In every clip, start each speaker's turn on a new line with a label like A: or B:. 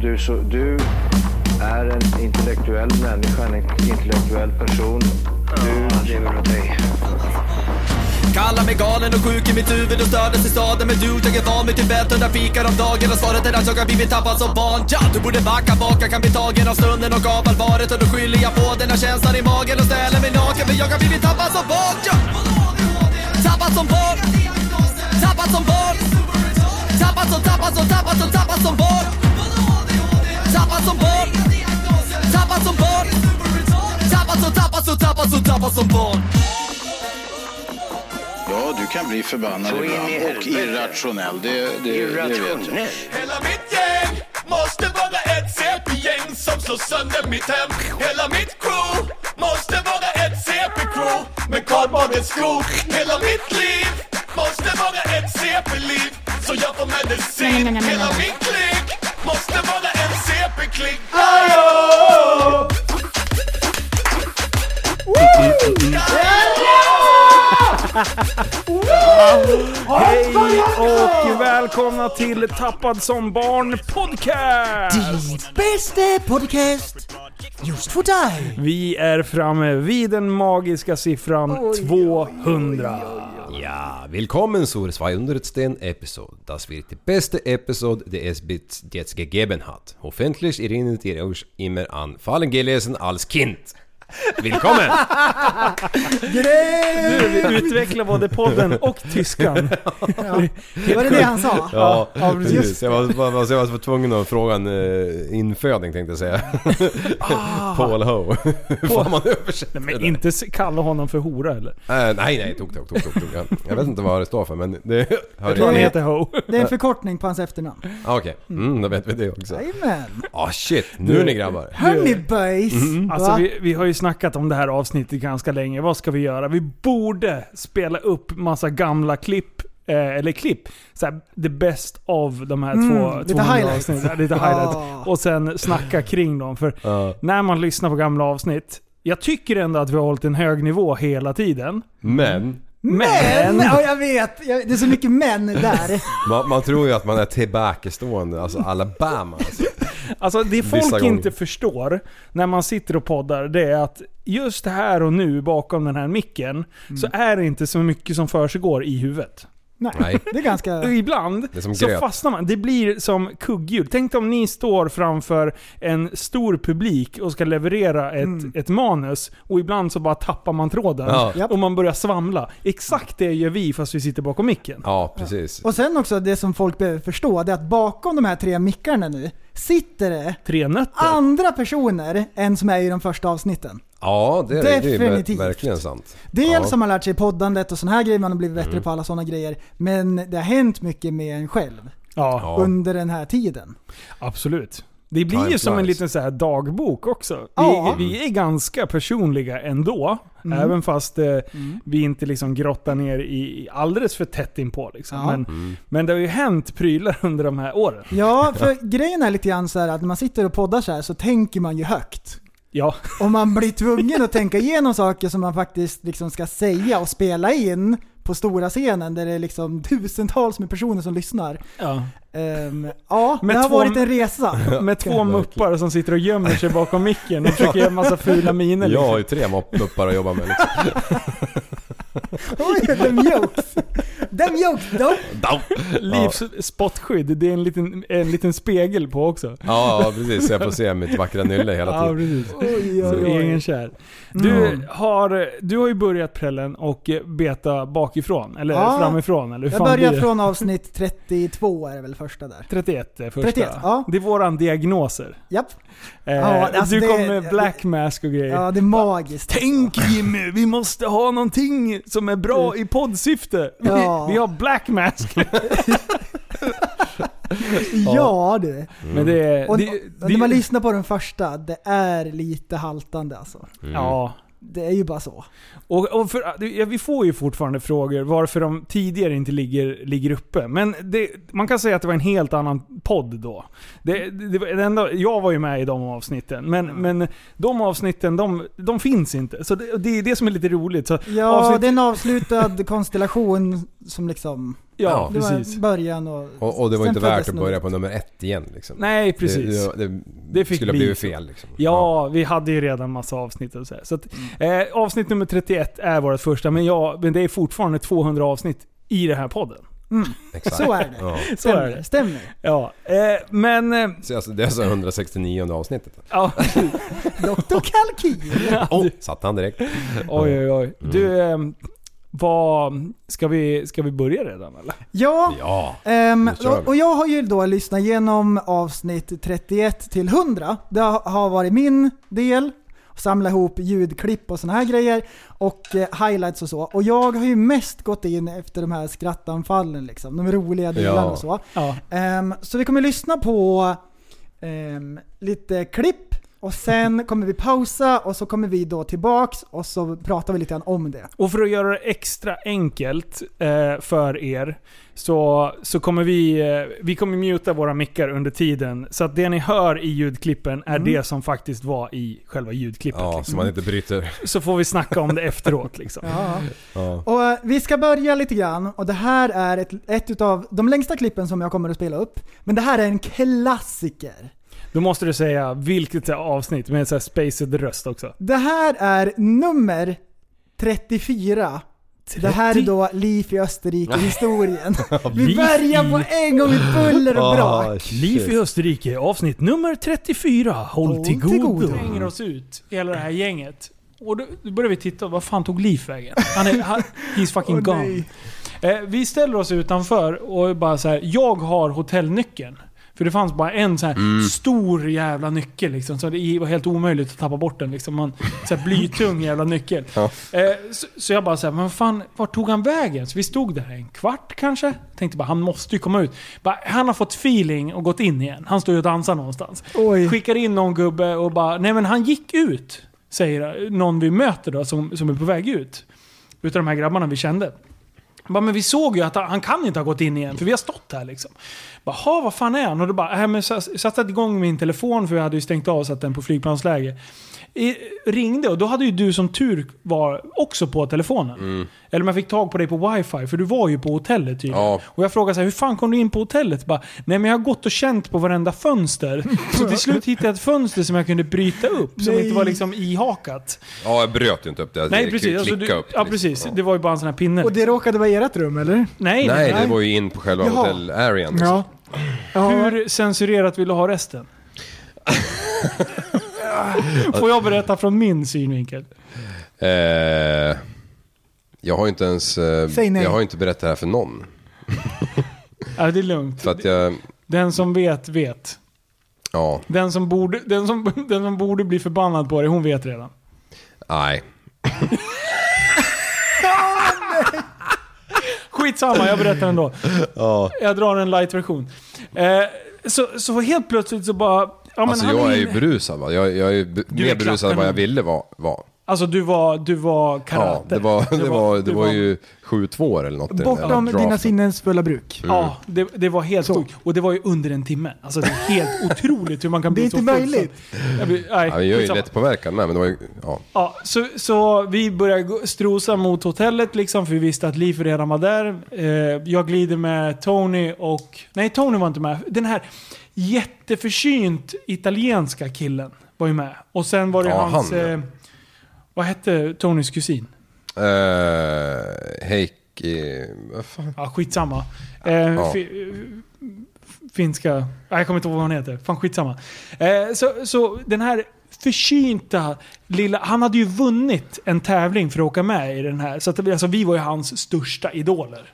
A: du, så, du är en intellektuell människa, en intellektuell person. Du lever av dig.
B: Kallar mig galen och sjuk i mitt huvud och stördes i staden Men du, jag är van vid Tibet och där fikar om dagen Och svaret är att jag har blivit tappad som barn ja, Du borde backa bak, jag kan bli tagen av stunden och av allvaret Och då skyller jag på den här känslan i magen och ställer mig naken För jag har blivit tappad som barn ja. Tappad som barn Tappad som barn Tappad som, tappad som, tappad som, tappad som barn Tappad som barn Tappad som barn Tappad som, tappad som, tappad som, tappad som barn
C: Ja, du kan bli förbannad
A: Så in i
C: ibland och
A: helvete.
C: irrationell. Det, det, det vet jag.
A: Irrationell.
D: Hela mitt gäng måste vara ett CP-gäng som slår sönder mitt hem Hela mitt crew måste vara ett CP-crew med kardborrens skor Hela mitt liv måste vara ett CP-liv så jag får
E: Nej, nej,
D: medicin
E: nej, nej,
D: Hela
E: nej.
D: min klick måste vara en CP-klick Ajå!
F: Hej och välkomna till Tappad som barn podcast!
G: Bästa podcast just för dig.
F: Vi är framme vid den magiska siffran 200.
H: Ja, willkommen zur 200. Episode. Das wird die beste Episode, die es bis jetzt gegeben hat. Hoffentlich erinnert ihr euch immer an Fallen gelesen als Kind. Willkommen!
F: Du, vi utvecklar både podden och tyskan.
G: Var det det han sa?
H: Ja,
F: precis.
H: precis. Jag var, var, var, jag var tvungen att fråga en eh, inföding tänkte jag säga. Paul Ho. Hur fan man översätter
F: Ah. Men
H: det?
F: inte se- kalla honom för hora eller?
H: Eh, nej, nej, tok, tok, tok, tok, tok. Jag- Jag vet inte vad det står för men det... Hör
F: Han
G: det-
F: heter Ho.
G: Det är en förkortning på hans efternamn.
H: Ah, Okej, mm, då vet vi det också.
G: Jajamän.
H: Ah shit, nu ni grabbar. Mm,
G: Honey boys.
F: Alltså
G: Va?
F: vi, vi har ju snackat om det här avsnittet ganska länge. Vad ska vi göra? Vi borde spela upp massa gamla klipp. Eh, eller klipp. Såhär, the best of de här två,
G: Mm, lite
F: 200
G: highlights.
F: avsnitten. Lite highlights.
G: Ah.
F: Och sen snacka kring dem. För
H: Ja.
F: när man lyssnar på gamla avsnitt. Jag tycker ändå att vi har hållit en hög nivå hela tiden.
H: Men,
F: Men!
G: Men! Ja, jag vet. Jag, det är så mycket män där.
H: man, man tror ju att man är tillbakastående, alltså Alabama alltså.
F: Alltså det folk
H: gånger.
F: inte förstår när man sitter och poddar, det är att just här och nu bakom den här micken så är det inte så mycket som försiggår i huvudet.
H: Mm. Nej.
G: Nej, det är ganska...
F: Och Ibland
H: Det är som
F: så
H: gröt.
F: fastnar man. Det blir som kugghjul. Tänk om ni står framför en stor publik och ska leverera ett, ett manus och ibland så bara tappar man tråden
H: Mm. Ja.
G: Japp.
F: och man börjar svamla. Exakt det gör vi fast vi sitter bakom micken.
H: Ja, precis.
G: Och sen också det som folk behöver förstå, det är att bakom de här tre mickarna nu sitter det
F: Tre nötter.
G: andra personer än som är i de första avsnitten.
H: Ja, det är det är ju ver-
G: Definitivt.
H: verkligen sant.
G: Dels
H: Ja. Mm.
G: har alltså man lärt sig poddandet och såna här grejer, man har blivit bättre på alla såna grejer. Men det har hänt mycket med en själv
F: Ja,
H: Ja.
G: under den här tiden.
F: absolut. Det blir
H: Time
F: ju som en
H: flies.
F: liten så här dagbok också.
G: Ja. Mm.
F: Vi, vi är ganska personliga ändå. Även fast eh, vi inte liksom grottar ner i, i alldeles för tätt inpå. Liksom.
G: Ja.
F: Men, men det har ju hänt prylar under de här åren.
G: Ja, för grejen är lite grann så här att när man sitter och poddar så här så tänker man ju högt.
F: Ja.
G: Och man blir tvungen att tänka igenom saker som man faktiskt liksom ska säga och spela in på stora scenen där det är liksom tusentals med personer som lyssnar. Ehm, ja,
F: Med
G: det har
F: två-
G: varit en resa.
F: Med två muppar som sitter och gömmer sig bakom micken och försöker göra en massa fula miner.
H: Jag har
F: Liksom.
H: ju tre moppar att jobba med liksom.
G: Oj, dem jokes! Dem jokes då!
F: Livs spottskydd, det är en liten, en liten spegel på också.
H: Ja, ja, precis. Så jag får se mitt vackra nylle hela
F: Ja,
H: tiden.
F: precis.
G: Oj, oj,
F: Så egen
G: oj.
F: kär. Du har, du har ju börjat prällen och beta bakifrån, eller
G: Ja.
F: framifrån, eller hur
G: Jag
F: fan blir
G: börjar
F: det?
G: från avsnitt 32 är det väl första där.
F: 31 är eh, första.
G: 31, ja.
F: Det är våran diagnoser.
G: Japp.
F: Eh,
G: Ja, alltså
F: du
G: det-
F: kom med black mask och grejer.
G: Ja, det är magiskt.
F: Tänk Jimmy, vi måste ha någonting som är bra i poddsyfte. Vi,
G: Ja.
F: vi har black mask.
H: Mm.
G: Ja du.
F: Mm. Men det är...
G: Och,
F: det,
G: och när man lyssnar på den första, det är lite haltande alltså.
F: Ja.
G: Det är ju bara så.
F: Och, och för, ja, vi får ju fortfarande frågor varför de tidigare inte ligger, ligger uppe. Men det, man kan säga att det var en helt annan podd då. Det, det, det var det enda, jag var ju med i de avsnitten, men, men de avsnitten de, de finns inte. Så det, det är det som är lite roligt. Så
G: Ja,
F: avsnitt-
G: det är en avslutad konstellation som liksom...
E: Ja,
H: Ja.
G: Det
E: precis.
G: var början och...
H: Och, och det var
G: sen
H: inte värt
G: föddes
H: att
G: något.
H: börja på nummer ett igen liksom.
E: Nej, precis.
H: Det, det, det,
E: Det fick
H: skulle ha
E: bli
H: blivit
E: så.
H: fel liksom.
E: Ja, vi hade ju redan massa avsnitt och så här. Så att,
F: Mm.
E: eh, avsnitt nummer 31 är vårt första, men, ja, men det är fortfarande 200 avsnitt i den här podden.
G: Mm.
H: exakt.
G: Så är det.
H: Ja.
E: Så är
G: Stämmer,
E: det.
G: stämmer.
E: Ja, eh, men... Eh,
H: Så alltså, det är alltså 169 avsnittet.
E: ja,
G: Doktor Kalkil.
H: Oh, satt han direkt.
E: oj, oj, oj.
H: Mm.
E: Du, eh, vad... Ska vi, ska vi börja redan eller?
G: Ja,
H: Ja.
G: Ehm,
H: Nu kör vi.
G: och jag har ju då lyssnat igenom avsnitt 31 till 100. Det har varit min del, samla ihop ljudklipp och såna här grejer och eh, highlights och så. Och jag har ju mest gått in efter de här skrattanfallen liksom, de roliga delarna
H: Ja.
G: och så.
E: Ja.
G: Ehm, så vi kommer lyssna på ehm, lite klipp och sen kommer vi pausa och så kommer vi då tillbaks och så pratar vi lite grann om det.
E: Och för att göra det extra enkelt eh, för er så, så kommer vi, eh, vi kommer muta våra mickar under tiden. Så att det ni hör i ljudklippen är
G: Mm.
E: det som faktiskt var i själva ljudklippet.
H: Ja,
E: liksom.
H: så man inte bryter.
E: Så får vi snacka om det efteråt liksom.
G: Ja.
H: Ja.
G: Och eh, vi ska börja lite grann och det här är ett, ett utav de längsta klippen som jag kommer att spela upp. Men det här är en klassiker.
E: Då måste du säga vilket avsnitt med en sån här spaced röst också.
G: Det här är nummer 34. Det här är då Liv i Österrike-historien. Vi Ah,
E: Liv
G: börjar på en gång med buller
F: Ah,
G: och brak.
E: Liv i Österrike, avsnitt nummer 34. Håll, till
G: Håll till
E: godo.
G: godo.
F: tränger oss ut, hela det här gänget. Och då, då börjar vi titta, vad fan tog Leaf vägen? Han är, han, he's fucking gone. Eh, vi ställer oss utanför och är bara så här. jag har hotellnyckeln. För det fanns bara en så här stor jävla nyckel liksom, så det var helt omöjligt att tappa bort den. Liksom. Man, så här blytung jävla nyckel. Eh, så, så jag bara såhär, men fan, vart tog han vägen? Så vi stod där en kvart kanske. Tänkte bara, han måste ju komma ut. Bara, han har fått feeling och gått in igen. Han står ju och dansar någonstans.
G: Oj.
F: Skickar in någon gubbe och bara, nej men han gick ut. Säger någon vi möter då, som, som är på väg ut. Utav de här grabbarna vi kände. Bara, men vi såg ju att han, han kan inte ha gått in igen, för vi har stått här liksom. Bara, "Ha, vad fan är han? Och då bara, äh, men så, så satte jag igång min telefon, för jag hade ju stängt av och satt den på flygplansläge. I, ringde och då hade ju du som tur var också på telefonen. Eller man fick tag på dig på wifi, för du var ju på hotellet tydligen.
H: Ja.
F: Och jag frågade så här, hur fan kom du in på hotellet? Bara, Nej men jag har gått och känt på varenda fönster. Så till slut hittade jag ett fönster som jag kunde bryta upp, som inte var liksom ihakat.
H: ja, jag bröt ju inte upp det.
F: Nej
H: Jag
F: precis, alltså, du,
H: klickade upp det,
F: ja,
H: liksom.
F: precis.
H: Ja.
F: det var ju bara en sån här pinne.
G: Och det råkade vara ert rum eller?
F: nej,
H: Nej, det var ju in på själva
G: Jaha.
H: hotellarean. Liksom.
F: Hur censurerat vill du ha resten? Får jag berätta från min synvinkel?
H: Eh, jag har ju inte ens... Eh,
G: Säg nej.
H: jag har ju inte berättat det här för någon.
F: Ja, det är lugnt.
H: För att jag...
F: Den som vet, vet.
H: Ja,
F: Den som borde, den som, den som borde bli förbannad på dig, hon vet redan.
H: nej.
F: Skitsamma, jag berättar ändå. Jag drar en light-version. Eh, så, så helt plötsligt så bara... Ja, men
H: Alltså
F: han
H: jag är ju
F: inne.
H: berusad va. Jag, jag är ju be-
F: är
H: mer berusad än vad jag
F: klappen.
H: ville vara. vara.
F: Alltså du var, du var
H: Ja,
F: karate.
H: det var, det
F: Du
H: var, det
F: du
H: var ju 7-2 eller något. i den där
G: Bortom
H: draften. Mm.
G: dina sinnens fulla bruk.
F: Ja, det, det var helt sjukt. Och det var ju under en timme. Alltså det är helt otroligt hur man kan
G: Det är
F: bli så
G: inte
F: full.
G: möjligt.
F: Jag blir-
H: Ja,
F: nej,
H: jag är ju
F: skitsamma.
H: lätt påverkad med, men det var ju... Ja.
F: Ja, så, så vi börjar gå- strosa mot hotellet liksom, för vi visste att Liv redan var där. Eh, jag glider med Tony och... Nej, Tony var inte med. Den här jätteförsynt italienska killen var ju med. Och sen var det
H: Ja,
F: hans...
H: han, ja.
F: eh, vad hette Tonys kusin?
H: Eh, Heikki... eh, Vad fan?
F: Ja, skitsamma. Eh, fi- eh, finska... Nej, jag kommer inte ihåg vad han heter. Fan, skitsamma. Eh, så, så den här försynta lilla... Han hade ju vunnit en tävling för att åka med i den här. Så att, det- alltså, vi var ju hans största idoler.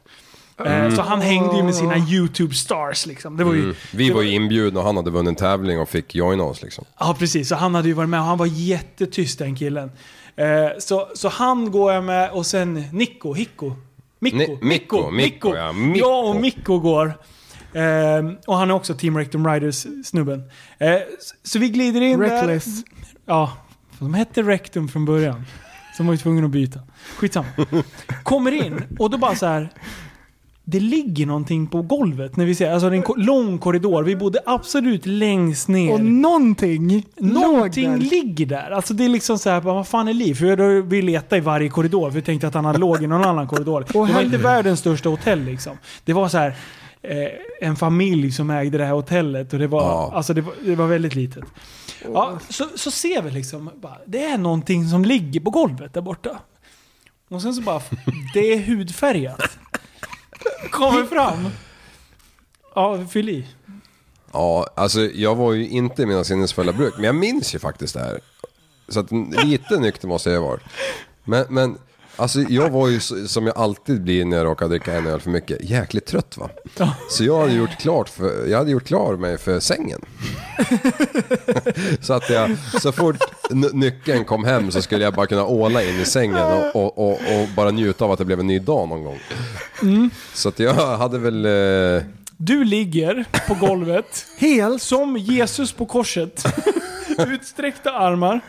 F: Eh, Så han hängde ju med sina YouTube-stars liksom. Det var ju,
H: Mm. Vi
F: det
H: var ju inbjudna och han hade vunnit en tävling och fick joina oss liksom.
F: Ja, precis. Så han hade ju varit med och han var jättetyst den killen. Eh, så, så han går jag med och sen Nico, Hicko. Mikko,
H: Ni- Mikko, Mikko, ja, Mikko.
F: Jag och Mikko går. Eh, och han är också Team Rectum Riders-snubben. Eh, så, så vi glider in
G: Reckless.
F: där. Ja, för de hette Rectum från början. Så de var ju tvungna att byta. Skitsamma. Kommer in och då bara så här. det ligger någonting på golvet när vi ser, alltså det är en ko- lång korridor. Vi bodde absolut längst ner.
G: Och någonting
F: Någonting
G: låg där.
F: ligger där. Alltså det är liksom så här, bara, vad fan är liv? För då- vi letade i varje korridor, för vi tänkte att han hade låg i någon annan korridor. det var inte världens största hotell liksom. Det var så här, eh, en familj som ägde det här hotellet och det var,
H: Ja.
F: alltså det var, det var väldigt litet. Ja, så, så ser vi liksom, bara, det är någonting som ligger på golvet där borta. Och sen så bara, det är hudfärgat. Kommer fram. Ja, fyll i.
H: Ja, alltså jag var ju inte i mina sinnens fulla bruk, men jag minns ju faktiskt det här. Så att n- lite nykter måste jag ha varit. Men, men alltså jag var ju så- som jag alltid blir när jag råkar dricka en öl för mycket, jäkligt trött va. Så jag hade gjort klart, för, jag hade gjort klar mig för sängen. Så att jag, så fort n- nyckeln kom hem så skulle jag bara kunna åla in i sängen och, och, och, och bara njuta av att det blev en ny dag någon gång.
G: Mm.
H: Så att jag hade väl... Eh,
F: Du ligger på golvet.
G: Helt.
F: Som Jesus på korset. Utsträckta armar.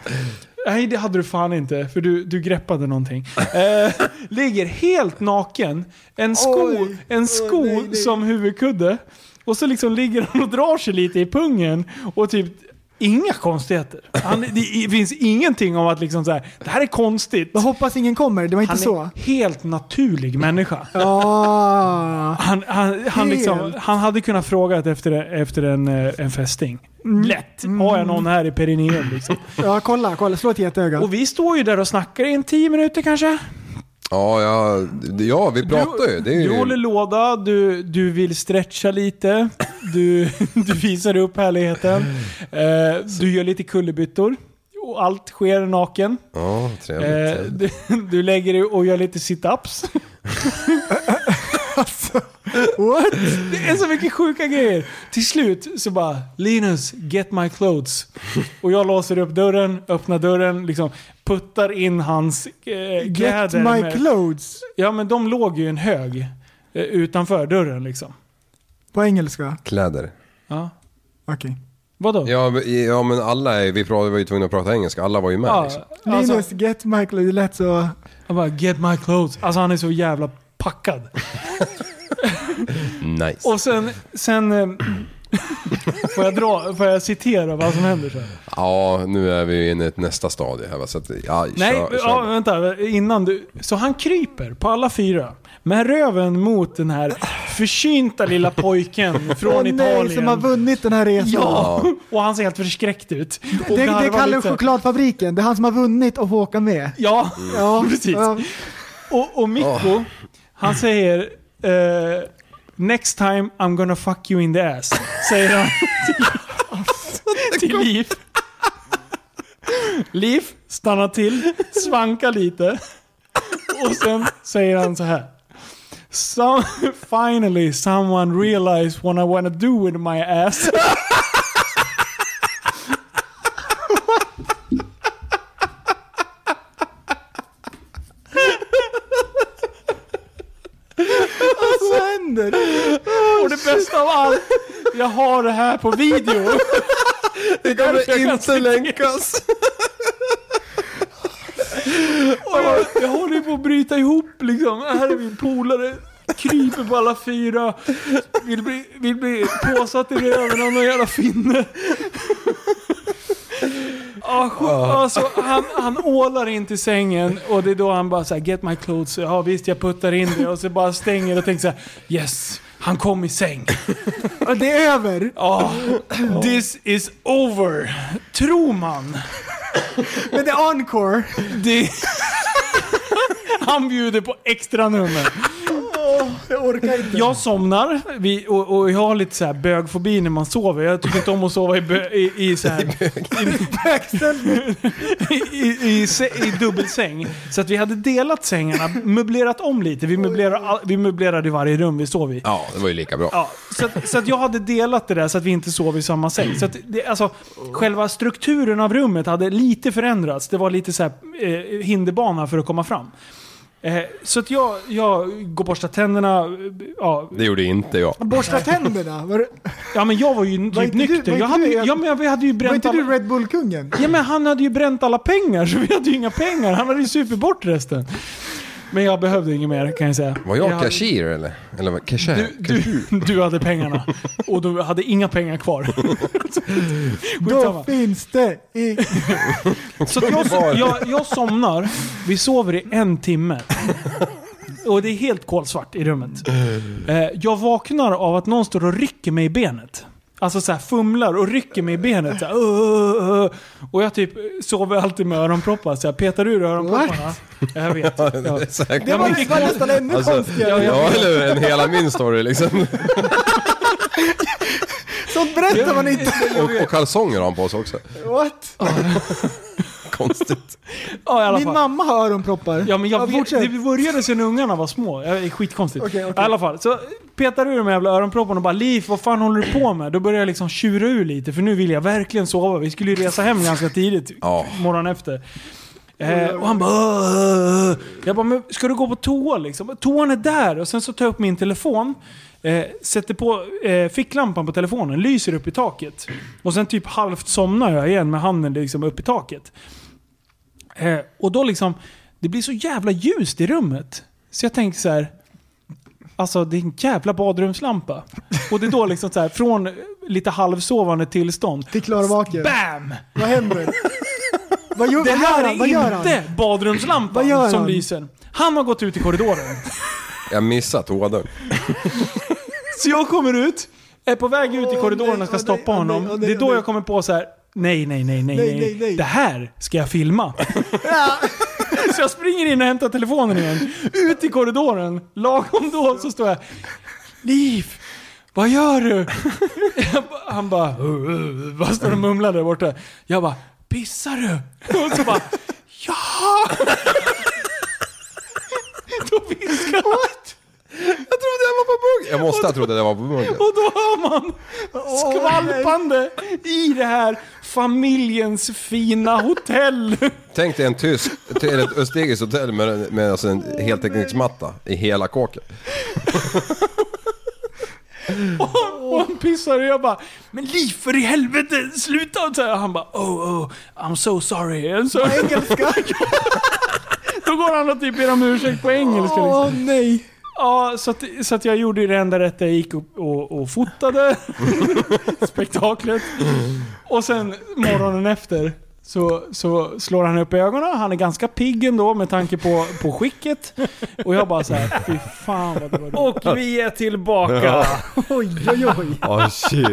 F: Nej, det hade du fan inte, för du, du greppade någonting. Eh, ligger helt naken. En sko,
G: Oj.
F: en sko
G: nej, nej.
F: som huvudkudde. Och så liksom ligger han och drar sig lite i pungen. Och typ, inga konstigheter. Han, det finns ingenting om att liksom så här, det här är konstigt.
G: Jag hoppas ingen kommer, det var inte
F: Han
G: så.
F: är helt naturlig människa.
G: Ah.
F: Han, han, han, liksom,
G: Helt.
F: han hade kunnat fråga efter, efter en, eh, en fästing.
G: Mm.
F: Lätt! Har jag någon här i perineum liksom?
G: Ja, kolla, kolla. Slå ett getöga.
F: Och vi står ju där och snackar i en tio minuter kanske.
H: Ja, ja, ja vi pratar ju. Det är ju
F: Du håller låda, du, du vill stretcha lite, du, du visar upp härligheten. Eh, du gör lite kullerbyttor. Och allt sker naken.
H: Ja, trevligt.
F: Eh,
H: trevligt.
F: du, du lägger dig och gör lite sit-ups.
G: What?
F: Det är så mycket sjuka grejer. Till slut så bara Linus, get my clothes. Och jag låser upp dörren, öppnar dörren, liksom puttar in hans eh,
G: Get
F: kläder.
G: my
F: med-
G: clothes.
F: Ja men de låg ju i en hög eh, utanför dörren liksom.
G: På engelska?
H: Kläder.
F: Ja.
G: Okej.
F: Vadå?
H: Ja, men- ja men alla, är- vi pratade, var ju tvungna att prata engelska, alla var ju med
F: Ja,
H: liksom.
F: alltså,
G: Linus, get my clothes. Det lät så...
F: han bara get my clothes. Alltså han är så jävla packad.
H: Nice.
F: Och sen, sen eh, får, jag dra, får jag citera vad som händer sen?
H: Ja, nu är vi ju inne i ett nästa stadie här va, så att, ja,
F: Nej,
H: kör,
F: ja,
H: kör.
F: vänta. Innan du... Så han kryper på alla fyra. Med röven mot den här försynta lilla pojken från
G: Åh
F: Italien.
G: nej, som har vunnit den här resan.
F: Ja! Och han ser helt förskräckt ut.
G: Det,
F: Och
G: det är
F: garvar
G: Kalle
F: lite.
G: Chokladfabriken. Det är han som har vunnit och får åka med.
F: Ja,
G: Ja,
F: precis.
G: ja.
F: Och, och Mikko, han säger... eh, Next time I'm gonna fuck you in the ass. Säger han till, till Liv. Liv stannar till, svankar lite. Och sen säger han så här. Some, finally someone realized what I wanna do with my ass.
G: Vad händer?
F: Och det bästa av allt, jag har det här på video.
H: Det kommer inte länkas.
F: Och jag, jag håller ju på att bryta ihop liksom. Här är min polare. Kryper på alla fyra. Vill bli, vill bli påsatt i röven av någon jävla finne. Ah, sjuk- alltså, han, han ålar in till sängen och det är då han bara såhär “Get my clothes”. Ja visst, jag puttar in det och så bara stänger och tänker såhär “Yes, han kom i säng”.
G: Ja, Det är över.
F: Ah,
G: Oh.
F: this is over. Tror man.
G: Men det är encore.
F: Det... Han bjuder på extra nummer.
G: Jag orkar inte.
F: Jag somnar vi, och, och jag har lite så här bögfobi när man sover. Jag tycker inte om att sova i, bö, i, i, så här, i, i, i, sä- i dubbelsäng. Så att vi hade delat sängarna, möblerat om lite. Vi möblerade, all- vi möblerade i varje rum vi sov i.
H: Ja, det var ju lika bra.
F: Ja, så, att, så att jag hade delat det där så att vi inte sov i samma säng. Så att det, alltså, själva strukturen av rummet hade lite förändrats. Det var lite så här, eh, hinderbana för att komma fram. Eh, så att jag, jag går och borstar tänderna. eh, Ja,
H: Det gjorde inte jag.
G: Borsta tänderna. Var,
F: ja, men jag var ju
G: Var
F: typ
G: inte du-
F: nykter.
G: var
F: jag
G: inte
F: hade,
G: du-
F: ju- ja, men jag- vi hade ju
G: var
F: bränt
G: inte du
F: alla,
G: Red Bull-kungen?
F: ja, men Han hade ju bränt alla pengar så vi hade ju inga pengar. Han hade ju supit bort resten. Men jag behövde inget mer kan jag säga.
H: Var jag
F: hade-
H: cashier eller? Eller vad- cashier?
F: du, du, du hade pengarna. Och du hade inga pengar kvar.
G: Då
F: Skitsamma.
G: finns det i...
F: Så att jag, jag, jag somnar, vi sover i en timme. Och det är helt kolsvart i rummet. Eh, Jag vaknar av att någon står och rycker mig i benet. Alltså så här fumlar och rycker mig i benet. Så här, "Åh, åh, åh." Och jag typ sover alltid med öronproppar. Så jag petar ur öronpropparna. Jag vet. Ja.
H: Exakt.
G: Det var nästan nästan ännu
H: Alltså,
G: konstigare.
H: ja, eller hur? En hela min story liksom.
G: Sånt berättar man inte.
H: Och, och kalsonger har han på sig också.
G: What?
H: Konstigt.
F: Ja, i alla
G: Min
F: fall.
G: mamma har öronproppar.
F: Ja men jag vet,
G: fortsätt.
F: det började sen ungarna var små. Ja, Det är skitkonstigt.
G: Okej, okej.
F: I alla fall, så petar ur de jävla öronpropparna och bara Liv, vad fan håller du på med? Då börjar jag liksom tjura ur lite för nu vill jag verkligen sova. Vi skulle ju resa hem ganska tidigt
H: Ja.
F: morgonen efter. Eh, och han bara "Åh, åh." Jag bara, men ska du gå på toa liksom? Toan är där! Och sen så tar jag upp min telefon, eh, sätter på eh, ficklampan på telefonen, lyser upp i taket. Och sen typ halvt somnar jag igen med handen liksom upp i taket. Eh, och då liksom, det blir så jävla ljust i rummet. Så jag tänker så här. Alltså det är en jävla badrumslampa. Och det är då liksom så här, från lite halvsovande tillstånd.
G: Till klarvaken.
F: BAM!
G: Vad händer? Vad gör,
F: Det
G: vad gör
F: här
G: han? Vad gör
F: är
G: han?
F: inte
G: Vad gör
F: badrumslampan som
G: han?
F: lyser. Han har gått ut i korridoren.
H: Jag missade toadörren.
F: Så jag kommer ut, är på väg ut i
G: Åh,
F: korridoren
G: nej,
F: och ska
G: åh,
F: stoppa
G: nej, åh,
F: honom.
G: nej, åh, nej,
F: Det är
G: åh,
F: då
G: nej.
F: jag kommer på så här. Nej, nej, nej, nej,
G: Nej,
F: nej,
G: nej, nej.
F: Det här ska jag filma. så jag springer in och hämtar telefonen igen. Ut i korridoren. Lagom då så står jag. Liv! Vad gör du? Jag ba- Han bara... "Uh, Vad står och mumlar där borta? Jag bara... Pissar du? Och så bara... Ja! Då viskar han.
H: Jag trodde jag var på bugg. Jag måste ha trott att jag var på bugg.
F: Och då hör man skvalpande i det här familjens fina hotell.
H: Tänk dig en tysk, eller ett österrikiskt hotell med, med alltså en heltäckningsmatta i hela kåken.
F: Och han pissar och jag bara Men Liv för i helvete, sluta! Och så här, han bara oh, oh, I'm so sorry. Och Så,
G: Engelska?
F: då går han och typ ber om ursäkt på engelska.
G: Åh
F: Liksom.
G: nej.
F: Ja, så, att, så att jag gjorde ju det enda rätta. Jag gick och, och, och fotade spektaklet. Och sen morgonen efter så, så slår han upp ögonen. Han är ganska pigg ändå med tanke på, på skicket. Och jag bara så här, fy fan vad det var dumt."
E: Och vi är tillbaka.
G: Oj, oj, oj.
H: Åh shit.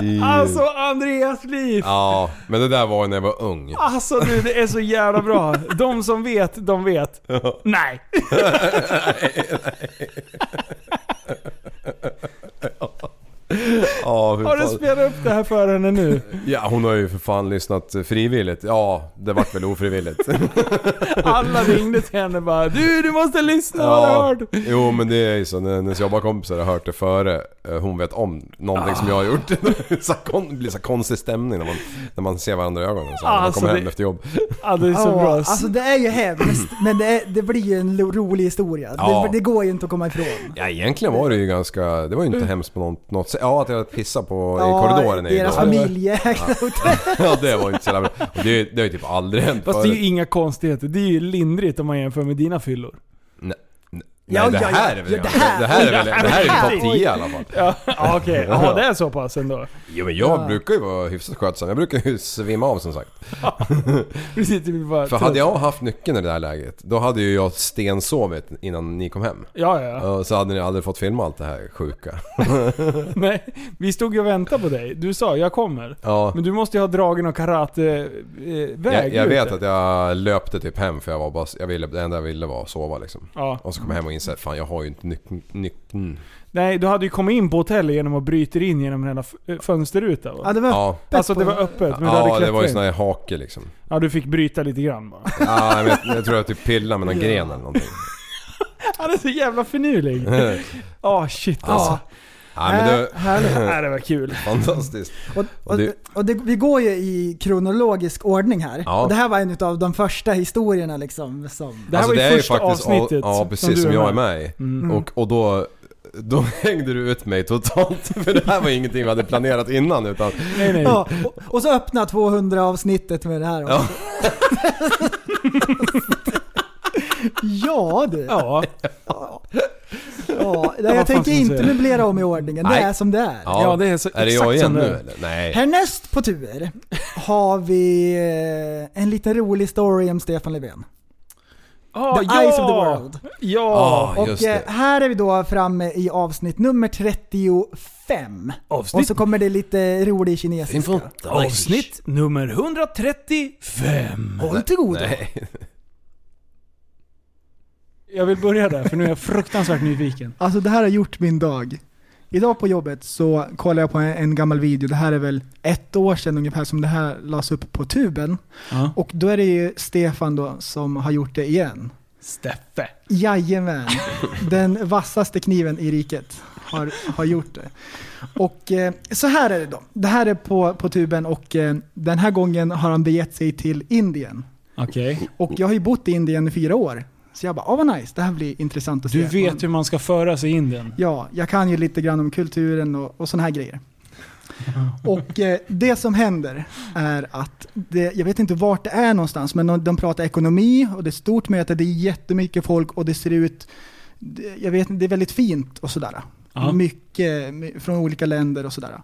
H: shit.
E: Alltså Andreas liv.
H: Ja, men det där var ju när jag var ung.
E: Alltså du, det är så jävla bra. De som vet, de vet. Nej.
H: Ja, hur
E: Har du
H: fan-
E: spelat upp det här för henne nu?
H: ja, hon har ju för fan lyssnat frivilligt. Ja, det vart väl ofrivilligt.
E: Alla ringde till henne bara Du, du måste lyssna vad du har hört.
H: Jo men det är ju så, när hennes jobbarkompisar har hört det före eh, hon vet om någonting som jag har gjort. så här kon- Det blir så här konstig stämning när man, när man ser varandra i ögonen. Så här, när man
E: Alltså,
H: kommer hem
E: det-
H: efter jobb.
E: Ja, det är så
G: Ja,
E: bra.
G: Alltså det är ju hemskt, men det, är, det blir ju en lo- rolig historia.
H: Ja.
G: Det, det går ju inte att komma ifrån.
H: Ja egentligen var det ju ganska, det var ju inte
E: Mm.
H: hemskt på något, något sätt. Ja att jag pissade på
G: Ja,
H: i korridoren är ju
G: Deras
H: dåligt.
G: familjeägda hotell.
H: Ja det var ju inte så jävla bra. Och det, är ju- det har ju typ aldrig hänt
E: Fast det är ju
H: förut.
E: inga konstigheter. Det är ju lindrigt om man jämför med dina fyllor.
H: Nej,
G: Ja,
H: det,
G: ja, ja.
H: här är väl,
G: Ja, det här-
H: det här är väl, det här är ju topp 10 i alla fall.
E: Ja, ja, okej. Ja, det är så pass ändå.
H: Jo men jag brukar ju vara hyfsat skötsam. Jag brukar ju svimma av som sagt.
E: Precis, det blir bara typ-
H: För hade jag haft nyckeln i det här läget, då hade ju jag stensovit innan ni kom hem.
E: Ja, ja, ja.
H: Ja, Så hade ni aldrig fått filma allt det här sjuka.
E: Nej, vi stod ju och väntade på dig. Du sa jag kommer.
H: Ja.
E: Men du måste ju ha dragen och karateväg eh,
H: Jag,
E: väg
H: jag
E: ut.
H: vet att jag löpte typ hem för jag var bara, jag ville, det enda jag ville var att sova liksom.
E: Ja. Mm.
H: Och så kom jag hem och insåg fan jag har ju inte nyc- nyckeln.
E: Nej, du hade ju kommit in på hotellet genom att bryta in genom den här f- eh, fönsterrutan va?
G: Ja, det var
H: Ja.
E: Alltså det var öppet, men du hade
H: Ja, det
E: klättrat
H: var ju
E: in.
H: sån här hake liksom.
E: Ja, du fick bryta lite grann bara.
H: Ja, men jag, jag tror jag typ pillade med någon gren eller någonting.
E: Han är så jävla finurlig. Ja, shit alltså.
H: Ja. Nej men det
G: Äh, härligt.
E: Nej, det var kul.
H: fantastiskt.
G: Och,
H: Och
G: och,
H: det-
G: och det, vi går ju i kronologisk ordning här.
H: Ja.
G: Och det här var en av de första historierna liksom. Som,
E: Det här
H: Alltså,
E: var ju första
H: av-
E: avsnittet.
H: Ja,
E: som
H: precis.
E: du
H: Som
E: är
H: jag är
E: med. Mm.
H: med i. Och, och då... Då hängde du ut mig totalt. För det här var ingenting vi hade planerat innan utan...
E: Nej, nej.
G: ja, och, och så öppna 200 avsnittet med det här. också.
H: Ja.
G: Ja du. Ja.
F: Ja.
G: nej,
F: fan
G: jag tänker
F: ska man
G: inte
F: säga?
G: möblera om i ordningen. Det
I: Nej.
G: är som det är.
I: Ja,
F: Ja, det är så-
I: Är det
F: exakt
I: jag igen
F: som
I: nu
F: det är.
I: eller? Nej.
G: Härnäst på tur har vi eh, en liten rolig story om Stefan Löfven.
F: Ah,
G: The
F: ja!
G: Eyes of the
E: ah.
G: World.
F: Ja!
I: Ja,
G: Och
I: just
G: eh,
I: det.
G: här är vi då framme i avsnitt nummer 35. Och så kommer det lite rolig kinesiska.
F: Avsnitt nummer 135.
G: Håll till godo.
I: Nej.
E: Jag vill börja där, för nu är jag fruktansvärt nyfiken.
G: Alltså det här har gjort min dag. Idag på jobbet så kollade jag på en, en gammal video, det här är väl ett år sedan ungefär som det här lades upp på tuben.
E: Ja.
G: Och då är det ju Stefan då som har gjort det igen.
E: Steffe.
G: Jajamän, den vassaste kniven i riket har, har gjort det. Och eh, så här är det då. Det här är på, på tuben och eh, den här gången har han begett sig till Indien.
E: Okej.
G: Och jag har ju bott i Indien i fyra år. Så jag bara, ah vad nice, det här blir intressant att se.
E: Du
G: Man-
E: vet hur man ska föra sig in den.
G: Ja, jag kan ju lite grann om kulturen och, och sådana här grejer. Och eh, det som händer är att, det, jag vet inte vart det är någonstans, men de, de pratar ekonomi och det är ett stort möte, det är jättemycket folk och det ser ut, det- jag vet inte, det är väldigt fint och sådär.
E: Ja.
G: Mycket my- från olika länder och sådär.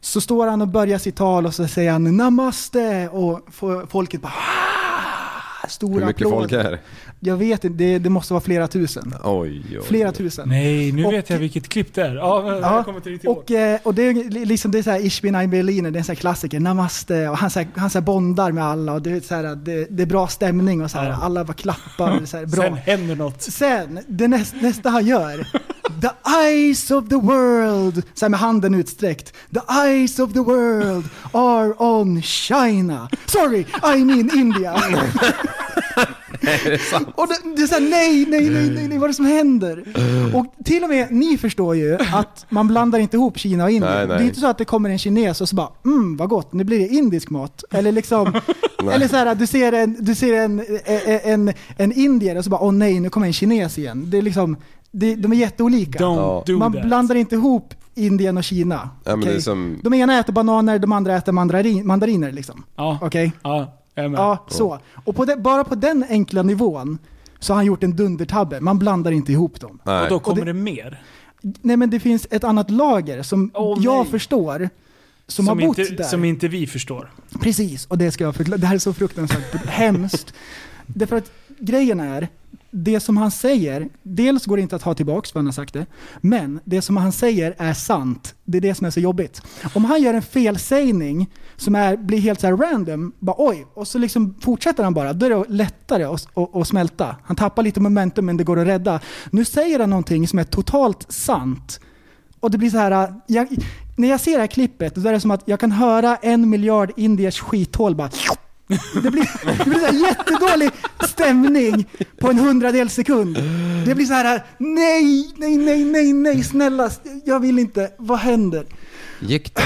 G: Så står han och börjar sitt tal och så säger han namaste och fo- folket bara "Ah!" Stora
H: Hur mycket folk är det?
G: Jag vet inte, det, det måste vara flera tusen.
H: Oj, oj, oj.
G: Flera tusen.
E: Nej, nu
G: Och-
E: vet jag vilket klipp det är. Ja, men-
G: Ja,
E: jag kommer till ditt jobb.
G: och, eh, och det är li- liksom det är så här Ich bin ein Berliner, det är en sån här klassiker, namaste och han så här, han så här bondar med alla och det är så här, det, det är bra stämning och så här,
E: Ja.
G: alla bara klappar och så här,
E: Sen
G: bra.
E: händer något.
G: Sen, det näst, nästa han gör, the eyes of the world, så här med handen utsträckt, the eyes of the world are on China. Sorry, I mean India. Och det, det är såhär, nej, nej, nej, nej, nej, vad är det som händer?
H: Eh.
G: Och till och med ni förstår ju att man blandar inte ihop Kina och Indien.
H: Nej, nej.
G: Det är inte så att det kommer en kines och så bara, mm, vad gott, nu blir det indisk mat. Eller liksom, eller så här, du ser, en, du ser en, e, en, en, en indier och så bara, åh nej, nu kommer en kines igen. Det är liksom, det, de är jätteolika.
E: Don't
H: Ja.
E: do
G: man
E: that.
G: blandar inte ihop Indien och Kina.
H: Ja, men det är
G: okej?
H: som-
G: De ena äter bananer, de andra äter mandarin, mandariner liksom.
E: Ja.
G: Okej?
E: Ja, jag är med.
G: Ja, så. Och på det, bara på den enkla nivån så har han gjort en dundertabbe. Man blandar inte ihop dem.
E: Och då
H: Nej.
E: kommer
G: Och
E: det mer.
G: Nej men det finns ett annat lager som
E: Åh,
G: jag
E: nej.
G: förstår. Som, har bott
E: inte,
G: där.
E: som inte vi förstår.
G: Precis, och det ska jag förklara. Det här är så fruktansvärt hemskt. Därför att grejen är, det som han säger, dels går det inte att ha tillbaks för han har sagt det, men det som han säger är sant. Det är det som är så jobbigt. Om han gör en felsägning som är, blir helt så här random, bara oj, och så liksom fortsätter han bara, då är det lättare att, att, att smälta. Han tappar lite momentum men det går att rädda. Nu säger han någonting som är totalt sant. Och det blir så här, jag, när jag ser det här klippet, då är det som att jag kan höra en miljard indiers skithål bara... Det blir, det blir så här jättedålig stämning på en hundradel sekund. Det blir så här, nej, nej, nej, nej, nej, snälla, jag vill inte, vad händer?
I: Gick det?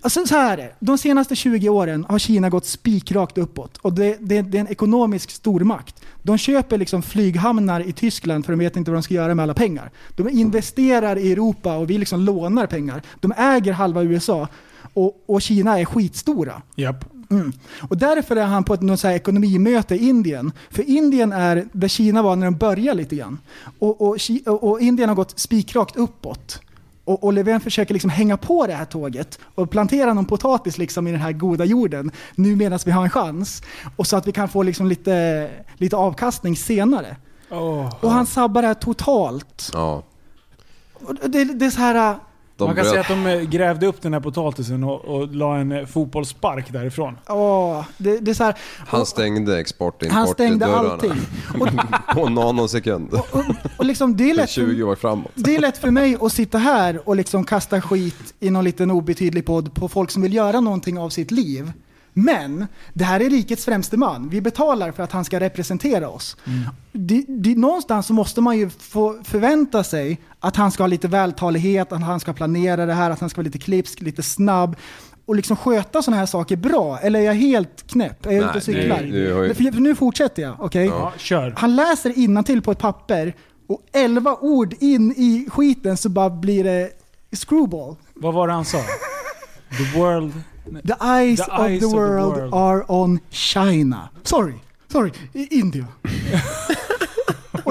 G: Alltså så här är det. De senaste 20 åren har Kina gått spikrakt uppåt. Och det, det, det är en ekonomisk stormakt. De köper liksom flyghamnar i Tyskland för de vet inte vad de ska göra med alla pengar. De investerar i Europa och vi liksom lånar pengar. De äger halva USA och, och Kina är skitstora.
E: Japp.
G: Mm. Och därför är han på ett något så här ekonomimöte i Indien. För Indien är där Kina var när de började lite grann. Och, och, Ki- och- och Indien har gått spikrakt uppåt. Och, och Löfven försöker liksom hänga på det här tåget och plantera någon potatis liksom i den här goda jorden nu medan vi har en chans. Och så att vi kan få liksom lite, lite avkastning senare. Och han sabbar det här totalt.
H: Ja.
G: Och det, det är så här... äh,
H: De
E: Man kan
H: bröt-
E: säga att de eh, grävde upp den här potatisen och, och la en eh, fotbollsspark därifrån.
G: Åh, det, det är så här
H: Han stängde export
G: han
H: import
G: stängde
H: dörrarna.
G: allting.
H: På en nanosekund.
G: Och, och liksom, det är lätt för
H: 20 år framåt.
G: Det är lätt för mig att sitta här och liksom kasta skit i någon liten obetydlig podd på folk som vill göra någonting av sitt liv. Men det här är rikets främste man. Vi betalar för att han ska representera oss. Det, det, någonstans så måste man ju få förvänta sig att han ska ha lite vältalighet, att han ska planera det här, att han ska vara lite klipsk, lite snabb och liksom sköta sådana här saker bra. Eller är jag helt knäpp? Är jag ute och
H: Nej,
G: cyklar?
H: du- du har ju-
G: För- för nu fortsätter jag, okej?
E: Ja, kör.
G: Han läser innantill på ett papper och elva ord in i skiten så bara blir det screwball.
E: Vad var det han sa? The world...
G: The eyes,
E: The
G: of,
E: eyes
G: the
E: of the
G: world
E: world.
G: are on China. Sorry, sorry, i- India.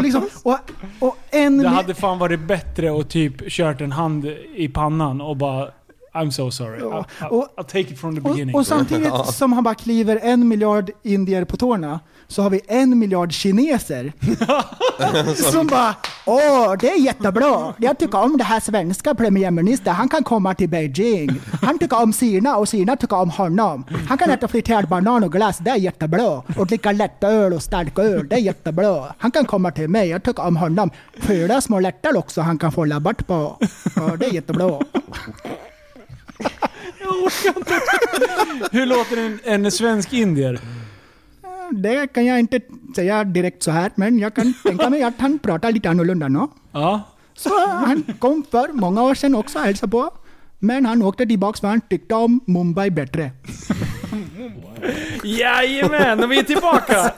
G: liksom, och, och en...
E: Det
G: mi-
E: hade fan varit bättre att typ kört en hand i pannan och bara I'm so sorry.
G: Ja,
E: I, I,
G: och-
E: I'll take it from the
G: Och,
E: beginning.
G: och samtidigt som han bara kliver en miljard indier på tårna så har vi en miljard kineser Mm. som bara Åh, det är jättebra. Jag tycker om det här svenska premiärministern. Han kan komma till Beijing. Han tycker om Sina och Sina tycker om honom. Han kan äta friterad banan och glass. Det är jättebra. Och dricka lättöl och starköl. Det är jättebra. Han kan komma till mig. Jag tycker om honom. Fyra små lättöl också han kan få rabatt på. Ja, det är jättebra.
E: Hur låter en, en svensk indier?
G: Det kan jag inte säga direkt så här, men jag kan tänka mig att han pratar lite annorlunda nu.
E: Ja.
G: Så han kom för många år sedan också och hälsade på. Men han åkte tillbaka för han tyckte om Mumbai bättre.
F: Jajamän, och vi är tillbaka!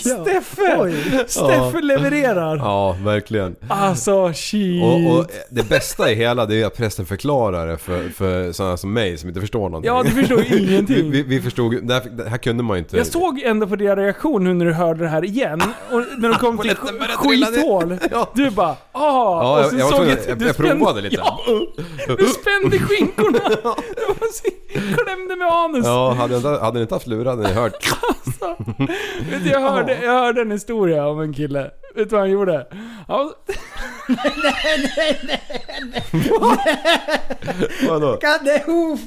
F: Steffe!
G: Oj.
F: Steffe levererar!
H: Ja, verkligen.
E: Alltså shit.
H: Och, och det bästa i hela det är att prästen förklarar det för, för sådana som mig som inte förstår någonting.
F: Ja, du förstår ju
H: vi,
F: ingenting.
H: vi, vi förstod, där, där, här kunde man ju inte...
F: Jag såg ändå på din reaktion nu när du hörde det här igen. Och när de kom till
H: Polletten började trilla ner.
F: skithål.
H: Ja.
F: Du bara ah!
H: Ja,
F: och
H: jag,
F: så
H: jag, var
F: såg
H: tvungen,
F: att
H: jag,
F: du
H: jag
F: spände-
H: provade lite.
F: Ja, du spände skinkorna. Du bara så- klämde med anus.
H: Ja, hade, jag inte, hade ni inte haft lurar hade ni hört.
F: Vet du, jag, hörde, jag hörde en historia om en kille. Vet du vad han gjorde? Han,
H: Vadå?
G: Kadehoof!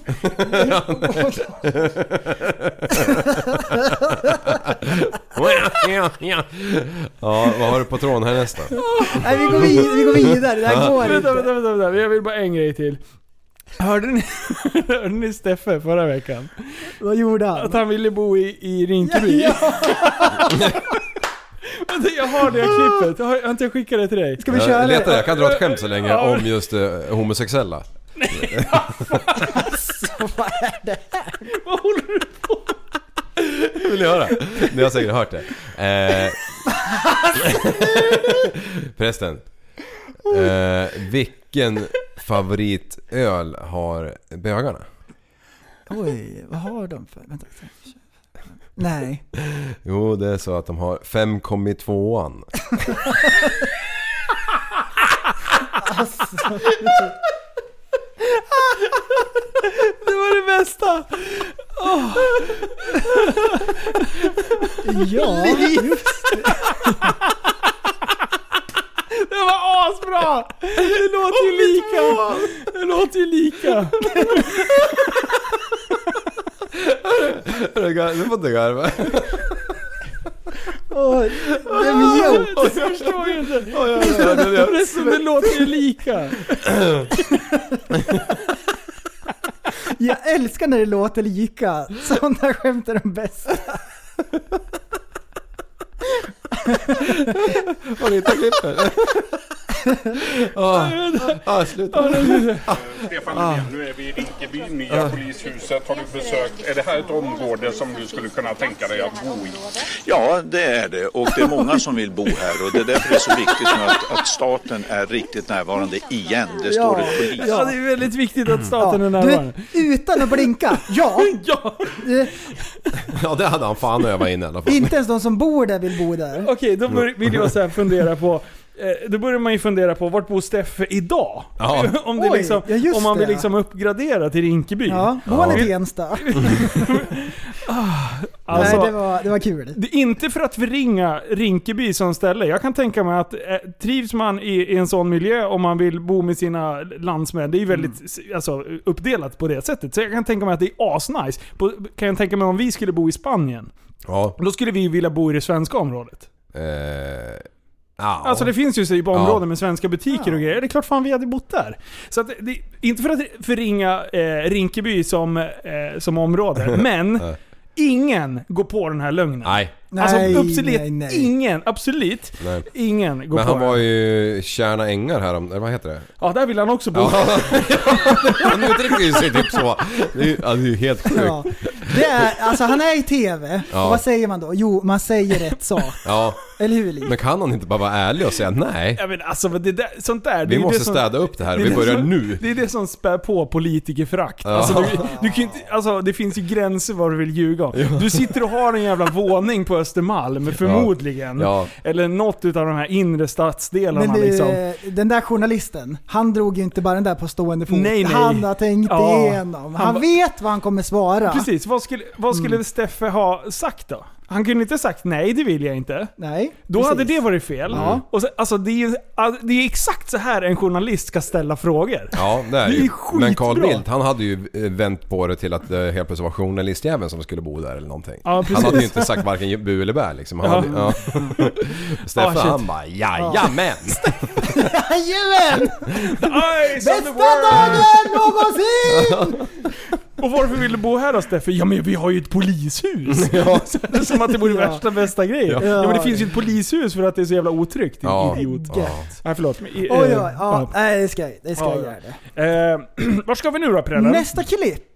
H: Ja, vad har du på tråden härnäst då?
G: Nej, vi går, vid, vi går vidare, det här går
F: vänta,
G: inte.
F: vänta, vänta, vänta. Jag vill bara en grej till. Hörde ni, hörde ni Steffe förra veckan?
G: Vad gjorde
F: Att
G: han?
F: han ville bo i, i Rinkeby. Vänta, Jag har det här klippet. Har, har inte jag skickat det till dig?
G: Ska vi
H: Jag
G: köra
H: letar,
G: det?
H: jag kan dra ett skämt så länge om just eh, homosexuella.
E: Alltså,
F: Vad håller du
H: vill ni höra? Ni har säkert hört det. Eh, Prästen. Eh, vilken favoritöl har bögarna?
G: Oj, vad har de för... Vänta. Nej.
H: Jo, det är så att de har 5,2an.
F: Det var det bästa!
G: Ja.
F: Det var asbra! Det låter ju lika. Det låter ju lika.
H: Du får inte garva.
G: Oj, vem gjorde?
F: Du förstår ju inte. Resten, det låter ju lika.
G: Jag älskar när det låter lika. Sådana skämt är de bästa.
H: Har ni hittat klippet? Ah, ah, Ah. sluta. Ah.
J: Stefan Löfven, nu är vi i Rinkeby, nya polishuset. Har du besökt? Är det här ett område som du skulle kunna tänka dig att bo i?
C: Ja, det är det. Och det är många som vill bo här. Och det är därför det är så viktigt nu att, att staten är riktigt närvarande igen. Det står
G: Ja.
C: ett polis.
F: Ja, det är väldigt viktigt att staten är
G: Du vet,
F: närvarande.
G: utan att blinka. Ja.
F: Ja!
G: Eh,
H: Ja, det hade han fan övat in i alla fall.
G: Inte ens de som bor där vill bo där.
F: Okej, då bör, vill jag så här fundera på... eh, Då börjar man ju fundera på vart bor Steffe idag?
H: Ja.
F: Om, det
G: Oj,
F: liksom,
G: ja, just
F: om man vill
G: det.
F: liksom uppgradera till Rinkeby.
G: Ja, bor han i
F: Ja.
G: Tensta?
E: Ah.
F: Alltså,
G: Nej, det var, det var kul.
F: Det är inte för att förringa Rinkeby som ställe. Jag kan tänka mig att eh, trivs man i, i en sån miljö om man vill bo med sina landsmän, det är ju väldigt s- alltså, uppdelat på det sättet. Så jag kan tänka mig att det är asnice. På, kan jag tänka mig om vi skulle bo i Spanien.
H: Ja.
F: Då skulle vi ju vilja bo i det svenska området.
H: Eh, ah.
F: Alltså det finns ju så i områden
H: Ja.
F: med svenska butiker och grejer. Det är klart fan vi hade bott där. Så att, det, inte för att förringa eh, Rinkeby som, eh, som område, men
H: Nej.
F: ingen går på den här lögnen.
H: Nej.
F: alltså
G: Nej,
F: absolut
G: nej, nej.
F: ingen, absolut
H: Nej.
F: ingen går
H: Men
F: på
H: han
F: den.
H: var ju Tjärna Ängar här om, eller vad heter det?
F: Ja, där vill han också bo.
H: Han uttrycker ju sig typ så. Det är ju, ja, det är ju helt sjukt.
G: Ja. Det är, alltså han är i TV,
H: Ja.
G: och vad säger man då? Jo, man säger rätt sak.
H: Ja.
G: Eller hur Li?
H: Men kan han inte bara vara ärlig och säga nej?
F: Ja, men alltså men det där, sånt där. det
H: Vi
F: är ju
H: måste
F: det som,
H: städa upp det här,
F: det är
H: vi
F: det
H: börjar
F: som-
H: nu.
F: Det är det som spär på politikerförakt. Alltså, du, du kan ju inte, alltså det finns ju gränser vad du vill ljuga om. Du sitter och har en jävla våning på Östermalm förmodligen.
H: Ja.
F: Eller något utav de här inre stadsdelarna
G: Men du,
F: liksom.
G: eh, den där journalisten, han drog ju inte bara den där på stående fot.
F: Nej, nej.
G: Han har tänkt
F: Ja.
G: igenom. Han,
F: Han ba-
G: vet vad han kommer svara.
F: Precis, vad skulle, vad skulle
G: Mm.
F: Steffe ha sagt då? Han kunde inte sagt nej, det vill jag inte.
G: Nej,
F: Då
G: precis.
F: hade det varit fel. Och så, alltså, det, är, ju- det är exakt så här en journalist ska ställa frågor.
H: Ja, det är
F: Det är
H: ju.
F: skitbra.
H: Men Carl Bildt, han hade ju eh, vänt på det till att eh, helt plötsligt var journalistjäveln som skulle bo där eller någonting.
F: Ja, precis.
H: han hade ju inte sagt varken bu eller bä liksom. Han
F: Ja.
H: hade, ja. Steffe
F: Ah, shit.
H: han bara jajamän!
G: Jajamän!
F: Eyes on
G: Bästa
F: the world.
G: dagen någonsin!
F: Och varför vill du bo här då Steffe? Ja men vi har ju ett polishus! Så det är som att det vore
G: Ja.
F: värsta bästa grejen. Ja. men det finns ju ett polishus för att det är så jävla otryggt. din
H: Ja.
F: Idiot.
G: Gött.
F: Nej förlåt. Men, i-
G: Oj, oj,
F: eh,
G: ja. Nej, det ska jag, det ska
F: Ja,
G: jag
F: ja.
G: göra. Det.
F: Eh, Vart ska vi nu då prällen?
G: Nästa klipp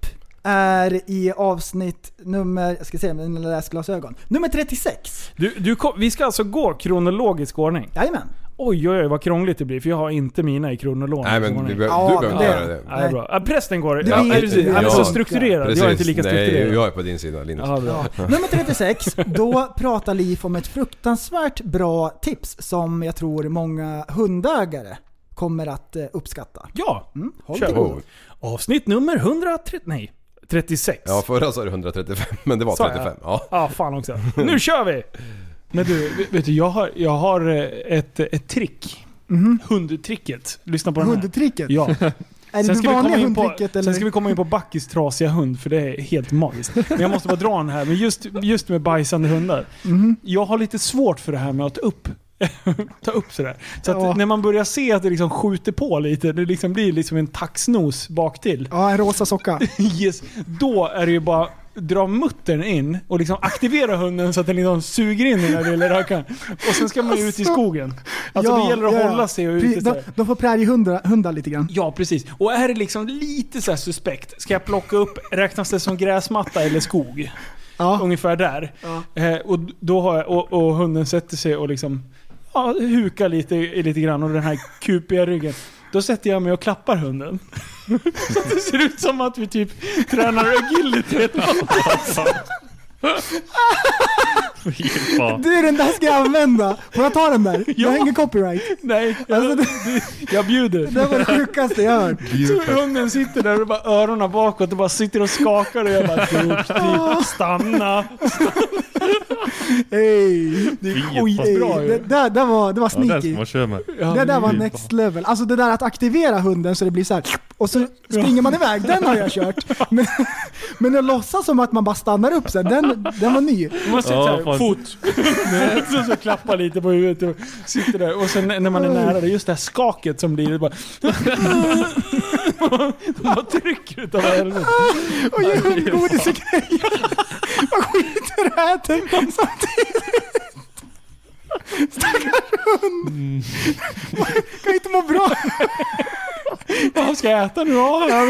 G: är i avsnitt nummer, jag ska se med mina läsglasögon, nummer 36.
F: Du, du kom, vi ska alltså gå kronologisk ordning.
G: Jajamän.
F: Oj oj oj vad krångligt det blir för jag har inte mina i kronologisk
H: Nej
F: ordning.
H: men du, be-
G: Ja,
H: du behöver inte
G: det-
H: göra det.
F: Nej, bra. Ja, prästen går...
G: Du
F: Ja,
G: är-
F: precis. Han är
H: Ja.
F: så strukturerad. Jag är inte lika
H: Nej,
F: strukturerad.
H: jag är på din sida Linus.
F: Ja, bra.
G: Nummer 36, då pratar Liv om ett fruktansvärt bra tips som jag tror många hundägare kommer att eh, uppskatta.
F: ja.
G: Mm, Håll
F: Kör.
G: till godo.
H: Oh.
F: avsnitt nummer 130... Nej, 36.
H: Ja, förra sa du 135 men det var
F: Sa jag?
H: 35. Ja.
F: Ja, ah, fan också. Nu kör vi!
E: Men du, vet du, jag har, jag har eh, ett, ett trick. Hundtricket. Lyssna på den här.
G: Mhm. Hundtricket?
E: Ja.
G: Är det
E: Sen
G: det
E: ska, vi komma
G: vanliga
E: in på,
G: hundtricket eller?
E: sen ska vi komma in på Backis trasiga hund, för det är helt magiskt. Men jag måste bara dra den här, men just, just med bajsande hundar.
G: Mm-hmm.
E: Jag har lite svårt för det här med att ta upp. ta upp sådär. Så att
G: Ja.
E: när man börjar se att det liksom skjuter på lite, det liksom blir liksom en taxnos bak till.
G: Ja, en rosa socka.
E: Yes. Då är det ju bara dra muttern in och liksom aktivera hunden så att den liksom suger in den där lilla rökaren. Och sen ska man ju ut i
G: Alltså.
E: skogen. Alltså det gäller att
G: ja, ja.
E: hålla sig och
G: Pre-
E: ute.
G: de,
E: sådär.
G: de får präriehundar hundar lite grann.
E: Ja, precis. Och är det liksom lite så här suspekt, ska jag plocka upp, räknas det som gräsmatta eller skog?
G: Ja.
E: Ungefär där.
G: Ja.
E: Eh, och, då har jag, och, och hunden sätter sig och liksom ja, hukar lite, lite grann och den här kupiga ryggen. Då sätter jag mig och klappar hunden. så att det ser ut som att vi typ tränar agility eller något.
G: Du, den där ska jag använda. Får jag ta den där? Jag har ingen copyright.
E: Nej, jag, jag bjuder.
G: Alltså, Det var det sjukaste jag hört.
E: Så hunden sitter där och bara öronen bakåt och bara sitter och skakar och jag bara duktig, stanna.
G: Ey, det
K: Fy
G: är skitbra
E: fan.
G: ju. Det, där, där var, det var
K: Ja, den
G: sneaky.
K: ska man köra med.
G: det där var next level. Alltså det där att aktivera hunden så det blir så här och så springer man iväg. Den har jag kört. Men, men att låtsas som att man bara stannar upp sen, den, den var ny.
E: Man måste
K: Ja,
E: ja,
K: fan.
E: fot. så, så klappa lite på huvudet och sitter där. Och sen när man är nära det, just det här skaket som blir. Det bara... De bara trycker utav helvete.
G: Och ger hundgodis och grejer. Man skiter och äter samtidigt. Stackars hund.
F: Mm.
G: Man kan inte må bra.
E: Vad ska jag äta nu då? Ja,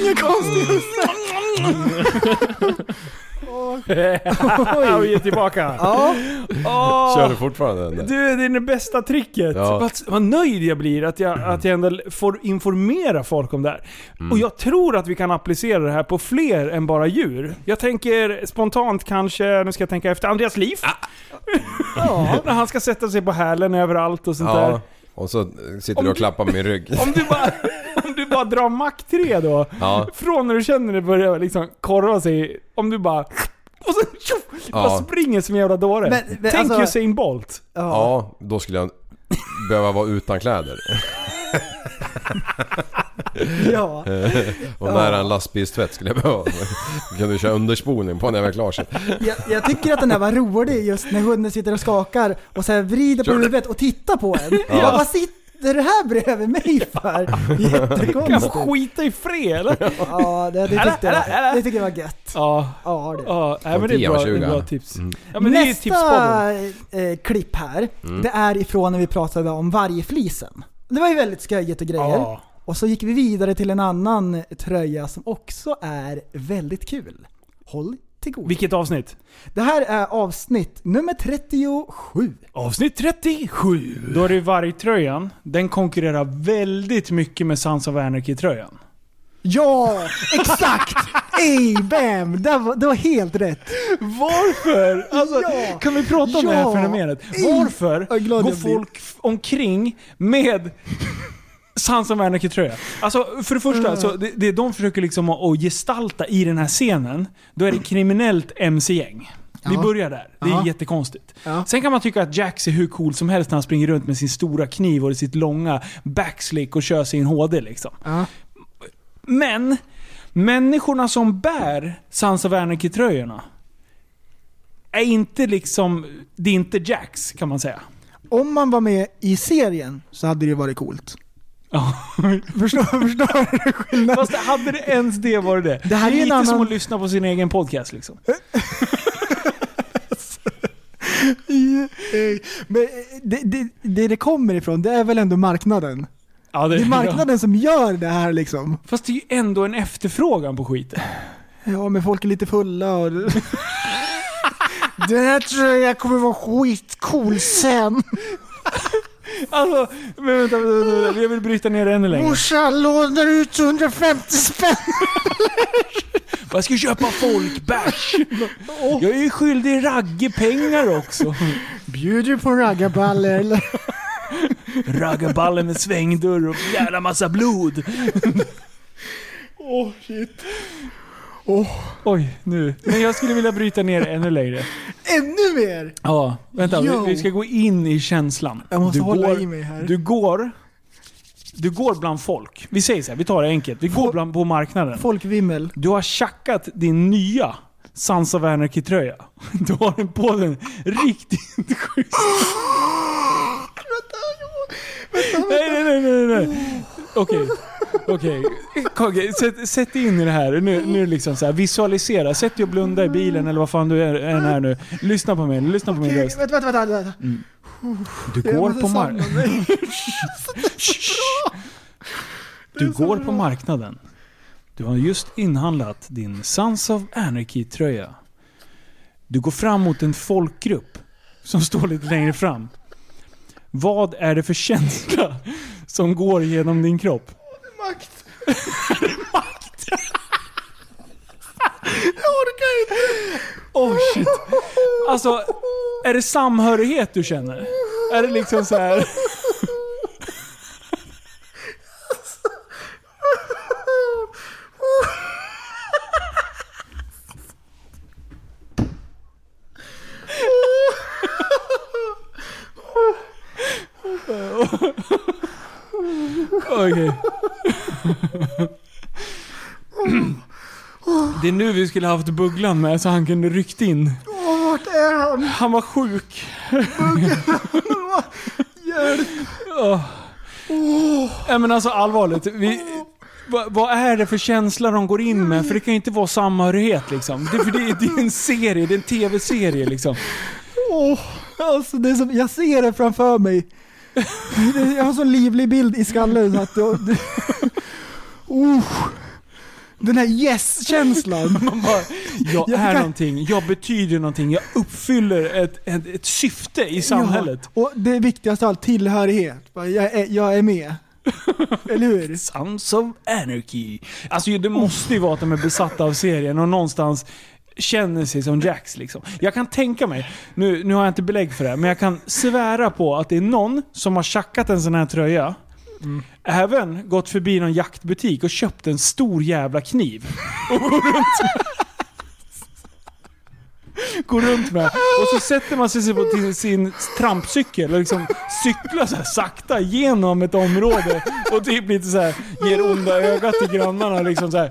G: Ingen konstig husse.
F: Ja, vi är tillbaka.
G: Ja.
F: Åh.
H: Kör du fortfarande den där?
F: Du, det är det bästa tricket.
H: Ja.
F: Vad, vad nöjd jag blir att jag, att jag ändå får informera folk om det här.
H: Mm.
F: Och jag tror att vi kan applicera det här på fler än bara djur. Jag tänker spontant kanske, nu ska jag tänka efter, Andreas liv.
H: Ah.
F: ja, när han ska sätta sig på hälen överallt och sånt där.
H: Ja. Och så eh, sitter du och klappar min rygg.
F: Om du bara, om du bara drar Mac 3 då.
H: Ja.
F: Från när du känner det börjar liksom korra sig. Om du bara... Och sen tjoff! Bara
H: Ja.
F: springer som en jävla dåre.
G: Men- men
F: Tänk
G: alltså-
F: Usain Bolt.
H: Ja, då skulle jag behöva vara utan kläder.
G: ja.
H: Och nära en lastbilstvätt skulle jag behöva. Då kan du köra undersponing på när jag är klar sen.
G: Jag, jag tycker att den där var rolig just när hunden sitter och skakar och så här vrider på huvudet och tittar på en. Ja. Vad sitter det här bredvid mig för?
F: Kan
G: Jättekonstigt.
F: skita i fred eller?
G: Ja, det, det, tyckte jag, det tyckte jag var gött.
F: Ja,
G: Ja, det.
F: ja nej, men det är
H: Från
F: bra,
H: 10 av
F: det
H: 20.
F: är bra tips.
H: Mm.
F: Ja, men det är ju tipspodden.
G: Nästa eh, klipp här, det är ifrån när vi pratade om vargflisen. Det var ju väldigt sköjigt och grejer.
F: Ja.
G: Och så gick vi vidare till en annan tröja som också är väldigt kul. Håll till god.
L: Vilket avsnitt?
G: Det här är avsnitt nummer 37.
L: Avsnitt 37!
F: Då är det ju vargtröjan. Den konkurrerar väldigt mycket med Sons of Anarchy-tröjan.
G: Ja, exakt! Ey, bam! Det var, det var helt rätt.
F: Varför? Alltså,
G: Ja.
F: Kan vi prata om det här
G: Ja.
F: fenomenet?
G: Ey,
F: Varför
G: vad glad
F: går
G: jag blir.
F: folk f- omkring med Sons of Anarchy-tröja? Alltså, för det första, så det, det de försöker liksom att, att gestalta i den här scenen, då är det kriminellt mc-gäng. Vi
G: Ja.
F: börjar där. Det är
G: Ja.
F: jättekonstigt.
G: Ja.
F: Sen kan man tycka att Jax är hur cool som helst när han springer runt med sin stora kniv och sitt långa backslick och kör sin HD liksom.
G: Ja.
F: Men, människorna som bär Sons of Anarchy-tröjorna är inte liksom... Det är inte Jax kan man säga.
G: Om man var med i serien så hade det ju varit coolt.
F: Ja.
G: Förstår, förstår du skillnaden?
F: Fast hade det ens det varit det?
G: Det här är
F: det är
G: en
F: lite
G: annan-
F: som att lyssna på sin egen podcast liksom.
G: Men eh, det, det, det det kommer ifrån, det är väl ändå marknaden?
F: Ja,
G: Det är marknaden som gör det här liksom.
F: Fast det är ju ändå en efterfrågan på skiten.
G: Ja, men folk är lite fulla och... Den här tröjan kommer vara skitcool sen.
F: Alltså, men vänta, vänta, vänta, jag vill bryta ner det ännu längre.
G: Morsan lånar ut 150 spänn.
F: Jag ska köpa folkbärs! Jag är ju skyldig Ragge pengar också.
G: Bjuder du på en raggarballe eller?
F: Raggarballen med svängdörr och jävla massa blod.
G: Åh shit.
F: Oj, nu. Men jag skulle vilja bryta ner det ännu längre.
G: Ännu mer!
F: Ja, vänta.
G: Yo.
F: Vi, vi ska gå in i känslan.
G: Jag måste
F: du
G: hålla
F: går,
G: i mig här.
F: Du går... Du går bland folk. Vi säger så här, vi tar det enkelt. Vi går bland, på marknaden.
G: Folkvimmel.
F: Du har tjackat din nya Sons of Anarchy-tröja. Du har den på den riktigt schysst. Nej, nej, nej, nej, nej.
G: Oh.
F: Okej. Okej. Kage, sätt, sätt dig in i det här. Nu, nu liksom så här. Visualisera. Sätt dig och blunda i bilen eller vad fan du är, än här nu. Lyssna på mig. Lyssna på min
G: Okej,
F: röst.
G: Vänta, vänta, vänta. vänta.
F: Mm. Du
G: Jag
F: går
G: måste
F: på
G: samla
F: marknaden.
G: mig.
F: Du går på marknaden. Du har just inhandlat din Sons of Anarchy-tröja. Du går fram mot en folkgrupp som står lite längre fram. Vad är det för känsla som går genom din kropp?
G: Makt. Makt. Jag orkar inte.
F: Oh shit. Alltså, är det samhörighet du känner? Är det liksom så här... Okej. Det är nu vi skulle haft Bugglan med så han kunde ryckt in.
G: Åh, vart är han?
F: Han var sjuk. Hjälp! Nej men alltså allvarligt. Vi, va, vad är det för känsla de går in med? För det kan ju inte vara samhörighet liksom. Det, för det, är- det är en serie, det är en tv-serie liksom.
G: Åh, alltså det är som, jag ser det framför mig. Det- Jag har en sån livlig bild i skallen så att jag, det, oh, Den här yes-känslan.
F: Man bara, jag
G: Jag
F: är
G: kan-
F: någonting, jag betyder någonting, jag uppfyller ett, ett, ett syfte i samhället.
G: Ja, och det viktigaste av allt, tillhörighet. Bara, Jag är, jag är med. Eller hur?
F: Sons of Anarchy. Alltså ju- det måste ju vara att de är besatta av serien och någonstans känner sig som Jax liksom. Jag kan tänka mig, nu, nu har jag inte belägg för det, här, men jag kan svära på att det är någon som har tjackat en sån här tröja,
G: Mm.
F: även gått förbi någon jaktbutik och köpt en stor jävla kniv. Och går runt, går runt med. Och så sätter man sig på till sin trampcykel och liksom cyklar så här sakta genom ett område och typ lite så här ger onda ögat till grannarna liksom så här.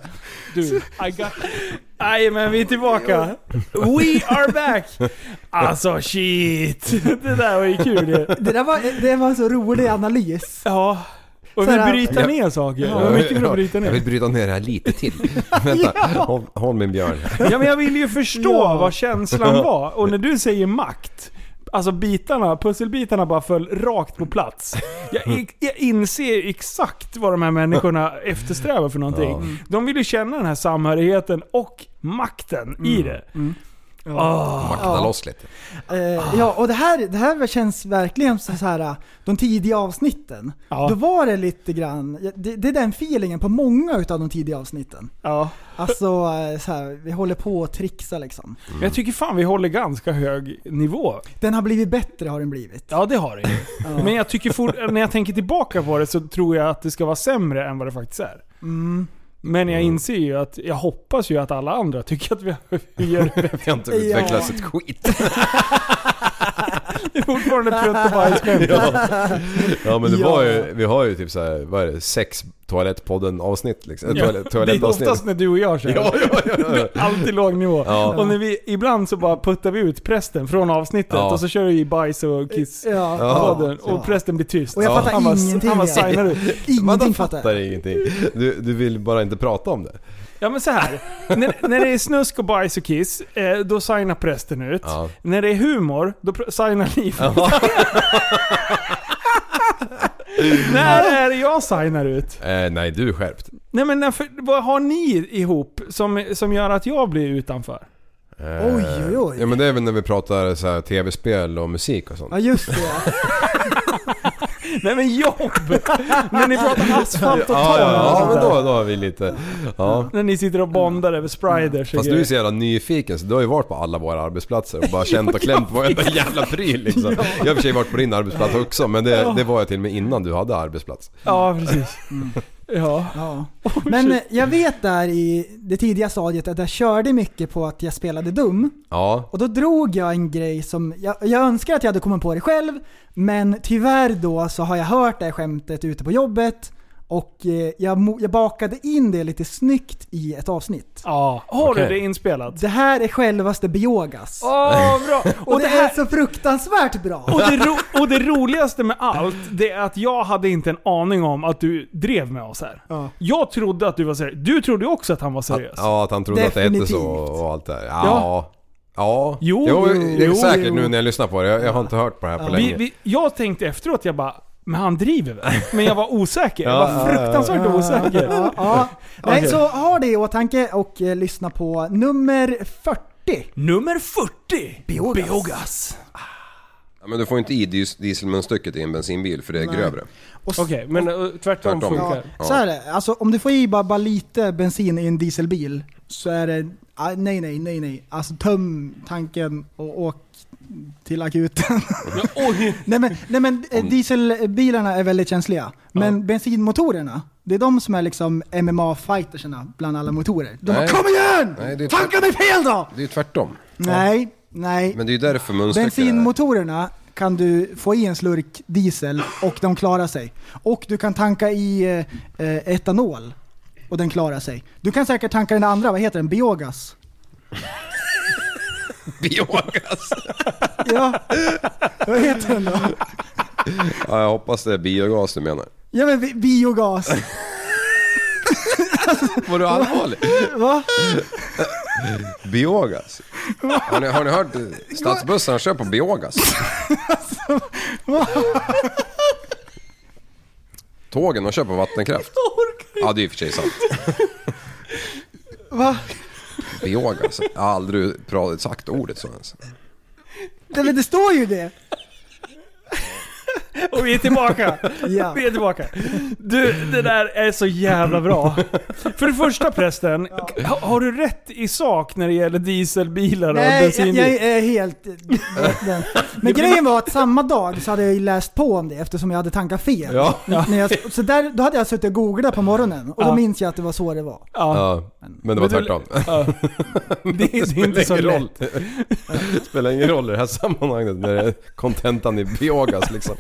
F: Du, I got... Aj, men vi är tillbaka. We are back! Alltså shit. Det där var ju kul ju.
G: Det där var, det var en så rolig analys.
F: Ja. Och
G: Så
F: vi
G: här-
F: bryter ner saker.
H: Ja,
F: Ja, det var mycket för att bryta
H: Jag vill
F: ner.
H: bryta ner det här lite till. Vänta, håll, håll min björn.
F: Ja, men jag vill ju förstå
G: Ja.
F: vad känslan var. Och när du säger makt, alltså bitarna, pusselbitarna bara föll rakt på plats.
H: Mm.
F: Jag, jag inser exakt vad de här människorna eftersträvar för någonting. De vill ju känna den här samhörigheten och makten i det. Ah.
H: Makta Mm. loss lite.
G: Eh, ja, och det här, det här känns verkligen så så här, de tidiga avsnitten.
F: Ja.
G: Då var det lite grann, det, det är den feelingen på många utav de tidiga avsnitten.
F: Ja.
G: Alltså eh, så här, vi håller på att trixa liksom.
H: Mm.
F: Men Jag tycker fan vi håller ganska hög nivå.
G: Den har blivit bättre har den blivit.
F: Ja det har det ju. Men jag tycker fort, när jag tänker tillbaka på det så tror jag att det ska vara sämre än vad det faktiskt är.
G: Mm.
F: Men
H: Mm.
F: jag inser ju att, jag hoppas ju att alla andra tycker att vi vi gör det
H: Vi har inte
G: Ja.
H: utvecklats ett skit.
F: Det är fortfarande trött och bajsskämt.
H: Ja. ja men det
G: Ja.
H: var ju, vi har ju typ såhär, vad är det, sex toalettpodden avsnitt liksom. Ja. Toalett,
F: Det är
H: toalettavsnitt.
F: oftast när du och jag kör.
H: Ja, ja, ja, ja.
F: Alltid låg nivå.
H: Ja.
F: Och när vi, ibland så bara puttar vi ut prästen från avsnittet
H: Ja.
F: och så kör vi bajs och kiss.
G: Ja.
F: podden och prästen blir tyst.
G: Och jag fattar
F: han bara,
G: ingenting.
F: Han bara
G: jag.
F: signar ut.
G: Ingenting
H: fattar
G: fattar jag.
H: ingenting. Du, du vill bara inte prata om det.
F: Ja men så här. när, när det är snusk och bajs och kiss, eh, då signar prästen ut.
H: Ja.
F: När det är humor, då pr- signar ni ut. när är det jag signar ut?
H: Eh, nej, du är skärpt.
F: Nej men när, för, vad har ni ihop som, som gör att jag blir utanför?
H: Eh,
G: Oj, oj, oj.
H: Ja men det är väl när vi pratar så här, tv-spel och musik och sånt.
G: Ja just det.
F: Nej men jobb! när ni pratar asfalt och torv.
H: Ja, ja, ja,
F: och sånt
H: men
F: där.
H: då, då har vi lite... Ja.
F: När ni sitter och bondar över spriders och
H: Fast du är
F: grejer.
H: så jävla nyfiken så du har ju varit på alla våra arbetsplatser och bara känt och klämt på varenda jävla pryl liksom. Jag har i och för sig varit på din arbetsplats också men det, det var jag till och med innan du hade arbetsplats.
F: Ja precis. Ja. Oh,
G: Ja. Men eh, jag vet där i det tidiga stadiet att jag körde mycket på att jag spelade dum.
H: Ja,
G: Och då drog jag en grej som, jag, jag önskar att jag hade kommit på det själv, men tyvärr då så har jag hört det här skämtet ute på jobbet och eh, jag, mo- jag bakade in det lite snyggt i ett avsnitt.
F: ja. Har
H: Okej.
F: du det inspelat?
G: Det här är självaste biogas.
F: Åh bra!
G: och, det är så fruktansvärt bra!
F: Och det, ro, och det roligaste med allt, det är att jag hade inte en aning om att du drev med oss här.
G: Ja.
F: Jag trodde att du var seriös. Du trodde ju också att han var seriös.
H: ja att han trodde att det hette så
G: Alltså, Definitivt.
H: och allt det där.
F: Ja.
H: Ja. Ja,
F: Jo,
H: det
F: jo,
H: är säkert
F: jo.
H: nu när jag lyssnar på det. Jag, jag har inte hört på det här på
F: vi,
H: länge.
F: vi, jag tänkte efteråt, jag bara men han driver väl? Men jag var osäker. Jag
H: Ja,
F: var
H: ja, ja.
F: fruktansvärt osäker.
G: Ja, ja. Nej,
F: Okej.
G: så ha det i åtanke och eh, lyssna på nummer 40.
F: Nummer 40! Biogas.
H: Ja, men du får ju inte i dis- dieselmunstycket i en bensinbil för det är grövre.
G: Och s-
F: Okej, men eh, tvärtom,
H: Tvärtom.
F: funkar.
G: Ja, så är det. Alltså om du får i bara, bara lite bensin i en dieselbil så är det ah, nej, nej, nej, nej. Alltså töm tanken och åk till akuten. nej, men, nej men eh, dieselbilarna är väldigt känsliga. Men bensinmotorerna, det är de som är liksom MMA-fighterserna bland alla motorer. De bara,
H: Nej.
G: Kom igen!
H: Nej, det är-
G: Tanka mig fel då!
H: Det är ju tvärtom.
G: Nej, nej.
H: Men det är ju därför munstycket är...
G: Bensinmotorerna kan du få i en slurk diesel och de klarar sig. Och du kan tanka i eh, eh, etanol och den klarar sig. Du kan säkert tanka den andra, vad heter den? Biogas?
H: Biogas!
G: Ja, vad heter den då?
H: Ja, jag hoppas det är biogas du menar.
G: Ja men bi- biogas.
H: Var du allvarlig?
G: Va?
H: Biogas? Har ni, har ni hört? Stadsbussarna kör på biogas. Tågen, de kör på vattenkraft. Ja, det är i och för sig sant.
G: Va?
H: Biogas. Jag har aldrig pratat, sagt ordet så ens.
G: Nej, men det står ju det.
F: Och vi är tillbaka.
G: Ja.
F: Vi är tillbaka. Du, det där är så jävla bra. För det första prästen, ha, har du rätt i sak när det gäller dieselbilar och
G: Nej, jag,
F: bensin?
G: jag är helt... Den. Men grejen var att samma dag så hade jag ju läst på om det eftersom jag hade tankat fel.
H: Ja.
G: När jag, så där, då hade jag suttit och googlat på morgonen och då
F: Ja.
G: minns jag att det var så det var.
H: Ja, men det var tvärtom.
F: Ja. Det, är- det är inte så
H: Spelar ingen
F: lätt.
H: roll. Det spelar ingen roll i det här sammanhanget när det är kontentan i biogas liksom.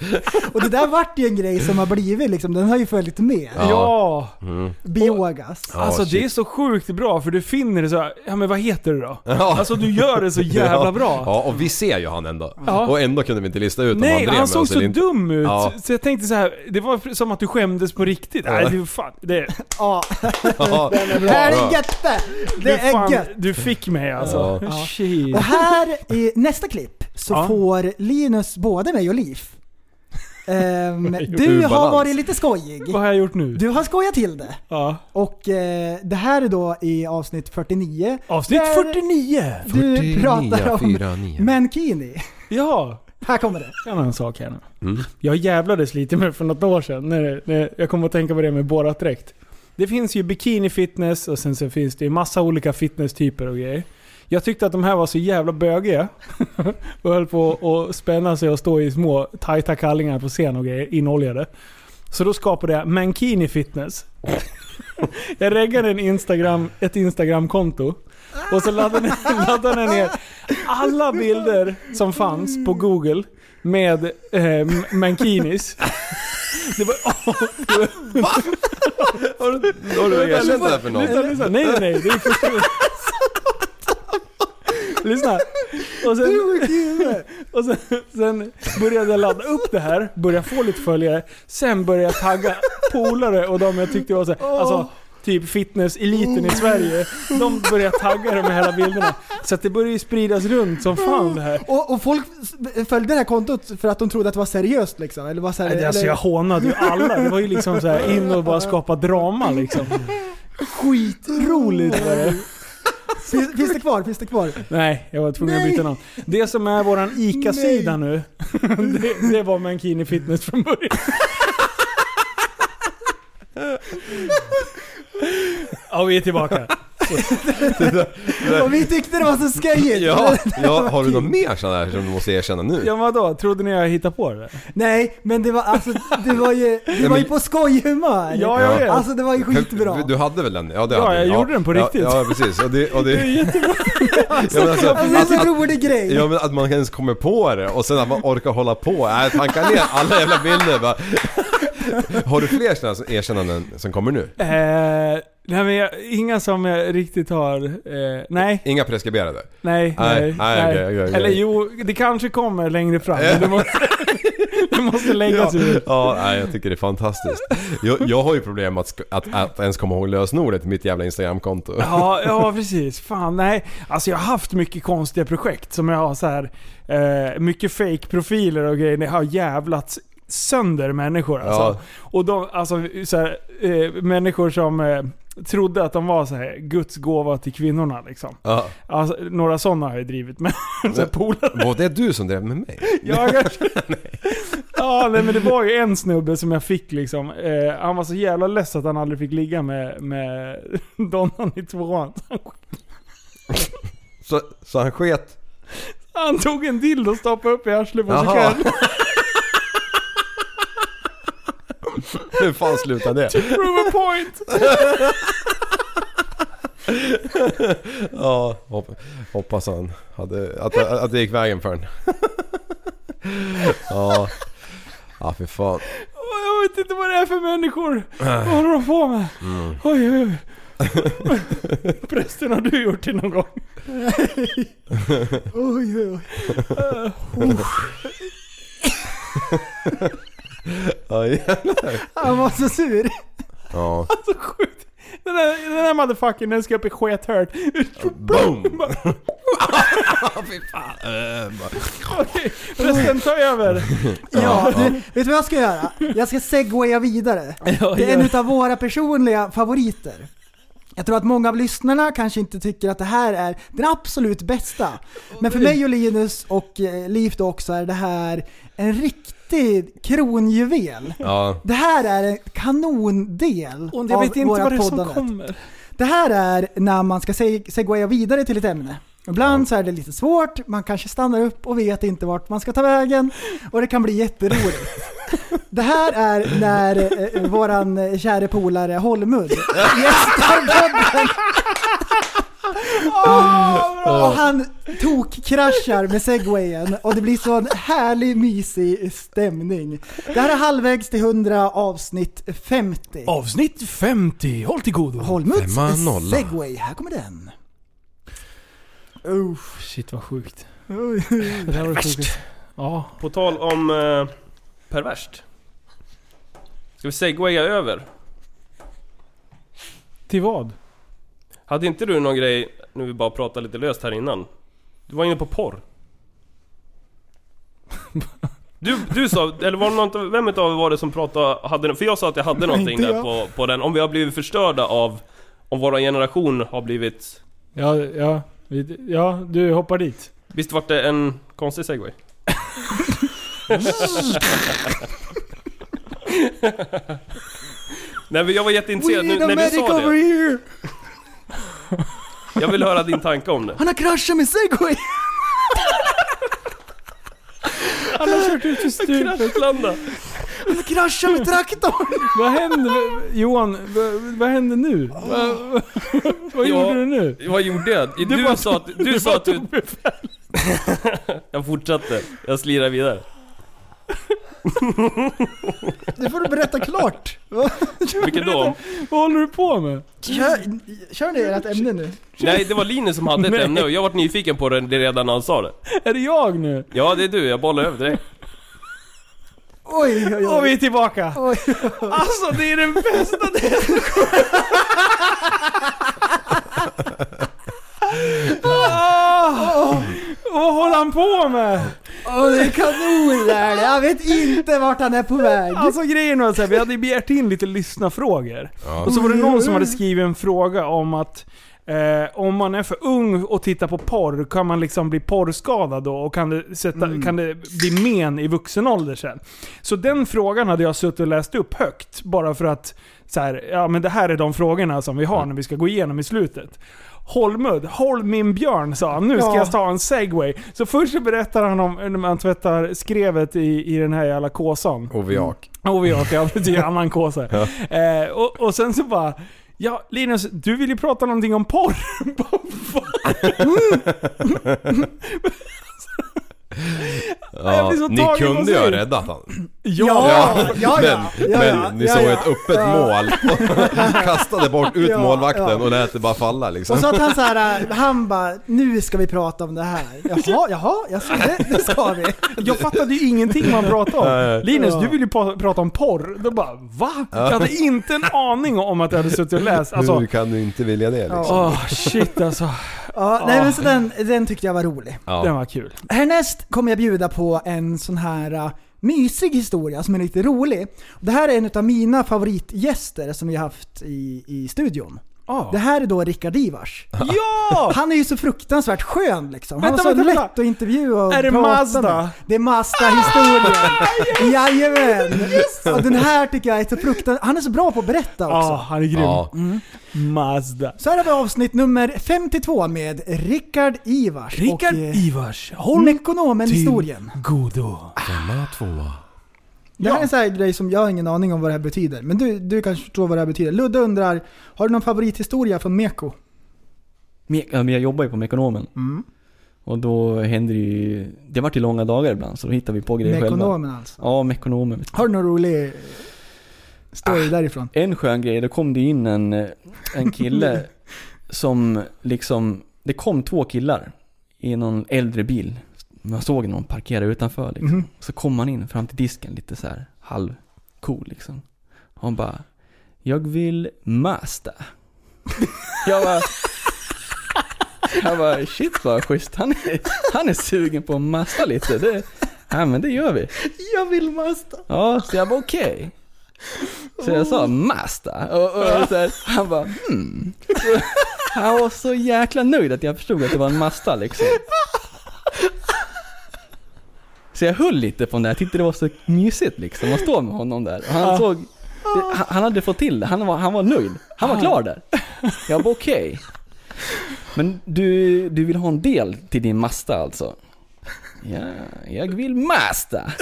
G: Och det där vart ju en grej som har blivit liksom, den har ju följt med.
F: Ja, Mm.
H: Mm.
G: Biogas.
F: alltså
H: Ah,
F: det
H: shit.
F: är så sjukt bra för du finner det så här, ja men vad heter det då?
H: Ja.
F: Alltså du gör det så jävla
H: ja.
F: bra.
H: Ja, och vi ser ju han ändå.
F: Ja.
H: Och ändå kunde vi inte lista ut om han
F: Nej,
H: drev
F: han
H: med
F: såg
H: oss
F: så
H: eller inte.
F: dum ut.
H: Ja.
F: Så jag tänkte så här, det var som att du skämdes på riktigt. Nej, det är fan, det,
G: Ja.
H: Ja.
G: Det här är gött det!
F: du,
G: Det är
F: fan,
G: gött!
F: du fick mig alltså.
G: Och här i nästa klipp så
F: Ja.
G: får Linus både mig och Liv. Ehm, du
H: Ur
G: har
H: balans.
G: varit lite skojig.
F: Vad har jag gjort nu?
G: Du har skojat till det.
F: Ja.
G: Och eh, det här är då i avsnitt 49.
F: Avsnitt
G: Där
F: 49!
G: Du pratar om
I: 49, 49.
G: Mankini.
F: Ja!
G: Här kommer det.
F: Jag har en sak här
H: Mm.
F: nu. Jag jävlades lite med för något år sedan. När, när jag kom att tänka på det med Borat-dräkt. Det finns ju bikini fitness och sen så finns det ju massa olika fitnesstyper och grejer. Jag tyckte att de här var så jävla bögiga. och höll på att spänna sig och stå i små tajta kallingar på scen och grejer, inoljade. Så då skapade jag Mankini fitness. jag reggade en Instagram, ett Instagram-konto. Och så laddade
H: Ah.
F: jag- laddade jag ner alla bilder
H: Mm.
F: som fanns på Google med eh, m- mankinis. Det var...
H: Har du erkänt det här för någon?
F: lyssna, lyssna. Nej, nej, nej. Det är först... Lyssna. Och sen, och sen, sen började jag ladda upp det här, började få lite följare. Sen började jag tagga polare och de jag tyckte var så här, alltså typ fitnesseliten i Sverige. De började tagga de här hela bilderna. Så att det började ju spridas runt som fan det här.
G: Och, och folk s- följde det här kontot för att de trodde att det var seriöst liksom. Eller var så här,
F: Nej, det, alltså, jag
G: eller
F: hånade ju alla. Det var ju liksom så här in och bara skapa drama liksom. Skitroligt var det.
G: finns, finns det kvar? Finns det kvar?
F: Nej, jag var tvungen att byta namn. Det som är våran ICA-sida nu, det, det var Mankini Fitness från början. Ja, vi är tillbaka.
G: Och vi tyckte det var så skojigt.
H: Ja, ja, har du något mer sådana här som du måste erkänna nu?
F: Ja, vadå? Trodde ni jag hittade på det?
G: Nej, men det var alltså, det var ju, det var ju på skojhumör.
F: Ja, jag vet.
G: Alltså det var ju skitbra.
H: Du hade väl den? Ja, det
F: Ja,
H: hade
F: jag
H: du.
F: gjorde den på riktigt.
H: Ja, ja precis. Och det, och det, det är jättebra. ja, men alltså,
G: Alltså det är en
H: att,
G: så
H: att,
G: rolig grej.
H: ja, men att man ens kommer på det och sen att man orkar hålla på. Nej, tanka ner alla jävla bilder bara. Har du fler sådana här erkännanden som kommer nu?
F: Eh, nej, men jag, inga som jag riktigt har... Eh, nej,
H: Inga preskriberade?
F: nej, nej.
H: Nej, nej, okej, okej, okej.
F: Eller jo, det kanske kommer längre fram. men Det måste, det måste läggas
H: ja,
F: ut.
H: ja, nej, jag tycker det är fantastiskt. Jag, jag har ju problem att, sk- att, att ens komma ihåg lösenordet till mitt jävla instagramkonto.
F: Ja, ja precis. Fan, nej. Alltså jag har haft mycket konstiga projekt som jag har så här eh, Mycket fake profiler och grejer. Det har jävlats sönder människor alltså. Och de, alltså så här, eh, människor som eh, trodde att de var så här Guds gåva till kvinnorna liksom.
H: Ja.
F: Alltså, några sådana har jag drivit med. så här, polare.
H: Var det du som drev med mig?
F: Jag kanske... ja, nej, men det var ju en snubbe som jag fick liksom. Eh, han var så jävla less att han aldrig fick ligga med, med donnan i tvåan.
H: Så, så han sket?
F: Han tog en dildo och stoppade upp i arslet på sig
H: Jaha.
F: själv.
H: Hur fan slutade det?
F: Prove a point!
H: Ja, hopp, hoppas han hade, att, att det gick vägen för honom. Ja. Ja för fan.
F: Åh, Jag vet inte vad det är för människor.
K: Äh.
F: Vad håller de på med?
K: Mm.
F: Oj, oj, oj. Prästen, har du gjort det någon gång?
G: Oj, oj, oj.
H: Ja, jävlar.
G: Han var så sur.
H: ja.
F: Så sjukt. Den där, den där motherfuckern, den ska upp i skethört.
H: Boom!
K: Äh,
F: Okej, Prästen, ta över.
G: Ja, du, vet du vad jag ska göra? Jag ska segwaya vidare. Det är en utav våra personliga favoriter. Jag tror att många av lyssnarna kanske inte tycker att det här är den absolut bästa. Men för mig och Linus och eh, Liv då också är det här en riktig kronjuvel.
H: Ja.
G: Det här är en kanondel
F: Och
G: av
F: jag vet inte
G: våra
F: vad det är som
G: poddande.
F: kommer.
G: Det här är när man ska seg- segwaya vidare till ett ämne. Ibland så är det lite svårt, man kanske stannar upp och vet inte vart man ska ta vägen och det kan bli jätteroligt. Det här är när eh, våran eh, käre polare Holmud gästar podden.
E: Ah,
G: Åh, och han tokkraschar med segwayen och det blir så en härlig mysig stämning. Det här är halvvägs till 100 avsnitt 50.
F: Avsnitt 50, håll till godo.
G: Holmuts
H: Femma nolla.
G: segway, här kommer den.
F: Shit vad sjukt.
G: Oj.
F: Det där var det sjukaste. Ja.
K: På tal om eh, perverst. Ska vi segwaya över?
F: Till vad?
K: Hade inte du någon grej, nu vi bara pratade lite löst här innan. Du var inne på porr. Du, du sa, eller var det någon, vem utav er var det som pratade, hade, för jag sa att jag hade någonting
E: inte
K: där
E: jag.
K: på, på den, om vi har blivit förstörda av, om våran generation har blivit...
E: Ja, ja, vi, ja, du hoppar dit.
K: Visst vart det en konstig segway? Mm.
E: Mm.
K: Nej men jag var jätteintresserad nu, när du sa det.
G: here!
K: Jag vill höra din tanke om det.
G: Han har kraschat med segway!
E: Han har kört ut i stup.
K: Kraschlanda!
G: Han har kraschat med traktorn!
E: Vad händer? Johan, vad, vad händer nu? Vad, vad
K: Ja.
E: gjorde du nu?
K: Vad gjorde jag? Du,
E: bara-
K: sa att du, sa att du... jag fortsatte, jag slirar vidare.
G: Det får du berätta klart! Va?
K: Vilket då?
E: Vad håller du på med?
G: Kör, kör ni ert ämne nu?
K: Nej, det var Linus som hade ett ämne och jag vart nyfiken på det redan när han sa det.
E: Är det jag nu?
K: Ja, det är du. Jag bollar över direkt.
G: Oj, oj,
E: Och vi
G: oj.
E: är tillbaka!
G: oj.
E: Alltså det är den bästa delen! Ah! Vad håller han på med?
G: Åh, det är kanon där. Jag vet inte vart han är på väg.
E: Alltså grejen var så här, vi hade ju begärt in lite lyssnarfrågor. Och så var det någon som hade skrivit en fråga om att eh, om man är för ung och tittar på porr, kan man liksom bli porrskadad då? Och kan det, sätta, kan det bli men i vuxen ålder sen? Så den frågan hade jag suttit och läst upp högt, bara för att så här, ja men det här är de frågorna som vi har när vi ska gå igenom i slutet. Holmud, håll min björn sa han. Nu ska
G: Ja.
E: jag ta en segway. Så först så berättar han om när man tvättar skrevet i, i den här jävla kåsan. Mm.
H: Oviak.
E: Och vi åker över till annan kåsa. Eh, och, och sen så bara... Ja, Linus, du vill ju prata någonting om porr. Bara, "Fan." jag
H: Ja,
E: blir så
H: ni
E: tagen på
H: kunde
E: sig.
H: ju ha räddat han.
E: ja!
G: ja, ja,
H: Men,
G: ja, ja,
H: men ni
G: ja,
H: såg
G: ja.
H: ett öppet mål. Kastade bort ut
G: Ja,
H: målvakten
G: ja.
H: och lät det bara falla liksom.
G: Och så att han så här, äh, han bara, nu ska vi prata om det här. Jaha, jaha, jaså, det, det ska vi.
E: Jag fattade ju ingenting man pratade om. Linus,
G: Ja.
E: du vill ju pa- prata om porr. Då bara, va? Jag hade inte en aning om att jag hade suttit och läst. Alltså,
H: Hur kan du inte vilja det liksom?
E: åh shit alltså.
G: Ja, nej men så den, den tyckte jag var rolig.
E: Den
H: Ja.
E: var kul.
G: Härnäst kommer jag bjuda på en sån här äh, mysig historia som är lite rolig. Det här är en av mina favoritgäster som vi har haft i, i studion.
E: Ah.
G: Det här är då Rickard Ivars.
E: Ja!
G: Han är ju så fruktansvärt skön liksom. Han
E: Vänta,
G: var så
E: vänta,
G: lätt
E: vänta.
G: att intervjua och
E: Är det
G: prata
E: Mazda?
G: med. Det är Mazda-historien. Jajamän! Och den här tycker jag är så fruktansvärt... Han är så bra på att berätta också.
E: Ja, ah, han är grym. Mm.
H: Ja.
E: Mazda.
G: Så här har vi avsnitt nummer 52 med Rickard Ivars.
E: Rickard
G: och, eh,
E: Ivars, håll
G: Mekonomen-historien.
E: till godo.
G: Det här är en sån här grej som jag har ingen aning om vad det här betyder. Men du, du kanske förstår vad det här betyder. Ludde undrar, har du någon favorithistoria från Meko?
M: Me- ja, men jag jobbar ju på Mekonomen.
G: Mm.
M: Och då händer det ju... Det vart ju långa dagar ibland så då hittar vi på grejer själva.
G: Mekonomen alltså.
M: Ja, Mekonomen.
G: Har du någon rolig eh, story
M: Ah.
G: därifrån?
M: En skön grej, då kom det in en, eh, en kille som liksom... Det kom två killar i någon äldre bil. Man såg någon parkera utanför liksom.
G: Mhm.
M: Så kom han in fram till disken lite så här halv cool liksom. Och han bara Jag vill Mazda. jag bara Jag bara shit vad schysst. Han är, han är sugen på att Mazda lite. Det, ja men det gör vi.
G: Jag vill Mazda.
M: Ja, så jag bara okej. Så jag sa Mazda. Och, och, så här, han bara hmm. Så Han var så jäkla nöjd att jag förstod att det var en Mazda liksom. Så jag höll lite på den där, jag tyckte det var så mysigt liksom att stå med honom där. Och han såg, det, han- han hade fått till det, han var, han var nöjd. Han var klar där. Jag bara okej. Men du, du vill ha en del till din Mazda alltså? Ja, jag vill Mazda.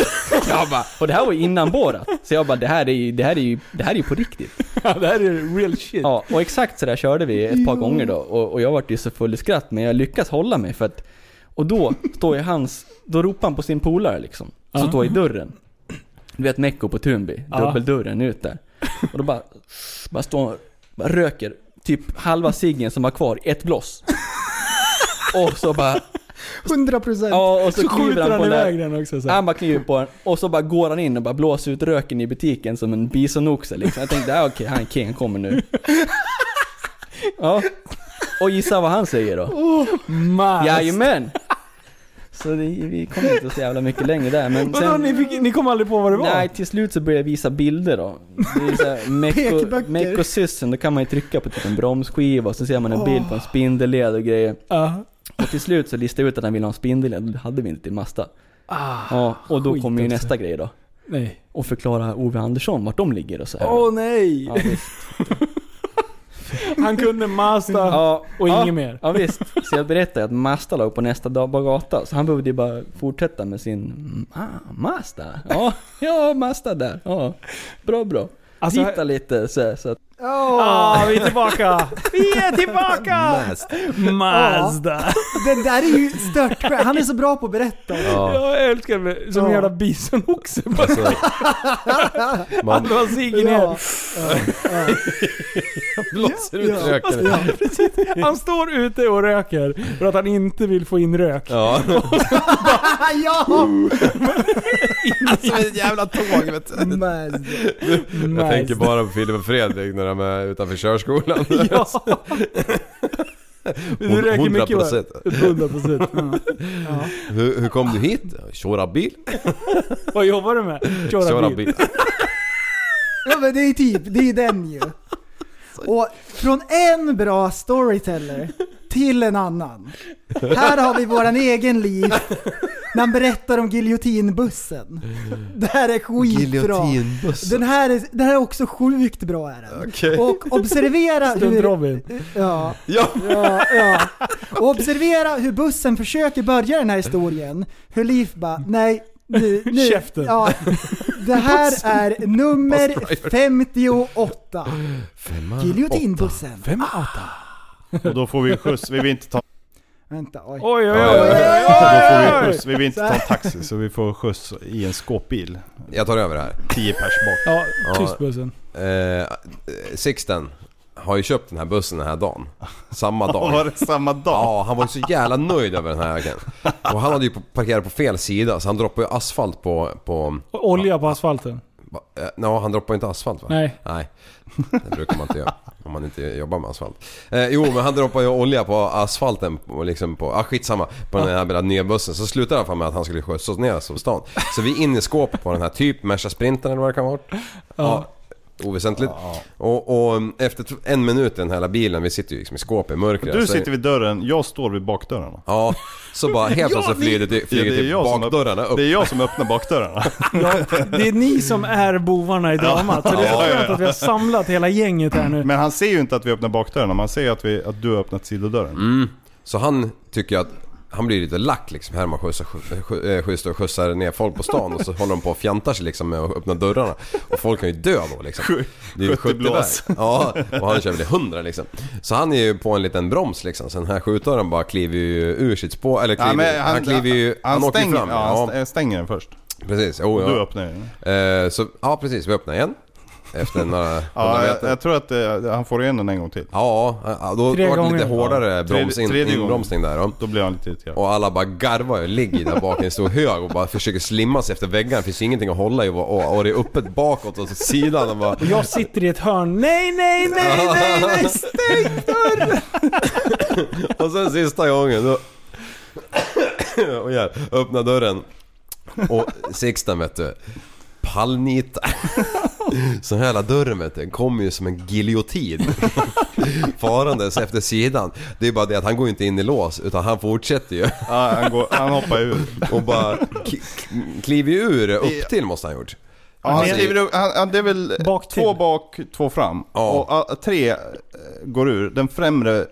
M: Jag bara, och det här var ju innan Borat. Så jag bara, det här är ju, det här är ju, det här är ju på riktigt.
E: Ja, det här är real shit.
M: Ja, och exakt så där körde vi ett par gånger då. Och, och jag vart ju så full i skratt, men jag lyckas hålla mig för att... Och då står ju hans... Då ropar han på sin polare liksom. Som står i dörren. Du vet Mecko på Tunby,
E: Ja.
M: dubbeldörren ut där. Och då bara... Bara står bara röker typ halva ciggen som var kvar, ett bloss. Och så bara...
G: 100 procent.
M: Ja, och så,
E: Så
M: kliver
E: skjuter
M: han
E: han
M: på den där
E: iväg den också. Så. här.
M: han bara kliver på den och så bara går han in och bara blåser ut röken i butiken som en bisonoxe liksom. Jag tänkte, ah, okej, han är king, han kommer nu. Ja. Och gissa vad han säger då?
E: Mazda.
M: Jajamän! Så det, vi kom inte så jävla mycket längre där men
F: Vadå, ni, fick, ni kom aldrig på vad det var?
M: Nej, till slut så började jag visa bilder då. Det är så här, meko-
F: Pekböcker.
M: Mekosyssen, då kan man ju trycka på typ en bromsskiva och så ser man en
F: Åh.
M: bild på en spindelled och grejer.
F: Ja.
M: Och till slut så listade jag ut att han ville ha en spindelled, och det hade vi inte till Masta.
F: Ah,
M: ja, och då
F: skit
M: kommer ju
F: också.
M: nästa grej då.
F: Nej.
M: Och förklara Ove Andersson vart de ligger och så här.
F: Åh nej!
M: Ja, visst.
F: Han kunde Mazda och
M: ja,
F: inget mer.
M: Ja, visst. Så jag berättade att Mazda låg på nästa dag på gata, så han behövde ju bara fortsätta med sin mm, ah, Mazda. Ja, ja Mazda där. Ja, bra bra.
F: Alltså-
M: Titta lite så, här, så att,
F: Ah, vi är tillbaka! Vi är tillbaka! Mazda.
G: Det där är ju stört. Han är så bra på att berätta.
H: Ja.
F: Jag älskar det. Som en jävla bisonoxe.
H: Alltså, man-
F: Andra ciggen ner.
H: Ja.
F: Blåser
H: ut röken.
F: Ja, precis. Han står ute och röker för att han inte vill få in rök.
H: Ja.
G: ja!
H: Alltså med ett jävla tåg vet du. Jag tänker bara på Filip och Fredrik när de är utanför körskolan.
F: Ja. Du röker mycket va? 100 procent.
H: Hur, hur kom du hit? Köra bil?
F: Vad jobbar du med?
H: Köra bil.
G: Ja men det är typ, det är ju den ju. Och från en bra storyteller till en annan. Här har vi våran egen liv. När han berättar om giljotinbussen. Det här är skitbra.
H: Giljotinbussen.
G: Den här är, den här är också sjukt bra är den.
H: Okej.
G: Och observera
F: Stunt
G: hur...
F: Robin.
G: Ja,
H: Ja.
G: ja, ja. Och observera hur bussen försöker börja den här historien. Hur Liv bara, nej, nu, nu.
F: Käften.
G: Ja, det här är nummer 58. Giljotinbussen.
F: Fem åtta.
N: Och då får vi en skjuts, vi vill inte ta...
G: Vänta, oj.
F: Oj, oj,
N: Då
F: oj, oj, oj,
N: får vi, en
F: oj, oj.
N: skjuts. vi vill inte ta en taxi så vi får skjuts i en skåpbil.
H: Jag tar över det här.
N: 10 pers bak.
F: Ja, tyst bussen.
H: Eh, Sixten har ju köpt den här bussen den här dagen. Samma dag.
N: Var det samma dag?
H: Ja, han var ju så jävla nöjd över den här vägen. Och han hade ju parkerat på fel sida så han droppade ju asfalt på... på
F: Och Olja på asfalten.
H: va, eh, no, han droppade inte asfalt va?
F: Nej.
H: Nej, det brukar man inte göra. Om man inte jobbar med asfalt. Eh, jo, men han droppade ju olja på asfalten och liksom på... Ah, skitsamma. På den här jävla nya bussen. Så slutade det i alla fall med att han skulle skjutsas ner som stan. Så vi är inne i skåpet på den här typ Merca Sprintern eller vad det kan vara. Ja. Oväsentligt. Och, och efter en minut i den här hela bilen, vi sitter ju liksom i skåpet i mörkret.
N: Du
H: så-
N: sitter vid dörren, jag står vid bakdörrarna.
H: Ja, så bara helt plötsligt flyger det till, flyger
N: Ja, det är
H: till
N: jag som öpp-
H: bakdörrarna upp.
N: Det är jag som öppnar bakdörrarna.
F: Det är ni som är bovarna i dramat. Så det är
N: Ja, ja, ja.
F: skönt att vi har samlat hela gänget här nu.
N: Men han ser ju inte att vi öppnar bakdörrarna, man ser ju att, vi, att du har öppnat sidodörren.
H: Mm. Så han tycker att han blir lite lack liksom här man skjutsar, skj- skj- eh, skjutsar, skjutsar ner folk på stan och så håller de på och fjantar sig liksom med att öppna dörrarna. Och folk kan ju dö då liksom. Det är ju
N: 70 blås.
H: där. Ja, och han kör väl i 100 liksom. Så han är ju på en liten broms liksom. Så den här skjutaren bara kliver ju ur sitt spår, eller kliver, han, kliver ju, han, åker ju
N: stänger,
H: fram.
N: ja, han
H: Ja,
N: st- stänger den först.
H: precis. Jo, ja.
N: Du öppnar den.
H: Eh, så, ja precis, vi öppnar igen. Efter några hundra
N: Ja, jag,
H: meter.
N: jag tror att eh, han får igen den en gång till.
H: Ja, ja, då
F: Tre
H: var det
F: gånger.
H: lite hårdare
N: Ja, tredje-
H: broms in,
N: tredje gången.
H: inbromsning där. Då.
N: Då blir han lite irriterad.
H: Och alla bara garvar och ligger där bak i en stor hög och bara försöker slimma sig efter väggarna. Det finns ju ingenting att hålla i och, och, och det är öppet bakåt och så sidan och bara...
F: Och jag sitter i ett hörn. Nej, nej, nej, nej, nej, stäng dörren!
H: Och sen sista gången då... och jag öppnar dörren. Och Sixten vet du. Pallnita. Så den här jävla dörren vet du, kommer ju som en giljotin. Farandes efter sidan. Det är bara det att han går ju inte in i lås utan han fortsätter ju.
N: Ja, han, går, han hoppar ur.
H: Och bara k- kliver ju ur upp till måste han ha gjort. Alltså,
N: Ja, han skriver, upp- han, han, det är väl
F: Bak till.
N: två bak, två fram.
H: Ja.
N: Och ah, tre eh, går ur. Den främre,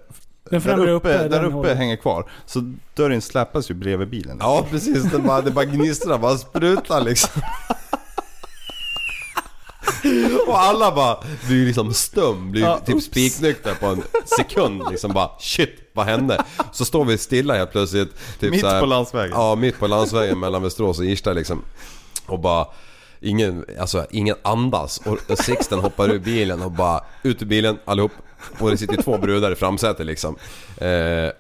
F: Den främre
N: där uppe,
F: uppe,
N: där
F: den
N: uppe
F: håller.
N: hänger kvar. Så dörren släpas ju bredvid bilen.
H: Ja precis, det bara, det bara gnistrar, bara sprutar liksom. Och alla bara blir ju liksom stum, blir ju
F: Ja,
H: typ
F: oops.
H: spiknyktra på en sekund liksom bara shit, vad hände? Så står vi stilla helt plötsligt. Typ
N: Mitt
H: så här,
N: på landsvägen.
H: Ja, mitt på landsvägen mellan Västerås och Irsta liksom. Och bara Ingen, alltså, ingen andas och Sixten hoppar ur bilen och bara ut ur bilen allihop. Och det sitter två brudar i framsätet liksom. Eh,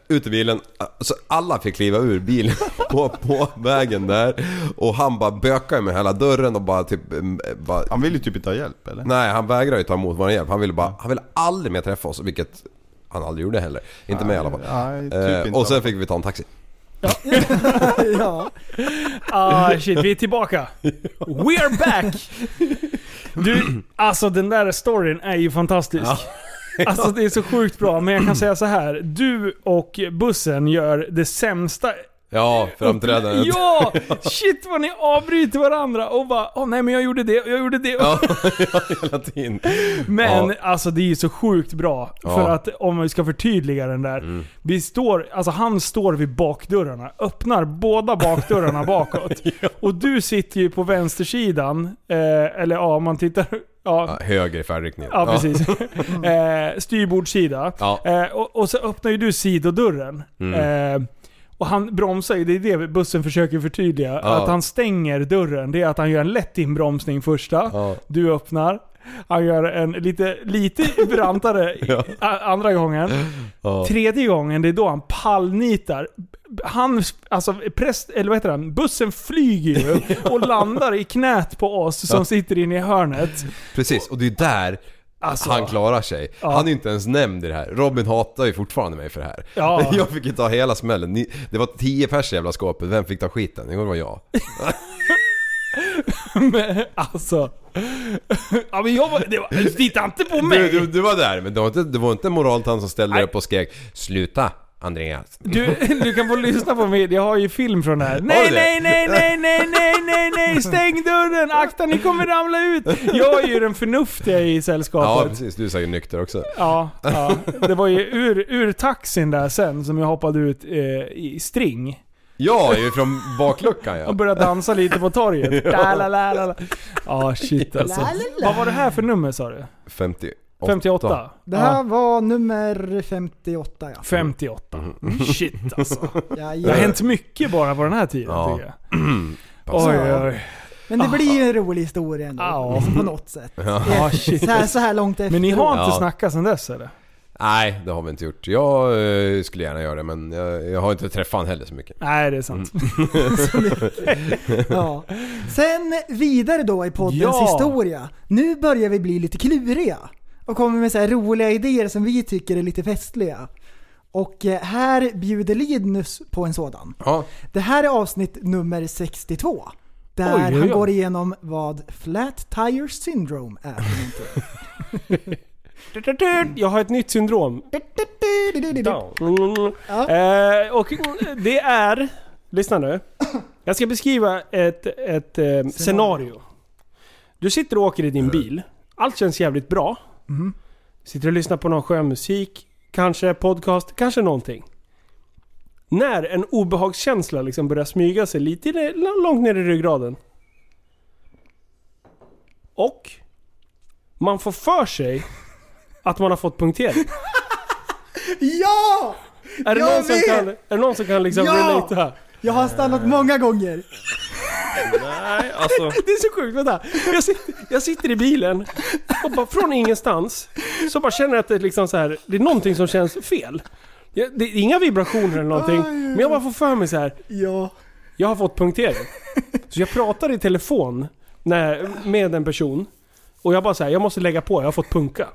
H: ut ur bilen. Så alla fick kliva ur bilen på, på vägen där. Och han bara bökar med hela dörren och bara typ... eh, Bara,
N: Han vill ju typ inte ha hjälp eller?
H: Nej, han vägrar ju ta emot vår hjälp. Han ville bara, han ville aldrig mer träffa oss, vilket han aldrig gjorde heller. Inte med i alla fall.
N: Nej, typ
H: Eh,
N: inte
H: och
N: i alla
H: sen
N: fall.
H: fick vi ta en taxi.
G: ja.
E: Ah shit, vi är tillbaka. We're back! Du, alltså den där storyn är ju fantastisk. Alltså det är så sjukt bra, men jag kan säga så här. Du och bussen gör det sämsta
H: Ja, framträdandet.
E: Ja! Shit vad ni avbryter varandra och bara Åh nej men jag gjorde det och jag gjorde det.
H: hela tiden.
E: Men
H: Ja.
E: alltså det är ju så sjukt bra. För
H: Ja. Mm.
E: att om vi ska förtydliga den där. Vi står, alltså han står vid bakdörrarna, öppnar båda bakdörrarna bakåt. Och du sitter ju på vänstersidan, eh, eller ja om man tittar... Ja,
H: Ja, höger i färdriktningen.
E: ja precis. eh, styrbordssida.
H: Ja.
E: Eh, och, och så öppnar ju du sidodörren.
H: Mm.
E: Eh, och han bromsar ju, det är det bussen försöker förtydliga.
H: Ja.
E: Att han stänger dörren, det är att han gör en lätt inbromsning första. Du öppnar. Han gör en lite, lite brantare i- a- andra gången.
H: Ja.
E: Tredje gången, det är då han pallnitar. Han, alltså präst, eller vad heter han? Bussen flyger ju och landar i knät på oss som
H: Ja.
E: sitter inne i hörnet.
H: Precis, och det är där
E: Alltså.
H: han klarar sig.
E: Ja.
H: Han är inte ens nämnd i det här. Robin hatar ju fortfarande mig för det här.
E: Ja.
H: Jag fick ju ta hela smällen. Ni, det var tio pers i jävla skåpet, vem fick ta skiten? Det var jag.
E: Men, alltså. Ja, men jag var, det var, titta inte på mig!
H: Du, du, du var där, men det var inte, det var inte moraltant som ställde dig upp och skrek Sluta Andreas.
E: Du, du kan få lyssna på mig, jag har ju film från det här. Nej,
H: du det?
E: nej, nej, nej, nej, nej, nej, nej, stäng dörren! Akta, ni kommer ramla ut! Jag är ju den förnuftiga i
H: Ja
E: sällskapet.
H: precis, du är säkert nykter också.
E: Ja, ja. Det var ju ur, ur taxin där sen som jag hoppade ut eh, i string.
H: Jag är ju från bakluckan
E: Och
H: ja.
E: började dansa lite på torget.
H: Ja.
E: Ja, la, la, la, la. Ja, shit alltså.
G: La, la, la.
E: Vad var det här för nummer sa du?
H: 58.
E: 58?
G: Det här
E: Ja.
G: var nummer 58 ja.
E: 58.
H: Mm.
E: Shit alltså.
G: Ja,
E: Det har hänt mycket bara på den här tiden
H: Ja.
E: tycker jag. Oj, oj, Ah. oj.
G: Men det blir ju en rolig historia ändå. Liksom på något sätt.
F: Ah,
E: Ja, shit.
G: Så, här, så här långt efter.
E: Men ni har inte
H: Ja.
E: snackat sen dess eller?
H: Nej, det har vi inte gjort. Jag eh, skulle gärna göra det men jag, jag har inte träffat han heller så mycket. Mm.
E: Nej, det är sant.
G: Ja.
N: Mm.
G: Sen vidare då i poddens
E: Ja.
G: historia. Nu börjar vi bli lite kluriga. Och kommer med så här roliga idéer som vi tycker är lite festliga. Och eh, här bjuder Linus på en sådan.
H: Ja.
G: Det här är avsnitt nummer 62. Där
E: Oj, oj, oj.
G: han går igenom vad Flat Tire Syndrome är. för någonting.
F: Jag har ett nytt syndrom. Down. Mm, Eh, och det är... Lyssna nu. Jag ska beskriva ett, ett eh, scenario. Du sitter och åker i din bil. Allt känns jävligt bra.
G: Mhm.
F: Sitter och lyssnar på någon skön musik. Kanske podcast, kanske någonting. När en obehagskänsla liksom börjar smyga sig lite i det, långt ner i ryggraden. Och man får för sig att man har fått punktering.
G: Ja!
F: Är det,
G: Jag
F: någon som,
G: vet!
F: kan, är det någon som kan liksom
G: Ja!
F: relata?
G: Jag har stannat många gånger.
K: Nej, alltså.
F: Det är så sjukt, vänta. Jag sitter, jag sitter i bilen och bara från ingenstans så bara känner jag att det, är liksom så här, det är någonting som känns fel. Jag, det är inga vibrationer eller någonting, men jag bara får för mig så här.
G: Ja.
F: Jag har fått punktering. Så jag pratar i telefon när, med en person och jag bara så här, jag måste lägga på, jag har fått punka.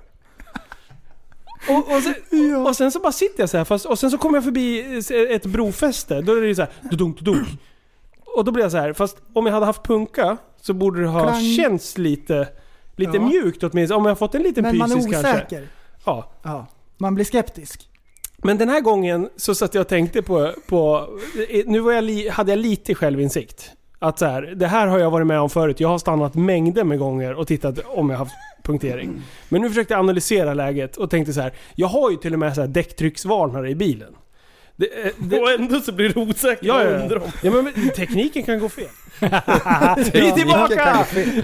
F: Och, och, sen, och sen så bara sitter jag så här fast, och sen så kommer jag förbi ett brofäste. Då är det ju så här, dudunk, dudunk. Och då blir jag så här, fast om jag hade haft punka så borde det ha
G: Klang.
F: känts lite, lite
G: Ja.
F: mjukt åtminstone. Om jag har fått en liten
G: Men man är
F: pysis kanske.
G: osäker.
F: Ja.
G: Ja. Man blir skeptisk.
F: Men den här gången så satt jag och tänkte på... på nu var jag li, hade jag lite självinsikt. Att så här, det här har jag varit med om förut. Jag har stannat mängder med gånger och tittat om jag haft punktering. Men nu försökte jag analysera läget och tänkte så här. Jag har ju till och med så här däcktrycksvarnare i bilen. Det, eh, det,
K: Och ändå så blir du osäker
F: ja,
K: och
F: ja,
K: undrar
F: ja.
K: om...
F: ja, men men tekniken kan gå fel. Vi är tillbaka!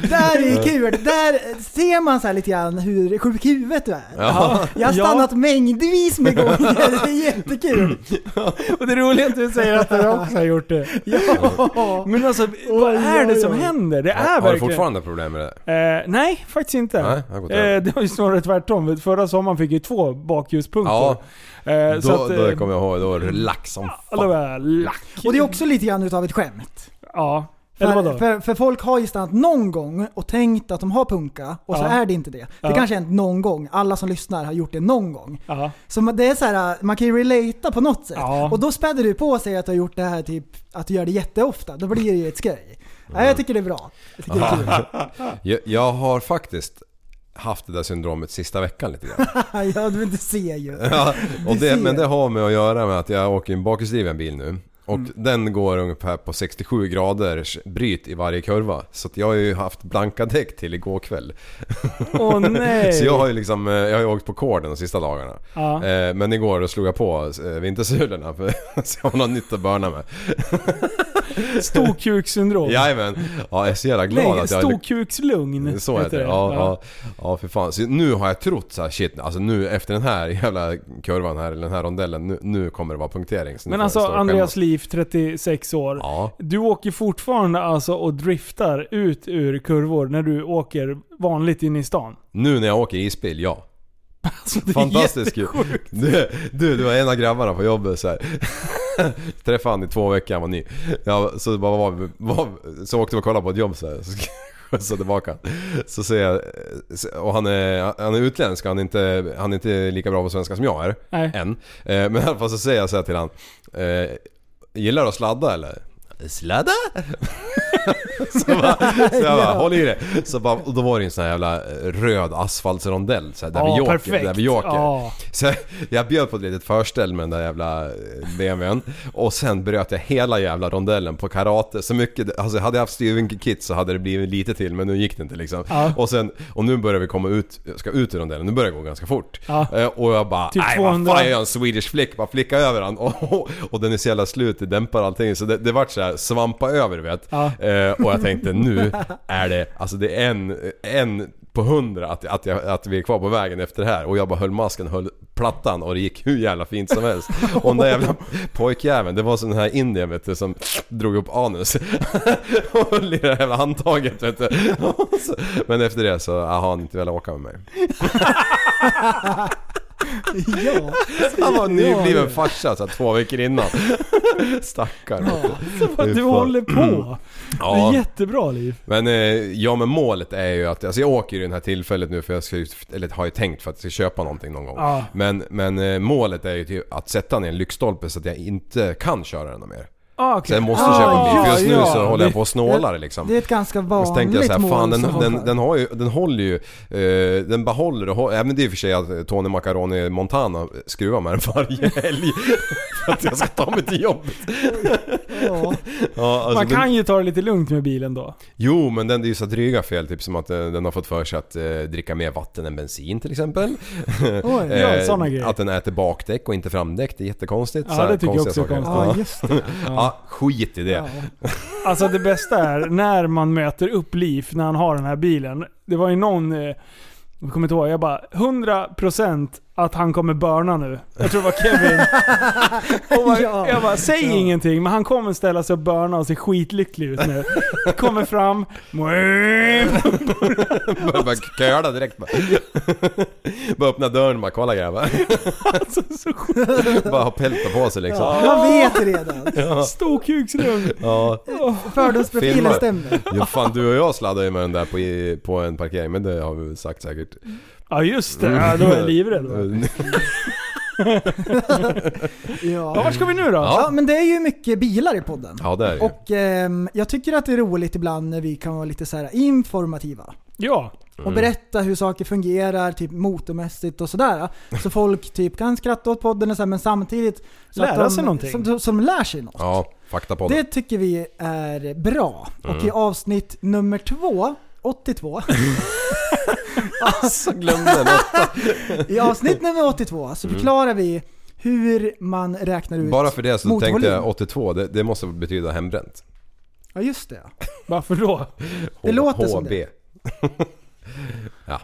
G: Där är kul. Där ser man så här lite grann hur sjuk i huvudet du är.
H: Ja.
G: Jag har
F: Ja.
G: stannat mängdvis med gånger. Det är jättekul.
E: Och det roliga är att du säger att du också har gjort det.
G: Ja.
E: Men alltså, vad
G: Oj,
E: är det
G: oj,
E: som
G: oj.
E: händer? Det är
H: Har du
E: verkligen...
H: fortfarande problem med det?
E: Eh, nej, faktiskt inte.
H: Nej, jag har gått över.
E: eh, det var ju snarare tvärtom. För Förra sommaren fick jag ju två bakljuspunkter.
H: Ja,
E: eh,
H: då,
E: så att, eh,
H: då kommer jag ihåg, då var det lax som
E: då
H: fan.
E: var jag lack.
G: Och det är också lite grann utav ett skämt.
E: Ja.
F: Eller
G: För,
F: vadå?
G: för, för folk har ju stannat någon gång och tänkt att de har punka och så
F: Ja.
G: är det inte det. Det
F: Ja.
G: kanske har hänt någon gång. Alla som lyssnar har gjort det någon gång.
F: Ja.
G: Så man- det är så här, äh, man kan ju relata på något sätt. Och då späder du på sig att du har gjort det här typ, att du gör det jätteofta. Då blir det ju ett skoj. Nej, jag tycker det är bra. Jag tycker det är kul.
H: jag, jag har faktiskt haft det där syndromet sista veckan lite grann.
G: ja, du inte ser ju.
H: Ja, och
G: Du
H: det,
G: ser.
H: men det har med att göra med att jag åker i en bakhjulsdriven bil nu. Och
G: Mm.
H: den går ungefär på 67 graders bryt i varje kurva. Så att jag har ju haft blanka däck till igår kväll.
F: Åh, nej.
H: så jag har ju liksom, eh, jag har ju åkt på korden de sista dagarna.
F: Ja.
H: Eh, Men igår då slog jag på eh, vintersulorna för så jag har något nytt att börna med.
F: Storkukssyndrom.
H: Jajamän. Ja, jag är så jävla glad
F: Nej,
H: att jag har lyckats-
F: storkukslugn.
H: så heter det. Ja, ja. ja för fan. Så nu har jag trott så här, shit, alltså nu efter den här jävla kurvan här, eller den här rondellen, nu, nu kommer det vara punktering. Så nu får
F: Men
H: jag
F: alltså
H: stå och
F: Andreas
H: skämmas.
F: Liv, 36 år.
H: Ja.
F: Du åker fortfarande alltså och driftar ut ur kurvor när du åker vanligt in i stan.
H: Nu när jag åker isbil, ja.
F: Alltså, det är
H: Fantastiskt kul. Du, du, det var en av grabbarna på jobbet så här. Träffade han i två veckor, han var ny. Ja, så, bara var, var, så åkte vi och kollade på ett jobb så här. Så skjutsade tillbaka. Så ser jag, eh, och han är, han är utländsk, han är, inte, han är inte lika bra på svenska som jag är.
F: Nej.
H: Än. Eh, Men i alla fall så säger jag så här till han. eh, Gillar du att sladda eller? Sladda? så jag bara, så jag bara
E: Ja.
H: håll i det. Så bara, och då var det en sån här jävla eh, röd asfaltsrondell så här, där,
E: Ja,
H: vi åker,
E: perfekt.
H: där vi åker.
E: Ja.
H: Så jag bjöd på ett litet förställ med den där jävla eh, BMWn. Och sen bröt jag hela jävla rondellen på karate. Så mycket, alltså hade jag haft styrvinkekit så hade det blivit lite till men nu gick det inte liksom.
E: Ja.
H: Och, sen, och nu börjar vi komma ut, ska ut ur rondellen, nu börjar det gå ganska fort.
E: Ja.
H: Eh, Och jag bara,
E: Typ
H: nej vad
E: 200."
H: fan jag gör en Swedish flick, bara flicka över han. Och, och, och den är så jävla slut, det dämpar allting. Så det, det vart så här svampa över du vet.
E: Ja.
H: Eh, och jag tänkte nu är det, alltså det är en, en på hundra att, att, jag, att vi är kvar på vägen efter det här. Och jag bara höll masken, höll plattan och det gick hur jävla fint som helst. Och den där jävla pojkjäveln, det var sån här indien vet du som drog upp anus. och höll i det där jävla handtaget vet du. Och så- Men efter det så ah, har han inte velat åka med mig.
G: ja.
H: Han
G: Ja.
H: var nybliven farsa så här, två veckor innan. Stackarn.
F: Vad Du håller på. Det är
H: Mm. Ja.
F: jättebra Liv.
H: Men eh, ja men målet är ju att, alltså jag åker ju det här tillfället nu för jag ska ju, eller har ju tänkt för att jag ska köpa någonting någon gång.
F: Ja.
H: Men, men eh, målet är ju till att sätta ner en lyktstolpe så att jag inte kan köra den mer.
F: Ah, okej.
H: Så jag måste
F: Ah,
H: köpa en bil för
F: ja,
H: just nu
F: ja.
H: så håller jag på och
F: Det-
H: snålar liksom.
G: Det är ett ganska
H: Och så tänkte
G: vanligt
H: jag så här, fan
G: mål
H: den,
G: som
H: den,
G: folk
H: den, har ju, den håller ju, eh, den behåller och håller, även det är i och för sig att eh, Tony Macaroni Montana skruvar med den varje helg. för att jag ska ta mig till jobbet.
F: Ja.
H: Ja, alltså
F: Man
H: den-
F: kan ju ta det lite lugnt med bilen då.
H: Jo, men den, det är ju så dryga fel, typ som att eh, den har fått för sig att eh, dricka mer vatten än bensin till exempel. Eh,
F: Oj, ja, såna grejer.
H: Att den äter bakdäck och inte framdäck, det är jättekonstigt.
F: Ja,
H: Så här
F: det tycker jag
H: konstiga
F: också är
H: saker.
F: konstigt. Ja, just det.
H: Ja.
F: Ja.
H: skit i det.
F: Alltså det bästa är när man möter upp Liv när han har den här bilen. Det var ju någon, eh, jag kommer inte ihåg, jag bara 100% att han kommer börna nu. Jag tror det var Kevin. Och bara, Jag bara, säg ingenting men han kommer ställa sig och börna och se skitlycklig ut nu. Kommer fram,
H: Börjar bara köla direkt bara. bara öppna dörren och bara kolla grabbar. bara ha pälta på sig liksom.
G: Man vet redan.
H: Ja.
F: Storkukslugn.
H: Ja.
G: Fördomsprofilen
H: Filmar.
G: stämmer.
H: Ja, fan du och jag sladdade ju med den där på, i- på en parkering, men det har vi väl sagt säkert.
F: Ja just det, ja, då är jag livrädd.
G: Ja.
F: Ja, vart ska vi nu då?
G: Ja. men det är ju mycket bilar i podden.
H: Ja, det är det ju.
G: Och ehm, jag tycker att det är roligt ibland när vi kan vara lite så här informativa.
F: Ja.
H: Mm.
G: Och berätta hur saker fungerar, typ motormässigt och sådär. Så folk typ kan skratta åt podden och så här, men samtidigt... Så
F: Lära
G: att de,
F: sig någonting.
G: Som, som lär sig något.
H: Ja, faktapodden.
G: Det tycker vi är bra. Och
H: Mm.
G: i avsnitt nummer två, 82.
H: alltså glömde den åtta.
G: I avsnitt nummer 82 så
H: Mm.
G: förklarar vi hur man räknar ut
H: Bara för det så
G: motorvolym.
H: tänkte jag 82, det, det måste betyda hembränt.
G: Ja just det.
F: Varför då?
G: Det låter som
H: HB.
G: det.
H: ja.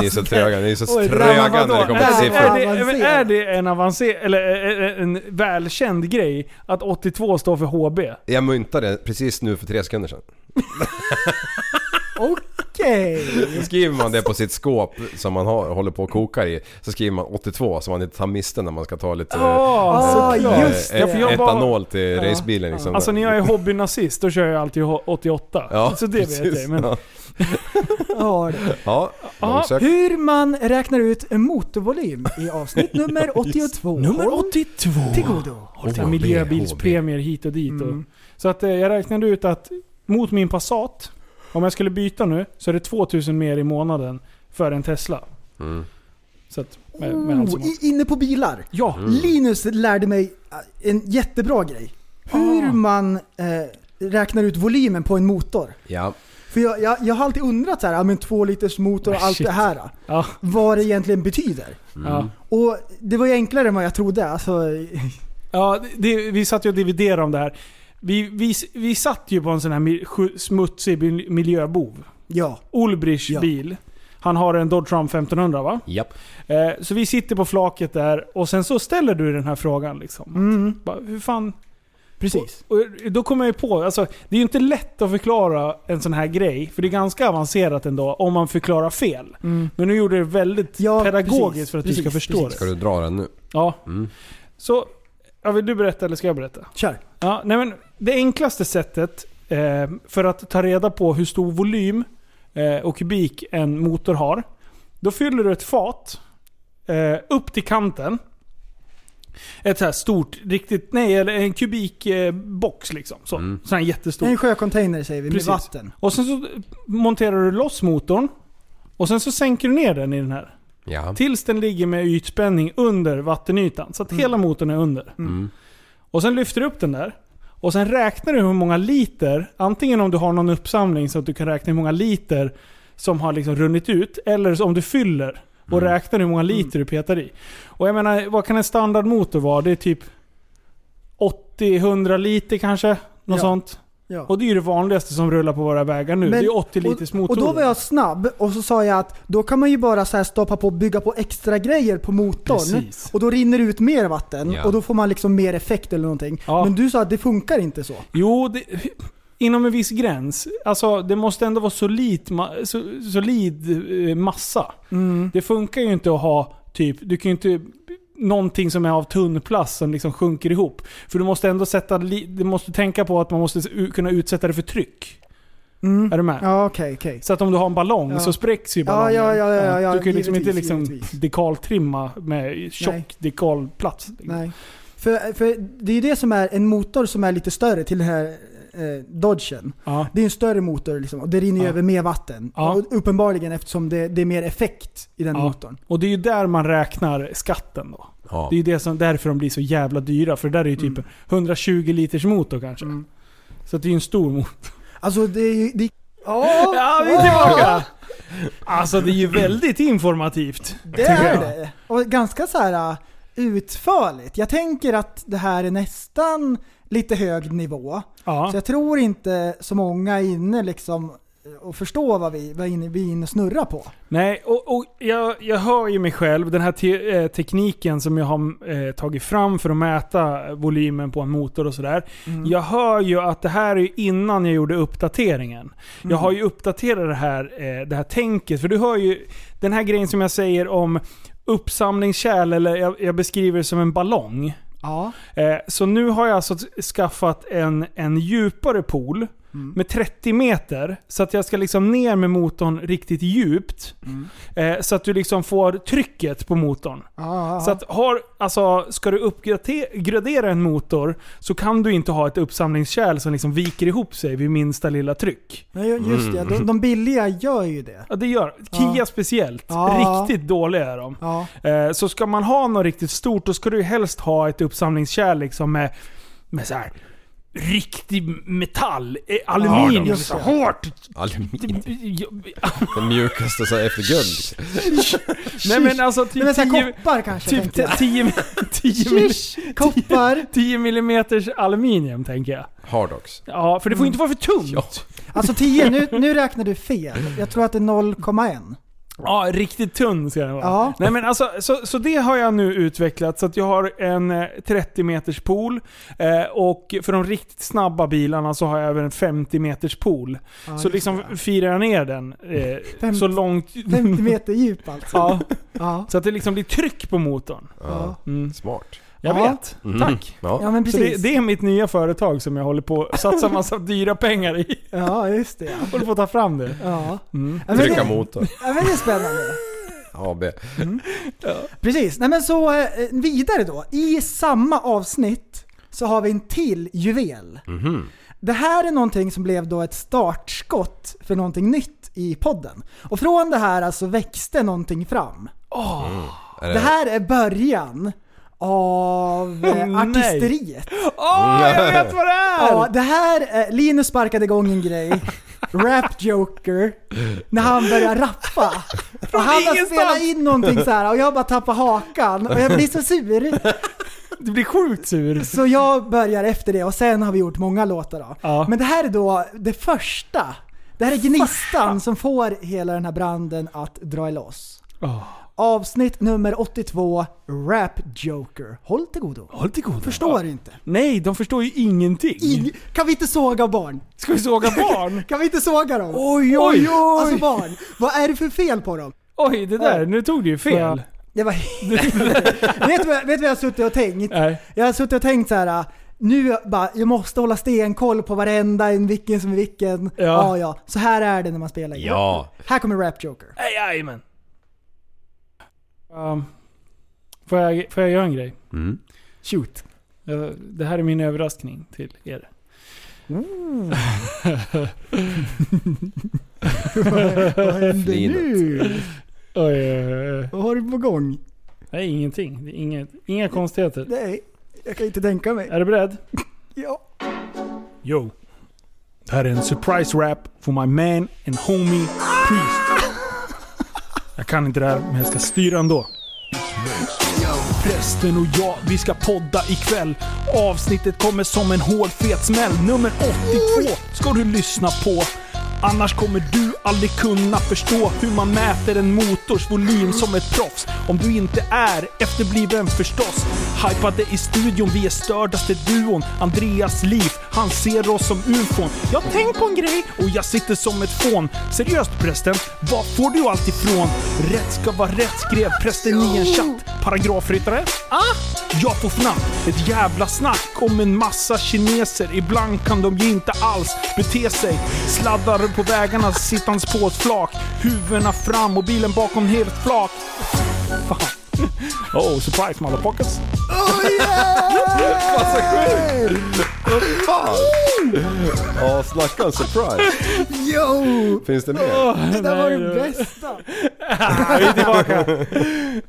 H: Ni är så tröga, ni är så
F: Oj,
H: tröga
F: men vadå?
H: när det kommer till
F: är, det,
H: siffror.
F: är, det, men är det en avancerad, eller eh, en välkänd grej att 82 står för HB?
H: Jag myntade precis nu för tre sekunder sedan.
G: Okej. Hej!
H: Då skriver man det på sitt skåp som man har, håller på och kokar i. Så skriver man 82 så man inte tar miste när man ska ta lite
F: Ja, såklart. Ah, just det.
H: et-
F: Ja, för jag bara-
H: etanol till
F: Ja.
H: racebilen. Liksom.
F: Alltså när jag är hobbynazist, då kör jag alltid 88.
H: Ja,
F: så det vet
H: precis.
F: jag men...
H: Ja.
G: Ja, det.
H: Ja,
G: Ja,
H: långsökt.
G: hur man räknar ut en motorvolym i avsnitt nummer 82. nummer
F: 82!
G: Till godo. Mm.
F: Och så här miljöbilspremier hit och dit. Och. Så att eh, jag räknade ut att mot min Passat, om jag skulle byta nu, så är det 2000 mer i månaden för en Tesla.
H: Mm.
F: Så att, med, med alltså- allt som
G: Oh, i- inne på bilar.
F: Ja.
H: Mm.
G: Linus lärde mig eh, en jättebra grej. Hur man eh, räknar ut volymen på en motor.
H: Ja.
G: För jag, jag, jag har alltid undrat så här, ja, men två liters motor och
F: Men
G: allt
F: Ah, shit.
G: det här. ah, Vad det egentligen betyder.
F: Ja.
G: Och det var ju enklare än vad jag trodde. Alltså,
F: Ja, det- det, vi satt ju och dividerade om det här. Vi, vi, vi satt ju på en sån här mi- sju- smutsig bil- miljöbov.
G: Ja.
F: Ulbrichs bil. Han har en Dodge Ram 1500 va?
O: Japp.
F: Eh, så vi sitter på flaket där och sen så ställer du den här frågan liksom.
G: Mm.
F: Bara, hur fan...
G: Precis.
F: Och, och då kommer jag ju på, alltså, det är ju inte lätt att förklara en sån här grej, för det är ganska avancerat ändå, om man förklarar fel.
G: Mm.
F: Men nu gjorde det väldigt pedagogiskt
O: precis,
F: för att du
O: precis,
F: ska förstå
O: precis. Ska
F: det.
H: du dra den nu?
F: Ja.
H: Mm.
F: Så, ja, vill du berätta eller ska jag berätta?
G: Kör.
F: Ja, nej men det enklaste sättet eh, för att ta reda på hur stor volym eh, och kubik en motor har. Då fyller du ett fat eh, upp till kanten. Ett så här stort, riktigt, nej eller en kubikbox eh, box liksom. Så, så här jättestor.
G: Mm. en sjöcontainer säger vi,
F: Precis.
G: med vatten.
F: Och sen så monterar du loss motorn. Och sen så sänker du ner den i den här.
H: Ja.
F: Tills den ligger med ytspänning under vattenytan. Så att hela motorn är under.
H: Mm.
F: Och sen lyfter du upp den där. Och sen räknar du hur många liter, antingen om du har någon uppsamling så att du kan räkna hur många liter som har liksom runnit ut, eller om du fyller
G: Mm.
F: och räknar hur många liter du petar i. Och jag menar, vad kan en standardmotor vara? Det är typ 80-100 liter kanske?
G: Ja.
F: Något sånt.
G: Ja.
F: Och det är ju det vanligaste som rullar på våra vägar nu.
G: Men-
F: det är 80 liters
G: och, och
F: motorer.
G: då var jag snabb och så sa jag att då kan man ju bara så här stoppa på och bygga på extra grejer på motorn.
F: Precis.
G: Och då rinner det ut mer vatten
F: Ja.
G: och då får man liksom mer effekt eller någonting. Men du sa att det funkar inte så.
F: Jo, det, inom en viss gräns. Alltså, det måste ändå vara solid, ma- so- solid eh, massa.
H: Mm.
K: Mm.
F: Det funkar ju inte att ha typ, du kan ju inte någonting som är av tunn plast som liksom sjunker ihop. För du måste ändå sätta, li- du måste tänka på att man måste u- kunna utsätta det för tryck. Är du med?
G: Mm. Ja, okej, okej.
F: Så att om du har en ballong
G: Ja.
F: så spräcks ju
G: Ja,
F: ballongen.
G: ja, ja, ja, ja,
F: du kan ju liksom inte
G: givetvis,
F: liksom
G: givetvis.
F: dekaltrimma med tjock dekalplats.
G: Nej. För, för det är ju det som är en motor som är lite större till den här eh, Dodgen. Det är en större motor liksom, och det rinner ju
F: Ja.
G: över mer vatten.
F: Ja.
G: Och uppenbarligen eftersom det, det är mer effekt i den
F: Ja.
G: motorn.
F: Och det är ju där man räknar skatten då.
H: Ja.
F: Det är ju det som, därför de blir så jävla dyra. För det där är ju typ en 120 liters motor kanske. Så att det är ju en stor motor.
G: Alltså det är ju... Det...
F: ja, vi är tillbaka! Alltså det är ju väldigt informativt.
G: Det är det. Och ganska så här uh, utförligt. Jag tänker att det här är nästan lite hög nivå.
F: Ja.
G: Så jag tror inte så många är inne liksom eh, och förstår vad vi, vad inne, vi är inne och snurrar på.
F: Nej, och, och jag, jag hör ju mig själv. Den här te, eh, tekniken som jag har eh, tagit fram för att mäta volymen på en motor och sådär. Jag hör ju att det här är ju innan jag gjorde uppdateringen. Jag har ju uppdaterat det här, eh, det här tänket. För du hör ju den här grejen som jag säger om uppsamlingskärl, eller jag, jag beskriver det som en ballong.
G: Ja.
F: Eh, så nu har jag alltså t- skaffat en, en djupare pool Mm. med 30 meter. Så att jag ska liksom ner med motorn riktigt djupt.
G: Mm.
F: Eh, så att du liksom får trycket på motorn.
G: Ja,
F: Så att har, alltså, ska du uppgradera en motor så kan du inte ha ett uppsamlingskärl som liksom viker ihop sig vid minsta lilla tryck.
G: Nej, just det, de, de billiga gör ju det.
F: Ja, det gör Kia speciellt.
G: Ja.
F: Riktigt dåliga är de.
G: Ja.
F: Eh, Så ska man ha något riktigt stort, då ska du ju helst ha ett uppsamlingskärl liksom med, med så här riktig metall. eh, Aluminium.
H: Ja, de-
F: så hårt.
H: Aluminium. Den mjukaste så här efter guld.
F: Nej men alltså
G: Nej,
F: typ
G: men så här
F: 10
G: koppar kanske?
F: Typ
G: tänkte jag.
F: 10
G: Shish, koppar.
F: 10 mm aluminium tänker jag.
H: Hardox.
F: Ja, för det får
G: Mm.
F: inte vara för tungt.
G: Alltså 10, nu, nu räknar du fel. Jag tror att det är 0,1.
F: Ja, riktigt tunn ska den vara.
E: Ja.
F: Nej, men alltså, så, så det har jag nu utvecklat så att jag har en eh, 30 meters pool eh, och för de riktigt snabba bilarna så har jag även en 50 meters pool.
G: Ja,
F: så
G: just
F: liksom firar jag ner den eh, så långt...
G: 50 meter djup alltså.
F: Ja.
G: Ja.
F: Så att det liksom blir tryck på motorn.
G: Ja.
F: Mm.
H: Smart.
F: Jag
G: Ja.
F: vet.
G: Mm.
F: Tack.
G: Ja. Ja, men
F: Så
G: precis.
F: Det, det är mitt nya företag som jag håller på att satsa massa dyra pengar i.
G: Ja, just det.
F: Håller på att ta fram det.
G: Ja.
F: Mm.
G: Ja, men
H: Trycka
G: det-
H: motor.
G: Ja, men det är spännande.
H: AB.
F: Mm.
G: Precis. Nej, men så eh, vidare då. I samma avsnitt så har vi en till juvel.
H: Mhm.
G: Det här är någonting som blev då ett startskott för någonting nytt i podden. Och från det här alltså växte någonting fram.
H: Mm. Är
G: Det här är början av eh,
F: nej.
G: artisteriet.
F: Åh, jag vet vad det är!
G: Ja, det här, eh, Linus sparkade igång en grej, Rap Joker, när han börjar rappa. Och han har
F: ingenstans.
G: spelat in någonting så här och jag bara tappar hakan och jag blir så sur.
F: Du blir sjukt sur.
G: Så jag börjar efter det och sen har vi gjort många låtar då.
F: Mm. Ja.
G: Men det här är då det första. Det här är gnistan som får hela den här branden att dra loss.
F: Oh.
G: Avsnitt nummer 82, Rap Joker. Håll till godo.
F: Håll till godo. Ah.
G: Förstår inte.
F: Nej, de förstår ju ingenting.
G: Ing- kan vi inte såga barn?
F: Ska vi såga barn?
G: kan vi inte såga dem?
F: Oj, oj, oj.
G: Alltså barn, vad är det för fel på dem?
F: Oj, det där. Nu tog du ju fel.
G: Det var vet, du vad, vet du vad jag har suttit och tänkt?
F: Nej.
G: Jag har suttit och tänkt så här. Nu bara, jag måste hålla stenkoll på varenda, en vilken som är vilken. Ja. ja, Så här är det när man spelar.
F: Ja.
G: Här kommer Rap Joker.
F: Nej, Jajamän. Um, får, jag, får jag göra en grej?
H: Mm.
F: Shoot. Jag- Det här är min överraskning till er.
G: Vad händer nu?
F: Oj, oj, oj.
G: Vad har du på gång?
F: Nej, ingenting. Det är inget, inga konstigheter.
G: Nej, jag kan inte tänka mig.
F: Är du beredd?
G: Ja.
F: Yo. Det här är en surprise rap for my man and homie Priest. Jag kan inte det här, men jag ska styra ändå. Prästen och jag, vi ska podda ikväll. Avsnittet kommer som en hårfet smäll. Nummer 82 ska du lyssna på. Annars kommer du aldrig kunna förstå hur man mäter en motors volym som ett proffs. Om du inte är efterbliven förstås. Hypade i studion, vi är stördaste duon. Andreas liv, han ser oss som ufon. Jag tänk på en grej och jag sitter som ett fån. Seriöst prästen, var får du allt ifrån? Rätt ska vara rätt, skrev prästen i en chatt. Paragrafryttare? Ah! Jag får fnatt. Ett jävla snack om en massa kineser. Ibland kan de ju inte alls bete sig. Sladdar på vägarna sittans på ett flak. Huvudena fram och bilen bakom helt flak. Fan. Oh, surprise mother pockets.
G: Oh yeah!
H: Vad så sjukt! Vad fan? Ja, snacka om surprise.
G: Yo!
H: Finns det mer?
G: Det där var det
F: Nej,
G: bästa.
F: Vi är tillbaka.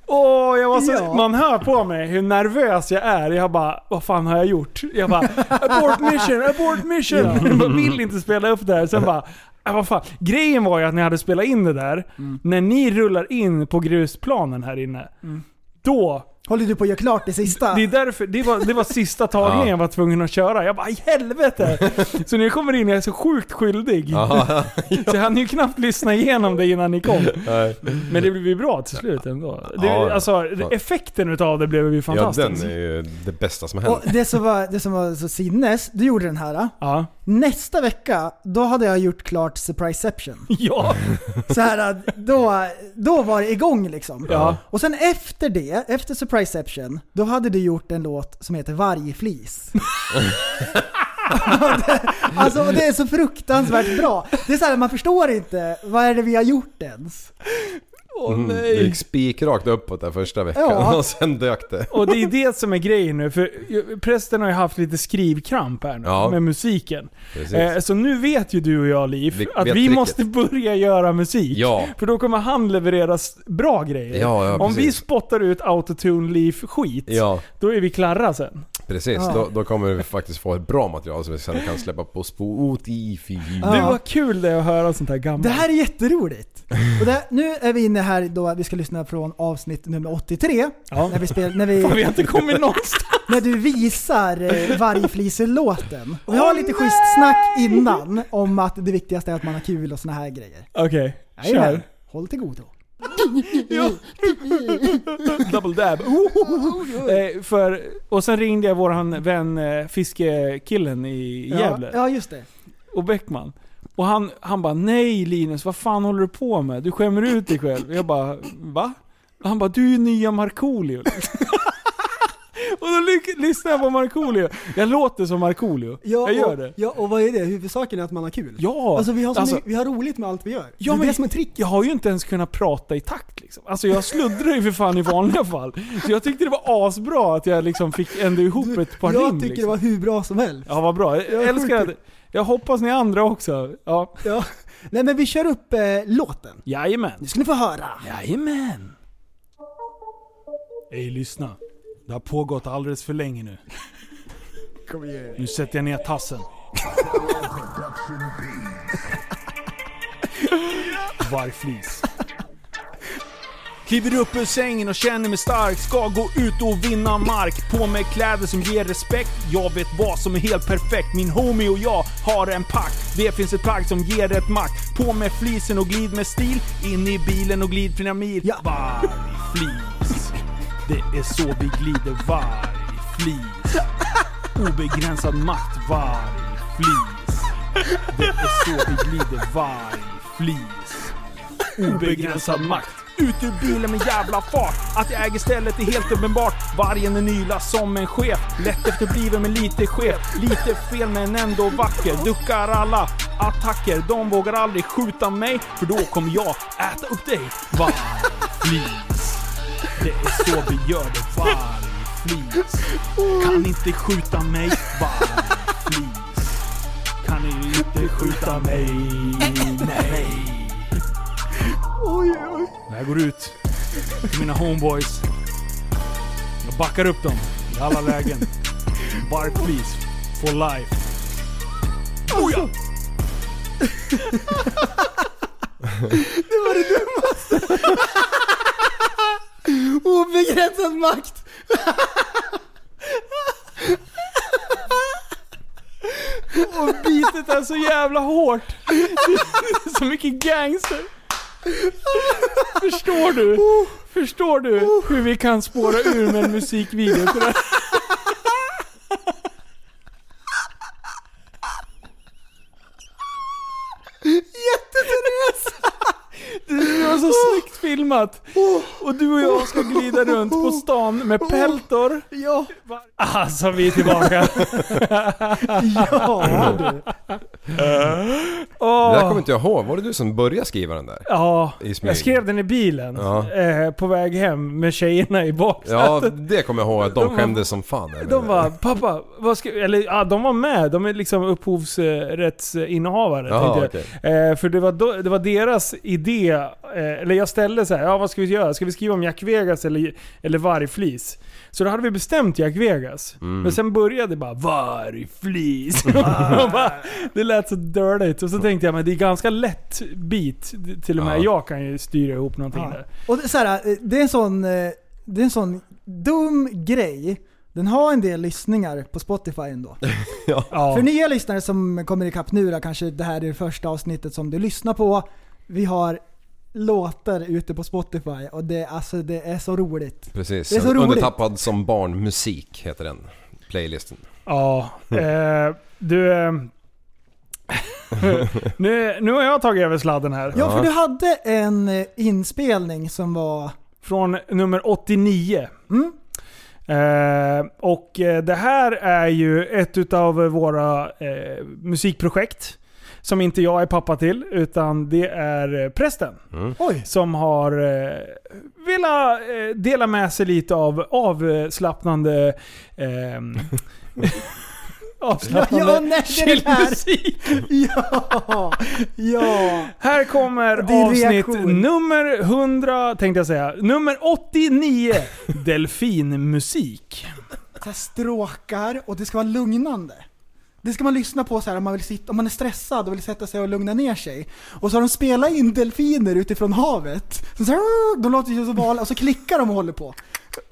F: Åh, jag var så,
G: Ja.
F: Man hör på mig hur nervös jag är. Jag bara, vad fan har jag gjort? Jag bara, abort mission, abort mission. Jag vill inte spela upp det här. Sen bara, äh, vad fan. Grejen var ju att när jag hade spelat in det där, när ni rullar in på grusplanen här inne, då
G: Håller du på att göra klart det sista?
F: det, är därför, det, var, det var sista tagningen
G: Ja.
F: jag var tvungen att köra. Jag bara i helvete! Så när jag kommer in jag är så sjukt skyldig.
H: Ja.
F: Så jag hann ju knappt lyssna igenom det innan ni kom.
H: Nej.
F: Men det blev ju bra till slut ändå. Det,
H: Ja.
F: alltså, effekten utav det blev ju
H: Ja,
F: fantastisk.
H: den är ju det bästa som har
G: Och
H: hänt.
G: det som, var, det som var så sinnes, du gjorde den här.
F: Ja.
G: Nästa vecka, då hade jag gjort klart Surpriseception.
F: Ja.
G: Så här, då, då var det igång liksom.
F: Ja.
G: Och sen efter det, efter Surpriseception, då hade du gjort en låt som heter Vargflis. alltså och det är så fruktansvärt bra. Det är så här, man förstår inte, vad är det vi har gjort ens?
H: Mm, det gick spikrakt uppåt den första veckan
G: Ja.
H: och sen dök det.
F: Och det är det som är grejen nu, för prästen har ju haft lite skrivkramp här nu
H: Ja.
F: med musiken.
H: Precis.
F: Eh, så nu vet ju du och jag Liv,
H: Vi
F: att vi
H: vet tricket.
F: måste börja göra musik.
H: Ja.
F: För då kommer han leverera s- bra grejer.
H: Ja, ja,
F: Om vi
H: precis.
F: spottar ut autotune Liv skit
H: Ja,
F: då är vi klara sen.
H: precis.
F: Ja.
H: Då, då kommer vi faktiskt få ett bra material som vi sen kan släppa på Spotify.
F: Du, vad kul det är att höra sånt här gammalt.
G: Det här är jätteroligt. Och det, nu är vi inne här då vi ska lyssna från avsnitt nummer 83. När vi spelar... När vi,
F: Fan, vi har inte kommit någonstans.
G: När du visar eh, Vargfliser-låten. Och vi har lite schysst snack innan om att det viktigaste är att man har kul och såna här grejer.
F: Okej,
G: Jajamän.
F: kör.
G: Håll till godo.
F: Ja. Double dab. Ohoho. Eh, för, och sen ringde jag våran vän eh, fiskekillen i
G: Ja.
F: Gävle.
G: Ja, just det.
F: Och Bäckman. Och han, han bara Nej Linus, vad fan håller du på med? Du skämmer ut dig själv. Jag bara Va? Och han bara Du är ju nya Markoolio. och då lyck- lyssnar jag på Markoolio. Jag låter som Markoolio. jag gör
P: och,
F: det.
P: Ja, och vad är det? Huvudsaken är att man har kul.
F: Ja!
P: Alltså vi har, så
F: Alltså-
P: mycket- vi har roligt med allt vi gör.
F: Ja,
P: det är
F: men
P: det som är trick.
F: Jag har ju inte ens kunnat prata i takt liksom. Alltså jag sluddrar ju för fan i vanliga fall. Så jag tyckte det var asbra att jag liksom fick ändå ihop ett par
P: jag tycker
F: rim.
P: det
F: liksom.
P: var hur bra som helst.
F: Ja vad bra. Jag,
P: Jag är
F: älskar
P: sjukt-
F: det. Jag hoppas ni andra också. Ja.
P: ja. Nej men vi kör upp eh, låten.
F: Jajamän.
P: Nu ska ni få höra.
F: Jajamän. Ey lyssna. Det har pågått alldeles för länge nu.
P: Kom igen.
F: Nu sätter jag ner tassen. Vargflis. Kliver upp ur sängen och känner mig stark. Ska gå ut och vinna mark. På mig kläder som ger respekt. Jag vet vad som är helt perfekt. Min homie och jag har en pakt. Det finns ett plagg som ger ett mack. På med flisen och glid med stil. In i bilen och glid flera mil. Vargflis. Det är så vi glider. Vargflis. Obegränsad makt. Vargflis. Det är så vi glider. Vargflis. Obegränsad makt. Ut ur bilen med jävla fart. Att jag äger stället är helt uppenbart. Vargen är nyla som en chef. Lätt efterbliven men lite chef. Lite fel men ändå vacker. Duckar alla attacker. De vågar aldrig skjuta mig. För då kommer jag äta upp dig. Vargflis. Det är så vi gör det. Vargflis. Kan inte skjuta mig. Vargflis. Kan inte skjuta mig. Nej.
P: Oj, oj.
F: Jag går ut till mina homeboys. Jag backar upp dem i alla lägen. Bark please, for life. Oh ja!
P: Det var det dummaste. Obegränsad makt.
F: Och bitet är så jävla hårt. Det är så mycket gangster. Förstår du?
P: Oh.
F: Förstår du hur vi kan spåra ur med en musikvideo till det här?
P: Jätteseriös.
F: Det var så snyggt filmat.
P: Oh.
F: Och du och jag ska glida runt på stan med peltor.
P: Ja.
F: Alltså vi är tillbaka.
P: ja du.
F: Åh.
H: Det där kommer inte jag ihåg. Var det du som började skriva den där?
F: Ja,
H: I smyg.
F: jag skrev den i bilen
H: Ja.
F: eh, på väg hem med tjejerna i
H: Ja,
F: baksätet.
H: det kommer jag ihåg att
F: De
H: de
F: var-
H: skämdes som fan. över
F: De
H: det.
F: var pappa, vad ska, eller ja, de var med. De är liksom upphovsrättsinnehavare.
H: Jaha,
F: tänkte jag. Eh, för det var, då, det var deras idé, eh, eller jag ställde så här, ja vad ska vi göra? Ska vi skriva om Jack Vegas eller, eller vargflis? Så då hade vi bestämt Jack Vegas.
B: Mm.
F: Men sen började det bara vargflis. Och bara, det lät så dirtigt. Och så tänkte jag, men det är ganska lätt bit. Till och med
G: Ja.
F: jag kan ju styra ihop någonting där.
G: Och det, är så här, eh, det, är en sån, eh, det är en sån dum grej. Den har en del lyssningar på Spotify ändå.
H: Ja.
G: För nya lyssnare som kommer ikapp nu då, kanske det här är det första avsnittet som du lyssnar på. Vi har låtar ute på Spotify och det, alltså, det är så roligt.
H: Precis.
G: Det är så roligt.
H: Undertappad som barn musik heter den. Playlisten.
F: Ja, eh, du... Eh, nu, nu har jag tagit över sladden här.
G: Ja, för du hade en eh, inspelning som var...
F: Från nummer 89. Eh, och eh, det här är ju ett utav våra eh, musikprojekt. Som inte jag är pappa till, utan det är eh, prästen. Som har eh, velat eh, dela med sig lite av avslappnande... ehm, avslappnande
P: Ja, nej, det är det här.
F: chillmusik.
G: Ja, ja.
F: Här kommer
P: Din
F: avsnitt
P: reaktion.
F: nummer 100, tänkte jag säga. Nummer 89, delfinmusik.
G: så här stråkar och det ska vara lugnande. Det ska man lyssna på så här om man, vill sitta, om man är stressad och vill sätta sig och lugna ner sig. Och så har de spelat in delfiner utifrån havet. Så så här, de låter ju så val och så klickar de och håller på.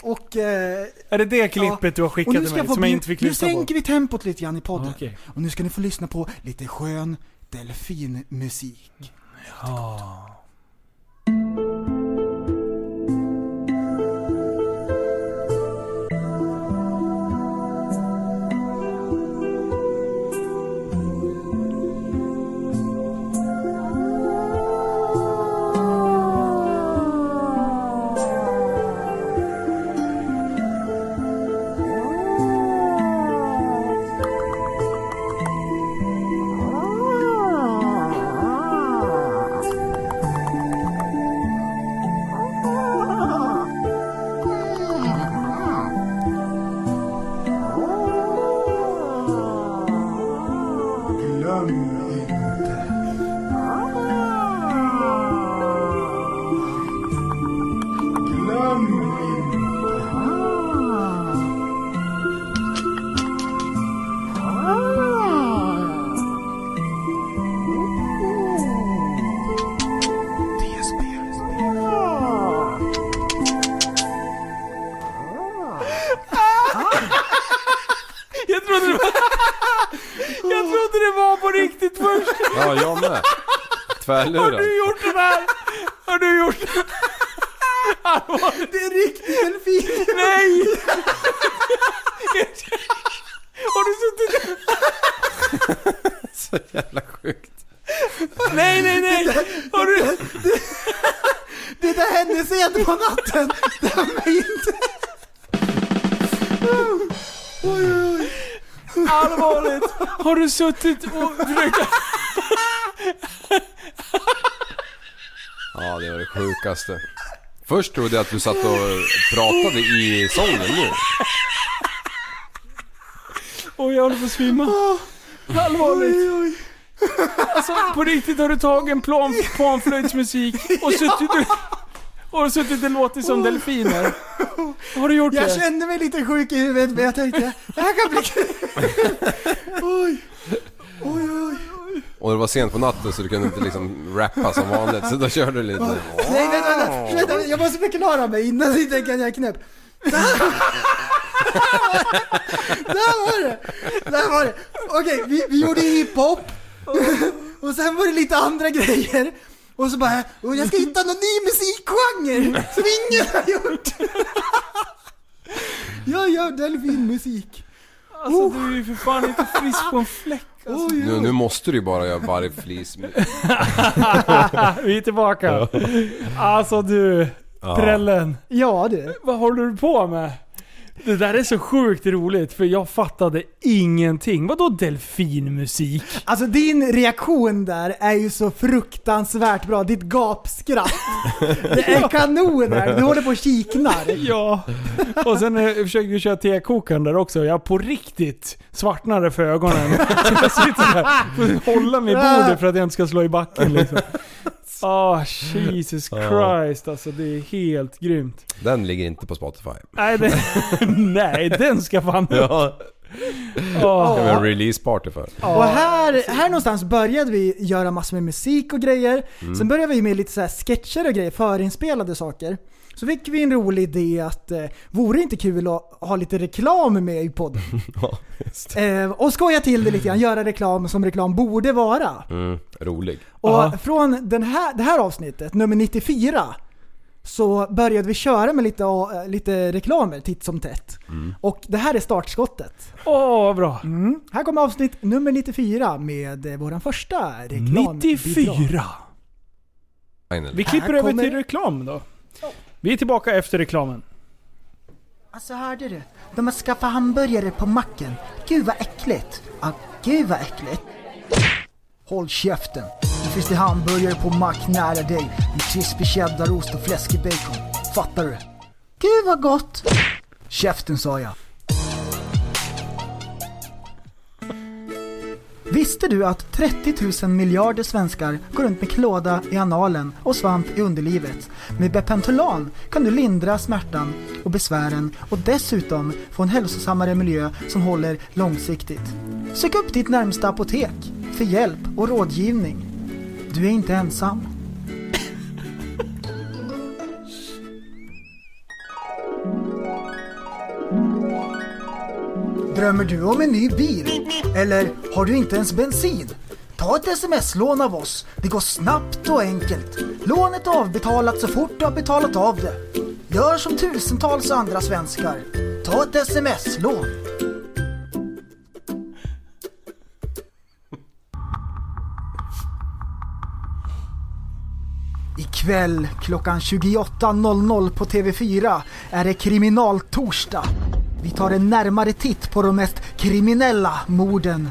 G: Och, eh,
F: Är det det klippet du har skickat
G: och nu
F: till
G: ska
F: mig
G: få
F: som jag
G: bjud-
F: inte fick
G: Nu
F: lyssna på? Ah,
G: sänker vi tempot lite grann i podden.
F: Okej.
G: Och nu ska ni få lyssna på lite skön delfinmusik.
F: Ja.
H: Ja, jag med. Tvärluren.
F: gjort den här? Har du gjort
G: Det är riktigt delfin!
F: Nej! Har du suttit
H: Så jävla sjukt.
F: Nej, nej, nej! Har du...
G: Det, det där hände sent på natten! Det här var inte... Oj, oj, oj.
F: Allvarligt! Har du suttit och försökt...
H: Ja, det var det sjukaste. Först trodde jag att du satt och pratade i sången nu.
F: Oj, jag håller på att svimma. Allvarligt. Alltså på riktigt har du tagit en plan, planflöjtsmusik och suttit och, och, suttit och låtit som delfiner. Har du gjort
G: jag
F: det?
G: kände mig lite sjuk i huvudet men jag tänkte det här kan bli kul. Oj, oj, oj.
H: Och det var sent på natten så du kunde inte liksom rappa som vanligt. Så då körde du lite...
G: Nej, vänta, vänta, vänta, jag måste förklara mig innan jag tänker att jag är knäpp. Där var det! Där var det! Okej, vi, vi gjorde hiphop och sen var det lite andra grejer. Och så bara, "Åh, jag ska hitta någon ny musikgenre som ingen har gjort. Jag gör delfinmusik.
F: Alltså du är
G: Oh.
F: ju för fan inte frisk på en fläck. Alltså.
H: Nu, nu måste du ju bara göra varje flis.
F: Vi är tillbaka. Alltså du,
H: Ja.
F: prällen.
G: Ja du.
F: Vad håller du på med? Det där är så sjukt roligt för jag fattade ingenting. Vadå delfinmusik?
G: Alltså din reaktion där är ju så fruktansvärt bra. Ditt gapskratt. Det är kanon där. Du håller på och kiknar.
F: Ja. Och sen eh, försökte vi köra tekokaren där också. Jag på riktigt svartnade för ögonen. Så jag sitter där och håller mig i bordet för att jag inte ska slå i backen liksom. Ah, Jesus
H: Ja.
F: Christ alltså. Det är helt grymt.
H: Den ligger inte på Spotify.
F: Nej, det, nej den ska fan upp.
H: Ja.
F: Åh.
H: Det var en release party för.
G: Och här, här någonstans började vi göra massor med musik och grejer.
H: Mm.
G: Sen började vi med lite så här sketcher och grejer, förinspelade saker. Så fick vi en rolig idé att eh, vore det inte kul att ha lite reklam med i podden?
H: Ja, just det.
G: eh, och skoja till det lite grann, göra reklam som reklam borde vara.
H: Mm, rolig.
G: Och från den här, det här avsnittet, nummer 94, så började vi köra med lite, eh, lite reklamer titt som tätt. Och det här är startskottet.
F: Åh, vad bra.
G: Mm. Här kommer avsnitt nummer 94 med eh, våran första reklam.
F: 94! Vi klipper
G: Här
F: över
G: kommer-
F: till reklam då. Vi är tillbaka efter reklamen.
G: Alltså hörde du? De har skaffat hamburgare på macken. Gud vad äckligt. Ja, gud vad äckligt. Håll käften. Nu finns det hamburgare på mack nära dig. Med krispig cheddarost och fläskig bacon. Fattar du? Gud vad gott! Käften sa jag. Visste du att 30 000 miljarder svenskar går runt med klåda i analen och svamp i underlivet? Med Bepentolan kan du lindra smärtan och besvären och dessutom få en hälsosammare miljö som håller långsiktigt. Sök upp ditt närmsta apotek för hjälp och rådgivning. Du är inte ensam. Drömmer du om en ny bil? Eller har du inte ens bensin? Ta ett sms-lån av oss. Det går snabbt och enkelt. Lånet är avbetalat så fort du har betalat av det. Gör som tusentals andra svenskar. Ta ett sms-lån. Ikväll klockan 28.00 på TV4 är det kriminaltorsdag. Vi tar en närmare titt på de mest kriminella morden.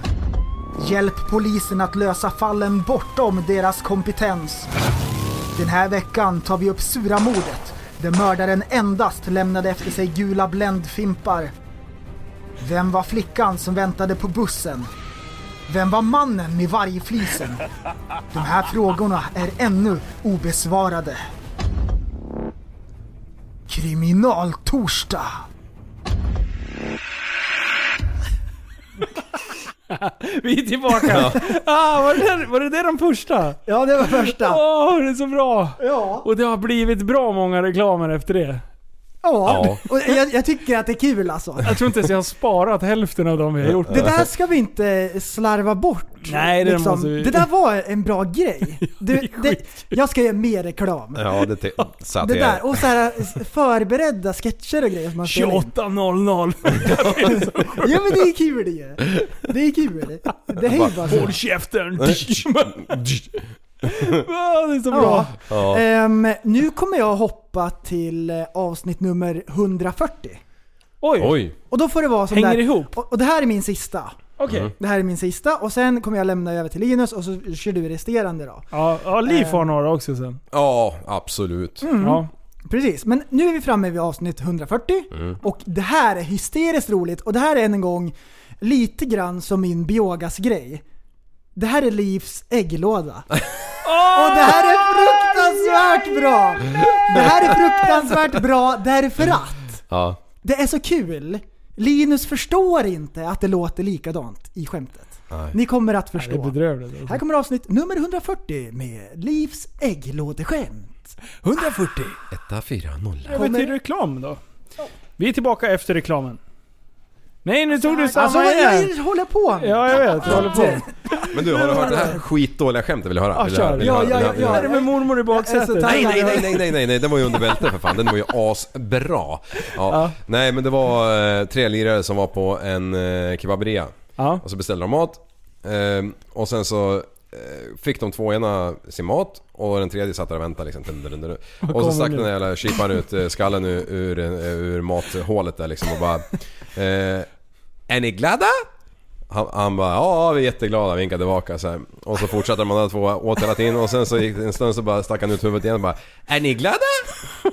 G: Hjälp polisen att lösa fallen bortom deras kompetens. Den här veckan tar vi upp Suramordet, där mördaren endast lämnade efter sig gula bländfimpar. Vem var flickan som väntade på bussen? Vem var mannen med vargflisen? De här frågorna är ännu obesvarade. Kriminaltorsdag.
F: Vi är tillbaka. Ah, var, det där, var det där de första?
G: Ja, det var första.
F: Åh, det är så bra.
G: Ja.
F: Och det har blivit bra många reklamer efter det.
G: Ja,
F: Ja.
G: och jag, jag tycker att det är kul alltså.
F: Jag tror inte ens jag har sparat hälften av dem vi har gjort.
G: Det där ska vi inte slarva bort. liksom.
F: Nej, det måste vi-
G: det där var en bra grej. Du, det, jag ska göra mer reklam.
H: Ja, det te- sa jag
G: Det
H: till er.
G: där, och så här förberedda sketcher och grejer som man spelar in.
F: 28.00.
G: Ja men det är kul det ju. Det är kul. Det är ju bara så.
F: Håll käften! Ah, det är så
G: Ja.
F: bra.
H: Ja.
G: Ehm, nu kommer jag hoppa till eh, avsnitt nummer 140.
F: Oj!
H: Oj.
G: Och då får det vara som
H: Hänger
G: där.
F: ihop?
G: Och, och det här är min sista.
F: Okej. Mm.
G: Det här är min sista och sen kommer jag lämna över till Linus och så kör du resterande då. Ehm.
F: Ja, ja Liv har några också sen.
H: Ja, absolut.
G: Mm.
F: Ja.
G: Precis, men nu är vi framme vid avsnitt 140
H: Mm.
G: och det här är hysteriskt roligt och det här är än en gång lite grann som min biogas-grej. Det här är Livs ägglåda. Och det här är fruktansvärt bra! Det här är fruktansvärt bra därför att
H: Ja.
G: det är så kul. Linus förstår inte att det låter likadant i skämtet.
H: Nej.
G: Ni kommer att förstå.
F: Det är bedrövligt.
G: Här kommer avsnitt nummer 140 med Livs ägglådeskämt. 140.
H: Etta, fyra, nolla.
F: Över till reklam då. Vi är tillbaka efter reklamen. Nej, nu tog du samma
G: Alltså vad
F: igen.
G: jag håller på med?
F: Ja, jag vet. Jag håller på.
H: Men du, har du hört det här skitdåliga skämtet? Vill du höra?
F: Ja,
H: Vill du höra?
F: kör.
H: Vill du
F: Ja,
H: höra?
F: ja,
H: Vill du
F: ja,
H: höra? Vill du
F: ja.
H: höra?
F: Det med mormor i baksätet.
H: Nej, nej, nej, nej, nej, nej, nej, den var ju under bältet för fan. Den var ju asbra. Ja. Nej, men det var eh, tre lirare som var på en eh, kebaberia.
F: Ja.
H: Och så beställde de mat. Ehm, och sen så eh, fick de två ena sin mat och den tredje satt där och väntade liksom. Dun, dun, dun, dun.
N: Vad
H: Och så
N: kommer
H: stack
N: nu?
H: den där jävla kipan ut eh, skallen ur, ur, eh, ur mathålet där liksom och bara... Eh, är ni glada? Han, han bara ja vi är jätteglada, vinkade tillbaka så här. Och så fortsatte de andra två åt hela tiden och sen så gick det en stund så bara stack han ut huvudet igen och bara Är ni glada?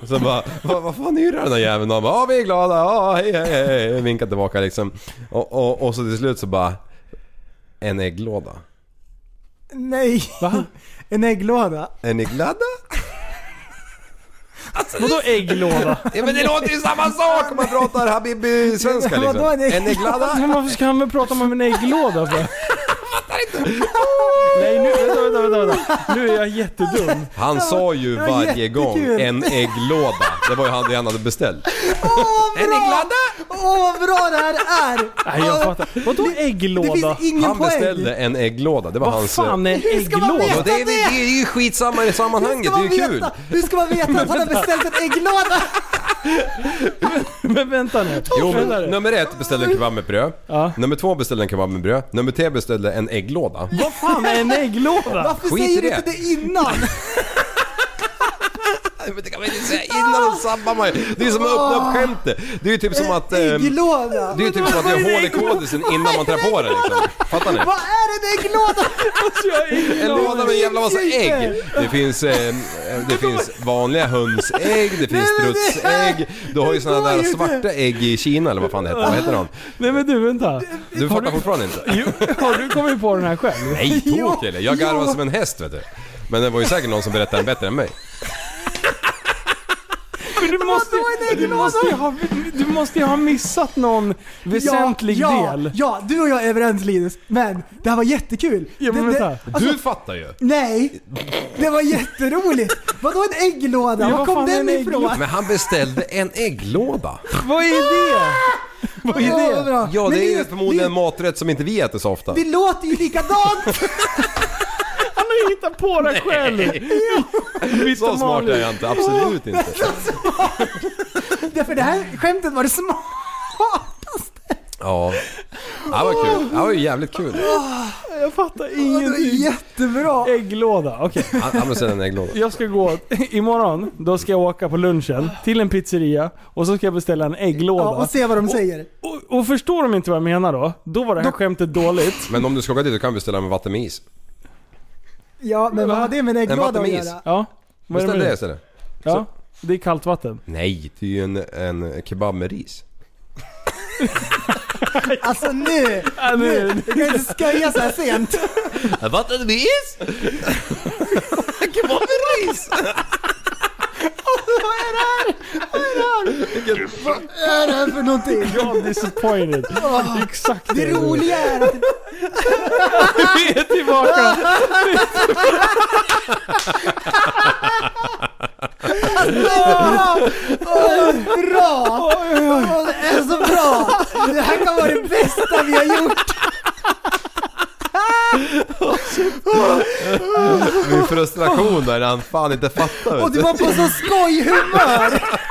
H: Och så bara vad, vad fan yrar den där jäveln? Och han bara ja vi är glada, ja hej hej hej Vinkade tillbaka liksom. Och, och, och så till slut så bara En ägglåda.
G: Nej. En ägglåda.
H: Är ni glada?
F: Vadå ägglåda?
H: Ja men det låter ju samma sak om man pratar habibi-svenska liksom.
F: Vadå,
H: Är ni glada?
F: Men varför ska han väl prata om en ägglåda för? Nej nu, vänta, vänta, vänta, vänta. Nu är jag jättedum.
H: Han sa ju
F: det var
H: varje gång
F: jättekul.
H: en ägglåda. Det var ju han- det han hade beställt.
G: Är ni glada? Åh vad bra det här är!
H: Nej, jag fattar.
F: Vadå ägglåda?
G: Det finns ingen
H: han
G: poäng.
H: beställde en ägglåda. Det var
F: Vad
H: hans...
F: fan är en Hur ska man ägglåda? veta
H: Ja, Det är,
F: det?
H: det är ju skitsamma i sammanhanget. Det är ju kul.
G: Hur ska man veta att han har
F: vänta.
G: beställt en ägglåda?
F: Men vänta nu.
H: Jo, men
F: Vänta nu.
H: nummer ett beställde en kebab med bröd. Nummer två beställde en kebab med bröd. Nummer tre beställde en ägglåda.
F: Vad fan är en ägglåda?
G: Varför
H: Skit i
G: säger du
H: det.
G: inte det innan?
H: Men det kan man inte säga innan de sabbar man ju. Det är ju som att öppna upp skämtet. Det är ju typ som att... ehm,
G: Ägglåda?
H: Det är ju typ som att det är hål i kodisen innan man tar på det liksom. Fattar ni?
G: Vad är en ägglåda?
F: Alltså,
H: En låda med en jävla massa ägg. Det finns, eh, det finns vanliga hönsägg, det finns strutsägg. Du har ju såna där svarta ägg i Kina eller vad fan det heter. Vad heter de?
F: Nej men du vänta.
H: Du fattar fortfarande inte?
F: Har du kommit på den här själv?
H: Nej, tok eller? Jag garvar som en häst vet du. Men det var ju säkert någon som berättade den bättre än mig.
F: Men du måste, du, måste ju ha, du måste ju ha missat någon väsentlig
G: ja, ja,
F: del.
G: Ja, du och jag är överens Linus. Men det här var jättekul.
F: Ja, men
G: det, det, alltså-
F: vänta.
H: Du fattar ju!
G: nej, det var jätteroligt. Vadå en ägglåda?
H: Ja,
G: Var
H: vad
G: kom
H: fan är
G: den
H: en
G: ifrån?
H: ägglåda? Men han beställde en ägglåda.
F: Vad är det? Vad
G: är det? Ja, bra.
H: Ja,
G: Men
H: det är ju
G: det-
H: förmodligen en maträtt som inte vi äter så ofta.
G: Det låter ju likadant!
F: Han har ju hittat på det själv!
H: Så smart är jag inte, absolut inte.
G: Därför det här skämtet var det smart.
H: Ja. Det var kul. Det var ju jävligt kul.
F: Jag fattar ingenting.
G: Jättebra!
F: Ägglåda, okej.
H: Han han beställde en ägglåda.
F: Jag ska gå, imorgon, då ska jag åka på lunchen till en pizzeria och så ska jag beställa en ägglåda.
G: Ja, och se vad de säger.
F: Och, och förstår de inte vad jag menar då, då var det här skämtet dåligt.
H: Men om du ska åka dit då kan vi beställa med vatten med is.
G: Ja, men vad har det med en
H: En
G: ägglåda
H: vatten
G: att
H: med is.
G: göra?
F: Ja. vad är
H: Beställ
F: med
H: det istället.
F: Ja, det är kallt vatten.
H: Nej, det är ju en, en kebab med ris.
G: Alltså nu! nu. Jag kan inte skoja så här sent.
H: Vatten med is?
D: Kebab med ris!
G: Vad är det här? Vad är det här? Vad är det här för någonting?
F: Ja, disappointed.
G: Åh,
F: Exakt
G: det roliga är att...
F: Vi är tillbaka!
G: Åh, bra! Åh, det är så bra! Det här kan vara det bästa vi har gjort!
H: Min frustration där när han fan inte fattar. vet
G: Och du
H: du.
G: var på så skojhumör!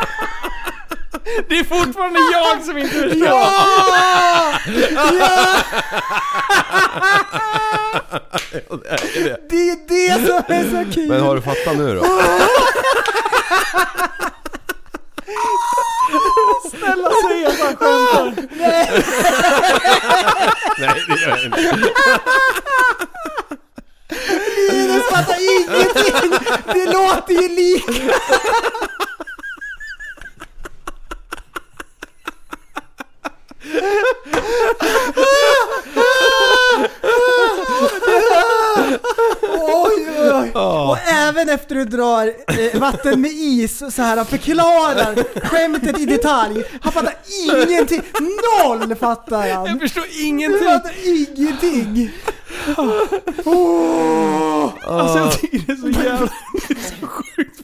F: Det är fortfarande jag som inte förstår.
G: Ja! Ja! Det är det som är så kul!
H: Men har du fattat nu då?
F: Snälla säg att han skämtar.
G: Nej.
H: Nej det gör jag inte.
G: Linus fattar ingenting! Det låter ju lika! Oj, oj, oj.
H: Ja.
G: Och även efter du drar eh, vatten med is så här förklarar skämtet i detalj. Han fattar ingenting. Noll fattar han. Jag
F: förstår ingenting.
G: Han fattar ingenting. Oh.
F: Alltså jag tycker det är så jävla... Det är så sjukt.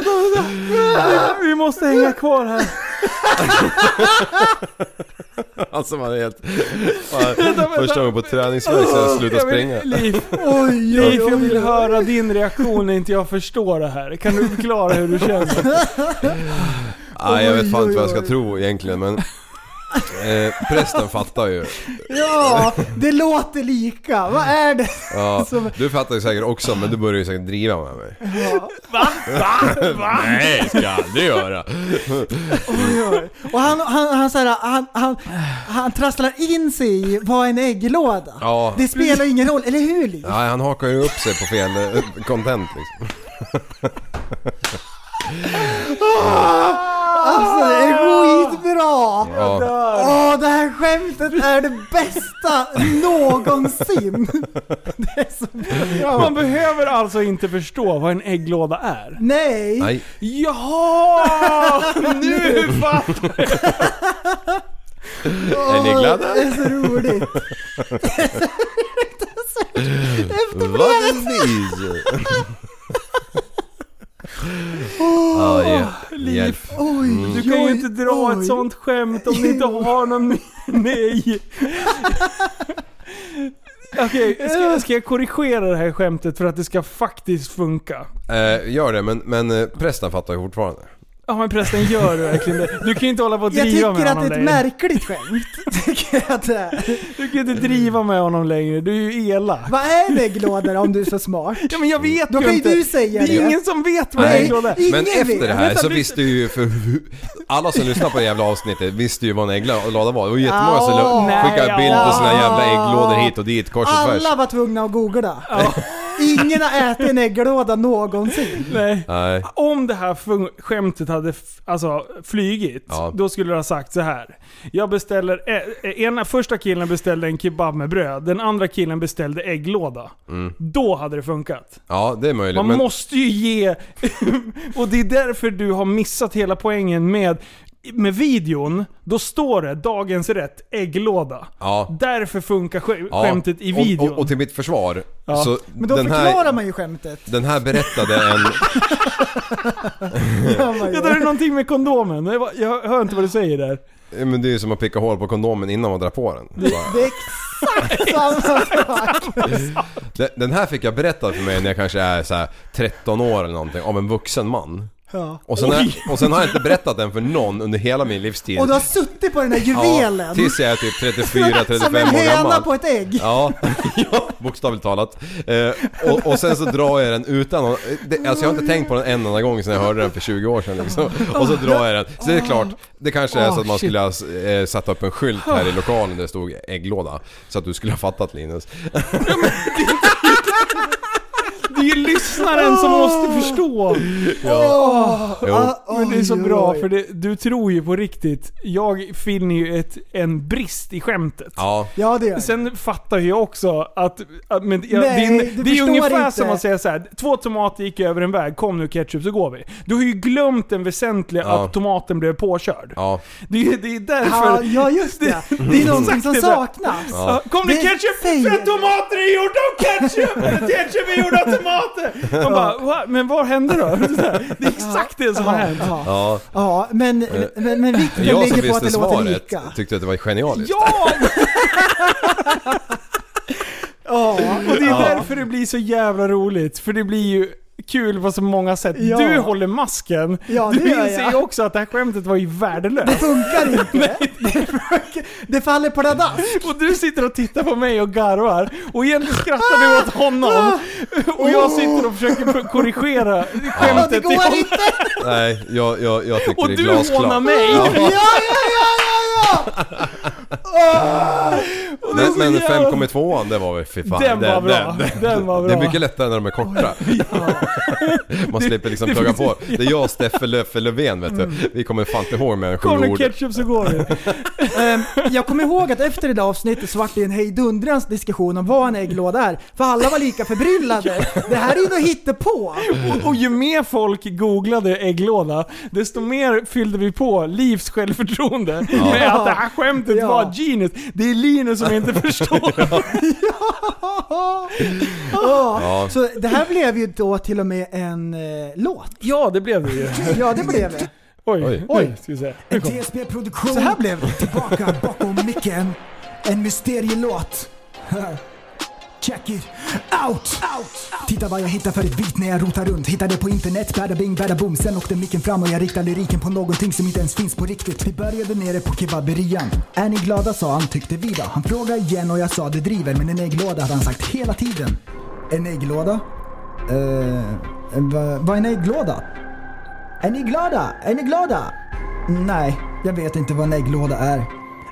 F: Vänta, vänta. Vi- Vi måste hänga kvar här.
H: Alltså man är helt... Man, första gången på träningsvärk så jag slutar
F: Jag vill-
H: springa.
F: Liv,
G: oj,
F: Liv, jag
G: oj,
F: vill
G: oj.
F: höra din reaktion när inte jag förstår det här. Kan du förklara hur du känner?
H: Nej jag vet fan
G: Oj,
H: inte vad jag
G: oj,
H: ska
G: oj.
H: tro egentligen men... Eh, prästen fattar ju.
G: Ja, det låter lika. Vad är det?
H: Ja,
G: Som-
H: du fattar ju säkert också men du börjar ju säkert driva med mig.
G: Ja.
H: Nej, ska jag aldrig göra.
G: Oj, oj. Och han, han, han, så här, han, han, han trasslar in sig i vad är en ägglåda?
H: Ja.
G: Det spelar ingen roll, eller hur Li?
H: Nej, han hakar ju upp sig på fel eh, content liksom.
G: Alltså det är skitbra!
H: Jag dör.
G: Åh, det här skämtet är det bästa någonsin! Det är så
F: Ja,
G: bra!
F: man behöver alltså inte förstå vad en ägglåda är.
G: Nej!
H: Nej.
F: Jaha! Nu fattar jag!
H: Är ni glada?
G: Det är så roligt!
H: Vad är ni? Ja, hjälp.
F: Liv.
H: Hjälp. Mm.
G: Oj,
E: Mm.
F: Du kan ju inte dra ett sånt skämt om du inte har någon... Nej! Okej, ska, ska jag korrigera det här skämtet för att det ska faktiskt funka?
H: Eh, gör det, men, men eh, prästen fattar ju fortfarande.
F: Ja men prästen, gör du verkligen det? Du kan ju inte hålla på och
G: Jag
F: driva
G: tycker
F: med
G: att
F: honom
G: det är ett
F: längre.
G: märkligt skämt. Tycker jag att det är.
F: Du kan ju inte driva med honom längre, du är ju elak.
G: Vad är en ägglåda då, om du är så smart?
F: Ja men jag
H: Mm.
F: vet
G: Då
F: ju
G: kan ju
F: inte.
G: du säga
F: det är
G: det.
F: ingen som vet vad
G: Nej,
F: en ägglåda är.
G: ingen
H: Men efter
G: vet.
H: det här
F: Vänta,
H: så
F: du-
H: visste ju för alla som lyssnade på det jävla avsnittet visste ju vad en ägglåda var. Det var jättemånga som
G: Ja.
H: la- skickade
F: Nej,
H: bild på sina
G: ja.
H: jävla ägglådor hit och dit, kors och tvärs.
G: Alla var tvungna att googla. Ingen har ätit en ägglåda någonsin.
F: Nej.
H: Nej.
F: Om det här fun- skämtet hade f- alltså, flygit,
H: Ja.
F: då skulle du ha sagt så här. Jag beställer, eh, ena första killen beställde en kebab med bröd, den andra killen beställde ägglåda.
H: Mm.
F: Då hade det funkat.
H: Ja, det är möjligt.
F: Man
H: men...
F: måste ju ge... och det är därför du har missat hela poängen med, med videon. Då står det dagens rätt, ägglåda.
H: Ja.
F: Därför funkar sk-
H: Ja,
F: skämtet i videon.
H: Och, och, och till mitt försvar,
F: Ja.
H: så
G: Men då
H: den,
G: förklarar
H: här,
G: man ju skämtet.
H: den här berättade en...
G: Ja, man
F: Ja,
G: gör.
F: där är någonting med kondomen. Jag var- Jag hör inte vad du säger där.
H: Ja, Men det är ju som att picka hål på kondomen innan man drar på den. Bara-
G: Det är exakt samma sak.
H: Den- Den här fick jag berättad för mig när jag kanske är så här 13 år eller någonting, av en vuxen man.
G: Ja.
H: Och sen, har, och sen har jag inte berättat den för någon under hela min livstid.
G: Och du har suttit på den här
H: ja,
G: juvelen.
H: tills jag är typ 34, 35
G: som en
H: år
G: höna
H: gammal.
G: på ett ägg.
H: Ja, ja, bokstavligt talat. Eh, och, och sen så drar jag den utan någon, det, Alltså jag har inte tänkt på den en enda gång sedan jag hörde den för 20 år sedan liksom. Och så drar jag den. Så det är klart, det kanske är så att man skulle ha eh, satt upp en skylt här i lokalen där det stod ägglåda. Så att du skulle ha fattat Linus.
F: Det är ju lyssnaren som måste förstå.
H: Ja.
G: Åh,
H: Jo.
G: ah, åh,
F: men det är så
E: Oj,
F: bra
E: oj.
F: för det, du tror ju på riktigt. Jag finner ju ett, en brist i skämtet.
H: Ja.
G: Ja, det gör jag.
F: Sen fattar jag också att... att men jag,
E: Nej,
F: det,
E: du
F: är- det är
E: förstår
F: ungefär
E: inte.
F: som att säga så här: två tomater gick över en väg, kom nu ketchup så går vi. Du har ju glömt den väsentliga
H: Ja.
F: att tomaten blev påkörd.
H: Ja.
F: Det, är- det är därför...
G: Ja, ja, just det. Det är någonting som
F: Exakt det där.
G: saknas.
F: Ja. Kom det
G: Det
F: ketchup?
G: säger-
F: För tomater är gjorda av ketchup! För ketchup är gjord av tomater! Man bara, "Va? men vad hände då? Det är exakt det som har hänt.
H: Ja.
G: Ja, men, men, men vikten
H: Eh, Jag som
G: ligger på att
H: visste
G: det låter
H: svaret
G: lika.
H: tyckte att det var genialiskt.
G: Ja,
F: och det är
H: Ja.
F: därför det blir så jävla roligt. För det blir ju kul på så många sätt.
G: Ja.
F: Du håller masken.
G: Ja, det
F: du
G: gör
F: inser
G: jag.
F: ju också att det här skämtet var ju värdelöst.
G: Det funkar inte. Det funkar- Det faller på pladask.
F: Och du sitter och tittar på mig och garvar. Och egentligen skrattar du åt honom. Och jag sitter och försöker korrigera
G: Ah! Oh. Det
F: skämtet
G: går
F: till honom.
G: inte.
H: Nej, jag, jag, jag tyckte
F: Och
H: det är
F: du
H: glasklart.
F: hånar mig.
H: Ja.
G: Ja, ja, ja, ja, ja!
F: Och det är
H: Men,
F: så
H: men
F: jävla-
H: 5,2an det var väl fy fan.
F: Den var bra. Den var
H: Det är
F: bra.
H: mycket lättare när de är korta. Man slipper liksom
F: det- Mm.
H: plugga på. Det är jag och Steffe Löffe Löfven vet du. Vi kommer fan inte ihåg mer än sju
F: Kom nu
H: ord.
F: ketchup så går vi.
G: Ehm, jag kommer ihåg att efter det där avsnittet så vart det en hejdundrans diskussion om vad en ägglåda är. För alla var lika förbryllade. Det här är ju något hittepå.
F: Och, och ju mer folk googlade ägglåda, desto mer fyllde vi på Livs självförtroende
E: Ja.
F: med att det här skämtet
E: Ja.
F: var genius. Det är Linus som inte förstår.
G: Ja. Så det här blev ju då till och med en eh, låt.
F: Ja, det blev det ju.
G: Ja, det blev det.
F: Oj,
G: Oj.
F: oj. ska vi se. Nu kom.
G: TSB-produktion. Så här blev det. Tillbaka bakom micken. En mysterielåt. Check it out. Titta vad jag hittar för ett beat när jag rotar runt. Hittade på internet, bada bing, bada boom. Sen åkte micken fram och jag riktade lyriken på någonting som inte ens finns på riktigt. Vi började nere på kebaberian. Är ni glada sa han, tyckte vi då. Han frågade igen och jag sa det driver. Men en ägglåda hade han sagt hela tiden. En ägglåda? Eh, vad vad är en ägglåda? Är ni glada? Är ni glada? Nej, jag vet inte vad en ägglåda är.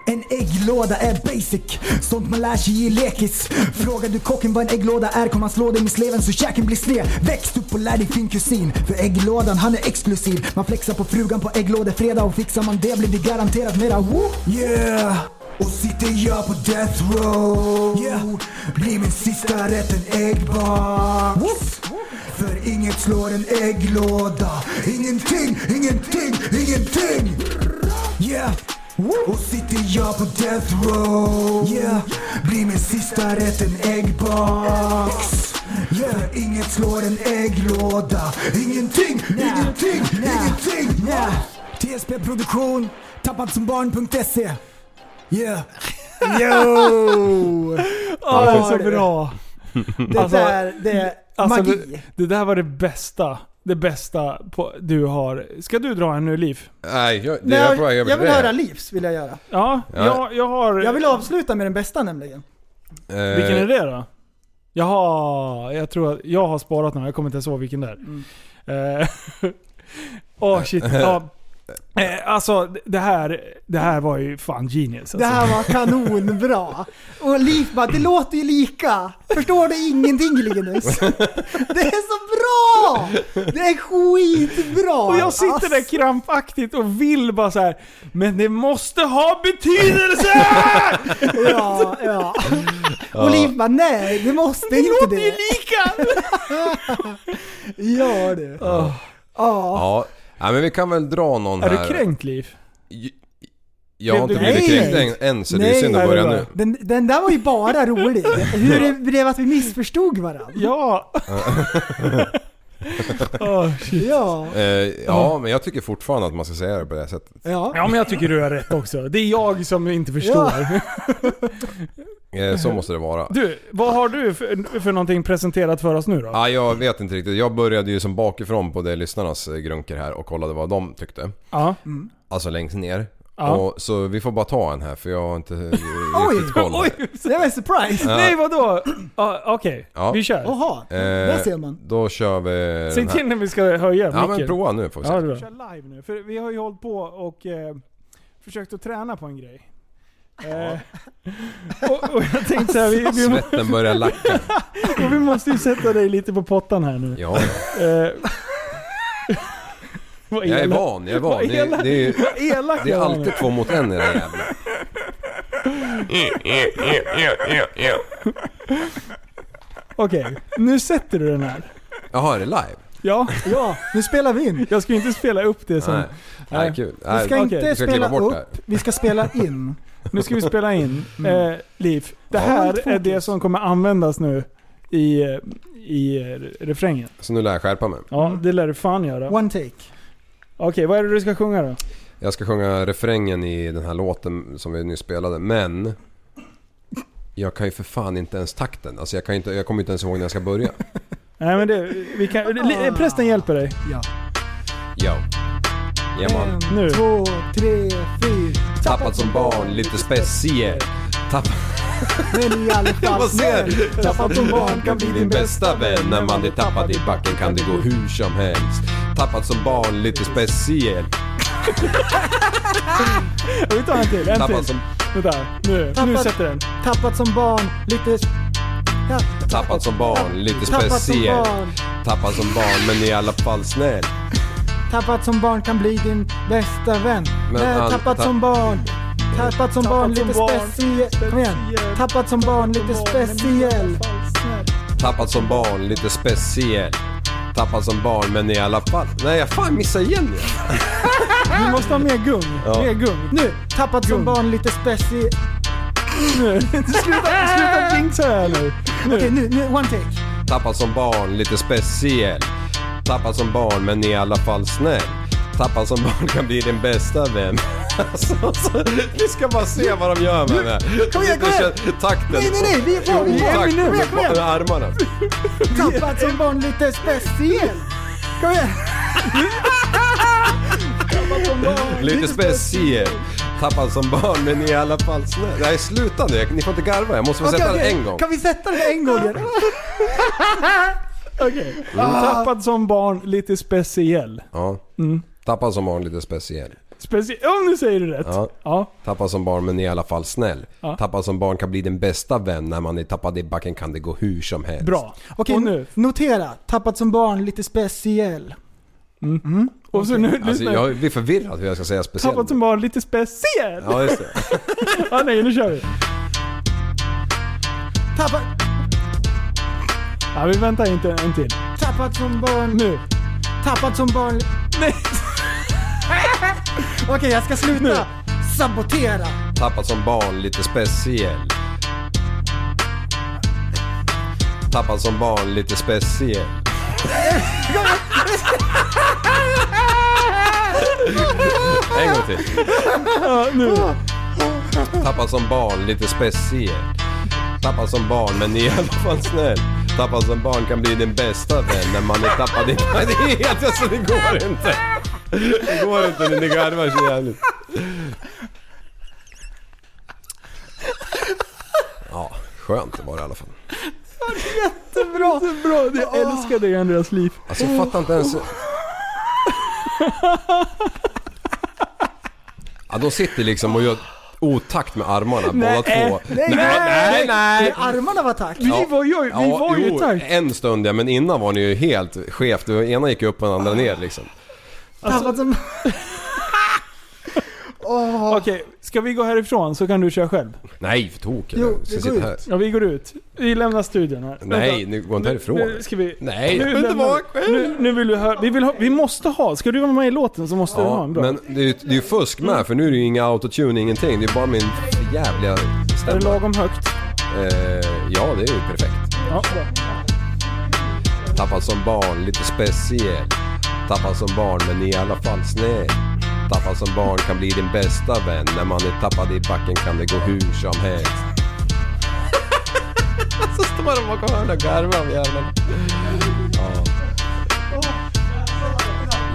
G: En ägglåda är basic, sånt man lär sig i lekis. Frågar du kocken vad en ägglåda är kommer han slå dig med sleven så käken blir sned. Växt upp och lär dig fin kusin, för ägglådan han är exklusiv. Man flexar på frugan på ägglådefredag och fixar man det blir det garanterat mera woo! Yeah! Och sitter jag på death row Blir min sista rätt en äggbox För inget slår en ägglåda Ingenting, ingenting, ingenting Yeah Och sitter jag på death row Blir min sista rätt en äggbox Yeah. För inget slår en ägglåda Ingenting, ingenting, ingenting TSP Produktion, tappadsombarn.se Yeah! Yo!
F: Ja, det är så bra.
G: Det där, det är
F: alltså,
G: magi.
F: Det, det där var det bästa. Det bästa på, du har. Ska du dra en nu Liv?
H: Nej, jag, det
G: Nej,
H: är på väg över
G: jag vill
H: till det.
G: höra Livs, vill jag göra.
F: Ja, jag, jag har...
G: Jag vill avsluta med den bästa nämligen.
H: Eh,
F: Vilken är det då? Jaha, jag tror att jag har sparat några. Jag kommer inte ens ihåg vilken det är.
G: Mm.
F: Eh, Åh shit. Ja. Eh, Alltså det här, det här var ju fan genius. Alltså.
G: Det här var kanonbra. Och Liv bara, det låter ju lika. Förstår du ingenting Linus? Det är så bra! Det är skitbra!
F: Och jag sitter där krampaktigt och vill bara så här. men det måste ha betydelse!
G: Ja, ja. Och Liv bara, nej det måste inte det. Det låter ju lika! Ja du.
F: Ja.
H: Ja. ja, men vi kan väl dra någon
F: Är
H: här.
F: du kränkt Liv?
H: Jag har inte
F: Blev du
H: blivit
F: kränkt?
H: kränkt än, än så det är synd att börja nu.
G: Den, den där var ju bara rolig. Hur det blev att vi missförstod varandra.
F: Ja. Oh,
G: ja.
H: Eh, ja, men jag tycker fortfarande att man ska säga det på det här sättet.
G: Ja.
F: men jag tycker du har rätt också. Det är jag som inte förstår.
H: Eh, så måste det vara.
F: Mm. Du, vad har du för, för någonting presenterat för oss nu då?
H: Ja, jag vet inte riktigt. Jag började ju som bakifrån på det lyssnarnas eh, grunker här och kollade vad de tyckte.
F: Ja.
H: Alltså längst ner.
F: Ja.
H: Och, så vi får bara ta en här för jag har inte eh, riktigt koll.
F: Oj!
G: Det var en surprise!
H: Ja.
F: Nej vadå? Ah, Okej,
H: Ja.
F: vi kör.
G: Jaha,
H: Eh, Då kör vi
F: Säg
H: den här.
F: till när vi ska höja
H: Ja men
F: micken.
H: prova nu får vi se.
F: Ja, det är bra. kör live nu, för vi har ju hållit på och eh, försökt att träna på en grej. Eh, och, och jag tänkte såhär, vi, vi, må-
H: Svetten börjar lacka.
F: och Eh, vi måste ju sätta dig lite på pottan här nu.
H: Ja.
F: Eh, Vad
H: Jag är
F: elak.
H: van, jag är van.
F: Vad
H: Det, är-
F: elak-
H: det, är,
F: vad elak
H: det är
F: jag var
H: alltid
F: nu.
H: två mot en i det här jävla.
F: Okej, nu sätter du den här.
H: Jaha, är det live?
F: Ja, ja, nu spelar vi in. Jag ska ju inte spela upp det sen.
H: Nej. Nej, kul.
F: Nej,
H: Nej,
F: vi
H: okej.
F: ska inte
H: Vi ska
F: spela
H: klippa bort det
F: upp,
H: här.
F: vi ska spela in. Nu ska vi spela in,
E: Mm.
F: eh, Liv. Det
E: Ja.
F: här
E: Allt
F: är det som kommer användas nu i, eh, i eh, refrängen.
H: Så nu lär jag skärpa mig.
F: Ja, det lär du fan göra.
G: Mm. One take.
F: Okej, vad är det du ska sjunga då?
H: Jag ska sjunga refrängen i den här låten som vi nyss spelade, men... Jag kan ju för fan inte ens takten. Alltså jag, kan inte, jag kommer inte ens ihåg när jag ska börja.
F: Nej men det, vi kan, li, eh, prästen hjälper dig.
G: Ja.
H: Yo. Yeah, man.
F: Nu.
G: Två, tre, fyra.
H: Tappat som barn, lite speciell. Tapp...
G: Men i alla fall
H: Vad ser
G: snäll.
H: du?
G: Tappat som barn kan bli din bästa
H: vän. När man är tappad i backen kan det gå hur som helst. Tappat som barn, lite speciell.
F: Vi tar en till, en
H: Tappat
F: till.
H: som-
F: Vänta, nu, nu
G: Tappat-
F: sätter den.
G: Tappat som barn, lite... Ja.
H: Tappat som barn, lite
G: Tappat som
H: speciell.
G: barn.
H: Tappat som barn, men i alla fall snäll.
G: Tappat som barn kan bli din bästa vän.
H: Men
G: Nej,
H: han-
G: tappat
H: ta-
G: som barn. Tappat som barn,
F: som
G: lite
F: barn.
G: speciell. Kom igen. Tappat som barn, lite speciell.
H: Tappat som barn, lite speciell. Tappat som barn, men i alla fall... Nej, jag fan missar igen ju.
F: Vi måste ha mer gung.
H: Ja.
F: Mer gung.
G: Nu! Tappat som barn, lite speciell.
F: Nu. Sluta, sluta jinxa här nu.
G: Okej, nu, nu, one take.
H: Tappat som barn, lite speciell. Tappat som barn, men i alla fall snäll. Tappat som barn kan bli din bästa vän. Alltså, så, vi ska bara se vad de gör med det
G: Kom igen, kom igen.
H: Takten.
G: Nej, nej, nej, vi är kvar, vi är kvar.
H: Takten
G: Kom igen, kom igen.
H: med armarna.
G: Tappat som barn, lite speciell. Kom igen. Tappat som barn.
H: Lite speciell. Tappat som barn, men i alla fall snäll. Nej, sluta nu. Ni får inte garva. Jag måste få
G: Okej,
H: sätta
G: okej.
H: den en gång.
G: Kan vi sätta den en gång? igen?
F: Okej. Tappad som barn, lite speciell.
H: Ja.
F: Mm.
H: Tappat som barn, lite speciell.
F: Speciell, oh, nu säger du rätt.
H: Ja. Tappad som barn men i alla fall snäll.
F: Ja.
H: Tappad som barn kan bli den bästa vän. När man är tappad i backen kan det gå hur som helst.
F: Bra.
G: Okej, notera. Tappat som barn, lite speciell.
F: Mm. Och så nu,
H: Alltså,
F: lyssna.
H: jag blir förvirrad hur jag ska säga speciell.
F: Tappad som barn, lite speciell.
H: Ja, just det.
F: ah, nej, nu kör vi.
G: Tappat,
F: Ja, vi väntar inte en till.
G: tappat som barn.
F: Nu.
G: Tappat som barn.
F: Nej.
G: Okej, jag ska sluta. Sabotera.
H: Tappad som barn, lite speciell. Tappad som barn, lite speciell. En gång till.
F: Ja, nu.
H: Tappad som barn, lite speciell. Tappad som barn, men i alla fall snäll. Tappad som barn kan bli din bästa vän när man är tappad i... Det är helt... Alltså det går inte. Det går inte när ni garvar så jävligt. Ja, skönt det var det i alla fall.
F: Jättebra. Jättebra. Jag älskar dig Andreas liv.
H: Alltså jag fattar inte ens... Ja, de sitter liksom och gör otakt med armarna båda två.
G: Nej, nej,
H: nej, nej.
G: Armarna var tack.
H: Ja. Ja, jo, en stund ja, men innan var ni ju helt skevt. Det var- Ena gick upp och den andra ner liksom.
F: Alltså-
G: Tappat som...
F: Okej, ska vi gå härifrån så kan du köra själv?
H: Nej, för token.
F: Jo,
H: Ska
F: vi
H: sitta
F: går
H: här.
F: Ja, vi går ut. Vi lämnar studion här.
H: Nej,
F: Vänta.
H: nu går inte härifrån.
F: Nu ska vi...
H: Nej, jag vill inte
F: lämnar
H: vara
F: vi. nu, nu vill vi höra... Vi, vill ha, vi måste ha... Ska du vara med i låten så måste du ha
H: Ja,
F: en bra.
H: men det är ju det är ju fusk
F: Mm.
H: med för nu är det ju inga autotune, ingenting. Det är bara min jävliga
F: Är det
H: stämma.
F: lagom högt?
H: Eh, ja, det är ju perfekt.
F: Ja, bra.
H: Tappad som barn, lite speciell. Tappad som barn, men i alla fall snäll. Tappad som barn kan bli din bästa vän. När man är tappad i backen kan det gå hur som helst. Så står de bakom hörnet och garvar om jävlarna. Ja.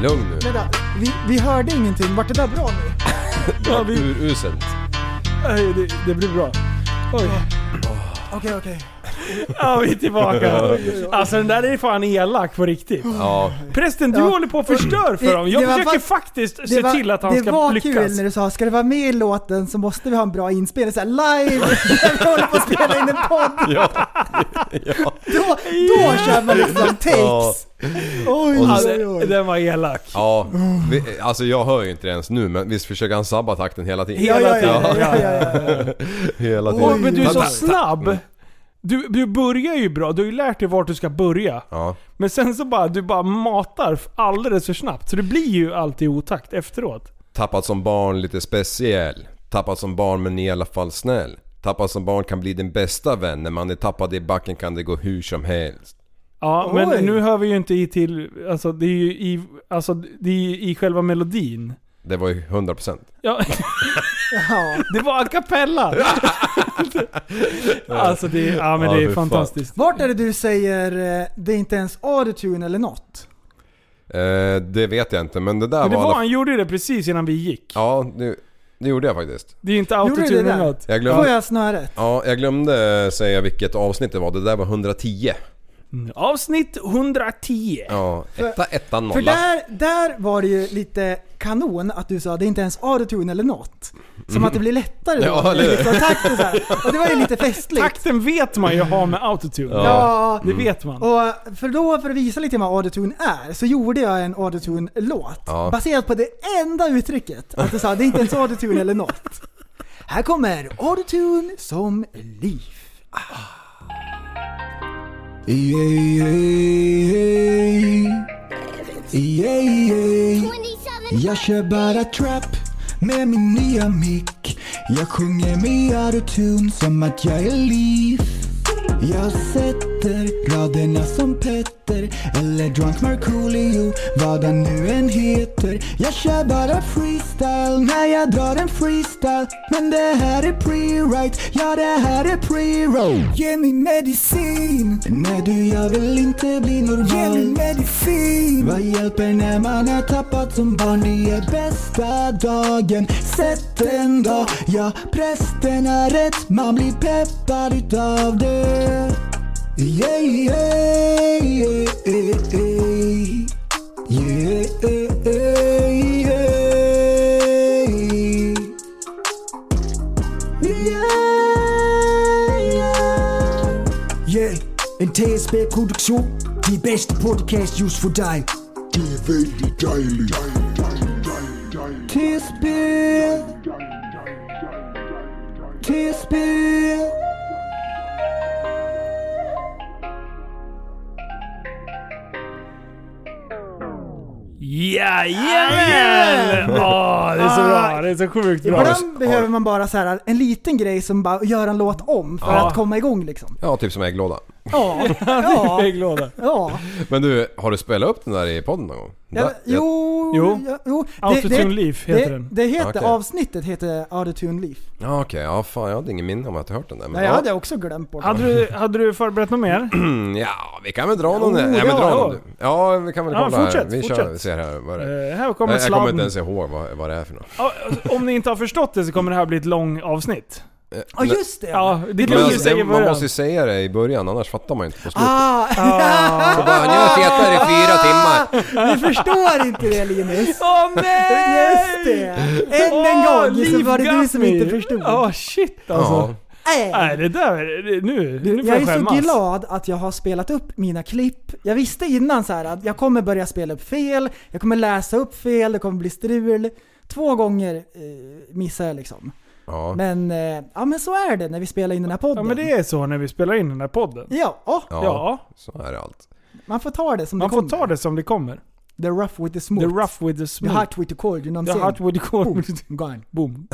H: Lugn nu.
G: Vänta, vi, vi hörde ingenting. Vart det där bra nu?
H: Ja, vi... Uruselt.
F: Nej, det, det blir bra. Oj.
G: Okej, okej.
F: Ja, vi är tillbaka. Alltså den där är fan elak på riktigt.
H: Ja.
F: Prästen, du
G: Ja.
F: håller på att förstör för
G: Det-
F: dem. Jag
G: det var
F: försöker
G: fakt-
F: faktiskt se
G: var-
F: till att han
G: Det
F: ska
G: var kul
F: lyckas.
G: när du sa ska det vara med i låten så måste vi ha en bra inspelning. Såhär live, när vi håller på att spela in en podd.
H: Ja. ja.
G: Då, då kör man liksom takes. Oj,
H: Och så-
G: oj, oj.
F: Den var elak.
H: Ja, vi, alltså jag hör ju inte det ens nu men visst försöker han sabba takten hela tiden?
F: Ja, ja, ja, ja,
H: hela tiden.
F: Åh, men du är så Mm.
H: Vänta.
F: snabb. Du, du börjar ju bra, du har ju lärt dig vart du ska börja.
H: Ja.
F: Men sen så bara, du bara matar alldeles för snabbt. Så det blir ju alltid otakt efteråt.
H: Tappad som barn lite speciell. Tappad som barn men i alla fall snäll. Tappad som barn kan bli din bästa vän. När man är tappad i backen kan det gå hur som helst.
F: Ja,
H: Oj.
F: men nu hör vi ju inte i till... Alltså det är ju i, alltså, det är ju i själva melodin.
H: Det var ju 100%.
F: Ja. Det var a cappella! alltså det är, ja, men det
H: Ja,
F: är
H: fy fan.
F: fantastiskt.
G: Vart är det du säger eh, det är inte ens autotune eller något?
H: Eh, det vet jag inte men det där
F: Men det
H: var...
F: var, han gjorde ju det precis innan vi gick.
H: Ja, det, det gjorde jag faktiskt.
F: Det är ju inte
G: Gjorde du
F: autotune
G: det
F: eller
G: där?
F: något.
H: Jag glömde- Får jag
G: snöret?
H: Ja, jag glömde säga vilket avsnitt det var. Det där var 110.
F: Avsnitt 110.
H: Ja, etta, etta, nolla.
G: För där, där var det ju lite kanon att du sa det är inte ens autotune eller något. Som
H: Mm.
G: att det blir lättare då.
H: Ja, eller hur?
G: liksom, takten så här. Och det var ju lite festligt.
F: Takten vet man ju har med autotune.
G: Ja.
F: Det
H: Mm.
F: vet man.
G: Och för då, för att visa lite vad autotune är, så gjorde jag en autotune-låt.
F: Ja.
G: Baserat på det enda uttrycket. Att du sa det är inte ens autotune eller något. Här kommer autotune som liv.
E: Jag kör bara trap med min nya mick Jag sjunger med autotune som att jag är liv Jag sätter raderna som Petter eller Drunk Markoolio, vad han nu än heter Jag kör bara freestyle när jag drar en freestyle Men det här är pre-write, ja det här är pre-roll Ge mig medicin Nej du, jag vill inte bli normal Ge mig medicin Vad hjälper när man är tappat som barn? Det är bästa dagen, sätt en dag Ja, prästen har rätt, man blir peppad utav det Yeah, yeah, yeah, yeah, yeah. Yeah, yeah, yeah.
Q: Yeah, en TSB-produksjon. De beste podcast just for deg. Det er veldig deilig.
E: TSB TSB
F: Jajamän! Åh, det är så
H: Ah.
F: bra. Det är så sjukt bra.
G: Ibland behöver man bara så här, en liten grej som bara gör en låt om för
H: Ja.
G: att komma igång liksom.
H: Ja, typ som ägglåda.
G: Ja, ja, ja.
H: Men du, har du spelat upp den där i podden någon gång?
G: Ja,
H: Där-
G: Jo,
H: Jo.
G: ja, jo.
H: Autotune Leaf heter
G: det,
H: den.
G: Det heter,
H: Okej.
G: avsnittet heter Autotune Leaf.
H: Ja okej, ja fan jag hade ingen minne om att jag hört den där.
G: Nej, jag hade också glömt bort
F: Hade du, hade du förberett något mer?
H: ja. ja, vi kan väl dra någon.
F: Jo,
H: Nej,
F: det
H: men
F: har
H: dra
F: jag.
H: någon. du. Ja, vi kan väl
F: Ja,
H: kolla.
F: fortsätt,
H: vi
F: fortsätt.
H: vi ser här vad det är.
F: Eh, här kommer
H: jag, jag kommer
F: sladden.
H: inte ens ihåg vad, vad det är för något.
F: Ja, alltså, Om ni inte har förstått det så kommer det här bli ett långt avsnitt.
H: Ja, just
G: Eh, det!
F: Ja, det
H: Eh, Men
F: kan vi
H: alltså, det,
F: säga i
H: man
F: början.
H: måste ju säga det i början annars fattar man ju inte på slutet.
G: Ah!
H: Så bara, nu har jag suttit här i fyra timmar.
G: Du Ah! förstår inte det Linus.
F: Åh nej!
G: Just det. Än en
F: Åh,
G: gång så
F: Liv
G: var det du som
F: Guthrie.
G: inte förstod.
F: Ja, shit alltså. Nej, det där... det- Nu, nu får
G: Jag
F: jag
G: är
F: skämmas.
G: så glad att jag har spelat upp mina klipp. Jag visste innan så här att jag kommer börja spela upp fel, jag kommer läsa upp fel, det kommer bli strul. Två gånger eh, missar jag liksom.
H: Ja.
G: Men, eh, ja, men så är det när vi spelar in den här podden.
F: Ja men det är så när vi spelar in den här podden.
G: Ja.
H: Ja.
F: Ja.
H: Så är det allt.
G: Man får ta det som
F: Man
G: det
F: får
G: kommer.
F: ta det som det kommer.
G: The rough with the smooth.
F: The rough with the smooth.
G: The hot with the cold, you know
F: The
G: what I'm saying?
F: hot with the cold.
G: Boom. Gone.
F: Boom.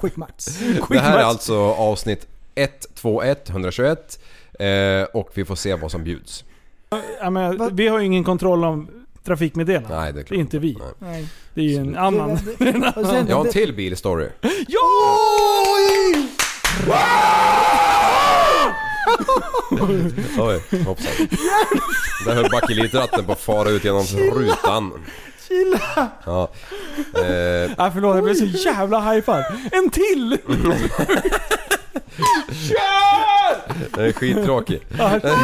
G: Quick mats.
H: Det här är alltså avsnitt 121, 121 eh, och vi får se vad som bjuds.
F: Ja, men, vi har ju ingen kontroll om trafikmeddelandet.
H: Nej, det är klart.
F: Det är inte vi.
G: Nej.
F: Det är ju en annan.
H: Jag har en till bilstory. Oj, hoppsan. Där höll bakelitratten på att fara ut genom rutan.
F: Chilla!
H: Ja. Eh,
F: Ja, förlåt, jag blev så jävla hypad. En till!
E: kör!
H: Den är skittråkig.
E: Ja, nej.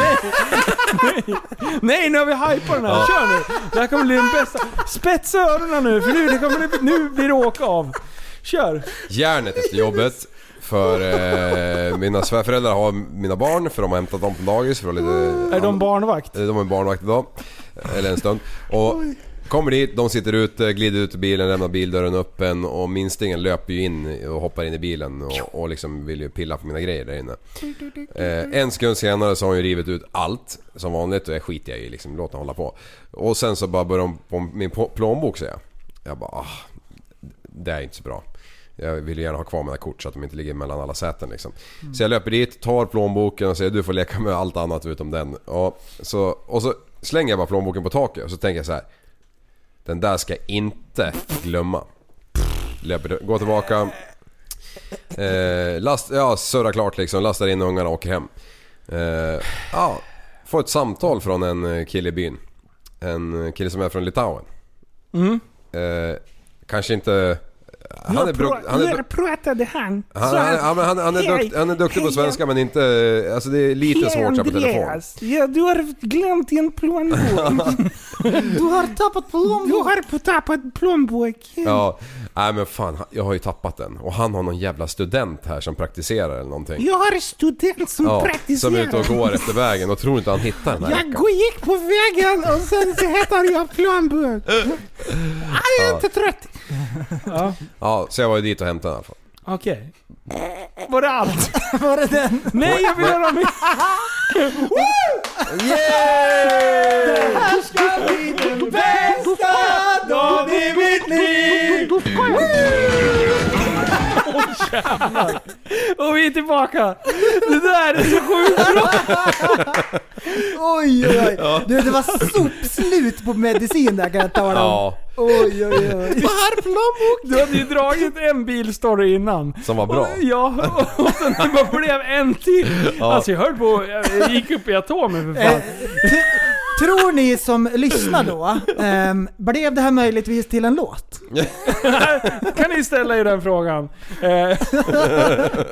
E: nej. nej, nu har vi hypat den här.
H: Ja.
E: Kör nu! Det här kommer bli den bästa. Spetsa öronen nu, för nu, det kommer, det- nu blir det åka av. Kör!
H: Järnet efter jobbet. För eh, mina svärföräldrar har mina barn för de har hämtat dem på dagis. För att ha lite, Eh,
E: Är de barnvakt?
H: De är barnvakt idag. Eller en stund. Och kommer dit, de sitter ute, glider ut ur bilen, lämnar bildörren öppen och minstingen löper ju in och hoppar in i bilen och, och liksom vill ju pilla på mina grejer där inne. Eh, en sekund senare så har hon ju rivit ut allt som vanligt och det skiter jag i liksom, låt henne hålla på. Och sen så bara börjar hon på min pl- plånbok säger jag. Jag bara ah, det är inte så bra. Jag vill gärna ha kvar mina kort så att de inte ligger mellan alla säten liksom. Så jag löper dit, tar plånboken och säger du får leka med allt annat utom den. Ja, så, och så slänger jag bara plånboken på taket och så tänker jag så här. Den där ska jag inte glömma. Löper, går tillbaka. Eh, last, ja, surrar klart liksom, lastar in ungarna och åker hem. Eh, ja, får ett samtal från en eh, kille i byn. En eh, kille som är från Litauen.
E: Mm.
H: Eh, kanske inte... Han är, bro, han, är,
E: Jag pratade han.
H: han, han, han, han, han, är dukt, han är duktig på svenska men inte... Alltså det är lite svårt så här på telefon.
E: Ja, du har glömt en plånbok. du har tappat plånbok. Du har tappat plånbok.
H: Ja, nej men fan jag har ju tappat den. Och han har någon jävla student här som praktiserar eller någonting.
E: Jag har student som
H: Ja,
E: praktiserar.
H: som är ute och går efter vägen och tror inte han hittar den här
E: Jag
H: rackaren.
E: går- gick på vägen och sen så heter jag plånbok. Ah, Jag är
H: Ja.
E: inte trött. Ja,
H: Ja, så jag var ju dit och hämtade den i alla fall.
E: okej. Var det allt? Eh. Var det den? Nej, jag vill höra mer.
H: Yay!
E: Det här ska bli den bästa dagen i mitt liv! Och vi är tillbaka! Det där är så sjukt bra!
G: Oj, oj, oj. Du, det var sopslut på medicin där kan jag tala om.
H: Ja,
G: Oj, oj, oj.
E: Du hade ju dragit en bilstory innan.
H: som var bra.
E: Ja, och sen det bara blev en till.
H: Ja. Eh.
E: Alltså jag höll på, jag gick upp i atomen för fan.
G: Tror ni som lyssnar då, ehm, blev det här möjligtvis till en låt?
E: kan ni ställa er den frågan? Eh,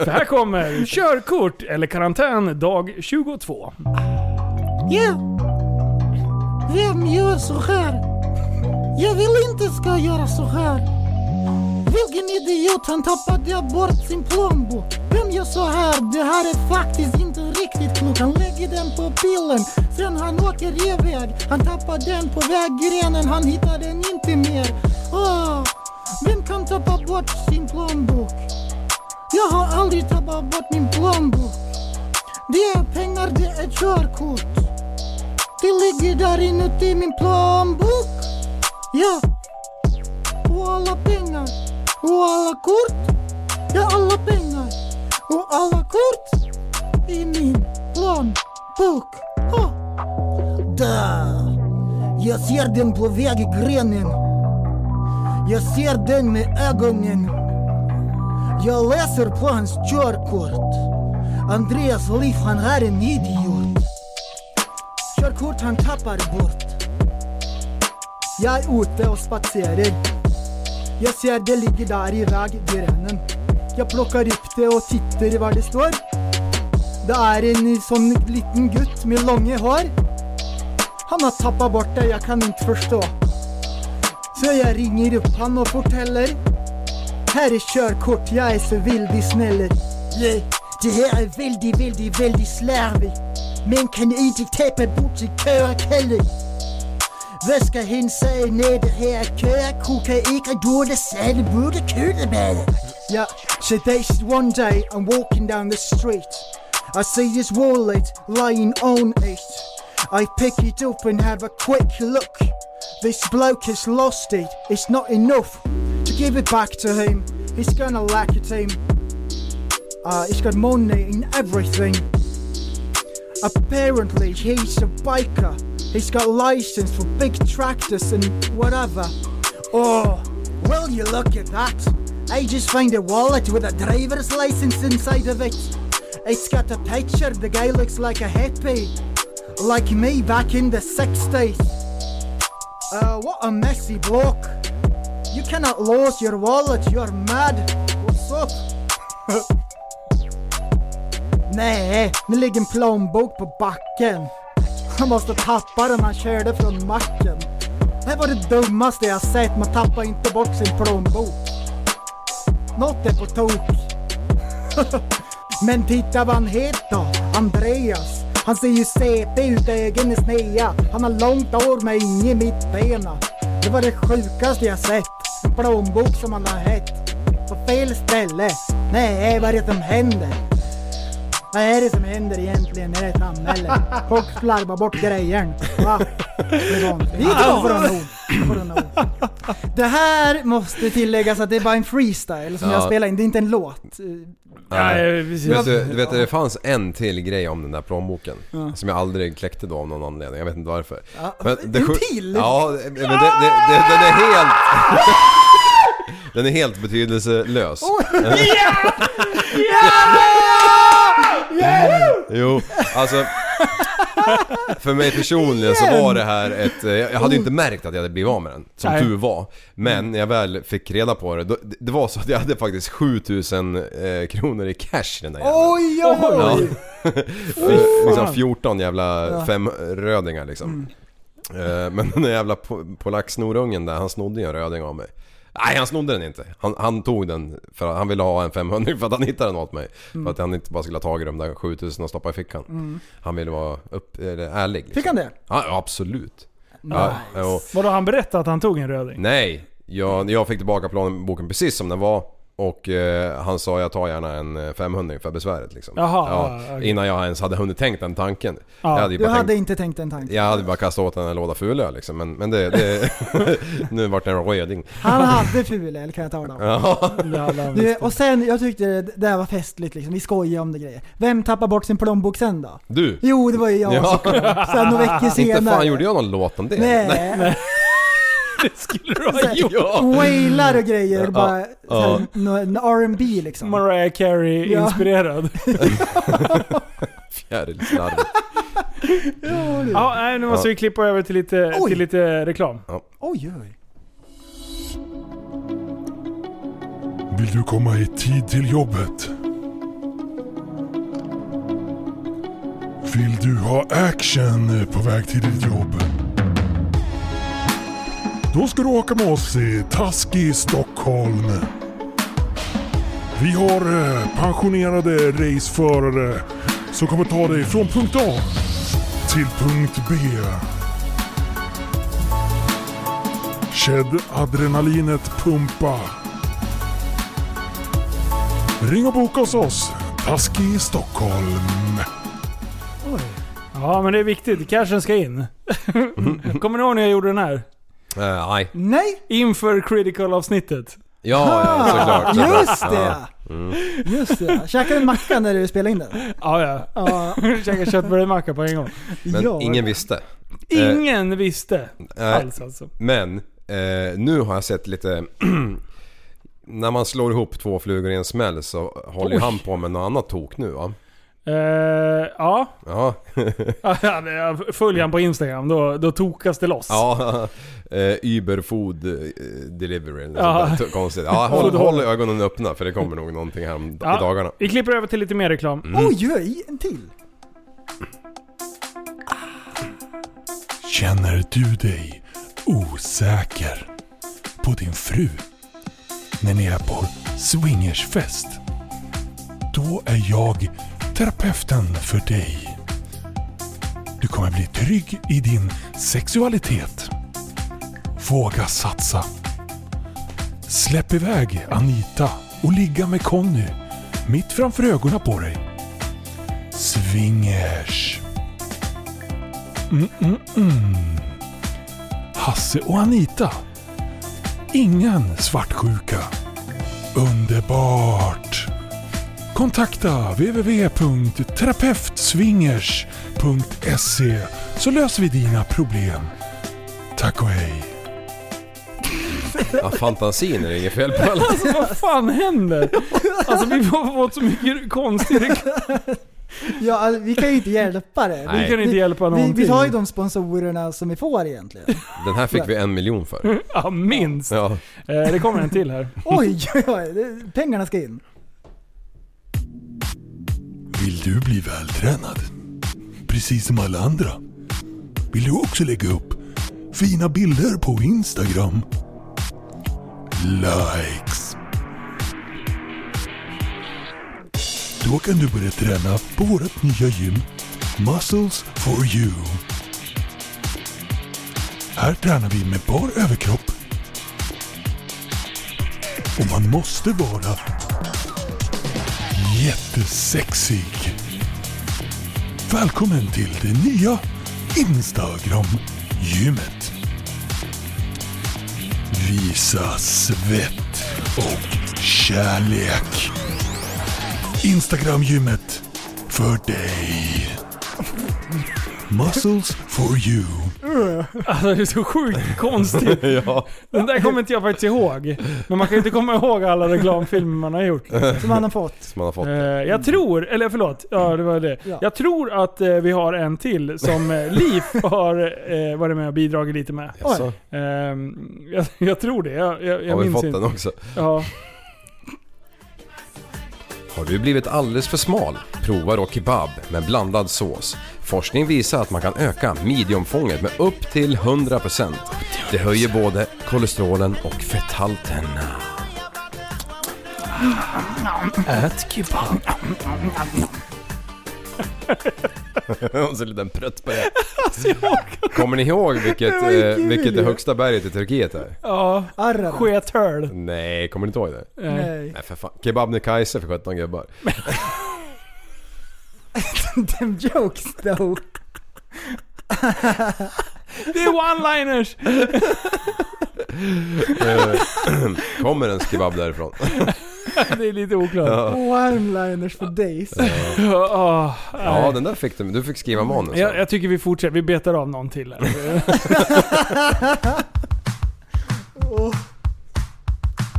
E: det här kommer körkort eller karantän dag 22.
R: Ja. Vem gör så här? Jag vill inte ska göra så här. Vilken idiot, han tappade bort sin plånbok. Vem gör så här? Det här är faktiskt inte riktigt klokt. Han lägger den på bilen, sen han åker iväg. Han tappar den på väggrenen, han hittar den inte mer. Åh, vem kan tappa bort sin plånbok? Jag har aldrig tappat bort min plånbok. Det är pengar, det är körkort. Det ligger där inuti min plånbok. Ja. Och alla pengar. Och alla kort. Ja, alla pengar. Och alla kort. I min plånbok.
P: Åh. Där! Jag ser den på väggrenen. Jag ser den med ögonen. Jag läser på hans körkort. Andreas liv, han är en idiot.
G: Körkort han tappar bort. Jag är ute och spatserar. Jag ser det ligger där i väggrenen. Jag plockar upp det och tittar vad det står. Det är en sån liten gutt med långa hår. Han har tappat bort det, jag kan inte förstå. Så jag ringer upp han och fortäller. Här är körkort, jag är så väldigt snäll.
P: Ja, Det här är väldigt, väldigt, väldigt slarvigt. Men kan inte tappa bort sitt körkort. Vad ska hen säga när det här är körkort? Kan inte dåligt säga, det borde kunna med.
G: Yeah, so there's one day I'm walking down the street. I see this wallet lying on it. I pick it up and have a quick look. This bloke has lost it. It's not enough to give it back to him. He's gonna lack it him. Uh, he's got money in everything. Apparently, he's a biker. He's got license for big tractors and whatever.
P: Oh, will you look at that? I just found a wallet with a driver's license inside of it.
G: It's got a picture, the guy looks like a hippie. Like me back in the 60s. Uh, what a messy bloke. You cannot lose your wallet, you're mad. What's up? Nej, nu ligger en plånbok på backen. Han måste tappa den han körde från macken. Det var det dummaste jag sett, man tappar inte bort sin plånbok. Något är på tok. Men titta vad han heter, Andreas. Han ser ju CP ut, ögonen är sneda. Han har långt hår med inge i mittbena. Det var det sjukaste jag sett. En plånbok som han har hett. På fel ställe. Nej, vad är det som händer? Vad är det som händer egentligen i det här samhället? Folk slarvar bort grejen. Va? Det är vansinnigt. Det är inte bra nog. Det här måste tilläggas att det är bara en freestyle som
H: Ja.
G: jag spelar in. Det är inte en låt.
H: Nej,
G: precis.
H: vet du, du vet, det fanns en till grej om den där plånboken.
G: Ja.
H: Som jag aldrig kläckte då av någon anledning. Jag vet inte varför.
G: Ja, alltså,
H: det
G: en
H: sju-
G: till?
H: Ja, det- men det, det, det, den är helt... den är helt betydelselös. Jo, alltså... För mig personligen så var det här ett... eh, Jag hade ju inte märkt att jag hade blivit av med den, som
I: Nej.
H: tur var. Men när jag väl fick reda på det, då, det- det var så att jag hade faktiskt 7000 eh, kronor i cash i den där jäveln.
G: Oj, oj, oj.
H: Ja.
G: Fy
H: liksom
G: fan.
H: 14 jävla
G: Ja. Mm.
H: femrödingar liksom. Eh, Men den där jävla po- polacksnorungen där, han snodde ju en röding av mig. Nej han snodde den inte. Han, han tog den för att han ville ha en 500 för att han hittade den åt mig.
G: Mm.
H: För att han inte bara skulle ha tagit de där 7000 och stoppa i fickan.
G: Mm.
H: Han ville vara upp, eller, ärlig. Liksom.
E: Fick han det?
H: Ja, ja, absolut.
E: Nice.
H: och,
E: Vadå, han berättade att han tog en röding?
H: nej, jag, jag fick tillbaka plånboken precis som den var. Och eh, han sa jag tar gärna en eh, 500 för besväret liksom.
G: Jaha,
H: ja,
G: ja, okej.
H: Innan jag ens hade hunnit tänkt den tanken.
G: Ja,
H: jag hade ju
G: du
H: bara
G: hade
H: tänkt,
G: inte tänkt en tanke.
H: jag hade bara kastat åt den en låda fulöl liksom. Men, men det, det nu vart det en röding.
G: Han hade fulöl kan jag tala om.
H: Ja.
G: Du, och sen, jag tyckte det, det här var festligt liksom. Vi skojade om det grejer. Vem tappar bort sin plånbok sen då?
H: Du!
G: Jo, det var ju jag såklart. Sen några veckor senare.
H: Inte fan gjorde jag någon låt om det.
G: Nej.
H: Det skulle du
G: Så här, Wailar och grejer. Bara så här, nå- en R&B liksom.
E: Mariah Carey-inspirerad.
H: Fjärilslarv.
E: Ja, nej, nu måste
H: Ja.
E: vi klippa över till lite,
G: Oj.
E: till lite reklam.
G: Oj, oj.
S: Vill du komma i tid till jobbet? Vill du ha action på väg till ditt jobb? Då ska du åka med oss i Taski Stockholm. Vi har eh, pensionerade raceförare som kommer ta dig från punkt A till punkt B. Känn adrenalinet pumpa. Ring och boka hos oss. Taski Stockholm.
E: Ja, men det är viktigt. Cashen ska in. Kommer ni ihåg när jag gjorde den här?
H: Eh, nej.
G: Nej!
E: Inför critical-avsnittet.
H: Ja, ja, såklart. såklart.
G: Just det.
H: Ja. Mm.
G: Just det. ja. Käkade en macka när du spelade in den?
E: Ja,
G: ja.
E: Käkade köttbullemacka på en gång.
H: Men
E: Ja.
H: ingen visste. Eh,
E: Ingen visste.
H: Nej,
E: Alls alltså.
H: Eh, Men eh, nu har jag sett lite... när man slår ihop två flugor i en smäll så håller ju
E: Oj.
H: han på med något annat tok nu va?
E: Eh, ja.
H: Ja.
E: Följ han på Instagram, då, då tokas det loss.
H: ja. eh, Uber Food eh, Delivery eller
E: Ja.
H: sånt där konstigt. Ja, håll,
E: Food
H: håll
E: hall.
H: ögonen öppna för det kommer nog någonting här om,
E: Ja,
H: i dagarna.
E: Vi klipper över till lite mer reklam.
H: Mm.
G: Oj, oj, en till.
S: Känner du dig osäker på din fru när ni är på swingersfest? Då är jag terapeuten för dig. Du kommer bli trygg i din sexualitet. Våga satsa. Släpp iväg Anita och ligga med Conny mitt framför ögonen på dig. Swingers. Mm, mm, mm. Hasse och Anita. Ingen svartsjuka. Underbart! Kontakta www.terapeutswingers.se så löser vi dina problem. Tack och hej.
H: Ja, fantasin är det inget fel på alls.
E: Alltså vad fan händer? Alltså vi har fått så mycket konstig reklam.
G: Ja, alltså, vi kan ju inte hjälpa det.
H: Nej. Vi kan inte hjälpa
G: vi, vi
H: någonting.
G: tar ju de sponsorerna som vi får egentligen.
H: Den här fick vi en miljon för.
E: Ja, minst.
H: Ja.
E: Eh, det kommer en till här.
G: Oj, oj, oj. det- Pengarna ska in.
S: Vill du bli vältränad? Precis som alla andra? Vill du också lägga upp fina bilder på Instagram? Likes. Då kan du börja träna på vårt nya gym Muscles for you. Här tränar vi med bar överkropp. Och man måste vara jättesexig. Välkommen till det nya Instagram-gymmet. Visa svett och kärlek. Instagram-gymmet för dig. Muscles for you.
F: Alltså det är så sjukt konstigt.
H: ja.
F: Den där kommer inte jag faktiskt ihåg. Men man kan ju inte komma ihåg alla reklamfilmer man har gjort.
G: Som man har fått. Mm.
H: Som man har fått.
F: Eh, jag tror, eller förlåt, ja det var det.
G: Ja.
F: Jag tror att eh, vi har en till som eh, Liv har eh, varit med och bidragit lite med.
H: Jaså?
F: Eh, jag, jag tror det, jag, jag, jag
H: Har vi
F: minns
H: fått
F: inte.
H: den också?
F: Ja.
H: Har du blivit alldeles för smal? Prova då kebab med blandad sås. Forskning visar att man kan öka midjeomfånget med upp till 100%. Det höjer både kolesterolen och fetthalten.
E: Ät kebab.
H: Och så en liten prutt på det. Kommer ni ihåg vilket,
F: Det var ju
H: eh,
F: kul
H: vilket det
F: ju.
H: högsta berget i Turkiet är?
F: Ja, skethöl.
H: Nej, kommer ni inte ihåg det?
F: Nej.
H: Nej för fan. Kebabnekaise för 17 gubbar.
G: Them jokes though.
F: Det är one-liners!
H: Eh, Kommer ens kebab därifrån?
F: det är lite oklart.
H: Ja.
G: Warmliners for days.
F: Ja, åh,
H: Ja,
F: nej.
H: den där fick du. Du fick skriva manus.
F: jag, jag tycker vi fortsätter, vi betar av någon till här.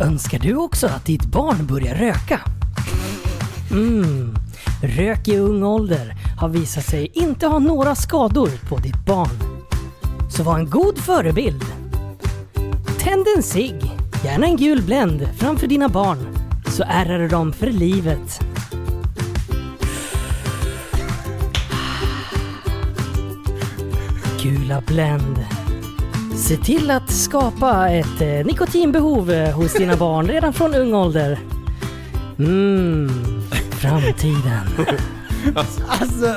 T: Önskar du också att ditt barn börjar röka? Mm. Rök i ung ålder har visat sig inte ha några skador på ditt barn. Så var en god förebild. Tänd en cigg, gärna en gul Blend, framför dina barn så ärrar du dem för livet. Gula Blend. Se till att skapa ett eh, nikotinbehov eh, hos dina barn redan från ung ålder. Mm, framtiden.
F: Alltså.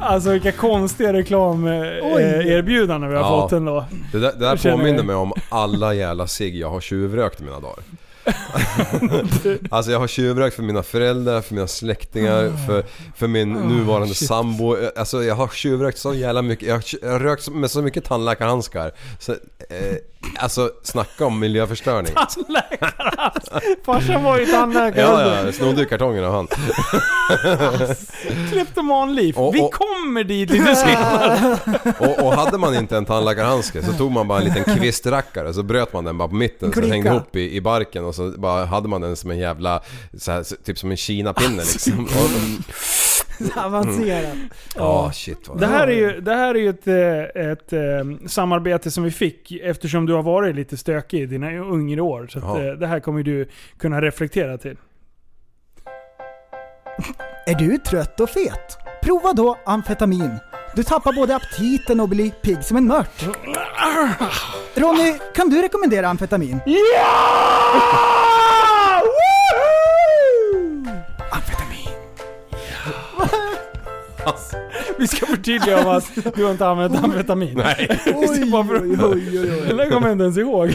F: Alltså vilka konstiga
G: Oj.
F: reklamerbjudanden vi har fått ändå.
H: Det där, det där
F: Jag känner-
H: påminner mig om alla jävla cigg jag har tjuvrökt i mina dagar. alltså jag har tjuvrökt för mina föräldrar, för mina släktingar, för, för min
I: Ah,
H: nuvarande
I: shit.
H: sambo. Alltså jag har tjuvrökt så jävla mycket. Jag har, tju- jag har rökt så- med så mycket tandläkarhandskar. Så, eh, alltså snacka om miljöförstöring.
F: Farsan var ju tandläkare.
H: Ja, ja, snodde ju kartongen av han.
F: Alltså, Kleptomanliv.
H: Och-
F: Vi
H: och-
F: kommer dit lite senare.
H: Och, och hade man inte en tandläkarhandske så tog man bara en liten kvistrackare så bröt man den bara på mitten så den
F: Klicka.
H: hängde ihop i, i barken och så bara hade man den som en jävla, så här, typ som en kinapinne liksom.
G: Så avancerat.
H: Ja, Ah, shit vad
F: Det här är ju, det här är ju ett, eh, ett eh, samarbete som vi fick eftersom du har varit lite stökig i dina yngre år. Så att,
H: Ja.
F: eh, det här kommer du kunna reflektera till.
G: Är du trött och fet? Prova då amfetamin. Du tappar både aptiten och blir pigg som en mört. Ronny, kan du rekommendera amfetamin?
E: Ja!
H: Alltså.
F: Vi ska förtydliga om att du har inte använt amfetamin.
H: Nej.
F: Oj, bara för, oj,
G: oj, oj.
F: Den där kommer jag inte ens ihåg.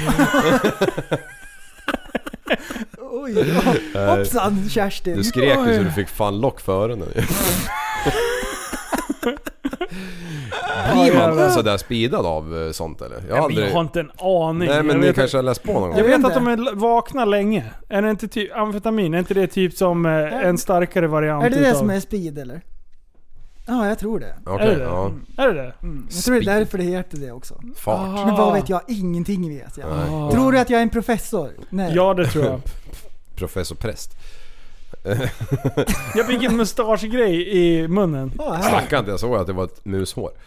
G: Oj, ja. hoppsan Kerstin.
H: Du skrek ju så
G: Oj.
H: du fick fan lock för öronen ju. Blir man sådär speedad av eh, sånt eller? Jag
F: Jag, jag har inte en aning.
H: Nej
F: Jag
H: men ni
F: vet-
H: kanske har läst på någon gång?
F: Jag vet att de är l- vakna länge. Är det inte typ amfetamin? Är inte det typ som eh, en starkare variant
G: Är det det
F: utav-
G: som är speed eller? Ja, jag tror det.
H: Okej,
F: är det det?
H: ja.
F: Är det det?
G: Mm, Jag tror det är därför det heter det också.
H: Fart.
G: Men vad vet jag? Ingenting vet jag.
H: Nej.
G: Tror du att jag är en professor? Nej.
F: Ja, det tror jag.
H: Professor Präst.
F: Jag fick en mustaschgrej i munnen.
H: Snacka inte, jag såg att det var ett mushår.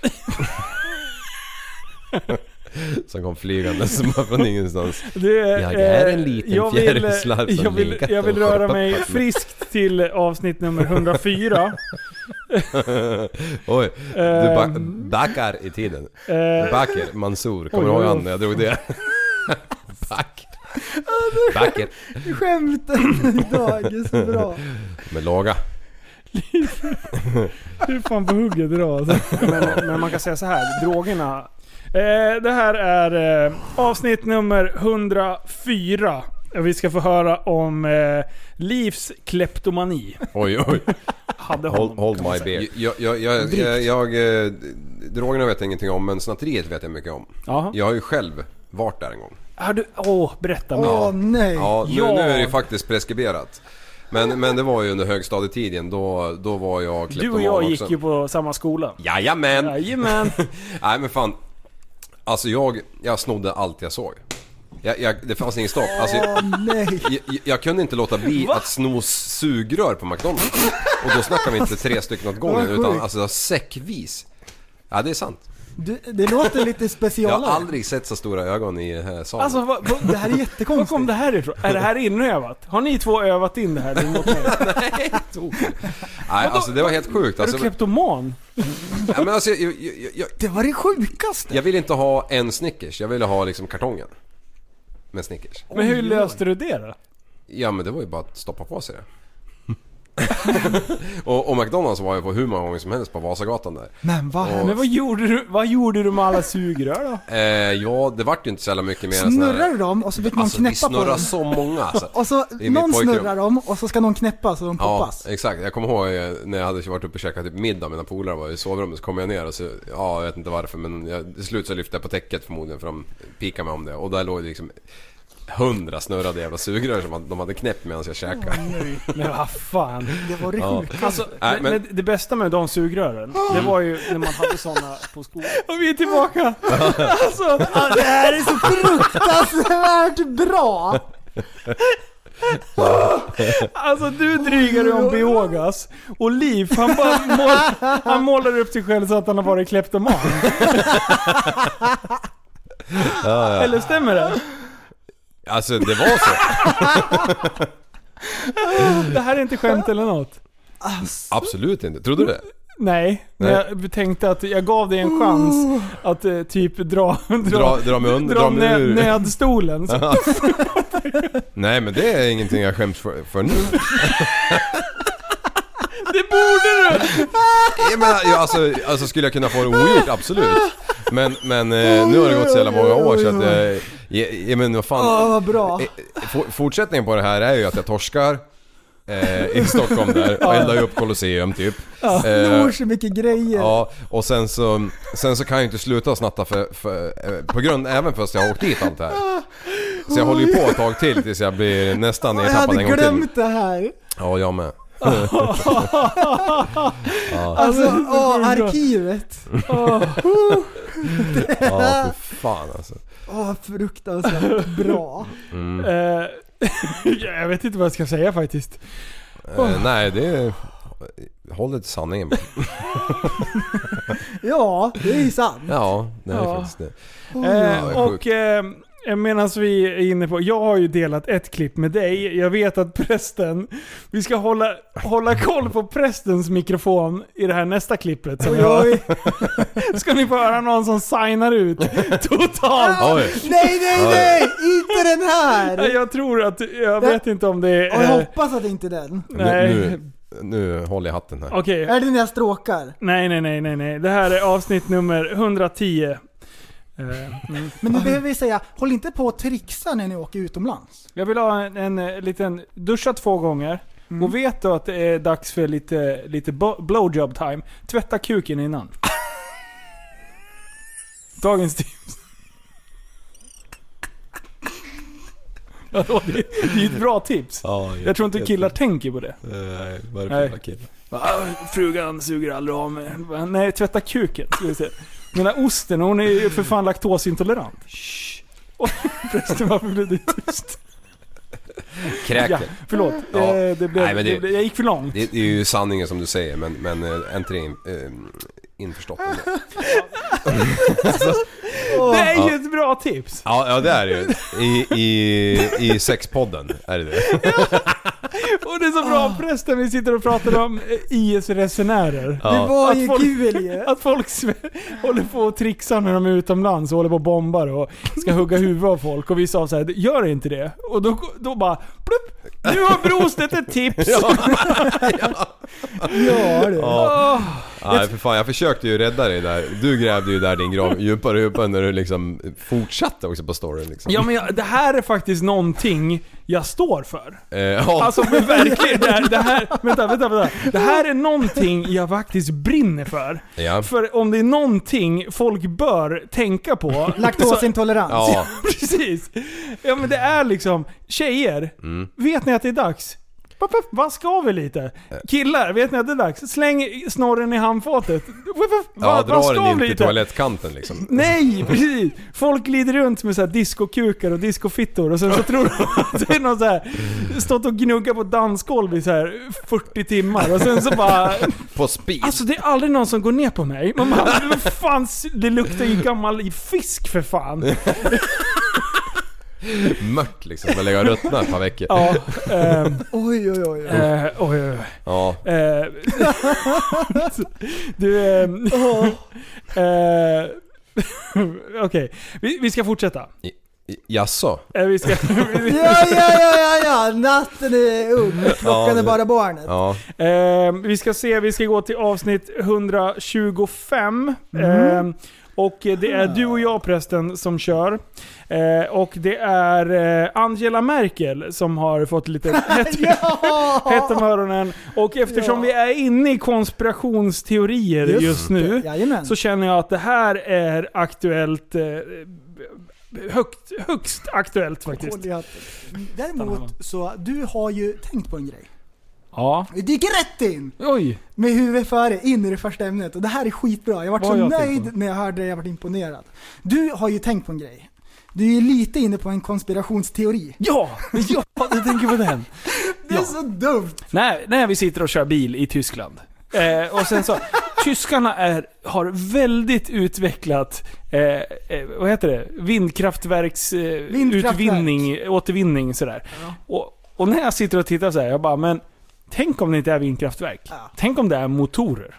H: Som kom flygande som bara från ingenstans.
F: Det,
H: jag är
F: eh,
H: en liten
F: jag vill-
H: fjärilslarv som
F: jag vill,
H: vinkat
F: jag vill
H: och
F: röra
H: skärpat
F: mig
H: på mig.
F: friskt till avsnitt nummer 104.
H: Oj, du
F: Eh,
H: ba- backar i tiden.
F: eh,
H: Backer, Mansour. Kommer
F: oj,
H: du ihåg
F: oj,
H: han
F: oj.
H: när jag drog det? Backer. Backer.
G: Skämten idag är så bra.
H: Med låga.
F: Du är fan på hugget idag alltså. men, men man kan säga så här, drogerna. Eh, det här är eh, avsnitt nummer 104. Vi ska få höra om eh, Livs kleptomani.
H: Oj, oj.
F: Hade honom,
H: Hold, hold
F: kan man
H: my
F: säga.
H: beer. Jag, jag, jag, jag, jag, eh, drogerna vet jag ingenting om men snatteriet vet jag mycket om.
F: Jaha.
H: Jag har ju själv varit där en gång.
F: Har du... Åh, berätta mer.
H: Ja, nu, nu är det ju faktiskt preskriberat. Men, men det var ju under högstadietiden då, då var jag
F: Du och
H: kleptoman
F: jag
H: också.
F: gick ju på samma skola.
H: Jajamän!
F: Jajamän!
H: Nej men fan. Alltså jag, jag snodde allt jag såg. Jag, jag, det fanns ingen stopp. Alltså,
G: nej.
H: Jag, jag, jag kunde inte låta bli att sno sugrör på McDonalds. Och då snackar vi inte tre stycken åt gången
G: Vad sjukt.
H: utan alltså säckvis. Ja det är sant.
G: Du, det låter lite
H: Jag har
G: specialare.
H: aldrig sett så stora ögon i den här salen.
F: Alltså, vad, vad, det här är jättekonstigt. Var kom det här ifrån? Är det här inövat? Har ni två övat in det här mot mig?
H: Nej alltså det var helt sjukt.
F: Är
H: Alltså,
F: du kleptoman?
H: ja, men alltså, jag, jag, jag, jag,
G: det var det sjukaste!
H: Jag ville inte ha en Snickers, jag ville ha liksom kartongen. Med Snickers.
F: Men hur löste du det då?
H: Ja men det var ju bara att stoppa på sig det. och, och McDonalds var jag på hur många gånger som helst på Vasagatan där.
F: Men
H: vad-
F: Men vad gjorde du, vad gjorde du med alla sugrör då?
H: Eh, ja, det vart ju inte så jävla mycket mer än sån här-
G: Snurrar du dem och så fick man
H: Alltså, vi
G: knäppa på
H: snurrar
G: dem?
H: så många, alltså.
G: Och så
H: I mitt
G: någon
H: pojkrum.
G: snurrar dem och så ska någon knäppa så de
H: Ja,
G: poppas.
H: exakt. Jag kommer ihåg eh, när jag hade varit uppe och käkat typ middag, mina polare var i sovrummet, så kom jag ner och så, ja jag vet inte varför men jag, till slut så lyfte jag på täcket förmodligen för de pikade mig om det och där låg det liksom hundra snurrade jävla sugrör som de hade knäppt medan jag käkade.
F: Men vad fan.
G: Det var
H: det Ja. sjukaste.
F: Alltså,
H: Nej,
F: det,
H: men-
F: men... det bästa med de sugrören, det var ju när man hade såna på skolan. Och vi är tillbaka!
G: Alltså, ja, det här är så fruktansvärt bra!
F: Alltså du drygar dig om Beogas och Liv han bara mål, han målar upp sig själv så att han har varit kleptoman.
H: Ja,
F: Eller stämmer det?
H: Alltså det var så.
F: Det här är inte skämt eller något.
H: Absolut inte. Trodde du det?
F: Nej, men
H: Nej. Oh.
F: jag tänkte att jag gav dig en chans att eh, typ dra... Dra,
H: Dra- dra mig under- dra mig
F: nö-
H: ur.
F: nödstolen. Så-
H: Ja. Nej men det är ingenting jag skäms för, för nu.
F: det borde du!
H: Jag menar, jag, alltså, alltså skulle jag kunna få det ogjort? Absolut. Men, men eh, nu har det gått så jävla många år så att eh, jag, jag men vad fan.
G: Åh, vad bra.
H: Eh, for- Fortsättningen på det här är ju att jag torskar eh, i Stockholm där och eldar ju upp Colosseum typ.
G: Ja,
H: Eh,
G: Snor så mycket grejer.
H: Ja, och sen så, sen så kan jag ju inte sluta snatta för, för, eh, på grund, även fast jag har åkt dit allt det här. Så jag håller ju på ett tag till tills jag blir nästan
G: jag
H: nedtappad
G: hade
H: en gång till.
G: glömt det här.
H: Ja, jag med. ja.
G: Alltså,
F: Alltså,
G: åh,
F: det är bra.
G: arkivet.
F: Åh.
G: Det
H: ja,
G: är-
H: för fan alltså.
G: Åh, fruktansvärt bra.
H: Mm.
F: Eh, jag vet inte vad jag ska säga faktiskt. Oh.
H: Eh, nej, det är... Håll dig till sanningen
G: Ja, det är ju sant.
H: Ja, det är
F: Ja.
H: faktiskt det. Ja, det
F: Eh,
H: är sjukt.
F: och eh, medan vi är inne på, jag har ju delat ett klipp med dig. Jag vet att prästen, vi ska hålla, hålla koll på prästens mikrofon i det här nästa klippet. Som
G: Oj,
F: jag, ska ni få höra någon som signar ut totalt.
G: Oj. Ah, Nej, nej, nej! Inte den här!
F: Nej, Jag tror att, jag vet inte om det
G: Och jag
F: är...
G: hoppas att det inte är den.
F: Nej.
H: Nu, nu, nu håller jag hatten här.
F: Okej.
G: Är det när jag stråkar?
F: Nej, nej, nej, nej, nej. Det här är avsnitt nummer 110. Eh, mm.
G: Men nu behöver vi säga, håll inte på och trixa när ni åker utomlands.
F: Jag vill ha en, en eh, liten... Duscha två gånger. Och vet du att det är dags för lite, lite bo- blowjob time, tvätta kuken innan. Dagens tips. Vadå? Det det är ju ett bra tips. jag tror inte killar tänker på det.
H: Nej, vad
F: är det för jävla Va? Frugan suger aldrig av mig. Va? Nej, tvätta kuken. Ska vi se. Mina osten, hon är ju för fan laktosintolerant. Shh. Och Förresten, varför blev det tyst?
H: Kräker.
F: Ja, förlåt.
H: Ja.
F: Eh, Det blev,
H: Nej, men det-
F: det, blev, jag gick för långt.
H: Det, det är ju sanningen som du säger men, men eh, inte det in, eh, införstått ändå.
F: Alltså, Det är ju
H: Ja.
F: ett bra tips!
H: Ja, ja det är det ju. I, i, i sexpodden är det det.
F: Och det är så
H: Ah.
F: bra prästen vi sitter och pratar om eh, IS-resenärer.
H: Ja. Det var
F: Att
H: ju
F: folk-
H: kul
F: Att folk sve- håller på och trixar när de är utomlands och håller på och bombar och ska hugga huvudet av folk. Och vi sa såhär, gör inte det. Och då, då bara plupp! Nu har Brostedt ett tips!
H: Ja.
F: Ja, du.
H: Ja.
F: Åh.
H: Nej för fan, jag försökte ju rädda dig där. Du grävde ju där din grav djupare och djupare när du liksom fortsatte också på storyn liksom.
F: Ja men jag, det här är faktiskt någonting jag står för.
H: Eh, ja.
F: Alltså men verkligen, det här, det här, vänta, vänta, vänta. Det här är någonting jag faktiskt brinner för.
H: Ja.
F: För om det är någonting folk bör tänka på...
G: Laktosintolerans.
F: Ja.
H: Ja.
F: precis. Ja men det är liksom, tjejer,
H: Mm.
F: vet ni att det är dags? Puff, puff, Vaska av er lite. Killar, vet ni att det är dags? Släng snorren i handfatet. Puff, puff, va-
H: Ja, dra
F: vaska av
H: den in till
F: lite.
H: toalettkanten liksom.
F: Nej, precis! Folk glider runt med så här diskokukar och diskofittor och sen så tror de att det är någon så här stått och gnuggat på ett dansgolv i så här 40 timmar och sen så bara...
H: På speed.
F: Alltså det är aldrig någon som går ner på mig. Man bara, "Men fan, det luktar ju gammal fisk för fan.
H: Mört liksom, man lägger och ruttnar ett par veckor.
F: Ja, ehm,
G: Oj, oj, oj.
F: eh, oj, oj.
H: Ja.
F: Eh, du, ehm, eh, okej. Vi, vi ska fortsätta.
H: I- Jaså?
F: Eh, Vi ska,
G: Ja, ja, ja, ja, ja. Natten är ung.
F: Ja,
G: Klockan är
F: det-
G: bara barnet.
H: Ja.
F: Eh, vi ska se, vi ska gå till avsnitt 125.
G: Mm.
F: Eh, och det är du och jag prästen som kör. Eh, och det är eh, Angela Merkel som har fått lite hett, hett om öronen. Och eftersom
G: Ja.
F: vi är inne i konspirationsteorier
G: Just
F: just,
G: det,
F: nu
G: jajamän.
F: så känner jag att det här är aktuellt. Eh, högt, högst aktuellt faktiskt.
G: Goliat. Däremot så, du har ju tänkt på en grej.
F: Ja.
G: Vi dyker rätt in!
F: Oj!
G: Med huvudet före, in i det första ämnet. Och det här är skitbra. Jag vart
F: Vad
G: så
F: har jag tänkt
G: nöjd när jag hörde det, jag vart imponerad. Du har ju tänkt på en grej. Du är ju lite inne på en konspirationsteori.
F: Ja! Ja, du tänker på den.
G: Det är så dumt!
F: När, när vi sitter och kör bil i Tyskland. Eh, och sen så, tyskarna är, har väldigt utvecklat, eh, eh, vad heter det, vindkraftverksutvinning, eh,
G: Vindkraftverk.
F: utvinning, återvinning sådär. Och, och när jag sitter och tittar så här, jag bara men tänk om det inte är vindkraftverk? Tänk om det är motorer?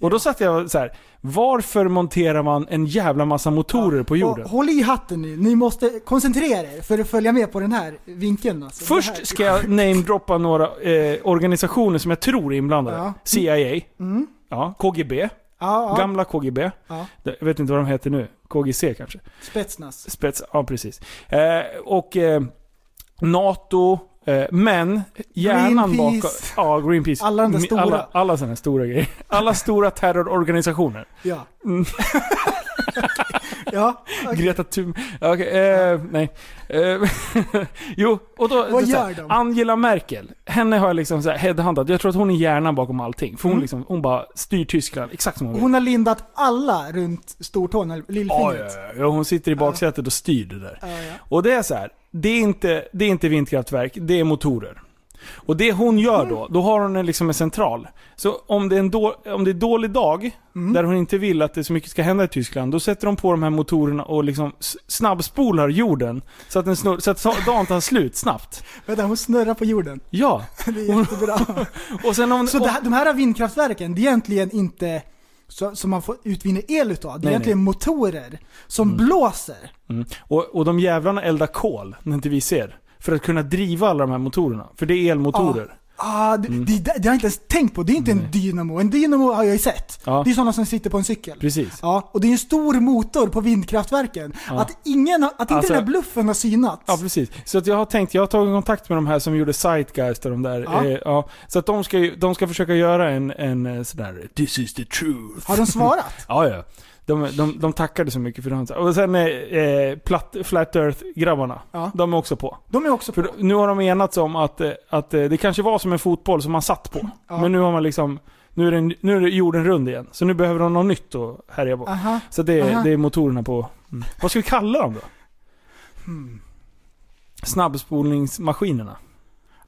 F: Och då satt jag så här, varför monterar man en jävla massa motorer på
G: Och
F: jorden?
G: håll i hatten nu, ni måste koncentrera er för att följa med på den här vinkeln. Alltså. Det här-
F: Först ska jag namedroppa några eh, organisationer som jag tror är inblandade.
G: Ja.
F: CIA,
G: Mm.
F: ja, KGB,
G: Ja, ja.
F: gamla KGB.
G: Ja.
F: Jag vet inte vad de heter nu. KGC kanske?
G: Spetsnas.
F: Spets, ja precis. Eh, och eh, NATO, eh, men hjärnan
G: Greenpeace.
F: bakom... Ja, Greenpeace.
G: Alla de där
F: Mi-
G: stora.
F: Alla, alla sådana stora grejer. Alla stora terrororganisationer.
G: Ja.
F: Mm.
G: ja.
F: Greta Thun... Okej, eh, nej. Eh, jo, och då...
G: Vad
F: så
G: gör
F: här,
G: de?
F: Angela Merkel. Henne har jag liksom så här headhuntat. Jag tror att hon är hjärnan bakom allting. För hon,
G: Mm.
F: liksom, hon bara styr Tyskland exakt som hon vill.
G: Hon har lindat alla runt stortån, eller
F: Ja,
G: lillfingret.
F: ja, ja, hon sitter i baksätet och styr det där.
G: Ja, ja.
F: Och det är så här, det är inte, det är inte vindkraftverk, det är motorer. Och det hon gör då, då har hon en, liksom en central. Så om det är en, då, om det är en dålig dag, där hon inte vill att det så mycket ska hända i Tyskland, då sätter de på de här motorerna och liksom s- snabbspolar jorden. Så att, den snurr, så att sa- dagen tar slut snabbt.
G: Vänta, hon snurrar på jorden.
F: Ja.
G: Det är jättebra.
F: och sen om,
G: så det här, de här vindkraftverken, det är egentligen inte så, som man får utvinna el utav. Det är
F: Nej,
G: egentligen motorer som blåser.
F: Mm. Och, och de jävlarna eldar kol, när inte vi ser. För att kunna driva alla de här motorerna. För det är elmotorer.
G: Ah, det,
F: Mm.
G: det, det har jag inte ens tänkt på. Det är inte en dynamo. En dynamo har jag ju sett.
F: Ja.
G: Det är sådana som sitter på en cykel.
F: Precis.
G: Ja, och det är en stor motor på vindkraftverken.
F: Ja.
G: Att, ingen, har- att inte
F: Alltså-
G: den där bluffen har synat.
F: Ja, precis. Så att jag har tänkt, jag har tagit kontakt med de här som gjorde Zeitgeist och de där.
G: Ja.
F: Eh, ja. Så att de ska, ju- de ska försöka göra en, en eh, sådär “This is the truth”.
G: Har de svarat?
F: ja, ja. De, de, de tackade så mycket för det. Och sen eh, eh, platt, Flat Earth-grabbarna. De är också på.
G: De är också
F: på. För nu har de enats om att, eh, att eh, det kanske var som en fotboll som man satt på.
G: Mm. Ja.
F: Men nu har man liksom... Nu är, den, nu är det jorden rund igen. Så nu behöver de något nytt att härja på.
G: Aha.
F: Så det, är-
G: Aha.
F: det är motorerna på... Mm. Vad ska vi kalla dem då?
G: Hmm.
F: Snabbspolningsmaskinerna.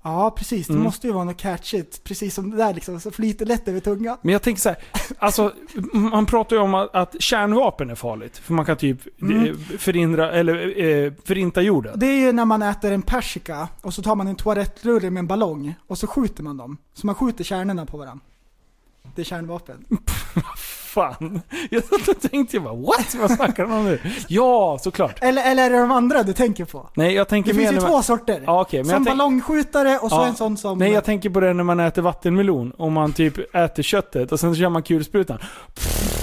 G: Ja, precis. Det
F: Mm.
G: måste ju vara något catchigt. Precis som det där liksom, så flyter lätt över tungan.
F: Men jag tänker så här, alltså man pratar ju om att, att kärnvapen är farligt. För man kan typ
G: Mm.
F: eh, förhindra, eller eh, förinta jorden.
G: Det är ju när man äter en persika och så tar man en toalettrulle med en ballong och så skjuter man dem. Så man skjuter kärnorna på varandra. Det är kärnvapen.
F: Fan. Jag satt och tänkte jag bara what? Vad snackar de om nu? Ja, såklart.
G: Eller, eller är det de andra du tänker på?
F: Nej, jag tänker
G: Det finns
F: mer
G: ju
F: när
G: två sorter.
F: Ja, okej, men
G: Som
F: jag tänk-
G: ballongskjutare och så
F: Ja.
G: en sån som...
F: Nej, jag tänker på det när man äter vattenmelon. Om man typ äter köttet och sen så kör man kulsprutan.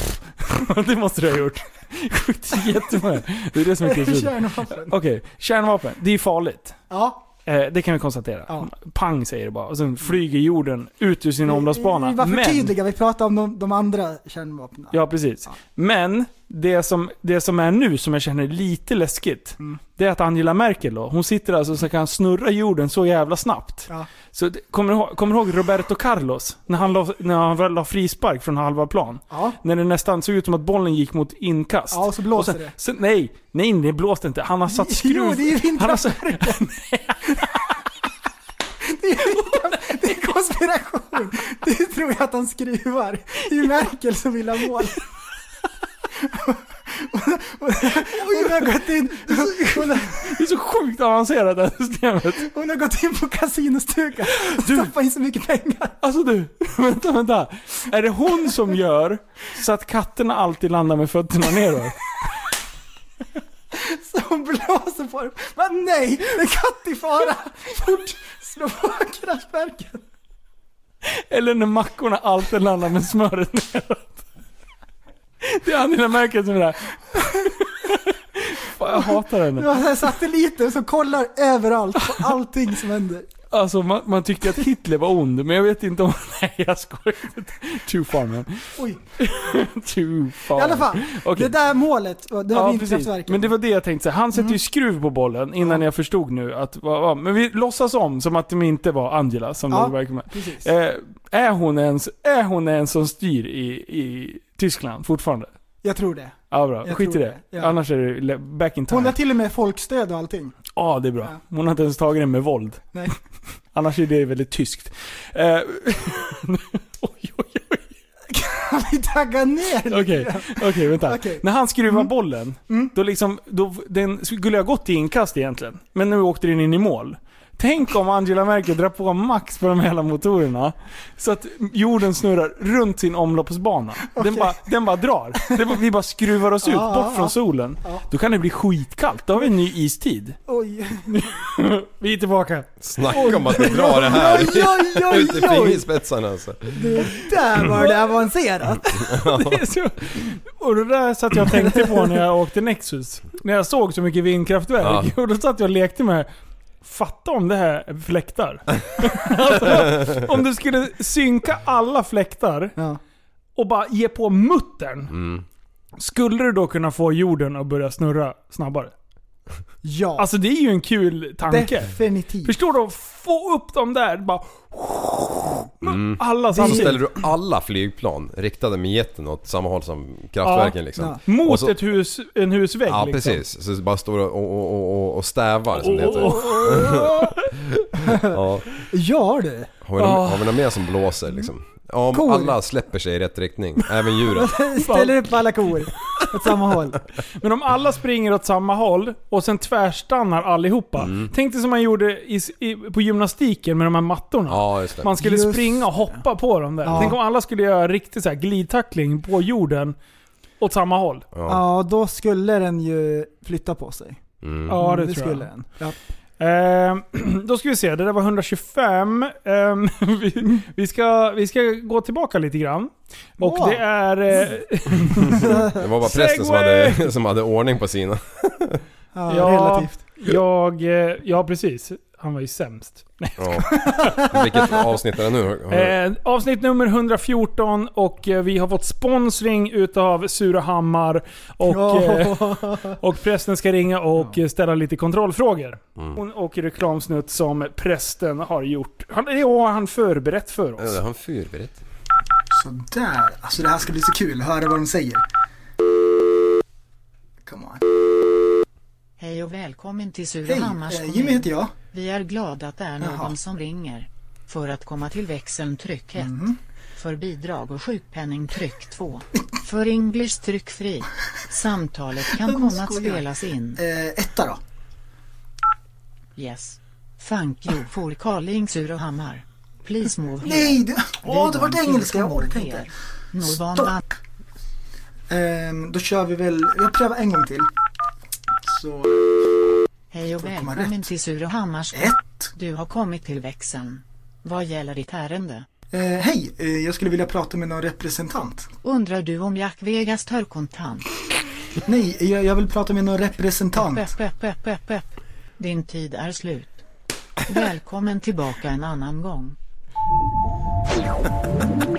F: det måste du ha gjort. Sjukt jättemånga. Det är det som är kulsprutan.
G: Kärnvapen.
F: Okej, kärnvapen. Det är farligt.
G: Ja.
F: Eh, det kan vi konstatera.
G: Ja.
F: Pang säger det bara. Och sen flyger jorden ut ur sin omloppsbana.
G: Vi var för
F: Men-
G: tydliga, vi pratade om de, de andra kärnvapnen.
F: Ja, precis. Men det som, det som är nu, som jag känner är lite läskigt,
G: Mm.
F: det är att Angela Merkel då, hon sitter alltså så kan snurra jorden så jävla snabbt.
G: Ja.
F: Så det- kommer du, ihåg- kommer du ihåg Roberto Carlos? När han, la, när han väl la frispark från halva plan. När det nästan såg ut som att bollen gick mot inkast. Ja, och så
G: blåser
F: sen, Sen, nej, nej, det blåste inte. Han har satt skruv...
G: Jo, det är ju
F: han har satt,
G: Det är, det är konspiration. Det tror jag att han skruvar. Det är ju Merkel som vill ha mål. Hon har gått in... Hon har,
F: det är så sjukt avancerat det här systemet.
G: hon har gått in på kasinostugan och stoppat in så mycket pengar.
F: Alltså du, vänta, vänta. Är det hon som gör så att katterna alltid landar med fötterna neråt?
G: Så hon blåser på dem. Men nej, det är katt i fara. Fort, slå på kraftverket.
F: Eller när mackorna alltid landar med smöret neråt. Det är Angela Merkel som är där. Fan, jag hatar
G: Det var så
F: henne.
G: här satelliter som kollar överallt på allting som händer.
F: Alltså man, man tyckte att Hitler var ond, men jag vet inte om... Nej, jag skojar. Too far man.
G: Oj.
F: Too far.
G: I alla fall,
F: Okej.
G: det där målet, det var
F: Ja,
G: vindkraftverket.
F: precis. Men det var det jag tänkte säga. Han sätter
G: Mm.
F: ju skruv på bollen innan jag förstod nu att... va- va- Men vi låtsas om som att de inte var Angela som
G: Ja,
F: det verkar med.
G: precis.
F: Eh, är hon ens, är hon ens som styr i, i Tyskland fortfarande?
G: Jag tror det.
F: Ja bra,
G: Jag
F: skit i
G: tror
F: det.
G: det, ja.
F: Annars är det le- back in time.
G: Hon har till och med folkstöd och allting.
F: Ja, det är bra. Hon har inte ens tagit den med våld.
G: Nej.
F: Annars är det väldigt tyskt. Eh,
G: Kan vi tagga ner lite
F: Okej,
G: grann?
F: okej vänta.
G: Okej. Mm.
F: När han skruvar bollen, då liksom, då, den skulle jag gått i inkast egentligen. Men nu åkte den in i mål. Tänk om Angela Merkel drar på max på de hela motorerna. Så att jorden snurrar runt sin omloppsbana. Den, bara, den bara drar. Det bara, vi bara skruvar oss ut,
G: Ja, ja,
F: bort
G: Ah, ja.
F: från solen. Då kan det bli skitkallt. Då har vi en ny istid.
G: Oj.
F: vi är tillbaka.
H: Snacka om att det drar det här.
G: Oj, oj, oj,
H: Ut i
G: oj.
H: fingerspetsarna alltså.
G: Det där var det avancerat.
F: Det är så, och det där satt jag och tänkte på när jag åkte Nexus. När jag såg så mycket vindkraftverk. Och då satt jag och lekte med Fatta om det här är fläktar. alltså, om du skulle synka alla fläktar och bara ge på muttern. Skulle du då kunna få jorden att börja snurra snabbare?
G: Ja.
F: Alltså det är ju en kul tanke.
G: Definitivt.
F: Förstår du? Få upp dem där. Bara,
H: Mm.
F: Alla
H: så
F: samtidigt.
H: ställer du alla flygplan riktade med jätten åt samma håll som kraftverken
F: Ja.
H: liksom.
F: Mot
H: Och så,
F: ett hus, en husvägg
H: Ja
F: liksom.
H: precis, så det bara står och, och, och, och, och stävar som det heter. ja.
G: Gör du?
H: Har vi, någon,
G: Ah.
H: har vi någon mer som blåser liksom? Ja, Om
G: Kor.
H: alla släpper sig i rätt riktning, även djuren.
G: Ställer upp alla kor åt samma håll.
F: Men om alla springer åt samma håll och sen tvärstannar allihopa.
H: Mm.
F: Tänk dig som man gjorde i, i, på gymnastiken med de här mattorna.
H: Ja, just det.
F: Man skulle
H: Just
F: springa och hoppa på dem där.
H: Ja.
F: Tänk om alla skulle göra riktig så här glidtackling på jorden åt samma håll.
G: Ja, då skulle den ju flytta på sig.
F: Ja, det,
G: Mm,
F: tror
G: skulle
F: jag.
G: den.
F: Ehm, då ska vi se, det där var 125. Ehm, vi, vi, ska, vi ska gå tillbaka lite grann. Och
H: Åh.
F: det är... eh,
H: Det var bara prästen som hade, som hade ordning på sina.
G: Ja, relativt.
F: Jag, eh, ja, precis. Han var ju sämst.
H: Ja. Vilket avsnitt är det nu? Har du-
F: Eh, avsnitt nummer 114 och eh, vi har fått sponsring utav Surahammar. Och, eh, och prästen ska ringa och eh, ställa lite kontrollfrågor.
H: Mm.
F: Och, och reklamsnutt som prästen har gjort. Han, det har han förberett för oss.
H: Eller har han förberett?
G: Sådär. Alltså det här ska bli så kul. Höra vad de säger. Come on.
U: Hej Hej och välkommen till
G: Hej,
U: Surahammars
G: eh, Jimmy heter jag.
U: Vi är glada att det är någon
G: Jaha.
U: som ringer. För att komma till växeln tryck 1.
G: Mhm.
U: För bidrag och sjukpenning tryck 2. För English tryck fri. Samtalet kan
G: Men
U: komma att
G: skojar.
U: spelas in.
G: Eh, etta då?
U: Yes. Thank you for calling Surahammar. Please move here.
G: Nej, det- Åh, det var det
U: Redan
G: engelska jag
U: tillkommer
G: orkade
U: här.
G: inte.
U: Norvan
G: Stopp. Ehm, då kör vi väl, jag prövar en gång till. Så...
U: Hej och
G: Får jag komma
U: välkommen till Surahammars Du har kommit till växeln. Vad gäller ditt ärende?
G: Eh, hej, eh, jag skulle vilja prata med någon representant.
U: Undrar du om Jack Vegas tar kontant?
G: Nej, jag, jag vill prata med någon representant.
U: Pepp, pepp, pepp, pepp, pepp. Din tid är slut. Välkommen tillbaka en annan gång.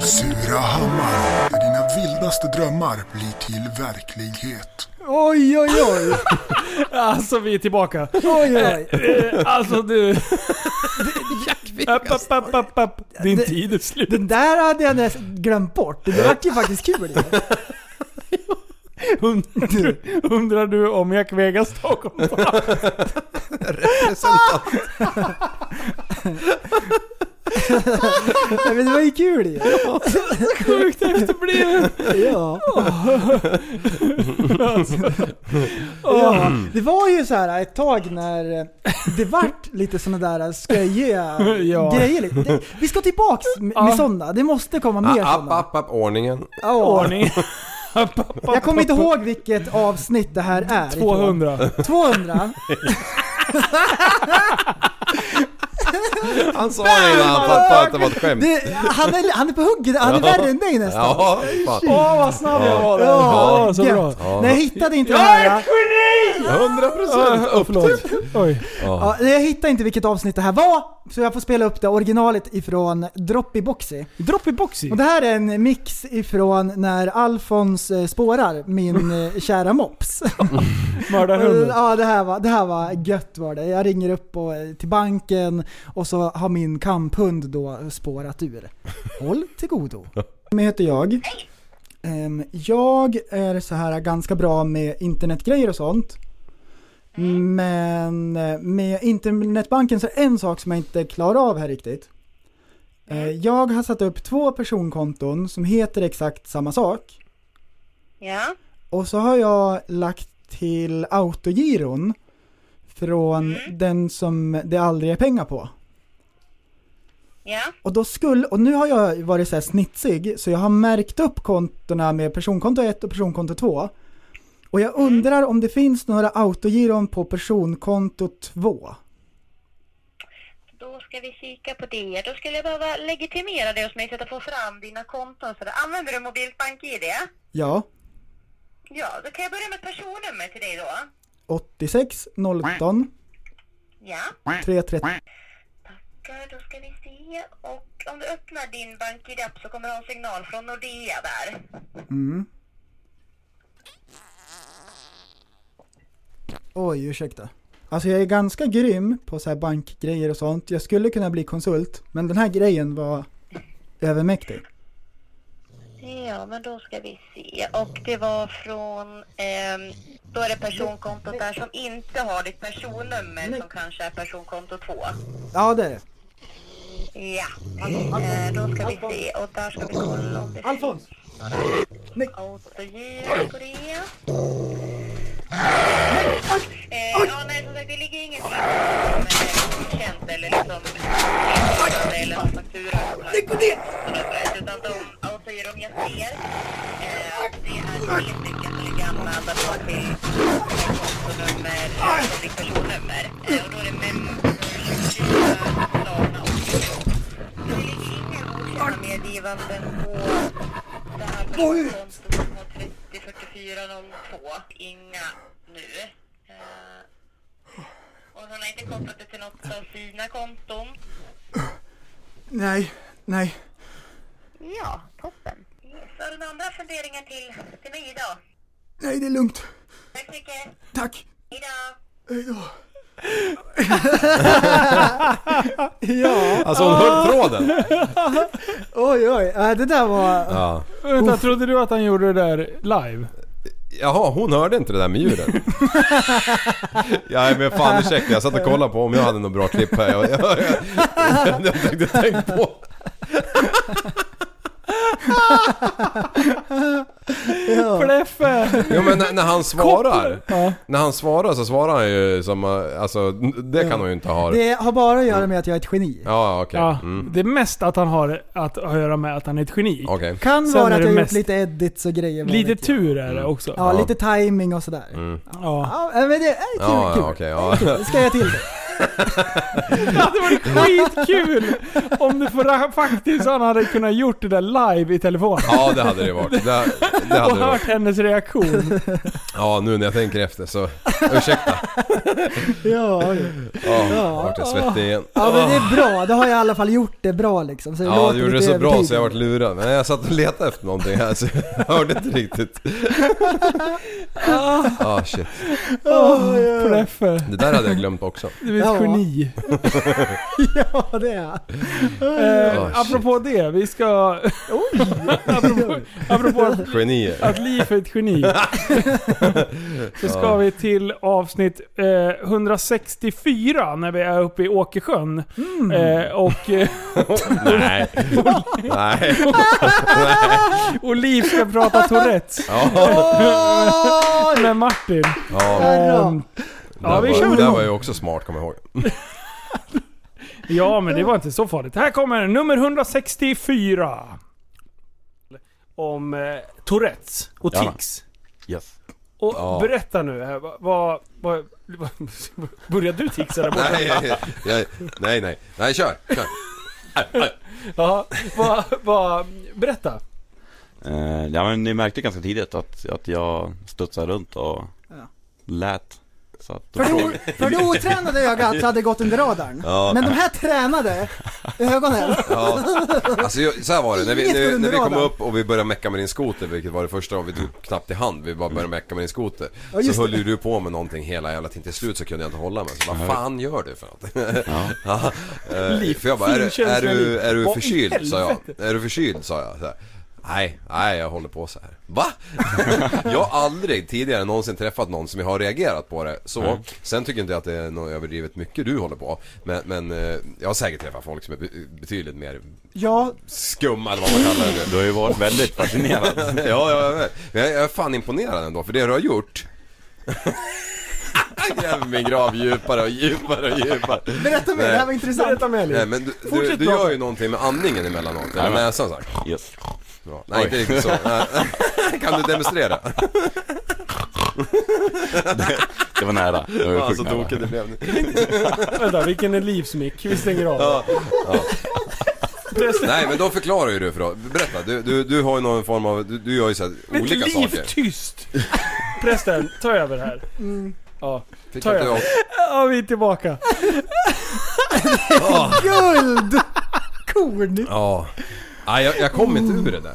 V: Surahammar, där dina vildaste drömmar blir till verklighet.
F: Oj, oj, oj. Alltså vi är tillbaka.
G: Oj, oj.
F: Eh, eh, Alltså du... App, app, app, app, app. Din tid är slut.
G: Den där hade jag nästan glömt bort. Det vart ju faktiskt kul. ju.
F: Undrar du, undrar du om Jack Vegas tar kontakt?
H: Representant.
G: Nej, men det var ju kul ju.
F: Sjukt efterbliven.
G: Ja. ja. Det var ju så här ett tag när eh, det vart lite sådana där ska jag ge
F: Ja.
G: grejer. lite. Det- Vi ska tillbaks med, med sådana. Det måste komma mer
H: Ah, App,
G: sådana.
H: app, app, ordningen.
G: Ja.
H: Ordning.
G: Jag kommer inte ihåg vilket avsnitt det här är. ifrån.
F: 200.
G: 200?
H: Han sa det innan han fattade att det var ett skämt.
G: Det, han, är, han är på hugget, han är
H: Ja.
G: värre än dig nästan.
H: Ja, fan.
G: Åh, vad
F: snabb jag var där.
G: Ja,
F: Ja, så
G: gött.
F: bra. Ja.
G: När jag hittade inte det
F: Jag är
G: här.
F: ett geni!
H: 100%
F: Ja, förlåt. Oj.
G: Ja, jag hittade inte vilket avsnitt det här var, så jag får spela upp det originalet ifrån Droppy Boxy.
F: Droppy Boxy?
G: Och det här är en mix ifrån när Alfons eh, spårar min eh, kära mops.
F: Mördar hunden.
G: Ja, det här, var, det här var gött var det. Jag ringer upp och, eh, till banken och så har min kamphund då spårat ur. Håll till godo. Vem heter jag? Ehm, Jag är så här ganska bra med internetgrejer och sånt. Men eh, med internetbanken så är det en sak som jag inte klarar av här riktigt. Eh, Jag har satt upp två personkonton som heter exakt samma sak.
W: Ja.
G: Och så har jag lagt till autogiron från
W: Mm.
G: den som det aldrig är pengar på.
W: Ja.
G: Och då skulle, och nu har jag varit så här snitsig, så jag har märkt upp kontona med personkonto 1 och personkonto 2. Och jag
W: Mm.
G: undrar om det finns några autogiron på personkonto 2?
W: Då ska vi kika på det. Då skulle jag behöva legitimera dig hos mig så att jag får fram dina konton. Så då använder du Mobilt BankID?
G: Ja,
W: Ja, då kan jag börja med personnummer till dig då.
G: 86 018
W: Ja.
G: 330.
W: Tackar, Då ska vi se. Och om du öppnar din BankID-app så kommer du ha en signal från Nordea där.
G: Mm. Oj, ursäkta. Alltså jag är ganska grym på så här bankgrejer och sånt. Jag skulle kunna bli konsult, men den här grejen var övermäktig.
W: Ja, men då ska vi se. Och det var från... ehm, då är det personkontot där som inte har ditt personnummer som kanske är personkonto 2.
G: Ja, det är det.
W: Ja, eh, då ska vi se. Och där ska vi kolla om det
G: Alfons!
W: Nej. Autogiro på det. Eh, ja, nej, som sagt, det ligger inget som är godkänt eller liksom meddelande eller någon faktura. Lägg på det! Utan de autogiron jag ser, eh, det är tre stycken som ligger anmälda då till kontonummer, eh, som ditt personnummer. Eh, och då är det Meddelande medgivanden på det här personkontot som har 304402. Inga nu. Eh, och han har inte kopplat det till något av sina konton.
G: Nej, nej.
W: Ja, toppen. Yes. Har du några andra funderingar till, till mig idag?
G: Nej, det är lugnt.
W: Tack så mycket.
G: Tack.
W: Hejdå.
G: Hejdå.
F: Ja.
H: Alltså hon höll tråden.
G: oj, oj. Äh, det där var...
H: Ja.
F: Vänta, trodde du att han gjorde det där live?
H: Jaha, hon hörde inte det där med djuren. ja, men fan ursäkta, jag satt och kollade på om jag hade något bra klipp här. Jag, jag, jag, jag, jag tänkte tänk på.
F: Fleffe!
H: Jo men när, när han svarar, när han svarar så svarar han ju som, eh, alltså det kan hon ju inte ha.
G: Det har bara att göra med att jag är ett geni.
H: Ja, okej.
F: Ja,
H: Mm.
F: Det är mest att han har att göra med att han är ett geni.
H: Okej.
G: Kan
F: Sen
G: vara
F: är
G: att
F: det
G: jag har gjort
F: mest-
G: lite edits och grejer. vad
F: Lite
G: vet jag.
F: tur är det också.
G: Ja, lite timing och sådär.
H: Mm.
F: Ja.
G: men det är kul.
H: Ja,
G: kul.
H: ja, okej, ja.
G: Det ska jag till det.
F: Det hade varit skitkul om du för, faktiskt han hade kunnat gjort det där live i telefonen.
H: Ja, det hade det varit. Det, det hade
F: och
H: det
F: hört
H: varit.
F: hennes reaktion.
H: Ja, nu när jag tänker efter så, ursäkta.
G: Ja, ja.
H: Ja, vart jag svettig igen.
G: ja, men det är bra. Då har jag i alla fall gjort det bra liksom. Så det
H: Ja,
G: låter
H: du gjorde det
G: lite
H: så bra
G: övertygande.
H: så jag vart lurad. Men jag satt och letade efter någonting här så jag hörde inte riktigt. Ah shit.
F: Åh, Preffe.
H: Det där hade jag glömt också.
F: Du är ett
G: Ja.
F: geni.
G: Ja, det är
F: Eh,
H: Ah, shit.
F: apropå det, vi ska... apropå, apropå att,
H: Genier.
F: att Liv är ett geni. Så ska vi till avsnitt eh, 164 när vi är uppe i Åkersjön.
G: Mm.
F: Eh, och... eh,
H: Nej. Nej.
F: och Liv ska prata Tourettes.
H: Ja.
F: Med Martin.
H: Ja.
F: Ehm, ja,
H: det
F: vi
H: där
F: kör
H: var, det
F: väl
H: där
F: igång.
H: var ju också smart kommer jag ihåg.
F: Ja, men det var inte så farligt. Här kommer nummer 164. Om eh, Tourettes och
M: Gärna.
F: tics.
M: Yes.
F: Och
M: Ja.
F: berätta nu här, vad... vad, vad började du ticsa där borta?
H: Nej, nej, nej, nej. Nej, kör, kör.
F: Ja, vad, vad, berätta.
M: Eh, ja, men ni märkte ganska tidigt att, att jag studsade runt och lät. Så att
G: För det, för det otränade ögat hade gått under radarn.
H: Ja.
G: Men de här tränade ögonen.
H: Ja. Alltså jag- så här var det, när vi,
G: Inget
H: när, vi- när vi kom
G: underlag.
H: upp och vi började mecka med din skoter, vilket var det första vi tog knappt i hand, vi bara började mecka med din skoter.
M: Ja, just
H: så höll
M: det.
H: ju du på med någonting hela jävla tiden, till slut så kunde jag inte hålla mig. Så vad
M: Nej.
H: fan gör du för något?
M: Ja.
H: Ja. Eh,
M: Liv,
H: för jag bara, är, du- är,
M: finkänsliga
H: du,
M: liv.
H: är du
M: Vad i
H: förkyld? sa
M: helvete?
H: jag. Är du förkyld? sa jag. Så här. Nej, nej jag håller på så här. Va? jag har aldrig tidigare någonsin träffat någon som jag har reagerat på det så.
M: Nej.
H: Sen tycker inte jag att det är något överdrivet mycket du håller på. Men, men eh, jag har säkert träffat folk som är be- betydligt mer
G: Ja,
H: skumma eller vad man kallar det.
M: Du har ju varit väldigt fascinerad.
H: ja, ja, jag vet. Men jag, jag är fan imponerad ändå för det du har gjort. jag gräver min grav djupare och djupare och djupare.
G: Berätta mer, det här var intressant. Berätta mer
H: Nej men du, du,
G: Fortsätt
H: du
G: prata.
H: gör ju någonting med andningen emellanåt, eller
M: Jajamän.
H: näsan sagt.
M: Yes.
H: Bra. Nej
M: Oj.
H: inte riktigt så. Nej. kan du demonstrera?
M: Det var nära. Det var
H: Fan,
M: sjukt
H: så
M: nära.
H: tokigt det blev nu.
F: Vänta, vilken är Livs mick? Vi stänger av.
H: Ja, ja. Nej men då förklarar ju du för då. Berätta, du, du, du har ju någon form av, du, du gör ju så här,
F: Men
H: olika
F: Liv,
H: saker.
F: tyst! Prästen, ta över här. Ja,
H: Fick
F: ta
H: jag inte
F: över. Ja, vi är tillbaka.
G: Guld! Korn!
H: Ja. Nej jag, jag kom inte ur det där.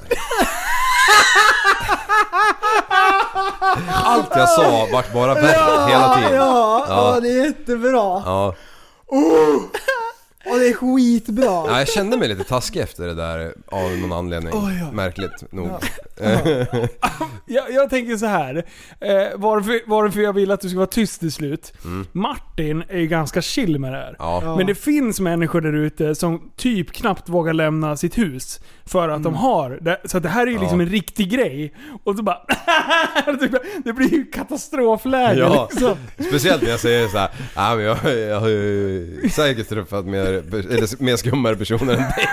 H: Allt jag sa vart bara värre hela tiden.
G: Ja, ja.
H: Ja.
G: det är jättebra.
H: Ja.
G: Oh! Och det är skitbra.
H: Ja, jag kände mig lite taskig efter det där av någon anledning.
F: Oj, ja.
H: Märkligt nog.
F: Ja. Jag, jag tänker så här. Eh, varför, varför jag vill att du ska vara tyst till slut.
H: Mm.
F: Martin är ju ganska chill med det här.
H: Ja.
F: Men det finns människor där ute som typ knappt vågar lämna sitt hus. För att
G: Mm.
F: de har det. Så att det här är ju liksom
H: Ja.
F: en riktig grej. Och så bara... typ, det blir ju katastrofläge
H: Ja,
F: liksom.
H: speciellt när jag säger så här, "Nej, men jag, jag har ju säkert träffat mer, eller mer skummare personer än dig.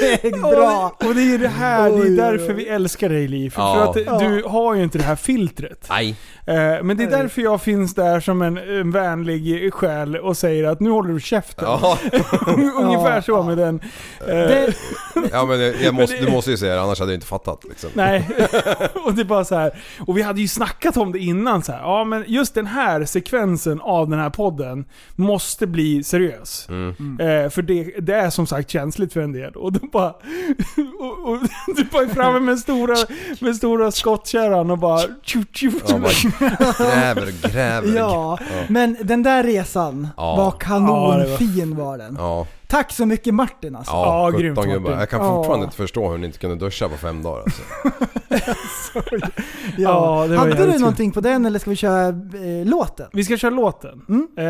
G: Det är bra.
F: Och det är ju det här, det
G: Oj,
F: är
G: oj,
F: därför vi älskar dig Liv. För
H: Ja.
F: att eh, du har ju inte det här filtret.
H: Nej.
F: Eh, Men det är därför jag finns där som en, en vänlig själ och säger att nu håller du käften.
H: Ja.
F: Ungefär så med den. Eh,
H: Ja men jag- jag måste,
F: Men det-
H: du måste ju säga det, annars hade jag inte fattat liksom.
F: Nej, och det är bara så här. Och vi hade ju snackat om det innan så här. Ja men just den här sekvensen av den här podden måste bli seriös. Eh, för det, det är som sagt känsligt för en del. Och du bara... Och, och, du bara är framme med stora, med stora skottkärran och bara... Tju, tju, tju.
H: Ja, man gräver, gräver.
G: Ja, men den där resan
H: Ja.
G: var
H: Ja, det var-
G: kanonfin var den.
H: Ja.
G: Tack så mycket Martin alltså.
H: Ja, 17 gubbar. Jag kan fortfarande inte förstå hur ni inte kunde duscha på fem dagar alltså.
G: Ja.
F: Ja, det
G: Hade
F: var jävligt
G: du
F: kul.
G: någonting på den eller ska vi köra eh, låten? Mm.
F: Vi ska köra låten. Eh,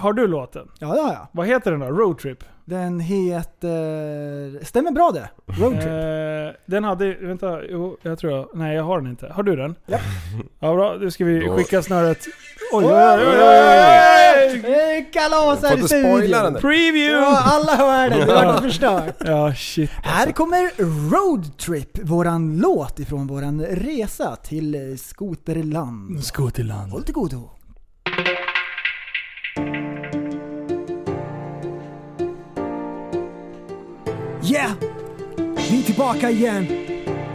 F: har du låten?
G: Ja, det har jag.
F: Vad heter den då? Roadtrip?
G: Den heter... Eh, Stämmer bra det? Roadtrip.
F: Eh, den hade... Vänta, jo, jag tror jag... Nej, jag har den inte. Har du den? Ja. Ja, bra. Nu ska vi
H: Då-
F: skicka snöret. Oj, oj, oj, oj, oj, oj.
G: Det Alltså, är kalas här
F: Får
G: i
F: inte spoila
G: studion.
F: den där. Preview!
G: Ja, alla hör det. Det vart förstört.
F: Ja, shit.
G: Här kommer Roadtrip, våran låt ifrån våran resa till eh, skoterland.
F: Skoterland.
G: Håll till godo.
R: Yeah! Vi är tillbaka igen.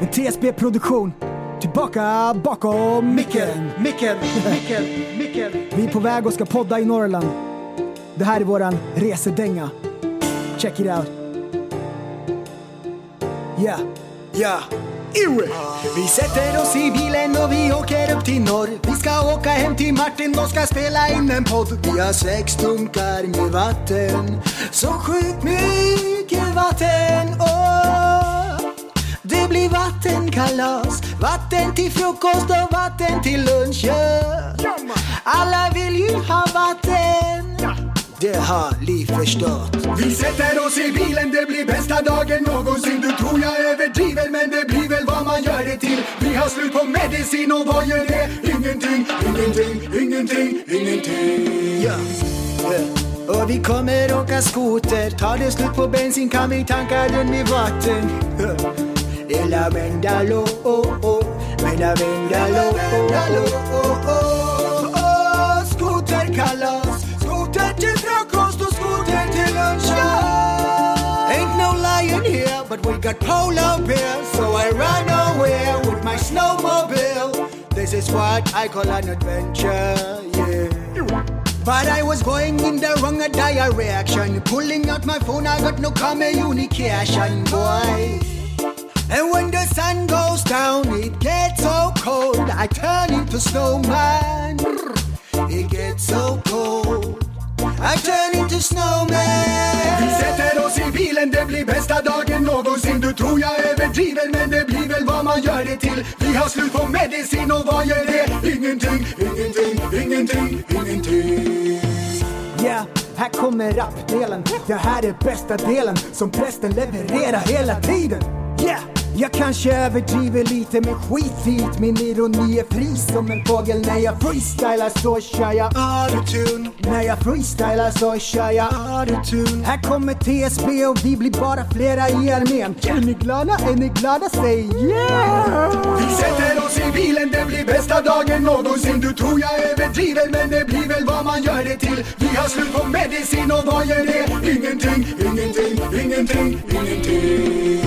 R: En TSB-produktion. Tillbaka bakom micken.
G: Micken, micken, micken.
R: Vi är på väg och ska podda i Norrland. Det här är våran resedänga. Check it out. Yeah.
X: Ja, Iwe!
R: Vi sätter oss i bilen och vi åker upp till norr. Vi ska åka hem till Martin, de ska spela in en podd. Vi har sex dunkar med vatten. Så sjukt mycket vatten. Åh, det blir vattenkalas. Vatten till frukost och vatten till lunch. Ja. Alla vill ju ha vatten. Det har liv förstört.
E: Vi sätter oss i bilen, det blir bästa dagen någonsin Du tror jag överdriver men det blir väl vad man gör det till Vi har slut på medicin och vad gör det? Ingenting, ingenting, ingenting, ingenting
R: Ja. Eh, Och vi kommer åka skoter Tar det slut på bensin kan vi tanka den med vatten Eh, Ella Vendalo, oh, oh. Mela Vendalo, oh, oh, oh, oh. Skoterkalas, skoter till frukost och skoter till lunch ja. Ain't no lion here but we got polar bear So I run away with my snowmobile This is what I call an adventure, yeah but I was going in the wrong direction. Pulling out my phone, I got no communication, boy. And when the sun goes down, it gets so cold. I turn into snowman. It gets so cold. I turn into snowman.
E: Vi sätter oss i bilen, det blir bästa dagen någonsin Du tror jag överdriver men det blir väl vad man gör det till Vi har slut på medicin och vad gör det? Ingenting, ingenting, ingenting, ingenting
R: Yeah, här kommer rapdelen. Det här är bästa delen som prästen levererar hela tiden. Yeah! Jag kanske överdriver lite men skit hit Min ironi är fri som en fågel När jag freestylar så kör jag autotune När jag freestylar så kör jag autotune Här kommer TSB och vi blir bara flera i armén Är ni glada? Är ni glada? Säg yeah!
E: Vi sätter oss i bilen, det blir bästa dagen någonsin Du tror jag överdriver men det blir väl vad man gör det till Vi har slut på medicin och vad gör det? Ingenting, ingenting, ingenting, ingenting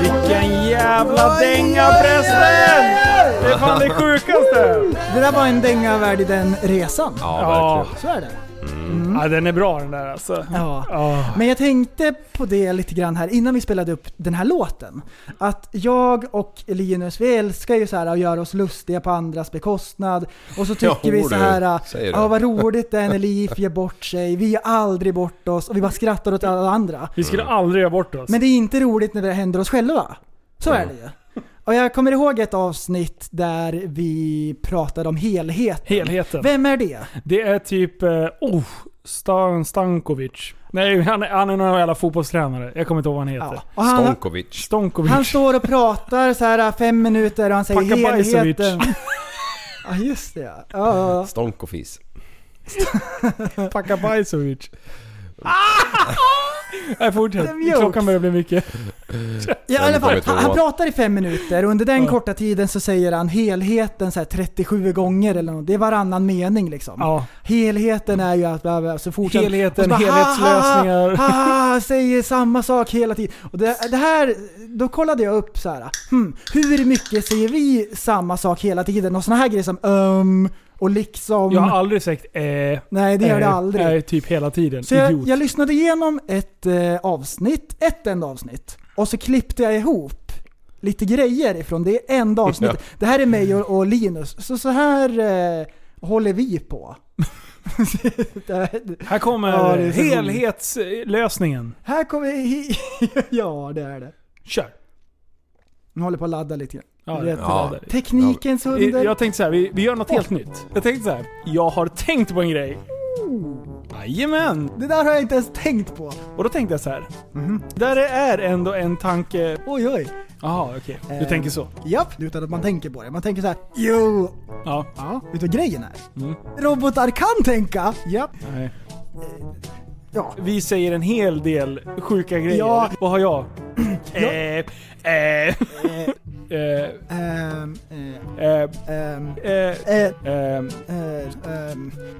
F: Vilken jävla dänga prästen! Det är fan det sjukaste!
G: Det där var en dänga värd i den resan.
F: verkligen.
G: Så är det.
F: Mm. Ja, den är bra den där alltså.
G: Ja. Men jag tänkte på det lite grann här innan vi spelade upp den här låten. Att jag och Linus, vi älskar ju så här att göra oss lustiga på andras bekostnad. Och så tycker
H: Ja,
G: vi så
H: du,
G: här, äh,
H: säger
G: ja
H: du."
G: vad roligt det är när Liv ger bort sig, vi ger aldrig bort oss och vi bara skrattar åt alla andra.
F: Vi skulle aldrig göra bort oss. Mm.
G: Men det är inte roligt när det händer oss själva. Så är det ju. Och jag kommer ihåg ett avsnitt där vi pratade om helheten.
F: Helheten.
G: Vem är det?
F: Det är typ... eh, Oh, Stan Stankovic. Nej, han är, han är någon jävla fotbollstränare. Jag kommer inte ihåg vad han heter.
G: Och han-
H: Stonkovic.
F: Stonkovic.
G: Han står och pratar så här äh, fem minuter och han säger
F: Pakabajsovic.
G: helheten. Ja just det ja. ja.
H: Stonkofis.
F: Pakabajsovic. Nej, fortsätt.
G: Den mjölk.
F: Klockan börjar bli mycket.
G: Ja, i alla fall, han, han
F: pratar...
G: pratar i fem minuter och under den
F: Ja.
G: korta tiden så säger han helheten så här 37 gånger eller något. Det är varannan mening liksom.
F: Ja.
G: Helheten är ju att... bla, bla, Så fortsätter,
F: Helheten,
G: och så bara,
F: helhetslösningar.
G: Ha, ha, ha, säger samma sak hela tiden. Och det, det här, då kollade jag upp så här. Hmm, hur mycket säger vi samma sak hela tiden? Och såna här grejer som um och liksom.
F: Jag har aldrig sagt eh, Nej,
G: Nej, det gör det aldrig.
F: Nej, typ hela tiden.
G: Så jag,
F: Idiot.
G: jag lyssnade igenom ett eh, avsnitt, ett enda avsnitt. Och så klippte jag ihop lite grejer ifrån det enda avsnittet.
F: Ja.
G: Det här är mig och, och Linus. Så så här eh, håller vi på?
F: Här kommer
G: Ja, det är så
F: helhetslösningen.
G: Här kommer... hi- ja, det är det.
F: Kör.
G: Nu håller på att ladda lite grann.
F: Ja,
G: Rätt
F: ja.
G: laddare. Teknikens
F: Jag-
G: under.
F: Jag tänkte så här, vi, vi gör något helt nytt. Jag tänkte så här, jag har tänkt på en grej. Jajamän!
G: Det där har jag inte ens tänkt på.
F: Och då tänkte jag så här.
G: Mm-hmm.
F: Där är ändå en tanke...
G: Oj, oj.
F: Jaha, okej. Du
G: Eh,
F: tänker så?
G: Japp, utan att man tänker på det. Man tänker så här, jo!
F: Ja.
G: ja. Vet du vad grejen är?
F: Mm.
G: Robotar kan tänka! Japp.
F: Nej.
G: Ja.
F: Vi säger en hel del sjuka grejer.
G: Ja.
F: Vad har jag?
G: Ja.
F: Eh, eh, eh,
G: Ehm,
F: eh,
G: ehm,
F: eh,
G: eh,
F: ehm,
G: eh,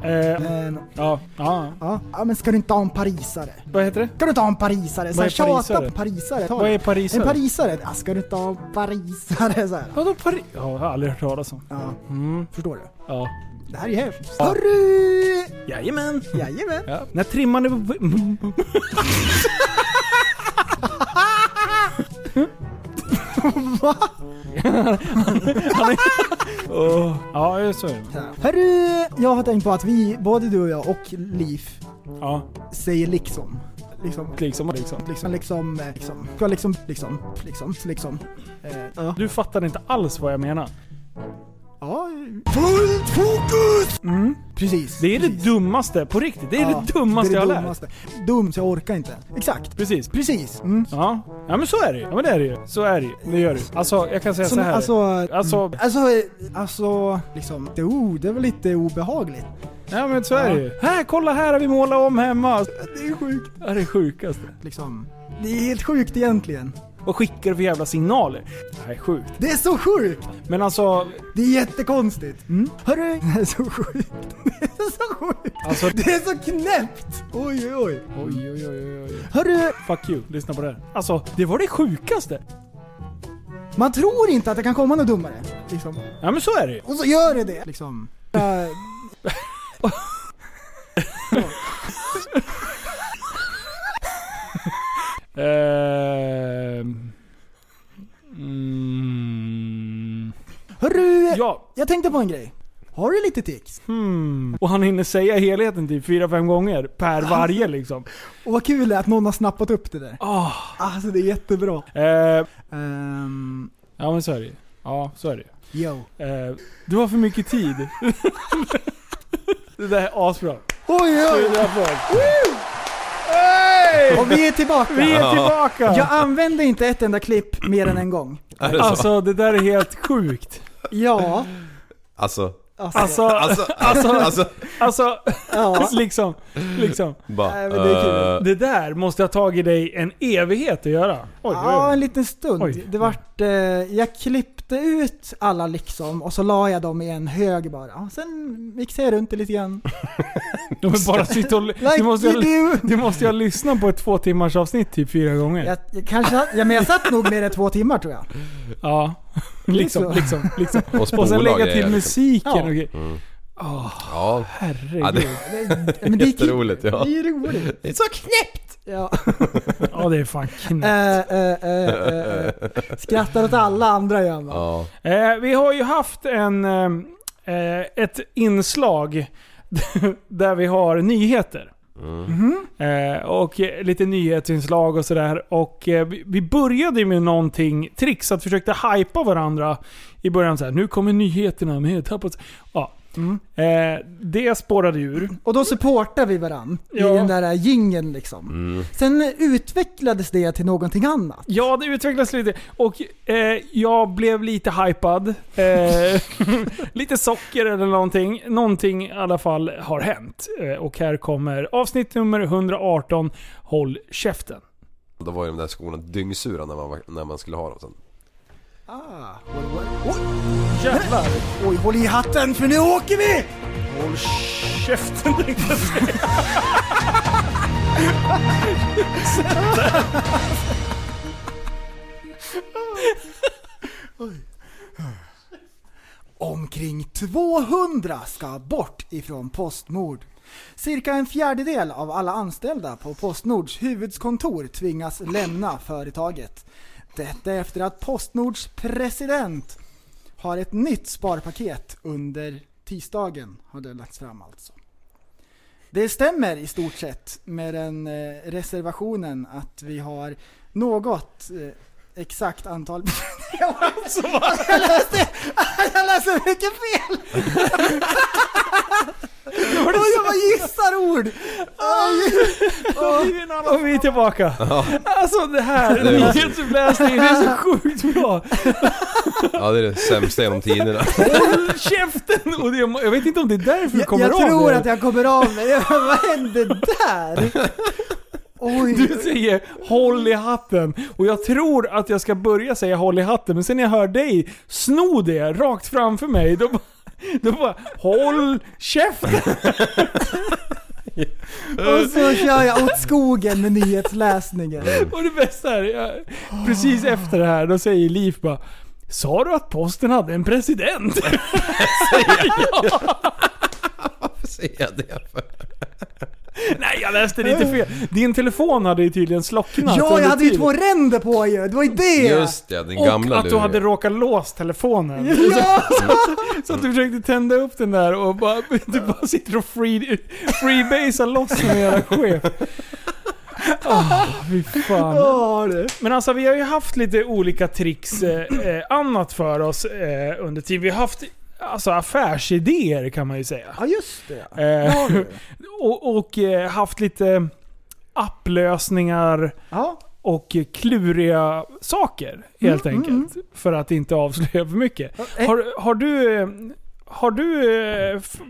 G: ehm,
F: ehm. Ja, ja.
G: Ja, ja, men ska du inte ha en parisare?
F: Vad heter det?
G: Ska du inte ha en parisare? Så här,
F: Vad är
G: tjata
F: parisare?
G: på parisare. Ta
F: Vad
G: det.
F: är parisare?
G: En parisare? Ja, ska du inte ha en parisare? Så här.
F: Vadå Paris? Ja, jag har aldrig hört talas om.
G: Ja.
F: Mm.
G: Förstår du?
F: Ja.
G: Det här är hemskt. Hörru!
F: Jajamän!
G: Jajamän!
F: Ja. När trimmar ni på...
G: Va?
F: Han är... Åh. Ja, så är det.
G: Hörru! Jag har tänkt på att vi, både du och jag och Liv,
F: Ja.
G: säger liksom. Liksom.
F: Liksom och liksom.
G: Liksom, liksom, eh, liksom. Ska liksom, liksom, liksom, liksom. Eh, ja.
F: Du fattar inte alls vad jag menar.
G: ja. Fullt fokus! Mm, precis.
F: Det är det dummaste, på riktigt. Det är
G: Ja,
F: det dummaste
G: det är
F: jag
G: det
F: har lärt.
G: dummaste. Dumt så jag orkar inte. Exakt.
F: Precis.
G: Precis. Mm.
F: Ja. ja, men så är det ju. Ja, men det är det ju. Så är det ju. Det gör det ju. Alltså, jag kan säga
G: Som,
F: så här.
G: alltså,
F: Alltså-
G: mm. alltså, eh, alltså, liksom, det, oh, det är väl lite obehagligt.
F: Ja, men så är det ju. Här, kolla här har vi målat om hemma. Det är sjukt. Det är det sjukaste.
G: Liksom. Det är helt sjukt egentligen.
F: Vad skickar du för jävla signaler? Det här är sjukt.
G: Det är så sjukt!
F: Men alltså...
G: Det är jättekonstigt. Mm. Hörru! Det är så sjukt. Det är så sjukt.
F: Alltså-
G: Det är så knäppt! Oj, oj, oj.
F: Oj, oj, oj, oj.
G: Hörru!
F: Fuck you. Lyssna på det här. Alltså, det var det sjukaste.
G: Man tror inte att det kan komma något dummare. Liksom.
F: Ja, men så är det ju.
G: Och så gör det det. Liksom. Äh,
F: Ehm... Mm.
G: Hörru!
F: Ja.
G: Jag tänkte på en grej. Har du lite tics?
F: Hmm. Och han hinner säga helheten typ fyra fem gånger per varje liksom.
G: Och vad kul det är att någon har snappat upp det där.
F: Ah.
G: Alltså det är jättebra.
F: Eh,
G: Ehm,
F: ja men så är det ju. Ja, så är det ju.
G: yo.
F: Eh, du har för mycket tid. det där är asbra.
G: Oj, oj,
F: Det
G: oj.
F: är bra. Hey!
G: Och vi är tillbaka!
F: Vi är tillbaka!
G: Jag använde inte ett enda klipp mer än en gång.
H: Är det så?
F: Alltså det där är helt sjukt.
G: Ja.
H: Alltså,
F: Alltså,
H: Alltså,
F: alltså, alltså,
H: alltså.
F: alltså,
G: Ja.
F: liksom, liksom.
H: bara...
G: Nej, men det är kul.
H: eh,
F: Det där måste ha tagit dig en evighet att göra. Oj,
G: Ja,
F: oj,
G: en liten stund.
F: Oj.
G: Det vart, eh, jag klippte ut alla liksom och så la jag dem i en hög bara. Och sen mixade jag runt det lite grann.
F: oj. De är bara sitta och...
G: Like
F: Du måste,
G: you
F: ju-
G: do!
F: du måste ju ha lyssnat på ett två timmars avsnitt typ fyra gånger.
G: Jag, jag kanske, ja, men jag satt nog mer än två timmar tror jag.
F: Ja. Liksom,
G: Liksom.
F: liksom, liksom.
H: Och
F: Och
H: spola
F: sen lägga
H: grejer,
F: till musiken
G: Ja.
F: och grejer.
H: Mm.
F: Åh,
H: Ja. ja
F: herregud.
H: det,
G: Men det, är kul.
H: jätteroligt ja.
G: det är roligt.
H: Det är så knäppt!
G: Ja.
F: Ja, det är fan knäppt.
G: Eh, eh, eh, eh, eh. Skrattar åt alla andra gör man.
H: Ja.
F: Eh, vi har ju haft en, ehm, eh, ett inslag där vi har nyheter. Eh, och eh, lite nyhetsinslag och sådär. Och eh, vi, vi började ju med någonting tricks, att försökte hypa varandra i början så här. nu kommer nyheterna med tappat. Ja. Eh, det spårade ur.
G: Mm. Och då supportar vi varandra
F: Ja.
G: i den där jingeln liksom. Sen utvecklades det till någonting annat.
F: Ja, det utvecklades lite. Och eh, jag blev lite hypad. Eh, lite socker eller någonting. Någonting i alla fall har hänt. Eh, och här kommer avsnitt nummer 118. Håll käften.
H: Då var ju de där skorna dyngsura när man, var- när man skulle ha dem sen.
G: Ah, Jävlar! Oj, håll i hatten för nu åker vi!
F: Håll käften tänkte jag säga.
G: Omkring 200 ska bort ifrån Postnord. Cirka en fjärdedel av alla anställda på Postnords huvudkontor tvingas lämna företaget. Detta efter att Postnords president har ett nytt sparpaket under tisdagen har det lagts fram alltså. Det stämmer i stort sett med den eh, reservationen att vi har något eh, exakt antal...
F: Eh.
G: jag, jag, läste, jag läste mycket fel! Och jag bara gissar ord!
F: Och, och vi är tillbaka.
H: Ja.
F: Alltså det här,
H: Det är-
F: nyhetsuppläsningen, det är så sjukt bra.
H: Ja det är det sämsta genom tiderna.
F: Håll käften! Och det, jag vet inte om det är därför du
G: Jag,
F: kommer
G: jag
F: av
G: tror
F: det.
G: att jag kommer av mig. Vad hände där? Oj.
F: Du säger håll i hatten. Och jag tror att jag ska börja säga håll i hatten, men sen när jag hör dig sno det rakt framför mig, då, bara- då bara håll käften.
G: Och så kör jag åt skogen med nyhetsläsningen.
F: Och det bästa är, jag, precis efter det här, då säger Liv bara Sa du att posten hade en president? Säger jag.
H: Varför säger jag det för?
F: Nej, jag läste lite fel. Din telefon hade ju tydligen slocknat
G: Ja,
F: under
G: jag hade ju
F: tiden.
G: två ränder på ju. Det var ju det!
H: Just det, den gamla
F: Och att du
H: luren.
F: hade råkat låsa telefonen.
G: Ja!
F: Så, så att du försökte tända upp den där och bara, du bara sitter och free, freebasar loss med era chef. Ah, fy fan.
G: Ja,
F: Men alltså vi har ju haft lite olika tricks eh, eh, annat för oss eh, under tiden. Vi har haft alltså, affärsidéer kan man ju säga.
G: Ja, just det.
F: Eh,
G: har du.
F: och och eh, haft lite applösningar och kluriga saker helt
G: Mm, mm,
F: enkelt. För att inte avslöja för mycket. Har, har du, eh, har du eh, f-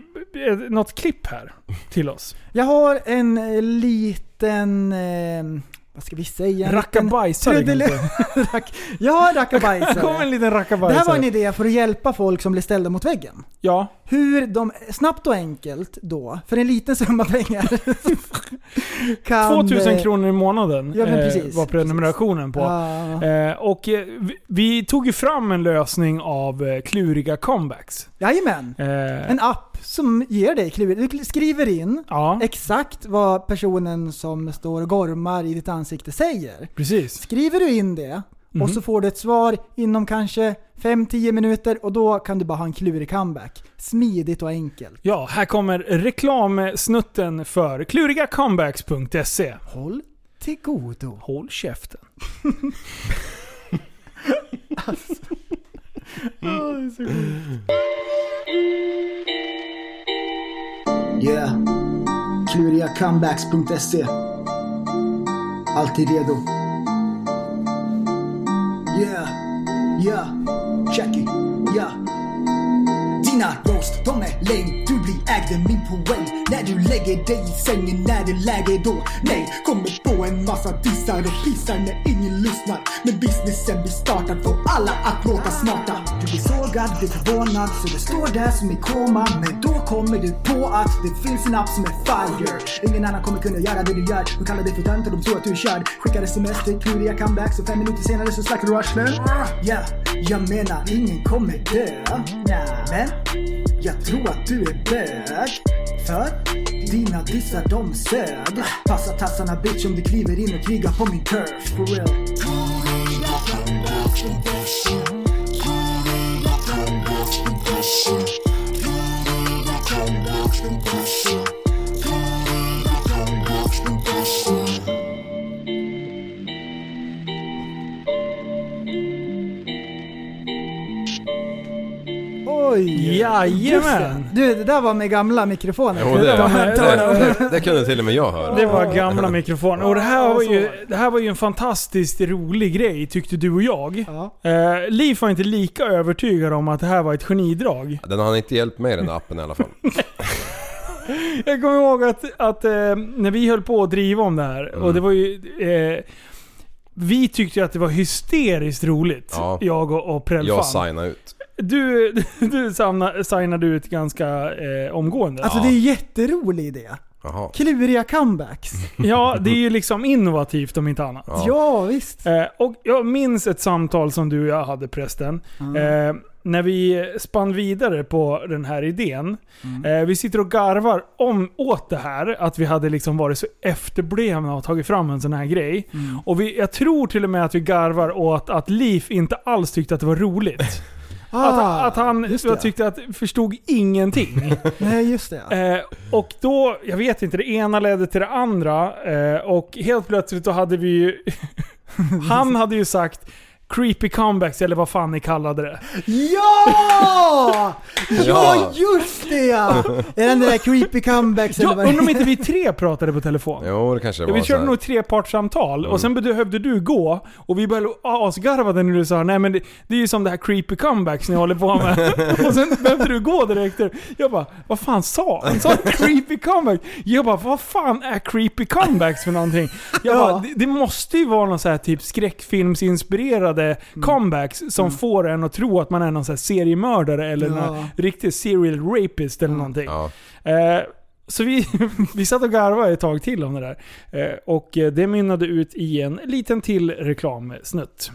F: eh, något klipp här till oss?
G: Jag har en eh, liten... Eh, vad ska vi säga? En
F: Rackabajsare
G: liten trudele- Rack- Jag har en
F: Här kommer en
G: rackabajsare.
F: liten
G: Det här var en
F: rackabajsare.
G: idé för att hjälpa folk som blir ställda mot väggen.
F: Ja.
G: Hur de snabbt och enkelt då, för en liten summa pengar, kan... eh,
F: 2000 kronor i månaden
G: Ja, men
F: eh,
G: precis,
F: var prenumerationen på.
G: Ja.
F: Eh, och eh, vi, vi tog ju fram en lösning av eh, kluriga comebacks.
G: Jajamän!
F: Eh,
G: En app som ger dig klurigt. Du skriver in exakt vad personen som står och gormar i ditt ansikte säger.
F: Precis.
G: Skriver du in det
F: Mhm.
G: och så får du ett svar inom kanske 5-10 minuter och då kan du bara ha en klurig comeback. Smidigt och enkelt.
F: Ja, här kommer reklamsnutten för klurigacomebacks.se.
G: Håll till godo.
F: Håll käften. Mm.
P: Yeah.
V: Kluriacomebacks.se E. Alltid redo.
P: Yeah, yeah, check it, yeah.
V: Dina roast, de är lame. Du blir ägd av min poäng. När du lägger dig i sängen när det är läge då. Nej, kommer på en massa dissar och pissar när ingen lyssnar. Men businessen blir startad, får alla att låta smarta. Du blir sågad, blir förvånad, så du står där som i koma. Men då kommer du på att det finns en app som är fire. Ingen annan kommer kunna göra det du gör. De kallar dig för tönt och de tror att du är körd. Skickar sms till kluriga comebacks och fem minuter senare så slaktar du arslen. Yeah, jag menar ingen kommer dö. Men jag tror att du är bög. För dina dissar de sög. Passa tassarna bitch om du kliver in och krigar på min turf. For real.
G: Oj!
F: Jajamän.
G: Just det. Du, det där var med gamla mikrofoner.
H: Jo, det, det, det, det kunde till och med jag höra.
F: Det var gamla mikrofoner. Och det här var ju, det här var ju en fantastiskt rolig grej tyckte du och jag. Eh, Liv var inte lika övertygad om att det här var ett genidrag.
H: Den har inte hjälpt mig den appen i alla fall.
F: Jag kommer ihåg att, att eh, när vi höll på att driva om det här, och
H: Mm.
F: det var ju... Eh, vi tyckte ju att det var hysteriskt roligt,
H: Ja.
F: jag och, och Prellfan.
H: Jag signar ut.
F: Du, du samna- signade ut ganska eh, omgående.
G: Alltså det är en jätterolig idé.
H: Jaha.
G: Kluriga comebacks.
F: Ja, det är ju liksom innovativt om inte annat.
G: Ja. Ja, visst.
F: Eh, och jag minns ett samtal som du och jag hade prästen.
G: Mm.
F: Eh, när vi spann vidare på den här idén.
K: Mm.
G: Mm.
F: Eh, vi sitter och garvar om, åt det här, att vi hade liksom varit så efterblivna och tagit fram en sån här grej.
G: Mm.
F: Och vi, jag tror till och med att vi garvar åt att Liv inte alls tyckte att det var roligt.
G: Ah,
F: att, att han jag tyckte att förstod ingenting.
G: Nej, just det.
F: Eh, och då, jag vet inte, det ena ledde till det andra. Eh, och helt plötsligt då hade vi ju... han hade ju sagt creepy comebacks, eller vad fan ni kallade det.
G: Ja!
F: Ja.
G: Ja, just det ja! Är den där creepy comebacks
F: Ja,
G: eller vad det
F: undrar om inte vi tre pratade på telefon?
H: Jo, det kanske det
F: Ja,
H: var.
F: vi
H: så
F: körde
H: här.
F: nog ett trepartssamtal
H: Mm.
F: och sen behövde du gå och vi började asgarva när du sa nej men det, det är ju som det här creepy comebacks ni håller på med. och sen behövde du gå direkt. Jag bara, vad fan sa han? Sa han creepy comeback? Jag bara, vad fan är creepy comebacks för någonting? Jag bara, det, det måste ju vara någon så här typ skräckfilmsinspirerade
H: Mm.
F: comebacks som får en att tro att man är någon så här seriemördare eller
G: Ja.
F: någon riktig serial rapist eller någonting. Eh, så vi, vi satt och garvade ett tag till om det där. Eh, och eh, det mynnade ut i en liten till reklamsnutt.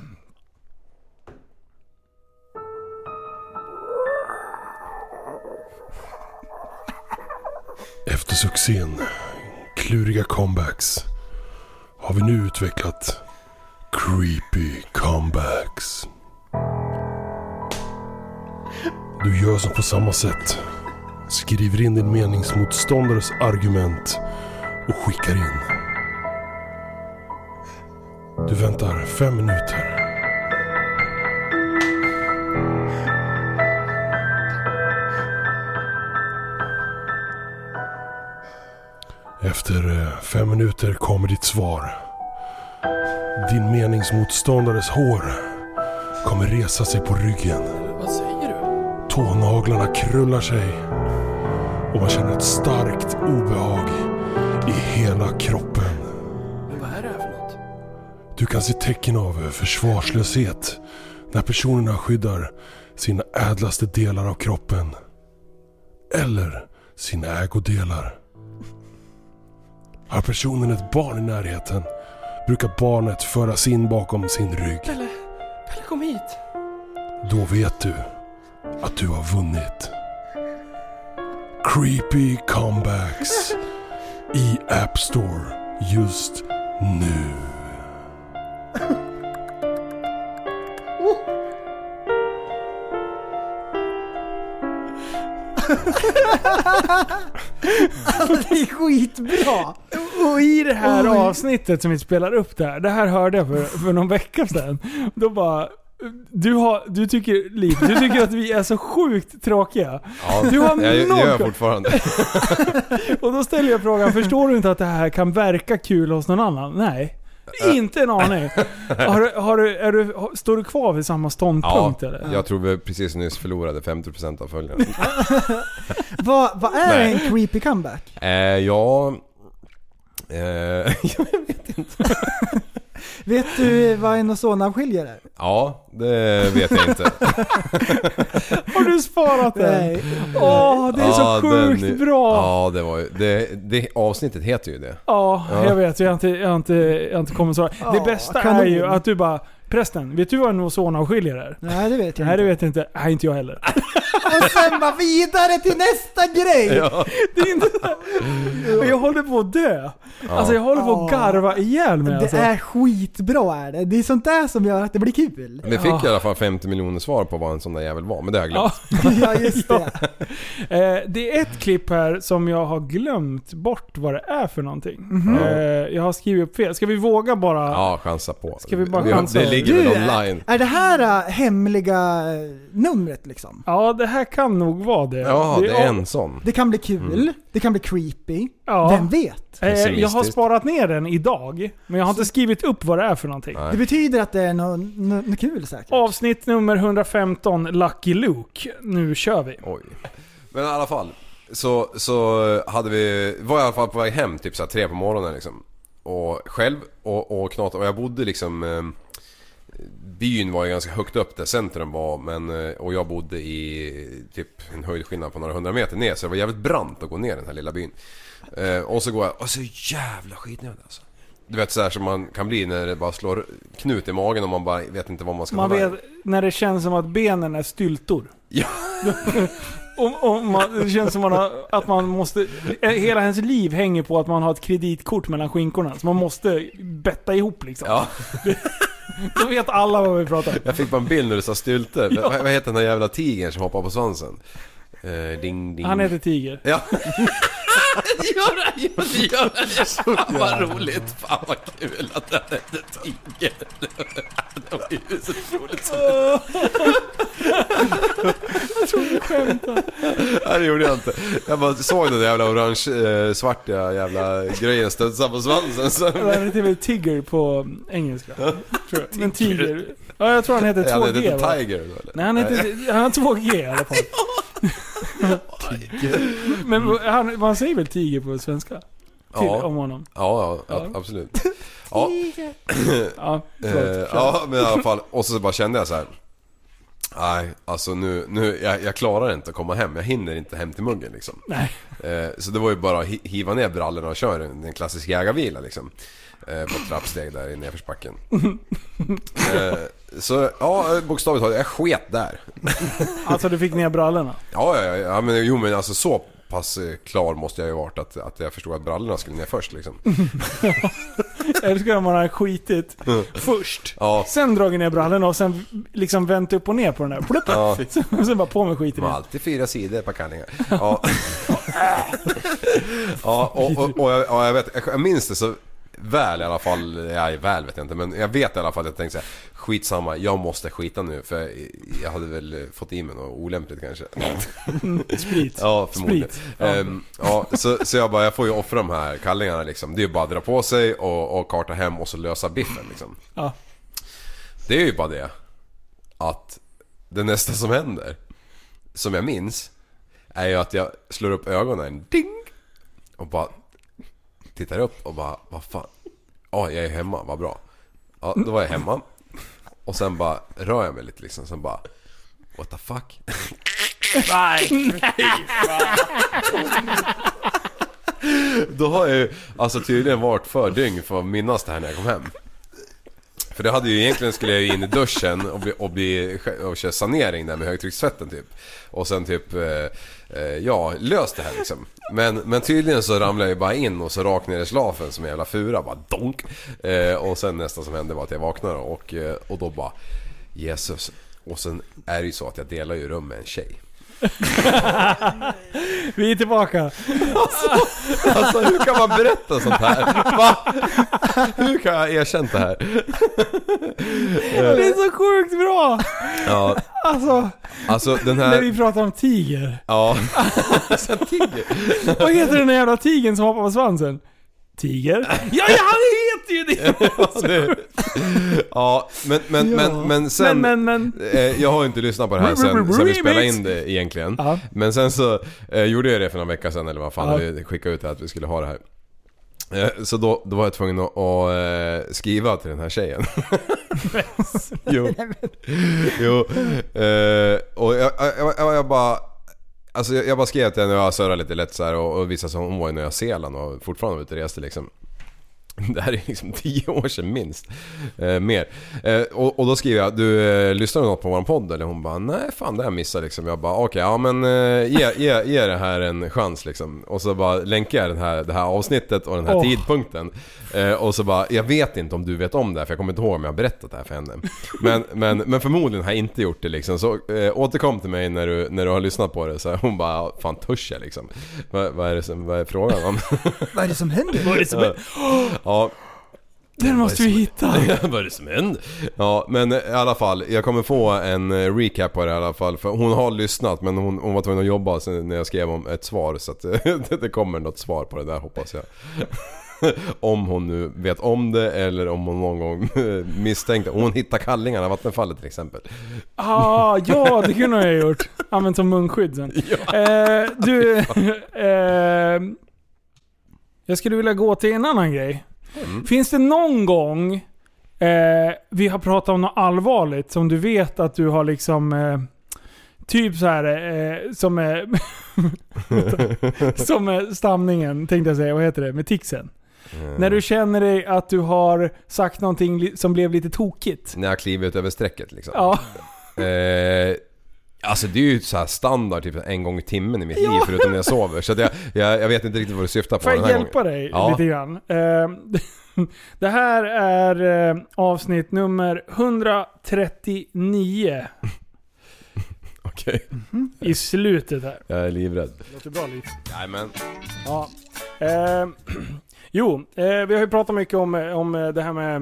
I: Efter succén Kluriga Comebacks har vi nu utvecklat Creepy Comebacks. Du gör som på samma sätt. Skriver in din meningsmotståndares argument och skickar in. Du väntar fem minuter. Efter eh, fem minuter kommer ditt svar. Din meningsmotståndares hår kommer resa sig på ryggen.
M: Vad säger du?
I: Tånaglarna krullar sig och man känner ett starkt obehag i hela kroppen.
M: Men vad är det här för något?
I: Du kan se tecken av försvarslöshet när personerna skyddar sina ädlaste delar av kroppen. Eller sina ägodelar. Har personen ett barn i närheten brukar barnet föras in bakom sin rygg.
M: Pelle, Pelle kom hit.
I: Då vet du att du har vunnit. Creepy comebacks i App Store just nu.
G: Alltså det är skitbra!
F: Och i det här
G: Oj.
F: avsnittet som vi spelar upp där, det här hörde jag för, för någon vecka sedan. Då bara... Du, har, du, tycker, Liv, du tycker att vi är så sjukt tråkiga.
H: Ja,
F: du har
H: jag, jag gör
F: koll.
H: fortfarande.
F: Och då ställer jag frågan, förstår du inte att det här kan verka kul hos någon annan? Nej. Inte en aning. Har du, har du, är du, har- står du kvar vid samma
H: Ja,
F: ståndpunkt eller?
H: jag tror vi precis nyss förlorade 50% av följarna.
G: Vad, vad är
H: Nej.
G: en creepy comeback?
H: eh, ja... Eh, jag vet inte.
G: Vet du vad en ozonavskiljare är?
H: ja, det vet jag inte.
F: Har du sparat den?
G: Nej.
F: Åh, det är
H: Ja,
F: så sjukt
H: den-
F: bra!
H: Ja, det var ju... Det, det, avsnittet heter ju det.
F: Ja,
H: Ja.
F: jag vet. Jag har inte, jag har inte, jag har inte kommit så Det bästa
G: kanon.
F: är ju att du bara Prästen, vet du vad en ozonavskiljare är?
G: Nej, det vet jag
F: Nej,
G: inte.
F: det vet jag inte. Nej, inte jag heller.
G: Och sen bara vidare till nästa grej!
F: Ja. Det är inte Och jag håller på att dö.
G: Ja.
F: Alltså jag håller på att
G: Ja.
F: garva ihjäl mig
G: Det
F: alltså.
G: är skitbra är det. Det är sånt där som gör att det blir kul.
H: Men jag fick i alla fall 50 miljoner svar på vad en sån där jävel var, men det har jag glömt.
F: Ja, Ja. Eh, det är ett klipp här som jag har glömt bort vad det är för någonting.
H: Mhm.
F: Eh, jag har skrivit upp fel. Ska vi våga bara...
H: Ja, chansa på.
F: Ska vi bara
H: det,
F: chansa?
H: Det ligger
F: Du,
H: väl online.
G: Är det här äh, hemliga äh, numret liksom?
F: Mm. Ja, det här kan nog vara det.
H: Ja, det är en sån.
G: Det kan bli kul,
H: Mm.
G: det kan bli creepy.
F: Ja.
G: Vem vet?
F: Eh, jag har sparat ner den idag, men jag har inte skrivit upp vad det är för någonting.
G: Det betyder att det är något nå, nå kul säkert.
F: Avsnitt nummer 115, Lucky Luke. Nu kör vi.
H: Oj. Men i alla fall. Så, så hade vi, var jag i alla fall på väg hem typ så här tre på morgonen liksom. Och själv och, och knatade. Och jag bodde liksom... Eh, byn var ju ganska högt upp där centrum var men... eh, Och jag bodde i typ en höjdskillnad på några hundra meter ner. Så det var jävligt brant att gå ner i den här lilla byn. Eh, och så går jag och så jävla skitnödig alltså. Du vet sådär som man kan bli när det bara slår knut i magen och man bara vet inte vad man ska
F: Man
H: ta vägen.
F: vet när det känns som att benen är styltor.
H: Ja.
F: Om, om man, det känns som man har, att man måste... eh, Hela hennes liv hänger på att man har ett kreditkort mellan skinkorna. Så man måste betta ihop liksom.
H: Ja.
F: Då vet alla vad vi pratar om.
H: Jag fick bara en bild när du sa stylte. Vad vad heter den där jävla tigern som hoppar på svansen? Eh, ding, ding.
F: Han heter Tiger.
H: Ja.
E: Gör det, gör det, gör det! Fan vad
H: jävla.
E: roligt! Fan vad kul att den hette Tiger! Det var ju så roligt som
F: Jag tror du skämtar.
H: Nej det gjorde jag inte. Jag bara såg den där jävla orange-svarta jävla grejen studsa på svansen. Så.
F: Det här heter väl Tigger på engelska. Tror jag. Men Tiger. Ja, jag tror han heter 2G
H: Ja, han heter
F: va?
H: Tiger då, eller?
F: Nej, han heter, han har 2G i alla fall. Men han, man säger väl Tiger på svenska? Till,
H: Ja.
F: Om honom.
H: Ja, ja,
F: Ja.
H: a- absolut. Ja.
F: Ja,
H: Eh,
F: förlåt.
H: ja, men i alla fall. Och så bara kände jag så här. Nej, alltså nu, nu jag, jag klarar inte att komma hem. Jag hinner inte hem till muggen liksom.
F: Nej.
H: Eh, så det var ju bara att hi- hiva ner brallorna och köra en, en klassisk jägarvila liksom. Eh, på ett trappsteg där i nedförsbacken. eh, så ja, bokstavligt talat, jag sket där.
F: Alltså du fick ner brallorna.
H: Ja, ja, ja, ja men, jo men alltså så pass eh, klar måste jag ju ha varit att, att jag förstod att brallorna skulle ner först liksom.
F: Jag älskar om man har skitit först.
H: Ja.
F: Sen dragit ner brallorna och sen liksom vänt upp och ner på den där. Plupp.
H: Ja.
F: Sen, sen bara på med skiten
H: De har
F: igen.
H: alltid fyra sidor på kallingar. Ja, ja och, och, och, jag, och jag, vet, jag minns det så väl i alla fall. Nej, väl vet jag inte. Men jag vet i alla fall att jag tänkte så här, skitsamma, jag måste skita nu. För jag, jag hade väl fått i mig något olämpligt kanske.
F: Sprit.
H: Ja, förmodligen.
F: Sprit.
H: Ja. Ehm, ja, så, så jag bara, jag får ju offra de här kallingarna liksom. Det är ju bara att dra på sig och, och karta hem och så lösa biffen liksom.
F: Ja.
H: Det är ju bara det att det nästa som händer, som jag minns, är ju att jag slår upp ögonen, ding! Och bara tittar upp och bara, vad fan? Ja, jag är hemma, vad bra. Ja, då var jag hemma. Och sen bara rör jag mig lite liksom, sen bara, what the fuck?
E: Nej,
H: Då har jag ju alltså tydligen varit för dygn för att minnas det här när jag kom hem. För det hade ju egentligen skulle jag ju in i duschen och, bli, och, bli, och köra sanering där med högtryckstvätten typ. Och sen typ, eh, eh, ja, löst det här liksom. Men, men tydligen så ramlade jag ju bara in och så rakt ner i slafen som en jävla fura, bara donk. Eh, och sen nästa som hände var att jag vaknade och, eh, och då bara, Jesus. Och sen är det ju så att jag delar ju rum med en tjej.
F: Vi är tillbaka.
H: Alltså hur kan man berätta sånt här? Va? Hur kan jag ha erkänt det här?
F: Det är så sjukt bra!
H: Ja,
F: Alltså,
H: alltså den
F: när vi
H: här...
F: pratar om tiger.
H: Ja, Alltså,
F: Vad heter den där jävla tigern som hoppar på svansen? Tiger? Ja, ja han heter ju det!
H: det- ja men, men, men, men sen...
F: Men, men,
H: Eh, Jag har inte lyssnat på det här sen, sen vi spelade in det egentligen.
F: Ja.
H: Men sen så eh, gjorde jag det för några veckor sedan eller vad fan,
F: Ja.
H: vi skickade ut det här att vi skulle ha det här. Eh, Så då, då var jag tvungen att, att eh, skriva till den här tjejen. jo. jo. Eh, och jag, jag, jag, jag bara... Alltså jag, jag bara skrev till henne och jag surrade lite lätt så här och, och visade sig hon var i Nya Zeeland och fortfarande var ute och reste liksom. Det här är liksom 10 år sedan minst. Eh, mer. Eh, och, och då skriver jag, du eh, lyssnar du något på våran podd eller? Hon bara, nej fan det här missar jag liksom. Jag bara, okej ja men eh, ge, ge, ge det här en chans liksom. Och så bara länkar jag den här, det här avsnittet och den här
I: Åh.
H: tidpunkten. Eh, och så bara, jag vet inte om du vet om det här för jag kommer inte ihåg om jag har berättat det här för henne. Men, men, men förmodligen har jag inte gjort det liksom. Så eh, återkom till mig när du, när du har lyssnat på det. Så här, hon bara, fan törs jag liksom? Vad, vad, är, det som, vad är frågan om?
Y: Vad är det som händer?
H: Vad är det som händer? ja.
F: Den måste vi hitta.
H: Vad är det som händer? Ja, men eh, i alla fall. Jag kommer få en eh, recap på det i alla fall. För hon har lyssnat men hon, hon var tvungen att jobba sen när jag skrev om ett svar. Så att det kommer något svar på det där hoppas jag. Om hon nu vet om det eller om hon någon gång misstänkte. Hon hittar kallingarna i vattenfallet till exempel.
F: Ah, ja, det kunde jag ha gjort. Använt som munskydd sen. Eh, du... Eh, jag skulle vilja gå till en annan grej. Finns det någon gång eh, vi har pratat om något allvarligt som du vet att du har liksom... Eh, typ så här eh, som... Eh, som eh, stamningen, tänkte jag säga. Vad heter det? Med tixen. När du känner dig att du har sagt någonting li- som blev lite tokigt.
H: När jag kliver ut över strecket liksom.
F: Ja.
H: Eh, Alltså det är ju så här standard typ en gång i timmen i mitt liv förutom när jag sover. Så att jag, jag, jag vet inte riktigt vad du syftar på
F: Får
H: den
F: jag
H: här
F: hjälpa
H: gången.
F: dig
H: ja.
F: lite grann? Eh, Det här är eh, avsnitt nummer 139
H: Okej.
F: i slutet här.
H: Jag är livrädd.
F: Låter bra Liv.
H: Jajamän.
F: Ja. Eh, jo, eh, vi har ju pratat mycket om, om eh, det här med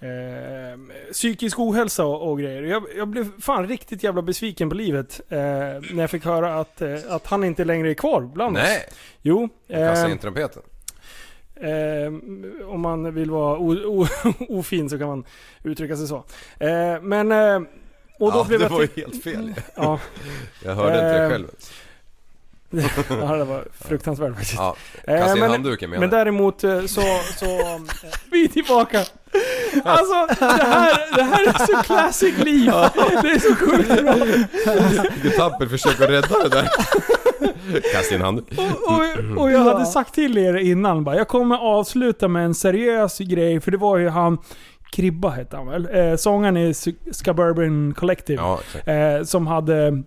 F: eh, psykisk ohälsa och, och grejer. Jag, jag blev fan riktigt jävla besviken på livet eh, när jag fick höra att, eh, att han inte längre är kvar bland oss.
H: Nej.
F: Jo.
H: Kasta
F: eh,
H: in trumpeten.
F: Eh, om man vill vara o, o, ofin så kan man uttrycka sig så. Eh, men... Eh, och då
H: Ja,
F: blev
H: det
F: jag
H: var ju
F: till-
H: helt fel.
F: Ja. Eh, Ehm,
H: Jag hörde inte det själv.
F: ja, det var fruktansvärt faktiskt. Eh,
H: Ja, kasta in
F: men,
H: handduken menar
F: Men
H: jag.
F: däremot eh, så... så eh, vi är tillbaka! Alltså, det här, det här är så classic liv! Det är så sjukt bra!
H: Du tapper försöker rädda det där. Kasta in handen. Mm.
F: Och, och jag hade sagt till er innan bara, jag kommer avsluta med en seriös grej, för det var ju han Kribba hette han väl? Eh, sångaren i S- Suburban Collective.
H: Ja, exakt.
F: eh, som hade,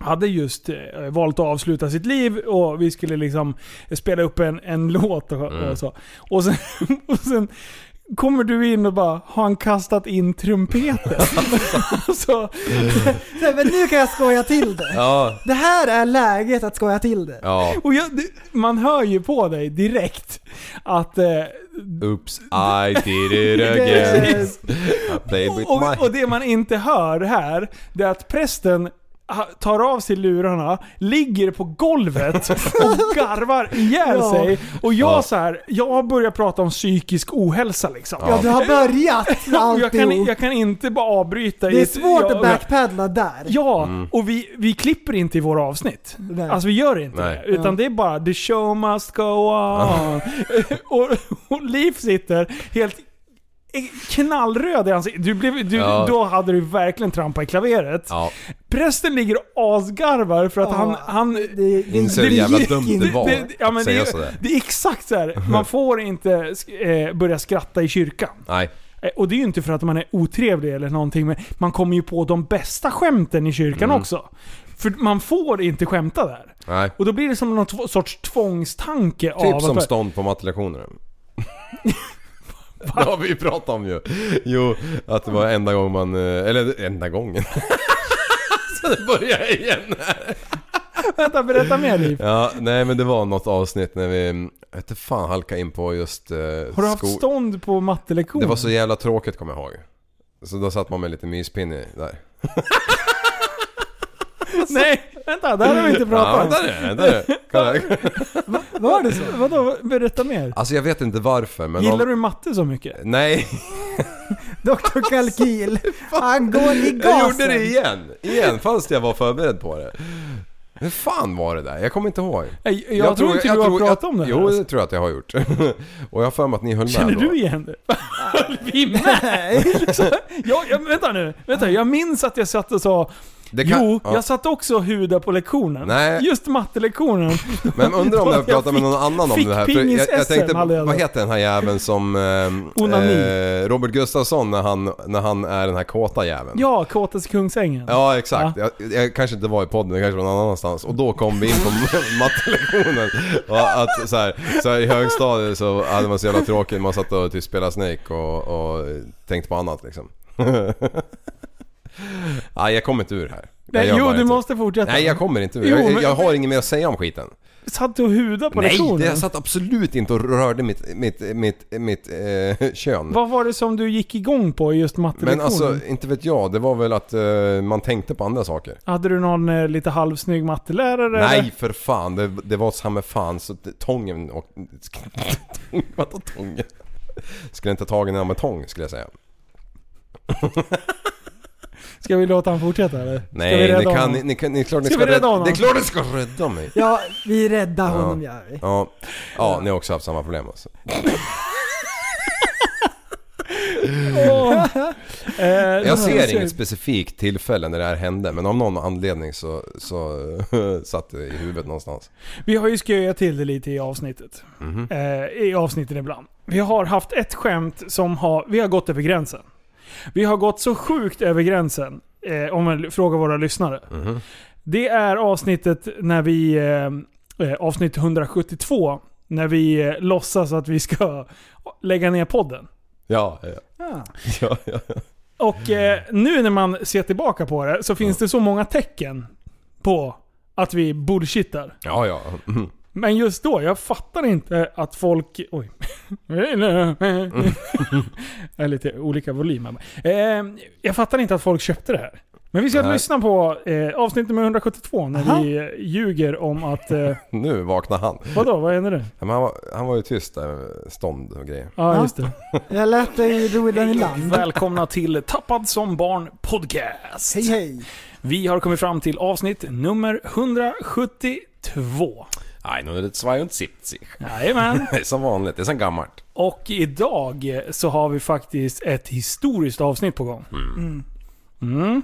F: hade just eh, valt att avsluta sitt liv och vi skulle liksom spela upp en, en låt och,
H: Mm.
F: och så. Och sen, och sen kommer du in och bara, har han kastat in trumpeten? så,
G: Nej, men nu kan jag skoja till det.
H: Ja.
G: Det här är läget att skoja till det.
H: Ja.
F: Och jag, det- man hör ju på dig direkt att... Eh,
H: Oops, I did it again.
F: Yes.
H: I played with
F: och, och
H: my...
F: det man inte hör här, det är att prästen ha- tar av sig lurarna, ligger på golvet och garvar ihjäl
G: Ja.
F: sig. Och jag
G: Ja.
F: så här, jag börjar prata om psykisk ohälsa liksom.
G: Ja, du har börjat
F: Och jag, kan,
G: alltihop.
F: jag kan inte bara avbryta. i
G: Det är
F: ett-
G: svårt
F: jag-
G: att backpedla där.
F: Ja,
H: Mm.
F: och vi, vi klipper inte i våra avsnitt.
G: Nej.
F: Alltså vi gör inte
G: Nej.
F: det. Utan
G: Ja.
F: det är bara the show must go on. och, och Liv sitter helt knallröd i ansiktet. Du blev, du,
H: Ja.
F: Då hade du verkligen trampat i klaveret.
H: Ja.
F: Prästen ligger och asgarvar för att han... han
H: Inser hur jävla dumt det var
F: ja, men
H: att säga
F: det,
H: sådär.
F: det är exakt så här. man får inte sk- eh, börja skratta i kyrkan.
H: Nej.
F: Eh, Och det är ju inte för att man är otrevlig eller någonting, men man kommer ju på de bästa skämten i kyrkan
H: Mm.
F: också. För man får inte skämta där.
H: Nej.
F: Och då blir det som någon tv- sorts tvångstanke av...
H: Typ
F: att-
H: som stånd på mattelektionerna. Det har vi ju pratat om ju. Jo, att det var enda gången man... eh, Eller enda gången. Så det börjar igen här.
F: Vänta, berätta mer Liv.
H: Ja, nej men det var något avsnitt när vi... mm, Jag vet inte fan halkade in på just... eh,
F: Har du haft
H: sko-
F: stånd på mattelektion?
H: Det var så jävla tråkigt kommer jag ihåg. Så då satt man med lite myspinne där.
F: Nej, vänta, det här har vi inte pratat om.
H: Ja, där är det, där är det. Kolla.
F: Var det så? Vadå, berätta mer.
H: Alltså jag vet inte varför men...
F: Gillar du matte så mycket?
H: Nej.
G: Dr. Kalkyl. Han går i gasen.
H: Jag gjorde det igen! Igen, fast jag var förberedd på det. Hur fan var det där? Jag kommer inte ihåg.
F: Nej, jag tror inte du har pratat om det här,
H: Jo,
F: alltså.
H: det tror jag att jag har gjort. Och jag har för mig att ni höll med
F: Känner
H: då.
F: du igen det? Höll vi med? Så, jag, jag, vänta nu, vänta. Jag minns att jag satt och sa
H: kan-
F: Jo,
H: ja.
F: jag satt också och hudade på lektionen.
H: Nej.
F: Just mattelektionen.
H: Men undrar om jag pratar med någon annan om
F: fick
H: det här. För jag,
F: pingis-SM
H: jag tänkte,
F: hade jag
H: vad
F: då.
H: heter den här jäveln som... ehm,
F: Onani.
H: eh, Robert Gustafsson när han, när han är den här kåta jäveln.
F: Ja, Kåtes i Kungsängen.
H: Ja, exakt. Jag, jag kanske inte var i podden, jag kanske var någon annanstans. Och då kom vi in på mattelektionen. Och att så här, så här, i högstadiet så hade man så jävla tråkigt. Man satt och typ spelade Snake och, och tänkte på annat liksom. Nej, jag kommer inte ur det här. Jag
F: Nej,
H: gör
F: jo,
H: bara
F: du
H: inte.
F: måste fortsätta.
H: Nej, jag kommer inte ur.
F: Jo,
H: jag,
F: men-
H: jag har inget mer att säga om skiten.
F: Satt du och hudade på
H: Nej,
F: lektionen?
H: det, jag satt absolut inte och rörde mitt, mitt, mitt, mitt eh, kön.
F: Vad var det som du gick igång på i just mattelektionen?
H: Men alltså, inte vet jag. Det var väl att eh, man tänkte på andra saker.
F: Hade du någon eh, lite halvsnygg mattelärare?
H: Nej
F: eller?
H: för fan, det, det var samme fan så det- tången och... Tång, vadå tången? Skulle inte ha tagit den här med tång skulle jag säga.
F: Ska vi låta han fortsätta eller? Ska vi
H: Nej,
F: rädda
H: ni kan,
F: honom?
H: ni, ni, kan, ni är klart ni
F: Ska
H: ska
F: vi rädda honom?
H: Det är klart ni ska rädda mig!
G: Ja, vi räddar honom gör vi.
H: Ja, ja, ni har också haft samma problem alltså.
F: Åh. Eh,
H: Jag ser
F: ser-
H: inget specifikt tillfälle när det här hände men av någon anledning så, så satt det i huvudet någonstans.
F: Vi har ju sköjat till det lite i avsnittet.
H: Mhm.
F: Eh, I avsnitten ibland. Vi har haft ett skämt som har... Vi har gått över gränsen. Vi har gått så sjukt över gränsen eh, om man frågar våra lyssnare.
H: Mm-hmm.
F: Det är avsnittet när vi... Eh, eh, avsnitt 172. När vi eh, låtsas att vi ska lägga ner podden.
H: Ja, ja.
G: Ja.
H: ja, ja.
F: Och eh, nu när man ser tillbaka på det så finns det så många tecken på att vi bullshittar.
H: ja, ja. Mm.
F: Men just då, jag fattar inte att folk... Oj. det är lite olika volymer. Eh, jag fattar inte att folk köpte det här. Men vi ska
H: Nej.
F: lyssna på eh, avsnitt nummer 172 när vi eh, ljuger om att... Eh,
H: Nu vaknar han.
F: vadå, vad händer nu?
H: Ja, Men han, var, han var ju tyst där, stånd och grejer.
F: Ja, just det.
G: Jag lät dig ro den i land.
F: Välkomna till Tappad som barn podcast. Hej
G: hej.
F: Vi har kommit fram till avsnitt nummer 172.
H: Nej, nu är det 270.
F: Jajamän.
H: Det är som vanligt, det är som gammalt.
F: Och idag så har vi faktiskt ett historiskt avsnitt på gång.
G: Mm.
F: Mm.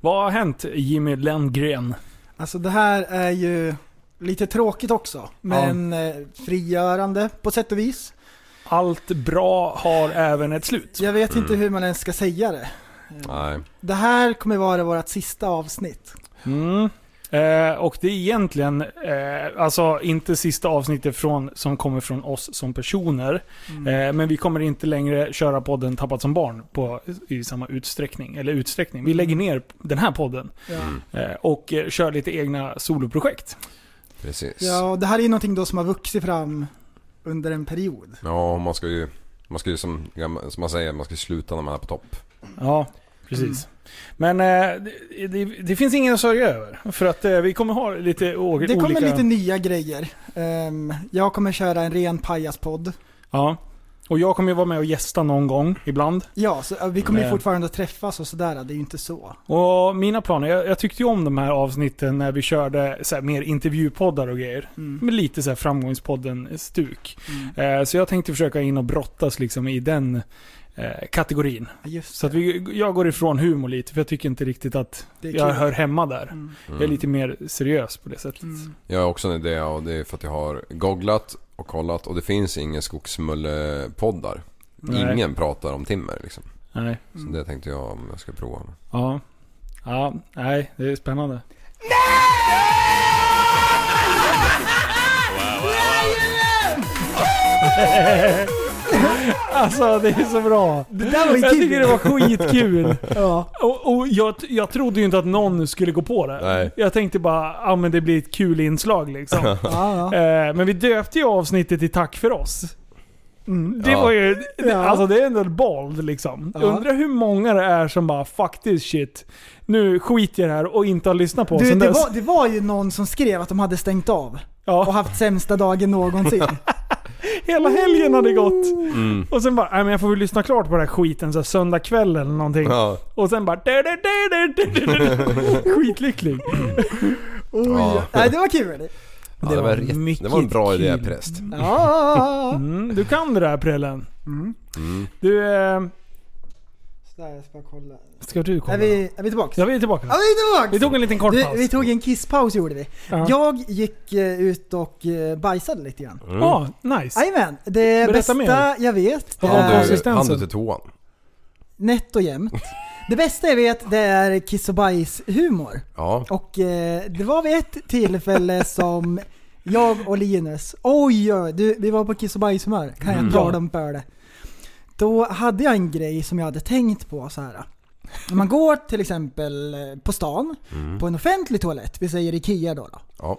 F: Vad har hänt Jimmy Lenngren?
G: Alltså det här är ju lite tråkigt också, men eh, frigörande på sätt och vis.
F: Allt bra har även ett slut.
G: Jag vet inte
F: Mm.
G: hur man ens ska säga det.
H: Nej.
G: Det här kommer vara vårt sista avsnitt.
F: Mm. Eh, och det är egentligen, eh, alltså inte sista avsnittet från, som kommer från oss som personer.
G: Mm.
F: Eh, men vi kommer inte längre köra podden Tappat som barn på, i samma utsträckning. Eller utsträckning.
G: Mm.
F: Vi lägger ner den här podden. Eh, och eh, kör lite egna soloprojekt.
H: Precis.
G: Ja, och det här är ju någonting då som har vuxit fram under en period.
H: Ja, man ska ju, man ska ju som, gamm- som man säger, man ska ju sluta när man är på topp.
F: Ja, precis.
G: Mm.
F: Men eh, det, det, det finns ingen att sörja över. För att eh, vi kommer ha lite å- olika...
G: Det kommer lite nya grejer. Ehm, jag kommer köra en ren pajaspodd.
F: Ja. Och jag kommer ju vara med och gästa någon gång ibland.
G: Ja, så eh, vi kommer ju
F: Men-
G: fortfarande att träffas och sådär, det är ju inte så.
F: Och mina planer, jag, jag tyckte ju om de här avsnitten när vi körde så här, mer intervjupoddar och grejer.
G: Mm.
F: Med lite så här framgångspodden-stuk. Eh, så jag tänkte försöka in och brottas liksom i den eh, kategorin.
G: Just
F: så att vi, jag går ifrån humor lite, för jag tycker inte riktigt att
G: Det är
F: jag
G: kul.
F: hör hemma där. Jag är
H: Mm.
F: lite mer seriös på det sättet.
G: Mm.
H: Jag har också en idé och det är för att jag har googlat och kollat och det finns ingen skogsmulle-poddar.
F: Nej.
H: Ingen pratar om timmer liksom.
F: Nej.
H: Så det tänkte jag om jag ska prova.
F: Ja. Ja, nej, det är spännande. alltså det är så bra. Det
G: där var ju
F: jag
G: kul.
F: tycker det var skitkul.
G: ja.
F: Och, och jag, jag trodde ju inte att någon skulle gå på det.
H: Nej.
F: Jag tänkte bara, ja ah, men det blir ett kul inslag liksom.
G: Ja,
F: Eh, men vi döpte ju avsnittet till Tack för oss. Mm, Det
G: Ja.
F: var ju,
G: Ja.
F: alltså det är ändå bald liksom.
G: Ja.
F: Undrar hur många det är som bara fuck this shit. Nu skiter jag i det här och inte har lyssnat på oss
G: Du,
F: sen
G: det,
F: dess.
G: var, det var ju någon som skrev att de hade stängt av.
F: Och
G: haft sämsta dagen någonsin.
F: Hela helgen hade gått.
H: Mm.
F: Och sen bara, nej men jag får väl lyssna klart på den här skiten så här söndag kväll eller någonting.
H: Ja.
F: Och sen bara... Du, du, du, du, du, du, du. Skitlycklig.
G: Oj.
H: Ja.
G: Nej, det var kul.
H: Ja, det, var rätt- det var en bra idé präst.
G: Ja.
F: Mm, du kan det där prällen.
H: Mm.
F: Du, eh,
G: Så där, jag ska bara kolla.
F: ska du kolla?
G: Är vi, är vi tillbaka?
F: Ja, vi är tillbaka.
G: Ja, vi är tillbaka!
F: Vi tog en liten kort
G: vi,
F: paus.
G: vi tog en kisspaus gjorde vi.
F: Ja.
G: Jag gick eh, ut och eh, bajsade lite grann.
H: Mm. Ah,
F: nice.
G: Jajamän. Det
F: Berätta
G: bästa
F: mer.
G: jag vet, det
H: Han
G: är
H: du, han du till toan?
G: nätt och jämnt. Det bästa jag vet, det är kiss och bajs-humor.
H: Ja.
G: Och eh, det var vid ett tillfälle som jag och Linus, oj, oj du, vi var på kiss och bajshumör, kan jag
F: Mm.
G: tala om för det? Då hade jag en grej som jag hade tänkt på så här. När man går till exempel eh, på stan,
H: Mm.
G: på en offentlig toalett, vi säger IKEA då. då
H: Ja.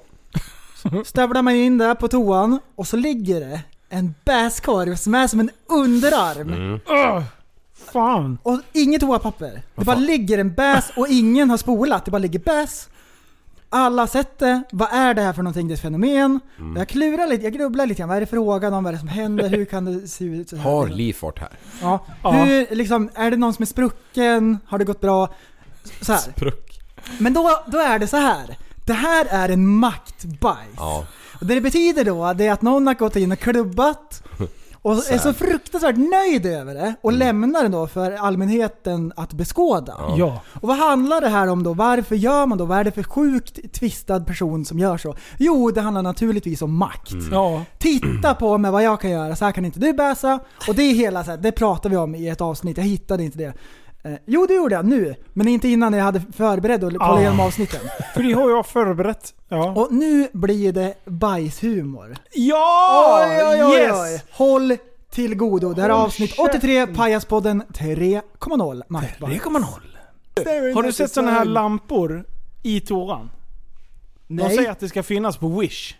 G: stövlar man in där på toan och så ligger det en bäskorv som är som en underarm.
H: Mm.
F: Ugh, fan.
G: Och inget toapapper. Det bara ligger en bäs och ingen har spolat. Det bara ligger bäs. Alla har sett det. Vad är det här för någonting? Det är ett fenomen.
H: Mm.
G: Jag klurar lite, jag grubblar lite grann. Vad är det frågan om? Vad är det som händer? Hur kan det se ut så här?
H: Har Liv varit här?
G: Ja.
H: Ja.
G: Hur, liksom, är det någon som är sprucken? Har det gått bra? Så här. Men då, då är det så här. Det här är en maktbajs.
H: Ja.
G: Och det det betyder då, det är att någon har gått in och klubbat och
H: Så
G: är så
H: här.
G: fruktansvärt nöjd över det och lämnar den då för allmänheten att beskåda.
H: Ja. Ja.
G: Och vad handlar det här om då? Varför gör man då? Vad är det för sjukt tvistad person som gör så? Jo, det handlar naturligtvis om makt.
F: Mm. Ja.
G: Titta på mig vad jag kan göra, så här kan inte du bäsa. Och det är hela så här, det pratar vi om i ett avsnitt, jag hittade inte det. Eh, jo, det gjorde jag nu, men inte innan jag hade förberett och kollat
F: Ah.
G: igenom avsnitten. För det har jag förberett. Och nu blir det bajshumor.
F: Ja!
G: Oj, oj, oj,
F: Yes!
G: oj. Håll till godo. Det här är
F: Håll
G: avsnitt 83, Pajaspodden 3.0. Mark Bach.
F: 3.0. Har du sett sådana här lampor i toran? De
G: Nej.
F: säger att det ska finnas på Wish.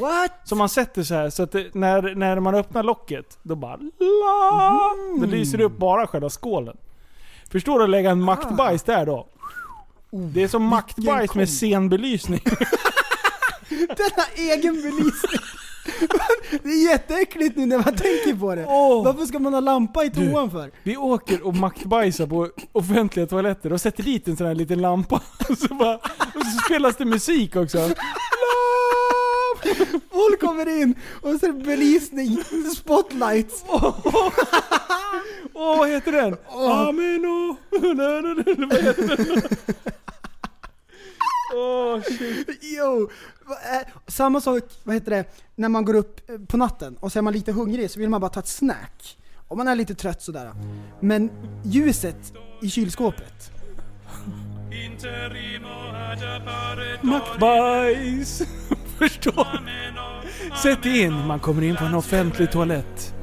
G: What?
F: Så man sätter så här så att det, när, när man öppnar locket, då bara...
G: Mm.
F: Då lyser det upp bara själva skålen. Förstår du att lägga
G: Ah.
F: en maktbajs där då? Det är som maktbajs med scenbelysning.
G: Denna egen belysning. Det är jätteäckligt nu när man tänker på det. Varför ska man ha lampa i toan för?
F: Vi åker och maktbajsar på offentliga toaletter och sätter dit en sån här liten lampa. Och så, bara, och så spelas det musik också.
G: Folk kommer in och så är det belysning, spotlights.
F: Åh, vad heter den?
G: Åh.
F: Ameno! Åh shit.
G: Jo. va- eh, Samma sak, vad heter det, när man går upp eh, på natten och så är man lite hungrig så vill man bara ta ett snack. Om man är lite trött sådär. Men ljuset i kylskåpet.
K: Mm.
F: Mackbajs! Förstår Sätt in, man kommer in på en offentlig toalett.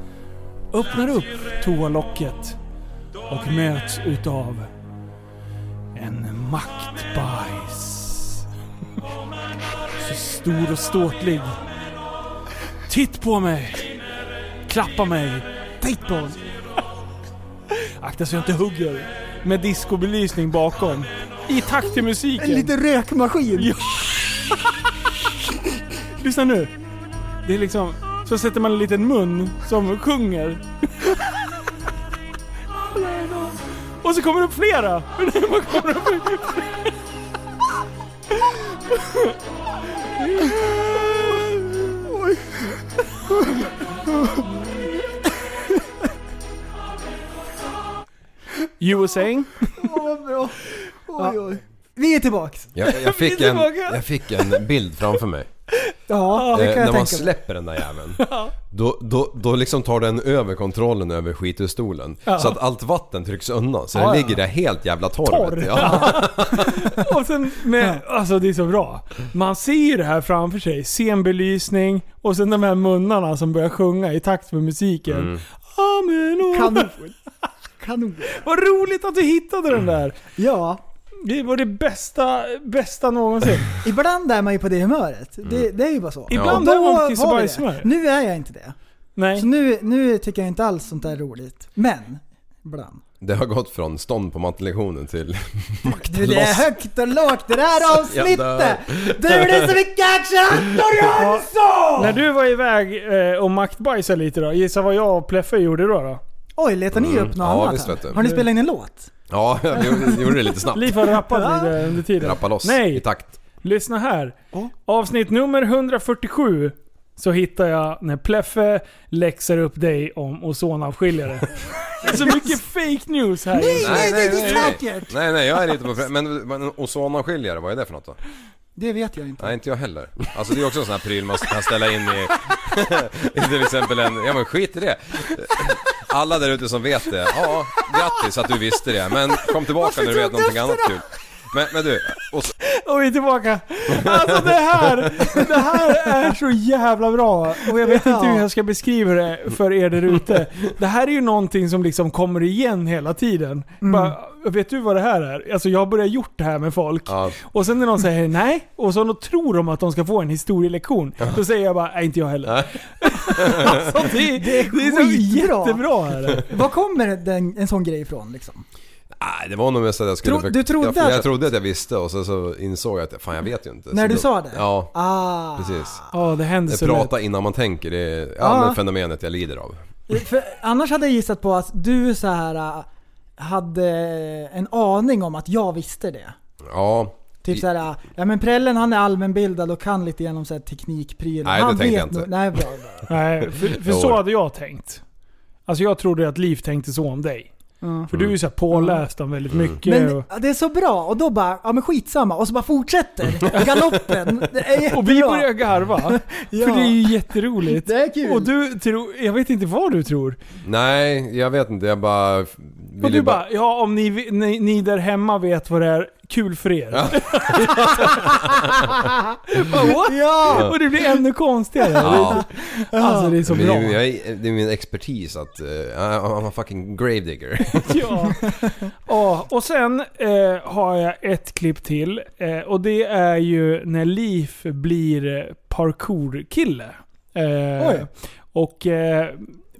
F: Öppnar upp toalocket och möts utav en maktbajs. Så stor och ståtlig. Titt på mig! Klappa mig! Titt på mig! Akta så jag inte hugger. Med discobelysning bakom. I takt till musiken.
G: En liten rökmaskin.
F: Ja. Lyssna nu. Det är liksom... Så sätter man en liten mun som sjunger. Och så kommer det upp flera. Man kommer upp... You were saying?
G: Åh, bra. Oj,
F: Ja.
G: oj. Vi är tillbaks.
H: Jag, jag, fick
G: Vi är
H: en,
G: tillbaka.
H: jag fick en bild framför mig.
G: Ja,
H: Eh,
G: det kan
H: när
G: jag
H: man
G: tänka mig.
H: släpper den där jäveln. Då, då, då liksom tar den över kontrollen över skithustolen.
F: Ja.
H: Så att allt vatten trycks undan. Så
F: Ja,
H: den
F: ja.
H: ligger där helt jävla torr.
F: Torr.
H: vet du. Ja.
F: Och sen med, alltså det är så bra. Man ser ju det här framför sig. Scenbelysning och sen de här munnarna som börjar sjunga i takt med musiken.
H: Mm.
F: Amen och...
G: Kanon. Kanon.
F: Vad roligt att du hittade den där.
G: Ja.
F: Det var det bästa, bästa någonsin. Mm.
G: Ibland är man ju på det humöret. Det, det är ju bara så.
F: Ibland
G: Och
F: är man
G: då
F: kiss och
G: var vi det.
F: bajshumör.
G: Nu är jag inte det.
F: Nej.
G: Så nu, nu tycker jag inte alls sånt där är roligt. Men, ibland.
H: Det har gått från stånd på mattelektionen till...
G: Du, det är högt och lågt i det här
H: Jag
G: avsnittet!
H: dör.
G: Du, det är så mycket action! Anton Jönsson!
F: När du var iväg eh, och maktbajsade lite då, gissa vad jag och Pleffe gjorde då? då?
G: Oj, letar ni upp något
H: Mm. ja,
G: annat?
H: visst
G: här?
H: vet du.
G: Har ni spelat in en låt?
H: Ja, jag gjorde- gjorde det lite snabbt.
F: Liv har rappat lite under tiden.
H: Rappa loss
F: Nej.
H: i takt.
F: Lyssna här. Avsnitt nummer 147 så hittar jag när Pleffe läxar upp dig om ozonavskiljare. Det är så mycket fake news här.
H: Nej, nej, jag är inte på... fre- Men, men ozonavskiljare, vad är det för något då?
G: Det vet jag inte.
H: Nej, inte jag heller. Alltså det är också en sån här pryl man kan ställa in i, i till exempel en... Ja men skit i det. Alla där ute som vet det, ja grattis att du visste det. Men kom tillbaka när du vet någonting annat kul. Men, men du, och så,
F: Och vi är tillbaka. Alltså det här, det här är så jävla bra. Och jag vet inte hur jag ska beskriva det för er där ute. Det här är ju någonting som liksom kommer igen hela tiden. Bara, vet du vad det här är? Alltså jag har börjat gjort det här med folk. Och sen när någon säger nej, och så tror de att de ska få en historielektion. Då säger jag bara, nej inte jag heller. alltså det, det, är, så
G: skitbra.
F: jättebra är det.
G: Var kommer den, en sån grej ifrån liksom?
H: nej det var nog mest att jag skulle...
G: Tro- du trodde
H: jag,
G: att-
H: jag, jag trodde att jag visste och sen så insåg jag att fan jag vet ju inte.
G: När
H: Så
G: du
H: då-
G: sa det?
H: Ja,
G: Ah.
H: precis.
F: Ja, det händer
H: Det
F: så lätt. Ah.
H: prata innan man tänker, det är ja,
G: Ja.
H: men fenomenet jag lider av.
G: För annars hade jag gissat på att du så här äh, hade en aning om att jag visste det.
H: Ja.
G: Typ såhär, ja men prällen han är allmänbildad och kan lite genom så här teknikprylar.
H: Nej, det
G: han
H: tänkte jag inte.
G: nog- Nej, bra, bra.
F: Nej, för, för
G: Jo.
F: så hade jag tänkt. Alltså jag trodde att Liv tänkte så om dig.
G: Mm.
F: För du är ju så här påläst om väldigt mycket.
G: Men
F: och,
G: ja, det är så bra och då bara, ja men skitsamma. Och så bara fortsätter galoppen. Det är jättebra.
F: och vi börjar garva.
G: Ja.
F: För det är ju jätteroligt.
G: Det är kul.
F: Och du tror, jag vet inte vad du tror.
H: Nej, jag vet inte. Jag bara...
F: Och
H: vill
F: du
H: ju
F: bara, ja om ni, vi- ni, ni där hemma vet vad det är, kul för er. Bara, what?
H: Ja.
F: Och det blir ännu konstigare.
H: Ja.
F: Alltså det är så
H: Men
F: bra.
H: Det, är ju- jag, är- det är min expertis att... Uh, I'm a fucking gravedigger.
F: Ja. ja. Och sen eh, har jag ett klipp till. Eh, och det är ju när Leaf blir eh, parkourkille. Eh,
E: Oj.
F: och eh,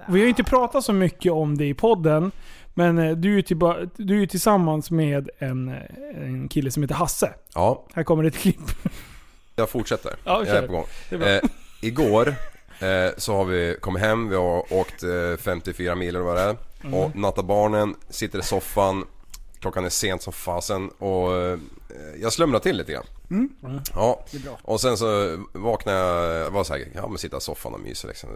F: vi har ju inte pratat så mycket om det i podden. Men eh, du är ju, tillba- du är ju tillsammans med en, eh, en kille som heter Hasse.
H: Ja.
F: Här kommer ett klipp.
H: Jag fortsätter.
F: Ja,
H: jag
F: kör.
H: är på gång.
F: Det är bra.
H: Eh, igår eh, så har vi kommit hem, vi har åkt eh, 54 mil eller vad det är.
I: Mm.
H: Och nattar barnen, sitter i soffan, klockan är sent som fasen och eh, jag slumrar till lite grann.
I: Mm.
H: Ja.
I: Det är bra.
H: Och sen så vaknade jag, jag var så här, ja men sitta i soffan och mysa liksom.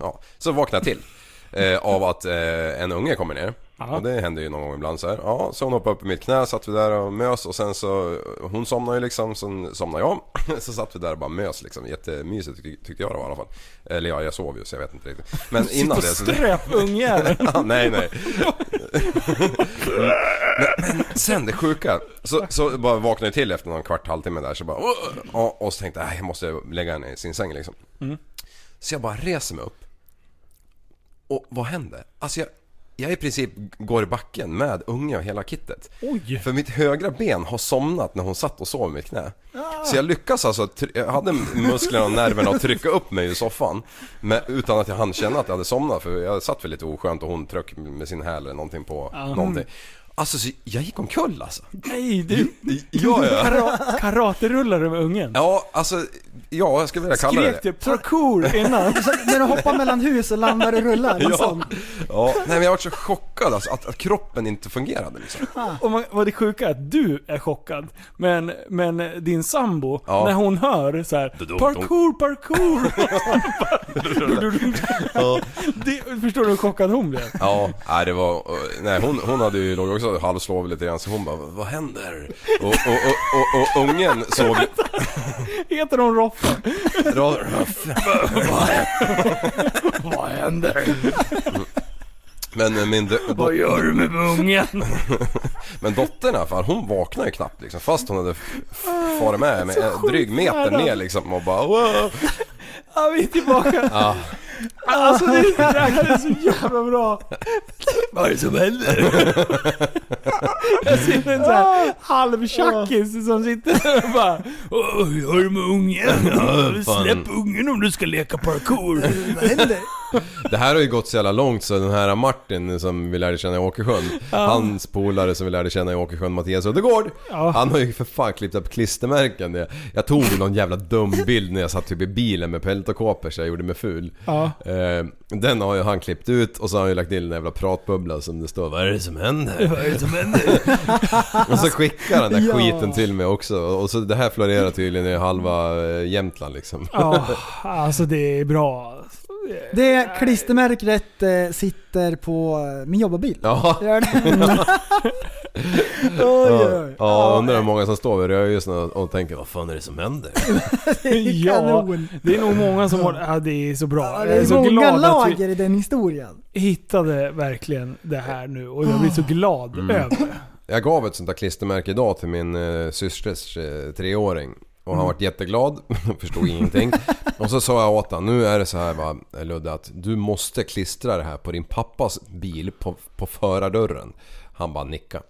H: Ja. Så vaknade jag till. Eh, av att eh, en unge kommer ner.
I: Aha.
H: Och det händer ju någon gång ibland så här. Ja, så hon hoppade upp i mitt knä, satt vi där och mös och sen så Hon somnade ju liksom, sen somnade jag. så satt vi där och bara mös liksom. Jättemysigt tyck- tyckte jag det var i alla fall. Eller ja, jag sov ju så jag vet inte riktigt. Men
F: Sitt
H: innan
F: och
H: det... så-
F: ströp ungjäveln.
H: ja, nej, nej. men, men sen det sjuka. Så, så bara vaknade jag till efter någon kvart, halvtimme där så bara... Ja, och så tänkte jag, "Aj, jag måste lägga henne i sin säng liksom. Så jag bara reser mig upp. Och vad händer? Alltså jag, jag i princip går i backen med unge och hela kittet.
F: Oj.
H: För mitt högra ben har somnat när hon satt och sov i mitt knä. Så jag lyckas alltså, try- jag hade musklerna och nerverna att trycka upp mig i soffan. Men utan att jag hann känna att jag hade somnat för jag satt väl lite oskönt och hon tryck med sin häl eller någonting på
F: Ja.
H: någonting. Alltså så jag gick omkull alltså.
F: Nej du!
H: Ja, ja.
F: Kara- karaterullar du med ungen?
H: Ja, alltså, ja jag skulle vilja kalla det
F: Skrek du parkour innan?
G: Så när du hoppar mellan hus och landar och rullar.
H: Ja,
G: Liksom.
H: ja. Nej, men jag var så chockad alltså, att, att kroppen inte fungerade liksom.
F: Ah. Och man, vad det sjuka är att du är chockad. Men, men din sambo,
H: Ja.
F: när hon hör så här parkour, parkour.
H: Ja.
F: det, förstår du hur chockad hon blev?
H: Ja, nej, det var... Nej, hon, hon hade ju, låg också halvslov lite grann så hon bara Vad händer? Och, och, och, och, och ungen såg...
F: Heter hon Roffe?
H: Ra- Roffe.
F: Vad händer?
H: Men eh, min... dö-
F: Vad gör du med ungen?
H: Men dottern i alla fall, hon vaknade ju knappt liksom fast hon hade f- f- farit med mig
F: Så
H: en dryg
F: sjukt
H: meter
F: färdad.
H: ner liksom och bara wow.
F: Ja, vi är tillbaka.
H: ja.
F: Alltså det det där är så jävla bra.
H: Vad är det som händer?
F: Jag sitter en sån här halvtjackis som sitter där och bara Oj, hör du med ungen?
H: fan.
F: Släpp ungen om du ska leka parkour. Vad händer?
H: Det här har ju gått så jävla långt så den här Martin som vi lärde känna i Åkersjön,
F: Ja.
H: hans polare som vi lärde känna i Åkersjön, Mattias Uddegård.
F: Ja.
H: Han har ju för fan klippt upp klistermärken. Jag- Jag tog ju någon jävla dum bild när jag satt typ i bilen med pält och kåpor så jag gjorde mig ful.
F: Ja.
H: Eh, Den har ju han klippt ut och så har han ju lagt till en jävla pratbubbla som det står 'Vad är det som händer?'
F: Vad är det som händer?
H: Och så skickar han den där
F: Ja.
H: skiten till mig också. Och så det här florerar tydligen i halva eh, Jämtland liksom.
F: Ja, alltså det är bra.
G: Det klistermärket eh, sitter på eh, min jobbarbil.
H: Ja.
G: Det gör det. oj, oj.
H: Ja, undrar hur många som står vid rödljusen och, och tänker 'Vad fan är det som händer?'
F: Ja, det är nog många som har... Ja, det är så bra.
G: Det
F: jag är
G: är
F: så
G: många
F: glad att vi
G: lager i den historien.
F: hittade verkligen det här nu och jag blir så glad
H: Mm.
F: över
H: Jag gav ett sånt där klistermärke idag till min eh, systers eh, treåring. Och han
F: Mm.
H: vart jätteglad, förstod ingenting. Och så sa jag åt honom, nu är det så här va, Ludde att du måste klistra det här på din pappas bil på, på förardörren. Han bara nicka.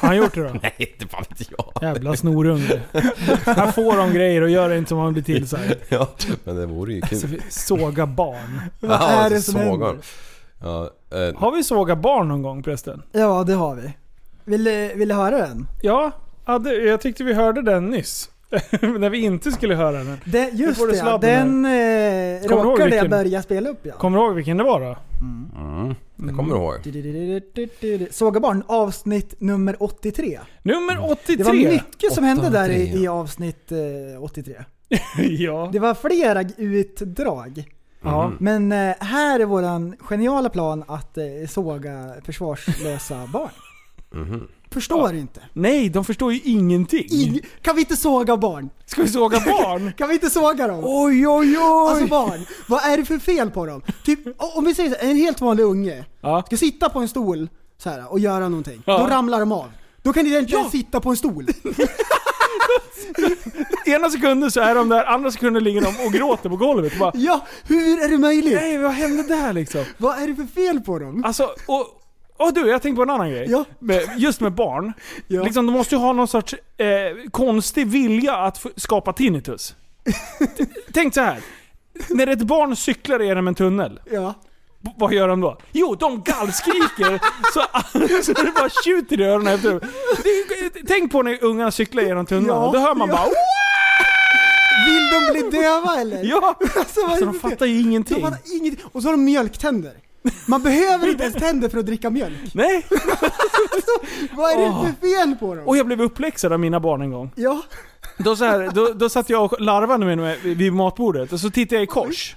F: Har han gjort det då?
H: Nej, det fan vet jag.
F: Jävla snorunge. Här får de grejer och gör inte som man blir tillsagd.
H: Ja, men det vore ju
F: Alltså,
H: kul.
F: vi- såga barn.
H: Ja, alltså, såg han. Ja, eh,
F: Har vi såga barn någon gång förresten?
G: Ja, det har vi. Vill, du- vill du höra den?
F: Ja, ja, det- jag tyckte vi hörde den nyss. När vi inte skulle höra den.
G: Det,
F: Nu
G: just
F: får du
G: det, ja.
F: sladden här.
G: den eh,
F: Kommer du ihåg
G: rockar det jag
F: vilken?
G: började spela upp ja.
F: Kommer du ihåg vilken det var då?
G: eh,
H: Mm. Det kommer du ihåg.
G: Mm. Såga barn, avsnitt nummer 83.
F: Nummer 83!
G: Det var mycket som hände där i, i avsnitt eh, 83.
F: ja.
G: Det var flera g- utdrag.
H: Mm.
F: Ja.
G: Men eh, här är våran geniala plan att eh, såga försvarslösa barn.
H: Mhm.
G: Förstår inte.
F: Nej, de förstår ju ingenting.
G: Ing- kan vi inte såga barn?
F: Ska vi såga barn?
G: kan vi inte såga dem?
F: Oj, oj, oj!
G: Alltså barn, vad är det för fel på dem? Typ, o- om vi säger så, här, en helt vanlig unge
F: ja.
G: ska sitta på en stol så här, och göra någonting.
F: Ja.
G: Då ramlar de av. Då kan de inte ens sitta på en stol.
F: Ena sekunden så är de där, andra sekunden ligger de och gråter på golvet. Och bara,
G: ja, hur är det möjligt?
F: Nej, vad hände där liksom?
G: Vad är det för fel på dem?
F: Alltså, och... Och du, jag tänkte på en annan grej. Med, just med barn. Liksom, de måste ju ha någon sorts eh, konstig vilja att få- skapa tinnitus. T- Tänk så här. När ett barn cyklar genom en tunnel.
G: Ja.
F: B- vad gör de då? Jo, de gallskriker så, så det bara tjuter i öronen efter dem. Det är- Tänk på när ungarna cyklar genom tunneln.
G: Ja,
F: Då hör man
G: ja.
F: bara "Wow!"
G: Vill de bli döva eller?
F: Ja!
G: Alltså, vad är
F: de
G: det?
F: fattar ju ingenting.
G: De fattar ingenting. Och så har de mjölktänder. Man behöver inte ens tänder för att dricka mjölk.
F: Nej!
G: Vad är det
F: Åh.
G: för fel på dem?
F: Och jag blev uppläxad av mina barn en gång.
G: Ja.
F: Då, så här, då, då satt jag och larvade mig med, vid matbordet och så tittade jag i kors.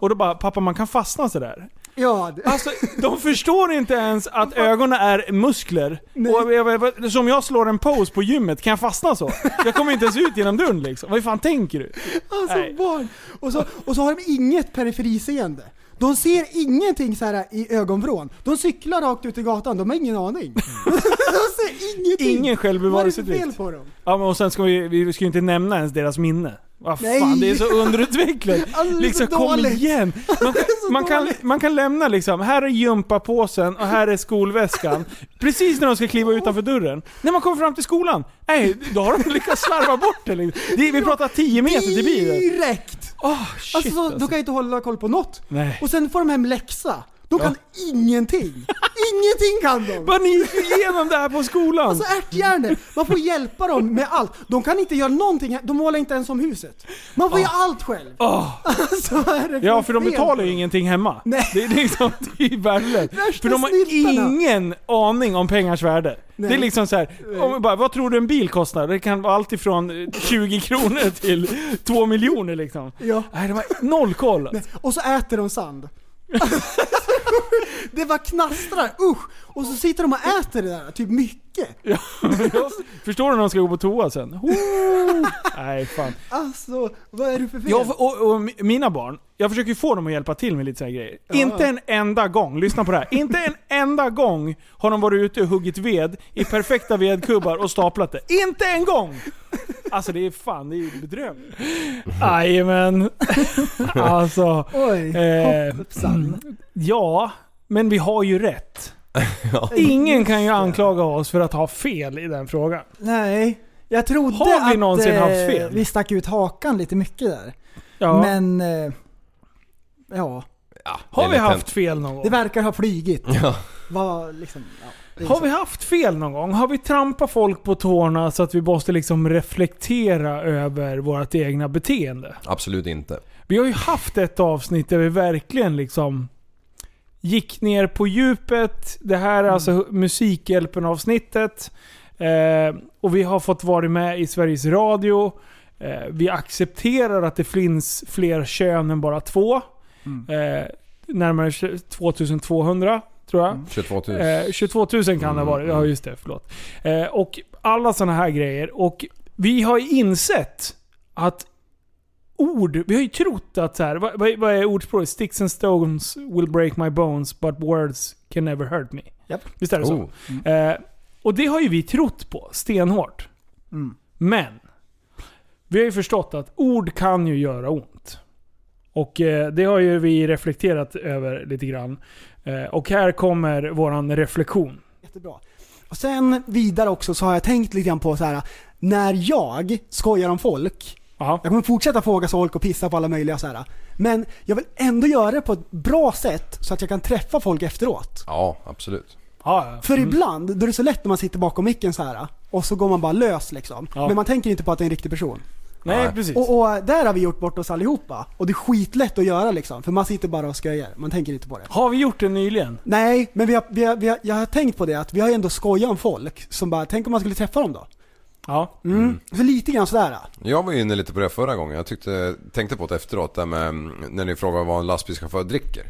F: Och då bara, pappa man kan fastna sådär.
G: Ja.
F: Alltså, de förstår inte ens att ögonen är muskler. Och jag, jag, jag, som jag slår en pose på gymmet, kan jag fastna så? Jag kommer inte ens ut genom dörren liksom. Vad fan tänker du?
G: Alltså
F: Nej.
G: barn. Och så, och så har de inget periferiseende. De ser ingenting så här i ögonvrån. De cyklar rakt ut i gatan, de har ingen aning. de ser ingenting.
F: Mm. Ingen
G: Vad är det för fel
F: självbevarelsedrift.
G: på dem?
F: Ja, men och sen ska vi, vi ska ju inte nämna ens deras minne. Vad
G: Nej.
F: fan, det är så underutvecklat.
G: Alltså, det är
F: liksom
G: så
F: kom
G: dåligt.
F: igen. Man, man, kan, man kan lämna liksom, här är gympapåsen och här är skolväskan. Precis när de ska kliva utanför dörren. När man kommer fram till skolan, nej, då har de lyckats slarva bort det. liksom. det vi pratar 10 meter till bilen.
G: Direkt!
F: shit,
G: alltså, så-
F: alltså.
G: de kan ju inte hålla koll på något.
F: Nej.
G: Och sen får de hem läxa. De
F: Ja.
G: kan ingenting. ingenting kan de!
F: Vad ni gick igenom det här på skolan!
G: Alltså ärthjärnor! Man får hjälpa dem med allt. De kan inte göra någonting, här. de målar inte ens om huset. Man får göra allt själv.
F: Åh.
G: Alltså, vad är det
F: Ah. Ja, för de
G: fel
F: betalar
G: på
F: ju
G: dem?
F: ingenting hemma. Det är liksom, det är värdelöst.
G: Värsta
F: För de har
G: snyltarna.
F: ingen aning om pengars värde.
G: Nej.
F: Det är liksom så här,
G: Nej.
F: om vi bara, vad tror du en bil kostar? Det kan vara allt ifrån eh, 20 kronor till 2 miljoner liksom.
G: Ja.
F: Nej, de har noll koll.
G: Nej. Och så äter de sand. det bara knastrar, usch! Och så sitter de och äter det där, typ mycket.
F: Förstår du när de ska gå på toa sen? Ho! Nej, fan.
G: Alltså, vad är det för fel?
F: Jag, och, och mi- mina barn, jag försöker ju få dem att hjälpa till med lite sådana grejer.
G: Ja.
F: Inte en enda gång, lyssna på det här. Inte en enda gång har de varit ute och huggit ved i perfekta vedkubbar och staplat det. Inte en gång! Alltså det är fan, det är ju bedrövligt. Jajamän. Alltså.
G: Oj,
F: eh,
G: hoppsan.
F: Ja, men vi har ju rätt. Ingen kan ju anklaga oss för att ha fel i den frågan.
G: Nej, jag trodde
F: Har vi
G: att
F: någonsin
G: eh,
F: haft fel?
G: vi stack ut hakan lite mycket där.
F: Ja.
G: Men, eh, ja.
F: Har vi haft fel någon gång?
G: Det verkar ha flygit.
F: Ja.
G: Vad, liksom, ja, det är
F: Har
G: så.
F: vi haft fel någon gång? Har vi trampat folk på tårna så att vi måste liksom reflektera över vårt egna beteende?
H: Absolut inte.
F: Vi har ju haft ett avsnitt där vi verkligen liksom gick ner på djupet. Det här är alltså Musikhjälpen avsnittet. Eh, och vi har fått vara med i Sveriges Radio. Eh, vi accepterar att det finns fler kön än bara två. Eh, närmare 2200 tror jag.
H: 22 000.
F: Eh, 22 000 kan det ha varit. Ja, just det. Förlåt. Eh, och alla sådana här grejer. Och vi har ju insett att ord... Vi har ju trott att så här, vad, vad, vad är ordspråket? Sticks and stones will break my bones but words can never hurt me.
G: Japp.
F: Visst är det så?
G: Oh.
F: Eh, och det har ju vi trott på stenhårt.
G: Mm.
F: Men vi har ju förstått att ord kan ju göra ont. Och eh, det har ju vi reflekterat över lite grann. Eh, och här kommer våran reflektion.
G: Jättebra. Och sen vidare också så har jag tänkt lite grann på så här. när jag skojar om folk, jag kommer fortsätta fråga folk och pissa på alla möjliga så här. men jag vill ändå göra det på ett bra sätt så att jag kan träffa folk efteråt.
H: Ja, absolut.
G: För ibland, då är det så lätt när man sitter bakom micken så här och så går man bara lös liksom. Men man tänker inte på att det är en riktig person.
F: Nej, Nej. precis.
G: Och, och där har vi gjort bort oss allihopa. Och det är skitlätt att göra liksom, för man sitter bara och skojar. Man tänker inte på det.
F: Har vi gjort det nyligen?
G: Nej, men vi har, vi har, vi har, jag har tänkt på det att vi har ju ändå skojat om folk som bara, tänk om man skulle träffa dem då?
F: Ja.
G: Mm. Så lite grann sådär.
H: Jag var ju inne lite på det förra gången. Jag tyckte, tänkte på det efteråt där med mm, när ni frågade vad en lastbilschaufför dricker.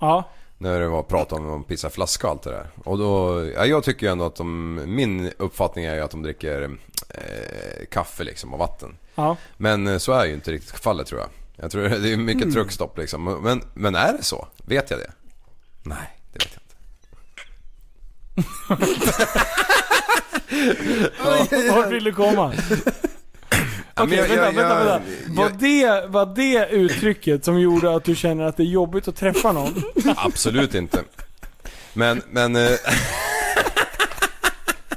F: Ja.
H: När det var prat om att pissa flaska och allt det där. Och då, ja, jag tycker ju ändå att de, min uppfattning är ju att de dricker eh, kaffe liksom och vatten.
F: Ja.
H: Men eh, så är ju inte riktigt fallet tror jag. Jag tror det är mycket
F: Mm.
H: truckstopp liksom. Men, men är det så? Vet jag det? Nej, det vet jag inte.
F: Okej, Vart vill du komma?
H: Ja, men
F: Okej,
H: jag-
F: vänta,
H: jag-
F: vänta,
H: jag-
F: vänta. Var det, var det uttrycket som gjorde att du känner att det är jobbigt att träffa någon?
H: Absolut inte. Men, men... eh,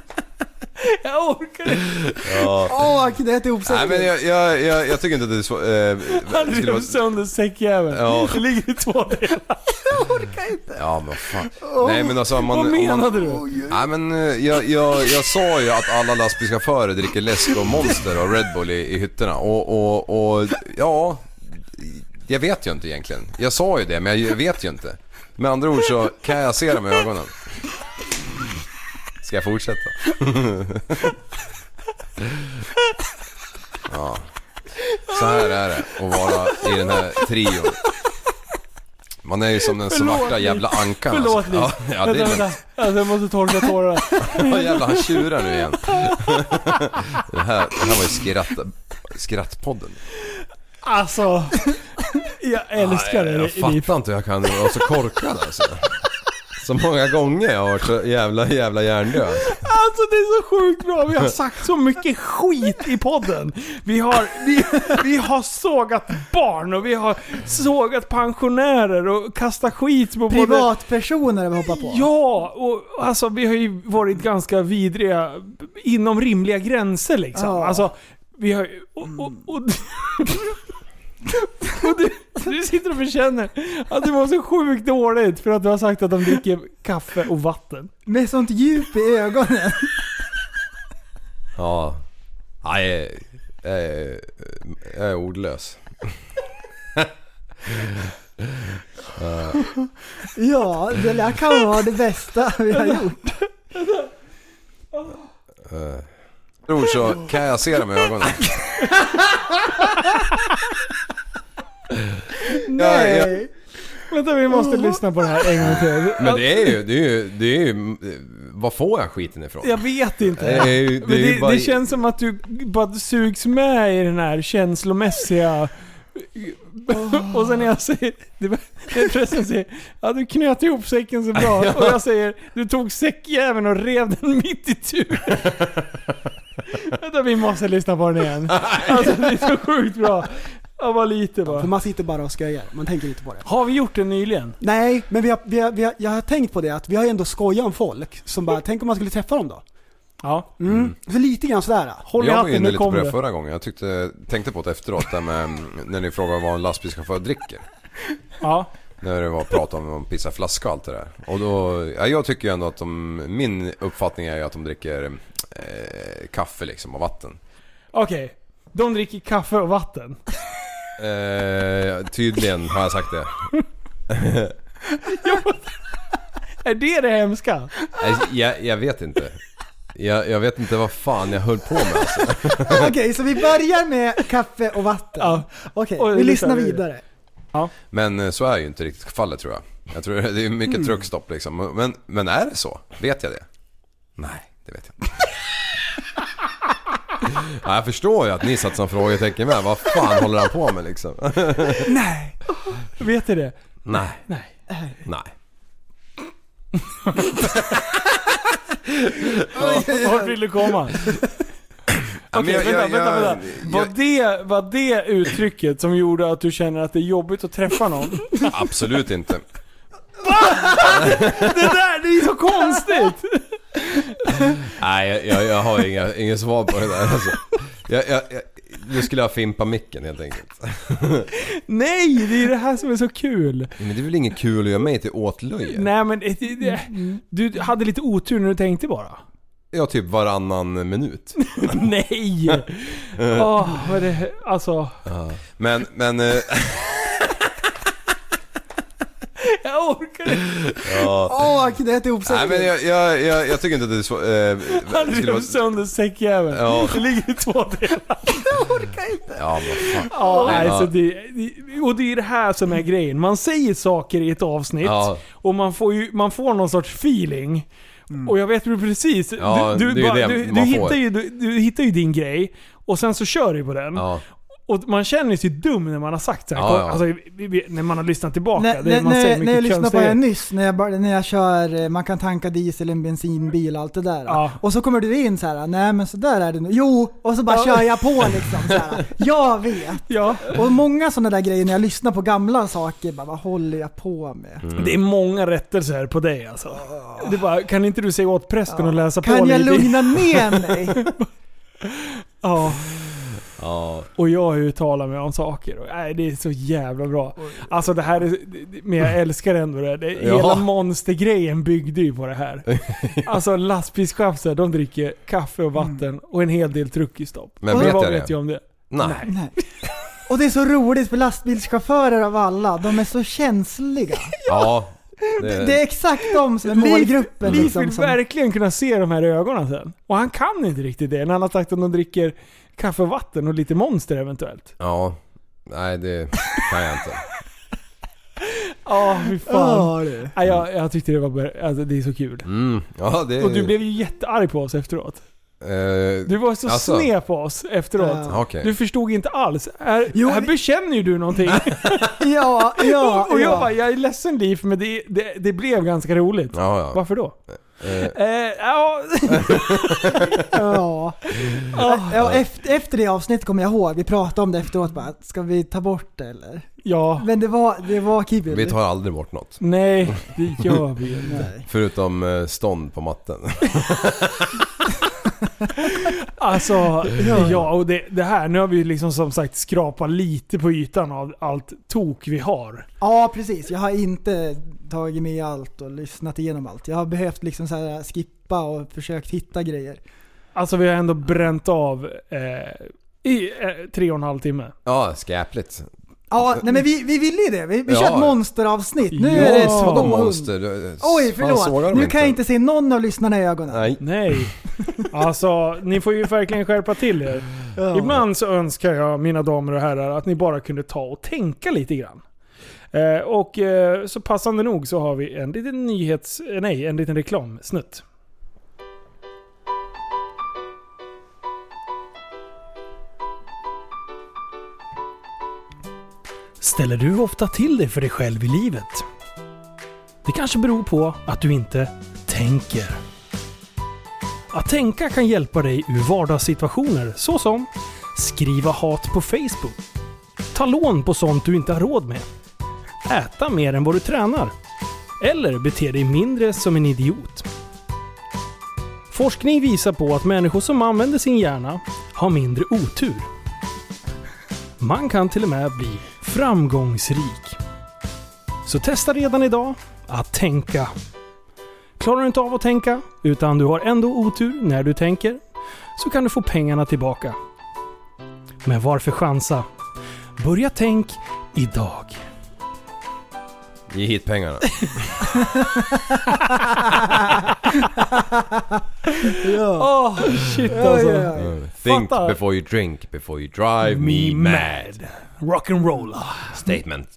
F: Jag orkar inte.
H: ja.
G: Åh, det hette ihop
H: Nej men jag, jag, jag, jag tycker inte att det är så... Eh,
F: Han
H: skulle
F: rev
H: vara-
F: sönder säckjäveln.
H: Ja.
F: Det ligger i två delar.
H: Ja men fan.
F: Åh,
H: Nej men alltså om man...
F: vad
H: om man-
F: menade du?
H: Nej men eh, jag, jag, jag sa ju att alla lastbilschaufförer dricker läsk och monster och Red Bull i, i hytterna och, och, och ja... Jag vet ju inte egentligen. Jag sa ju det men jag vet ju inte. Med andra ord så kan jag se dem i ögonen. Ska jag fortsätta? ja. Så här är det att vara i den här trion. Man är ju som den
F: Förlåt,
H: svarta
F: Liv.
H: jävla ankan
F: Förlåt
H: alltså. ja, ja, det är
F: vänta,
H: lugnt.
F: vänta. Alltså, jag måste torka tårarna.
H: Ja, jävlar, han tjurar nu igen. Det här, det här var ju skratt, skrattpodden.
F: Alltså. Jag älskar
H: Nej,
F: det.
H: Jag fattar inte hur jag kan vara så korkad alltså. Så många gånger jag har varit så jävla, jävla hjärndöd.
F: Alltså det är så sjukt bra. Vi har sagt så mycket skit i podden. Vi har, vi, vi har sågat barn och vi har sågat pensionärer och kastat skit på både-
G: Privatpersoner har vi hoppat på.
F: Ja, och alltså vi har ju varit ganska vidriga inom rimliga gränser liksom.
G: Ja.
F: Alltså, vi har ju- och, och, och, och du, du sitter och bekänner att du mår så sjukt dåligt för att du har sagt att de dricker kaffe och vatten.
G: Med sånt djup i ögonen.
H: Ja. Nej, jag är, jag är ordlös. Eh,
G: Ja, det där kan vara det bästa vi har gjort.
H: eh. Med andra ord så kan jag se dem i ögonen.
F: Nej!
H: Ja,
F: Vänta vi måste lyssna på det här en gång till.
H: Men det är ju, det är ju, det är ju, var får jag skiten ifrån?
F: Jag vet inte.
H: Det är ju- det
F: Men
H: är ju
F: det,
H: bara-
F: det känns som att du bara sugs med i den här känslomässiga... Och sen när jag säger... Det var- när prästen säger ja, du knöt ihop säcken så bra.
E: Ja.
F: Och jag säger du tog säckjäveln och rev den mitt i tur. Vänta vi måste lyssna på den igen. Alltså det är så sjukt bra. Ja, bara lite bara.
G: För man sitter bara och skojar, man tänker inte på det.
F: Har vi gjort det nyligen?
G: Nej, men vi har, vi har, vi har, jag har tänkt på det att vi har ju ändå skojat om folk som bara, tänk om man skulle träffa dem då?
F: Mm. Ja.
G: Mm. Så lite grann sådär.
H: jag var inne lite på det förra gången. Jag tyckte, tänkte på det efteråt där med mm, när ni frågade vad en lastbilschaufför dricker.
F: Ja.
H: När det var prat om att pissa flaska och allt det där. Och då, ja, jag tycker ju ändå att de, min uppfattning är ju att de dricker eh, kaffe liksom och vatten.
F: Okej. De dricker kaffe och vatten.
H: Eh, tydligen har jag sagt det.
F: Är det det hemska?
H: Nej, jag, jag vet inte. Jag, jag vet inte vad fan jag höll på med alltså.
G: Okej, så vi börjar med kaffe och vatten. Okej,
F: Och
G: vi
F: lyssnar
G: lyssnar
F: vi.
G: vidare.
H: Men eh, så är ju inte riktigt fallet tror jag. Jag tror det är mycket
G: Mm.
H: truckstopp liksom. Men, men är det så? Vet jag det? Nej, det vet jag inte. ja, jag förstår ju att ni satt som frågetecken med. Vad fan håller han på med liksom?
F: Nej. Vet du det?
H: Nej.
F: Nej.
H: Nej.
F: Ja, Vart vill du komma?
H: Ja, men jag-
F: Okej, vänta,
H: jag-
F: vänta,
H: jag-
F: vänta. Var, det, var det uttrycket som gjorde att du känner att det är jobbigt att träffa någon?
H: Absolut inte.
F: det där, det är så konstigt!
H: Nej, jag, jag, jag har inga, inga svar på det där alltså. jag, jag, jag, Nu skulle jag fimpa micken helt enkelt.
F: Nej, det är ju det här som är så kul.
H: Men det är väl inget kul att göra mig till åtlöje?
F: Nej men, det, det- det,
H: Mm,
F: du hade lite otur när du tänkte bara.
H: Ja, typ varannan minut.
F: Nej! Åh, Ah, vad det, alltså.
H: Men, men... eh,
F: Jag orkar inte.
H: Ja.
G: Åh, det hette ihop
H: Nej men jag, jag, jag, jag tycker inte att det är så... Eh,
F: Han
H: skulle
F: rev
H: vara-
F: sönder säckjäveln.
H: Ja.
F: Det ligger i två delar.
H: ja vad fan.
F: Ja, nej,
H: Ja.
F: så det, det- och det är det här som är grejen. Man säger saker i ett avsnitt
H: Ja.
F: och man får, ju, man får någon sorts feeling.
G: Mm.
F: Och jag vet ju precis.
H: Ja,
F: du,
H: det
F: du,
H: är ju
F: bara,
H: det
F: du,
H: man
F: du,
H: får.
F: hittar ju, du, du hittar ju din grej och sen så kör du på den. Och man känner sig dum när man har sagt så här.
G: Ja, ja.
F: Alltså, vi- vi- när man har lyssnat tillbaka.
G: När,
F: det,
G: när,
F: man säger
G: när,
F: mycket
G: när jag lyssnar på
F: konstiga-
G: er nyss, när jag, bara- när jag kör, eh, man kan tanka diesel i en bensinbil och allt det där. Och så kommer du in så här, nej men så där är det nog. Jo, och så bara
P: Ja.
G: kör jag på liksom. Så här. Jag vet. Och många sådana där grejer när jag lyssnar på gamla saker, bara, vad håller jag på med?
I: Mm.
F: Det är många rättelser på dig alltså. Det är bara, kan inte du säga åt prästen att läsa på
G: Kan jag
F: lite?
G: lugna ner mig?
F: ja.
I: Ja.
F: Och jag uttalar mig om saker. Och, nej, det är så jävla bra. Alltså det här är... Men jag älskar ändå det. det
I: Ja.
F: Hela monstergrejen byggde ju på det här. Alltså lastbilschaufförer, de dricker kaffe och vatten
G: Mm.
F: och en hel del truckistopp.
I: Men
F: Och
I: vet
F: vad
I: jag det?
F: vet jag om det?
I: Nej.
G: Nej. Och det är så roligt för lastbilschaufförer av alla, de är så känsliga.
I: Eh. Ja.
G: Det, det är exakt de som är
F: Liv-
G: målgruppen.
F: Liv
G: liksom,
F: vill
G: som-
F: verkligen kunna se de här ögonen sen. Och han kan inte riktigt det. När han har sagt att de dricker kaffe och vatten och lite monster eventuellt.
I: Ja. Nej, det kan jag inte.
F: Ja, fy
I: Ja,
F: fan.
I: det.
F: Nej, jag, jag tyckte det var bara, alltså, det är så kul.
I: Mm. Ja, det...
F: Och du blev ju jättearg på oss efteråt.
I: Eh,
F: Du var så
I: alltså.
F: sned på oss efteråt.
I: Ja. Okej.
F: Du förstod inte alls. Här, här bekänner ju du någonting.
G: ja, ja,
F: Och jag
G: ja.
F: bara, jag är ledsen Liv, men det, det, det blev ganska roligt.
I: Ja, ja.
F: Varför då?
I: Eh,
F: Eh, ja.
G: Ja.
I: Ah.
G: ja efter, efter det avsnittet kommer jag ihåg, vi pratade om det efteråt bara, ska vi ta bort det eller?
F: Ja.
G: Men det var, det var kul.
I: vi tar aldrig bort något.
F: Nej, det gör vi ju inte.
I: Förutom eh, stånd på matten.
F: Alltså, ja, och det, det här. Nu har vi ju liksom som sagt skrapat lite på ytan av allt tok vi har.
G: Ja precis, jag har inte tagit med allt och lyssnat igenom allt. Jag har behövt liksom så här skippa och försökt hitta grejer.
F: Alltså vi har ändå bränt av eh, i eh, tre och en halv timme.
I: Ja, skräpligt.
G: Ja, nej men vi, vi ville ju det. Vi, vi
I: Ja.
G: kör ett monsteravsnitt. Nu
I: Ja,
G: är det
I: vadå
G: svårt.
I: monster?
G: Oj,
I: Fan, sågar
G: förlåt.
I: de
G: Nu
I: inte?
G: kan jag inte se någon av lyssnarna i ögonen.
I: Nej.
F: Nej. Alltså, ni får ju verkligen skärpa till er.
G: Ja.
F: Ibland så önskar jag, mina damer och herrar, att ni bara kunde ta och tänka lite grann. Eh, och eh, så passande nog så har vi en liten nyhets... eh, Nej, en liten reklamsnutt.
C: Ställer du ofta till det för dig själv i livet? Det kanske beror på att du inte tänker. Att tänka kan hjälpa dig ur vardagssituationer såsom skriva hat på Facebook, ta lån på sånt du inte har råd med, äta mer än vad du tränar eller bete dig mindre som en idiot. Forskning visar på att människor som använder sin hjärna har mindre otur. Man kan till och med bli framgångsrik. Så testa redan idag att tänka. Klarar du inte av att tänka, utan du har ändå otur när du tänker, så kan du få pengarna tillbaka. Men varför chansa? Börja tänk idag.
I: Ge hit pengarna.
F: ja. shit alltså.
I: Mm. Think
F: Fatta.
I: before you drink, before you drive me,
F: Me
I: mad.
F: Rock'n'rolla.
I: Statement.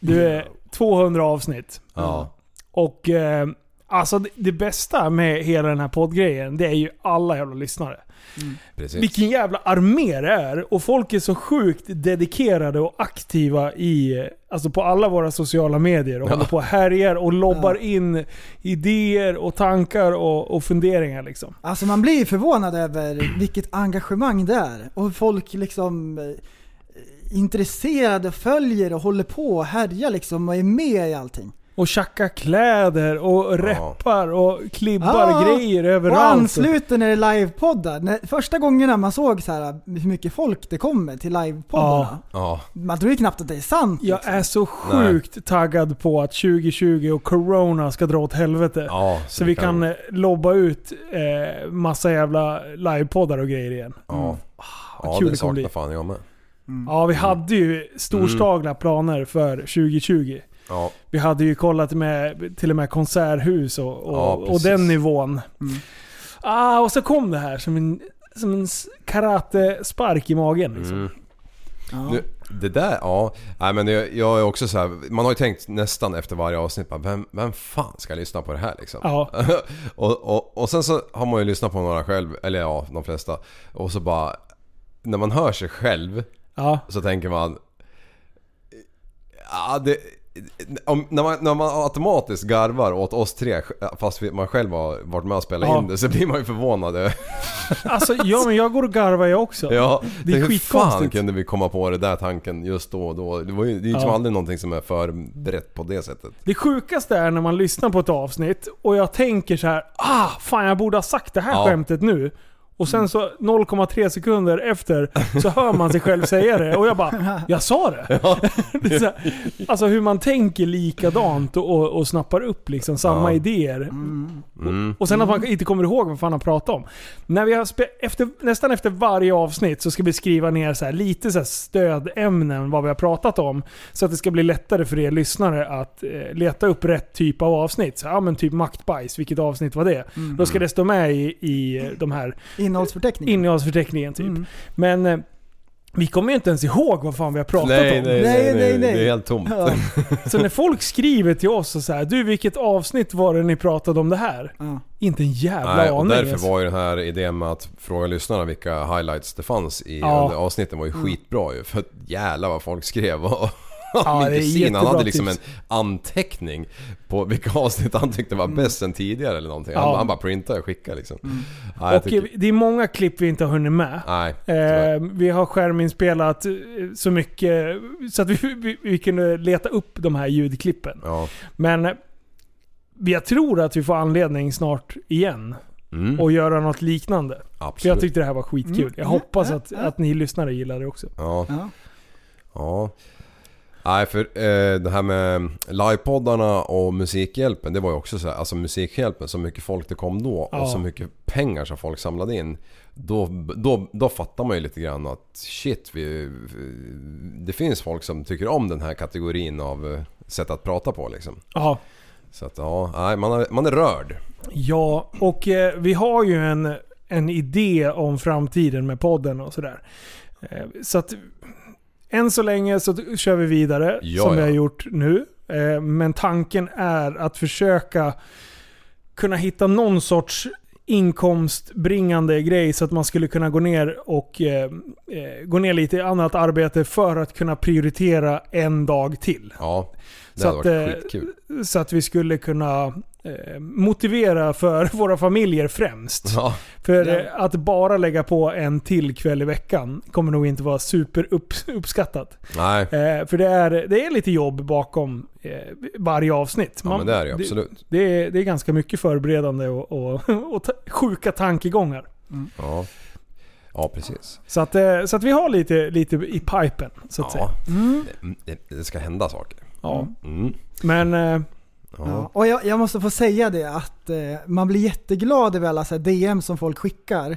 F: Du
C: eh,
F: är 200 avsnitt.
I: Ja.
F: Och eh, alltså det, det bästa med hela den här poddgrejen, det är ju alla jävla lyssnare.
K: Mm.
I: Precis.
F: Vilken jävla armé det är! Och folk är så sjukt dedikerade och aktiva i, eh, alltså på alla våra sociala medier. Och
I: Ja.
F: håller på och härjar och lobbar in idéer och tankar och, och funderingar liksom.
G: Alltså man blir ju förvånad över vilket engagemang det är. Och hur folk liksom eh, är intresserade, följer och håller på och härjar liksom och är med i allting.
F: Och tjacka kläder och reppar och klibbar
G: Ja,
F: grejer överallt.
G: Ah! Och ansluter när det är livepoddar. När- Första gångerna man såg så här, hur mycket folk det kommer till livepoddarna.
I: Ja.
G: Man tror ju knappt att det är sant. liksom.
F: Jag är så sjukt taggad på att 2020 och Corona ska dra åt helvete.
I: Ja,
F: så vi kan eh, lobba ut eh, massa jävla livepoddar och grejer igen. Mm. Ah,
I: Ja. Ja,
F: kul
I: det
F: det kommer bli.
I: saknar fan jag med.
F: Ja, vi hade ju storslagna planer för 2020.
I: Ja.
F: Vi hade ju kollat med till och med konserthus och, och,
I: Ja,
F: och
I: precis.
F: den nivån. Ah, och så kom det här som en, som en s- karate-spark i magen. Liksom.
I: Mm. Nu, det där, ja. Nej, men det, jag är också så här, man har ju tänkt nästan efter varje avsnitt bara, vem, vem fan ska lyssna på det här liksom?
F: Ja.
I: och, och, och sen så har man ju lyssnat på några själv, eller ja, de flesta. Och så bara, när man hör sig själv
H: Så tänker man... Ja, det, om, när, man, när man automatiskt garvar åt oss tre fast vi- man själv har varit med och spelat
F: Ja.
H: in det så blir man ju förvånad. över-
F: Alltså, ja men jag går och garvar jag också.
H: Ja,
F: det är
H: hur fan
F: skitkonstigt.
H: kunde vi komma på det där tanken just då och då? Det, var ju, det är ju liksom
F: Ja.
H: aldrig någonting som är förberett på det sättet.
F: Det sjukaste är när man lyssnar på ett avsnitt och jag tänker så här, ah, fan jag borde ha sagt det här
H: Ja.
F: skämtet nu. Och sen så 0,3 sekunder efter så hör man sig själv säga det och jag bara, jag sa det. det är så här, alltså hur man tänker likadant och, och, och snappar upp liksom samma
H: Ja.
F: idéer.
H: Mm.
F: Och sen att man inte kommer ihåg vad fan han pratar om. När vi har spe- efter, nästan efter varje avsnitt så ska vi skriva ner så här, lite så här stödämnen vad vi har pratat om. Så att det ska bli lättare för er lyssnare att eh, leta upp rätt typ av avsnitt. Så, ja men typ maktbajs, vilket avsnitt var det?
G: Mm.
F: Då ska det stå med i, i eh, de här
G: Innehållsförteckningen.
F: innehållsförteckningen typ. Men eh, vi kommer ju inte ens ihåg vad fan vi har pratat
H: Nej,
F: om.
H: nej, nej, Nej, nej, nej. det är helt tomt.
F: Ja. Så när folk skriver till oss och så här, du vilket avsnitt var det ni pratade om det här? Inte en jävla
H: Nej, och
F: aning.
H: därför
F: alltså.
H: var ju den här idén med att fråga lyssnarna vilka highlights det fanns i
F: Ja.
H: under avsnitten var ju
F: Mm.
H: skitbra ju. För att jävlar vad folk skrev. Och
F: Ja, det är
H: min kusin, han
F: jättebra
H: hade liksom en
F: tips.
H: anteckning på vilka avsnitt han tyckte var bäst sen tidigare eller någonting. Han,
F: Mm. Ja. Mm.
H: han bara printade och skickade liksom. Ja, jag
F: och
H: tycker-
F: eh, det är många klipp vi inte har hunnit med.
H: Nej,
F: Eh, vi har skärminspelat eh, så mycket så att vi, vi, vi kunde leta upp de här ljudklippen.
H: Ja.
F: Men eh, jag tror att vi får anledning snart igen
H: Mm.
F: och göra något liknande. För
H: Absolut.
F: jag tyckte det här var skitkul.
H: Mm.
F: Jag hoppas att, att ni lyssnare gillar det också.
H: Ja.
G: Ja.
H: Nej, för eh, det här med livepoddarna och Musikhjälpen, det var ju också så här, alltså Musikhjälpen, så mycket folk det kom då
F: Ja.
H: och så mycket pengar som folk samlade in. Då, då, då fattar man ju lite grann att shit, vi, det finns folk som tycker om den här kategorin av eh, sätt att prata på liksom.
F: Ja.
H: Så att ja, nej, man, är, man är rörd.
F: Ja, och eh, vi har ju en, en idé om framtiden med podden och sådär. Eh, så att än så länge så t- kör vi vidare
H: Ja,
F: som vi
H: ja.
F: har gjort nu. Eh, men tanken är att försöka kunna hitta någon sorts inkomstbringande grej så att man skulle kunna gå ner och eh, eh, gå ner lite i annat arbete för att kunna prioritera en dag till.
H: Ja, det
F: så,
H: hade
F: att,
H: varit
F: eh,
H: skitkul.
F: så att vi skulle kunna eh, motivera för våra familjer främst.
H: Ja.
F: För
H: Ja.
F: eh, att bara lägga på en till kväll i veckan kommer nog inte vara super upp, uppskattat.
H: Nej.
F: Eh, för det är, det är lite jobb bakom eh, varje avsnitt.
H: Ja, men det är det ju, absolut.
F: Det, är, det är ganska mycket förberedande och, och, och ta, sjuka tankegångar.
H: Ja, ja precis.
F: Så att, eh, så att vi har lite, lite i pipen, så att
H: Ja.
F: säga. Mm.
H: Det, det ska hända saker.
F: Ja.
H: Mm.
F: Men... eh,
G: Ja. Och jag, jag måste få säga det att eh, man blir jätteglad över alla så här DM som folk skickar.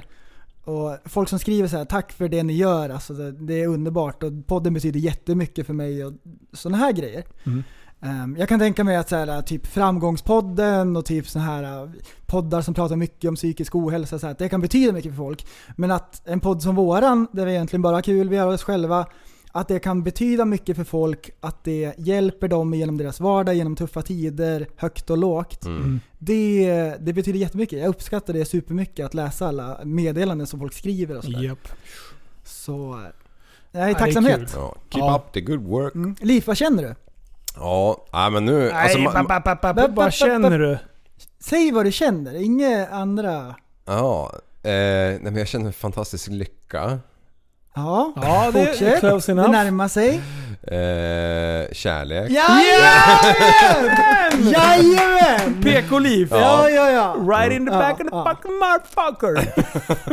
G: Och folk som skriver så här “Tack för det ni gör, alltså, det, det är underbart och podden betyder jättemycket för mig” och sådana här grejer.
J: Mm.
G: Ehm, jag kan tänka mig att så här, typ Framgångspodden och typ såna här eh, poddar som pratar mycket om psykisk ohälsa, så här, att det kan betyda mycket för folk. Men att en podd som våran, där vi egentligen bara har kul, vi har oss själva, att det kan betyda mycket för folk, att det hjälper dem genom deras vardag, genom tuffa tider, högt och lågt.
H: Mm.
G: Det, det betyder jättemycket. Jag uppskattar det supermycket att läsa alla meddelanden som folk skriver och sådär.
F: Japp.
G: Så... eh, Nej, tacksamhet.
H: Ja, keep up the good work.
G: Mm. Liv, vad känner du?
H: Ja, nej men nu... alltså, man- man-
G: Vad
F: känner du?
H: Mm.
G: Säg vad du känner, inga andra...
H: Ja, eh, nej men jag känner fantastisk lycka.
G: Ja,
F: ja
H: det är
G: fortsätt.
H: close
G: det
H: enough.
G: närmar sig.
H: Eh, kärlek.
G: Jajamän! Jajamän!
F: PK-liv!
G: Ja, ja, ja.
F: Right in the back of the fucking motherfucker!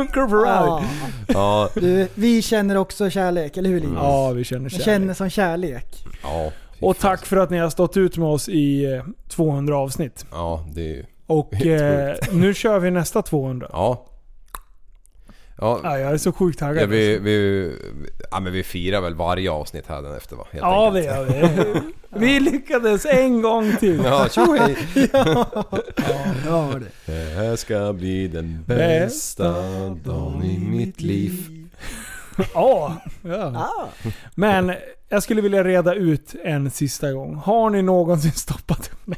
F: Curve around.
H: Ja.
G: Du, vi känner också kärlek, eller hur Linus?
F: Ja, vi känner
G: Vi
F: kärlek.
G: känner som kärlek.
H: Ja,
F: Och tack för att ni har stått ut med oss i eh, 200 avsnitt.
H: ja det är ju...
F: Och
H: Helt
F: eh, nu kör vi nästa 200.
H: Ja. Ja,
F: Ja, jag är så sjukt taggad. alltså.
H: ja, vi, vi, ja men vi firar väl varje avsnitt här efter va? Helt
F: alltså. ja,
H: enkelt.
F: det gör vi. Vi lyckades en gång till.
H: Ja, tjo hej.
F: Ja.
G: Ja, det.
H: Det här ska bli den bästa dagen i mitt liv.
F: Ja. ja.
H: Ah.
F: Men jag skulle vilja reda ut en sista gång. Har ni någonsin stoppat upp mig?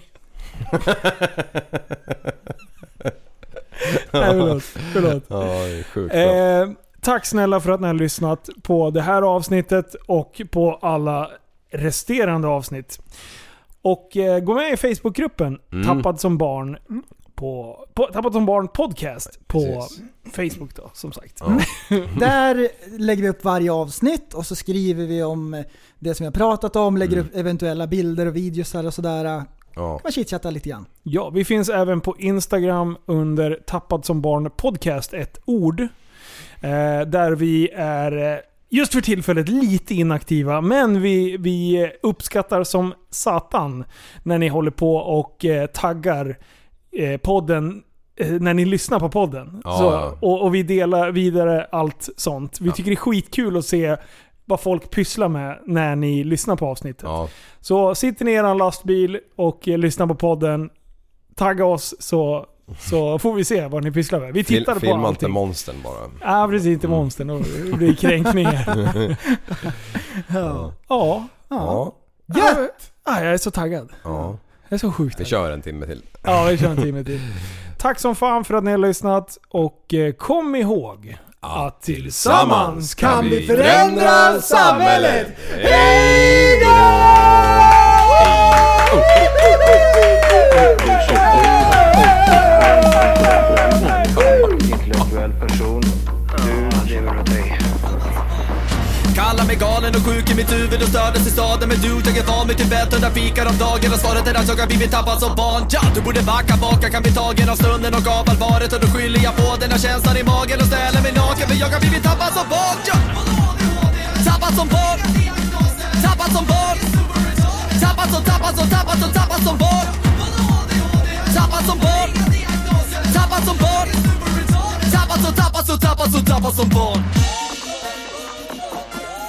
F: Nej, förlåt. förlåt.
H: Ja, det är sjukt bra.
F: Eh, Tack snälla för att ni har lyssnat på det här avsnittet och på alla resterande avsnitt. Och eh, gå med i Facebookgruppen
E: Mm.
F: Tappad som barn på, på Tappad som barn podcast på Facebook då, som sagt.
G: Mm. Där lägger vi upp varje avsnitt och så skriver vi om det som vi har pratat om, lägger upp eventuella bilder och videosar och sådär.
H: Ja.
G: Man chitchattar lite grann.
F: Ja, vi finns även på Instagram under Tappad som barn podcast, ett ord. Eh, där vi är eh, just för tillfället lite inaktiva, men vi, vi eh, uppskattar som satan när ni håller på och eh, taggar eh, podden eh, när ni lyssnar på podden.
H: Ja, ja.
F: Så, och, och vi delar vidare allt sånt. Vi tycker det är skitkul att se vad folk pysslar med när ni lyssnar på avsnittet. Så sitter ni i er lastbil och eh, lyssnar på podden, tagga oss så, så får vi se vad ni pysslar med. Vi
H: Fil-
F: tittar på
H: filma
F: allting.
H: inte monstern bara.
F: Ja, precis. Inte monstern. Då blir det kränkningar.
G: ja.
F: Ja.
H: Ja.
F: Gött! Ja, jag är så taggad.
H: Ja.
F: Det är så sjukt.
H: Vi kör en timme till.
F: Ja, vi kör en timme till. Tack som fan för att ni har lyssnat och eh, kom ihåg att tillsammans kan vi förändra samhället!
D: Hej då!
B: Kallar mig galen och sjuk i mitt huvud och stördes i staden Men du, jag är van vid Tibet och där fikar om dagen Och svaret är att jag har blivit tappad som barn ja, Du borde backa baka, kan bli tagen av stunden och av allvaret Och då skyller jag på den här känslan i magen och ställer mig naken För jag har blivit tappad som barn ja. Tappad som barn Tappad som barn Tappad som, tappad som, tappad som, tappad som barn Tappad som barn Tappad som barn Tappad som, tappad som, tappad som, tappad som barn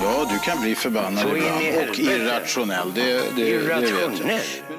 J: Ja, du kan bli förbannad ibland och irrationell. Det, det, det vet jag.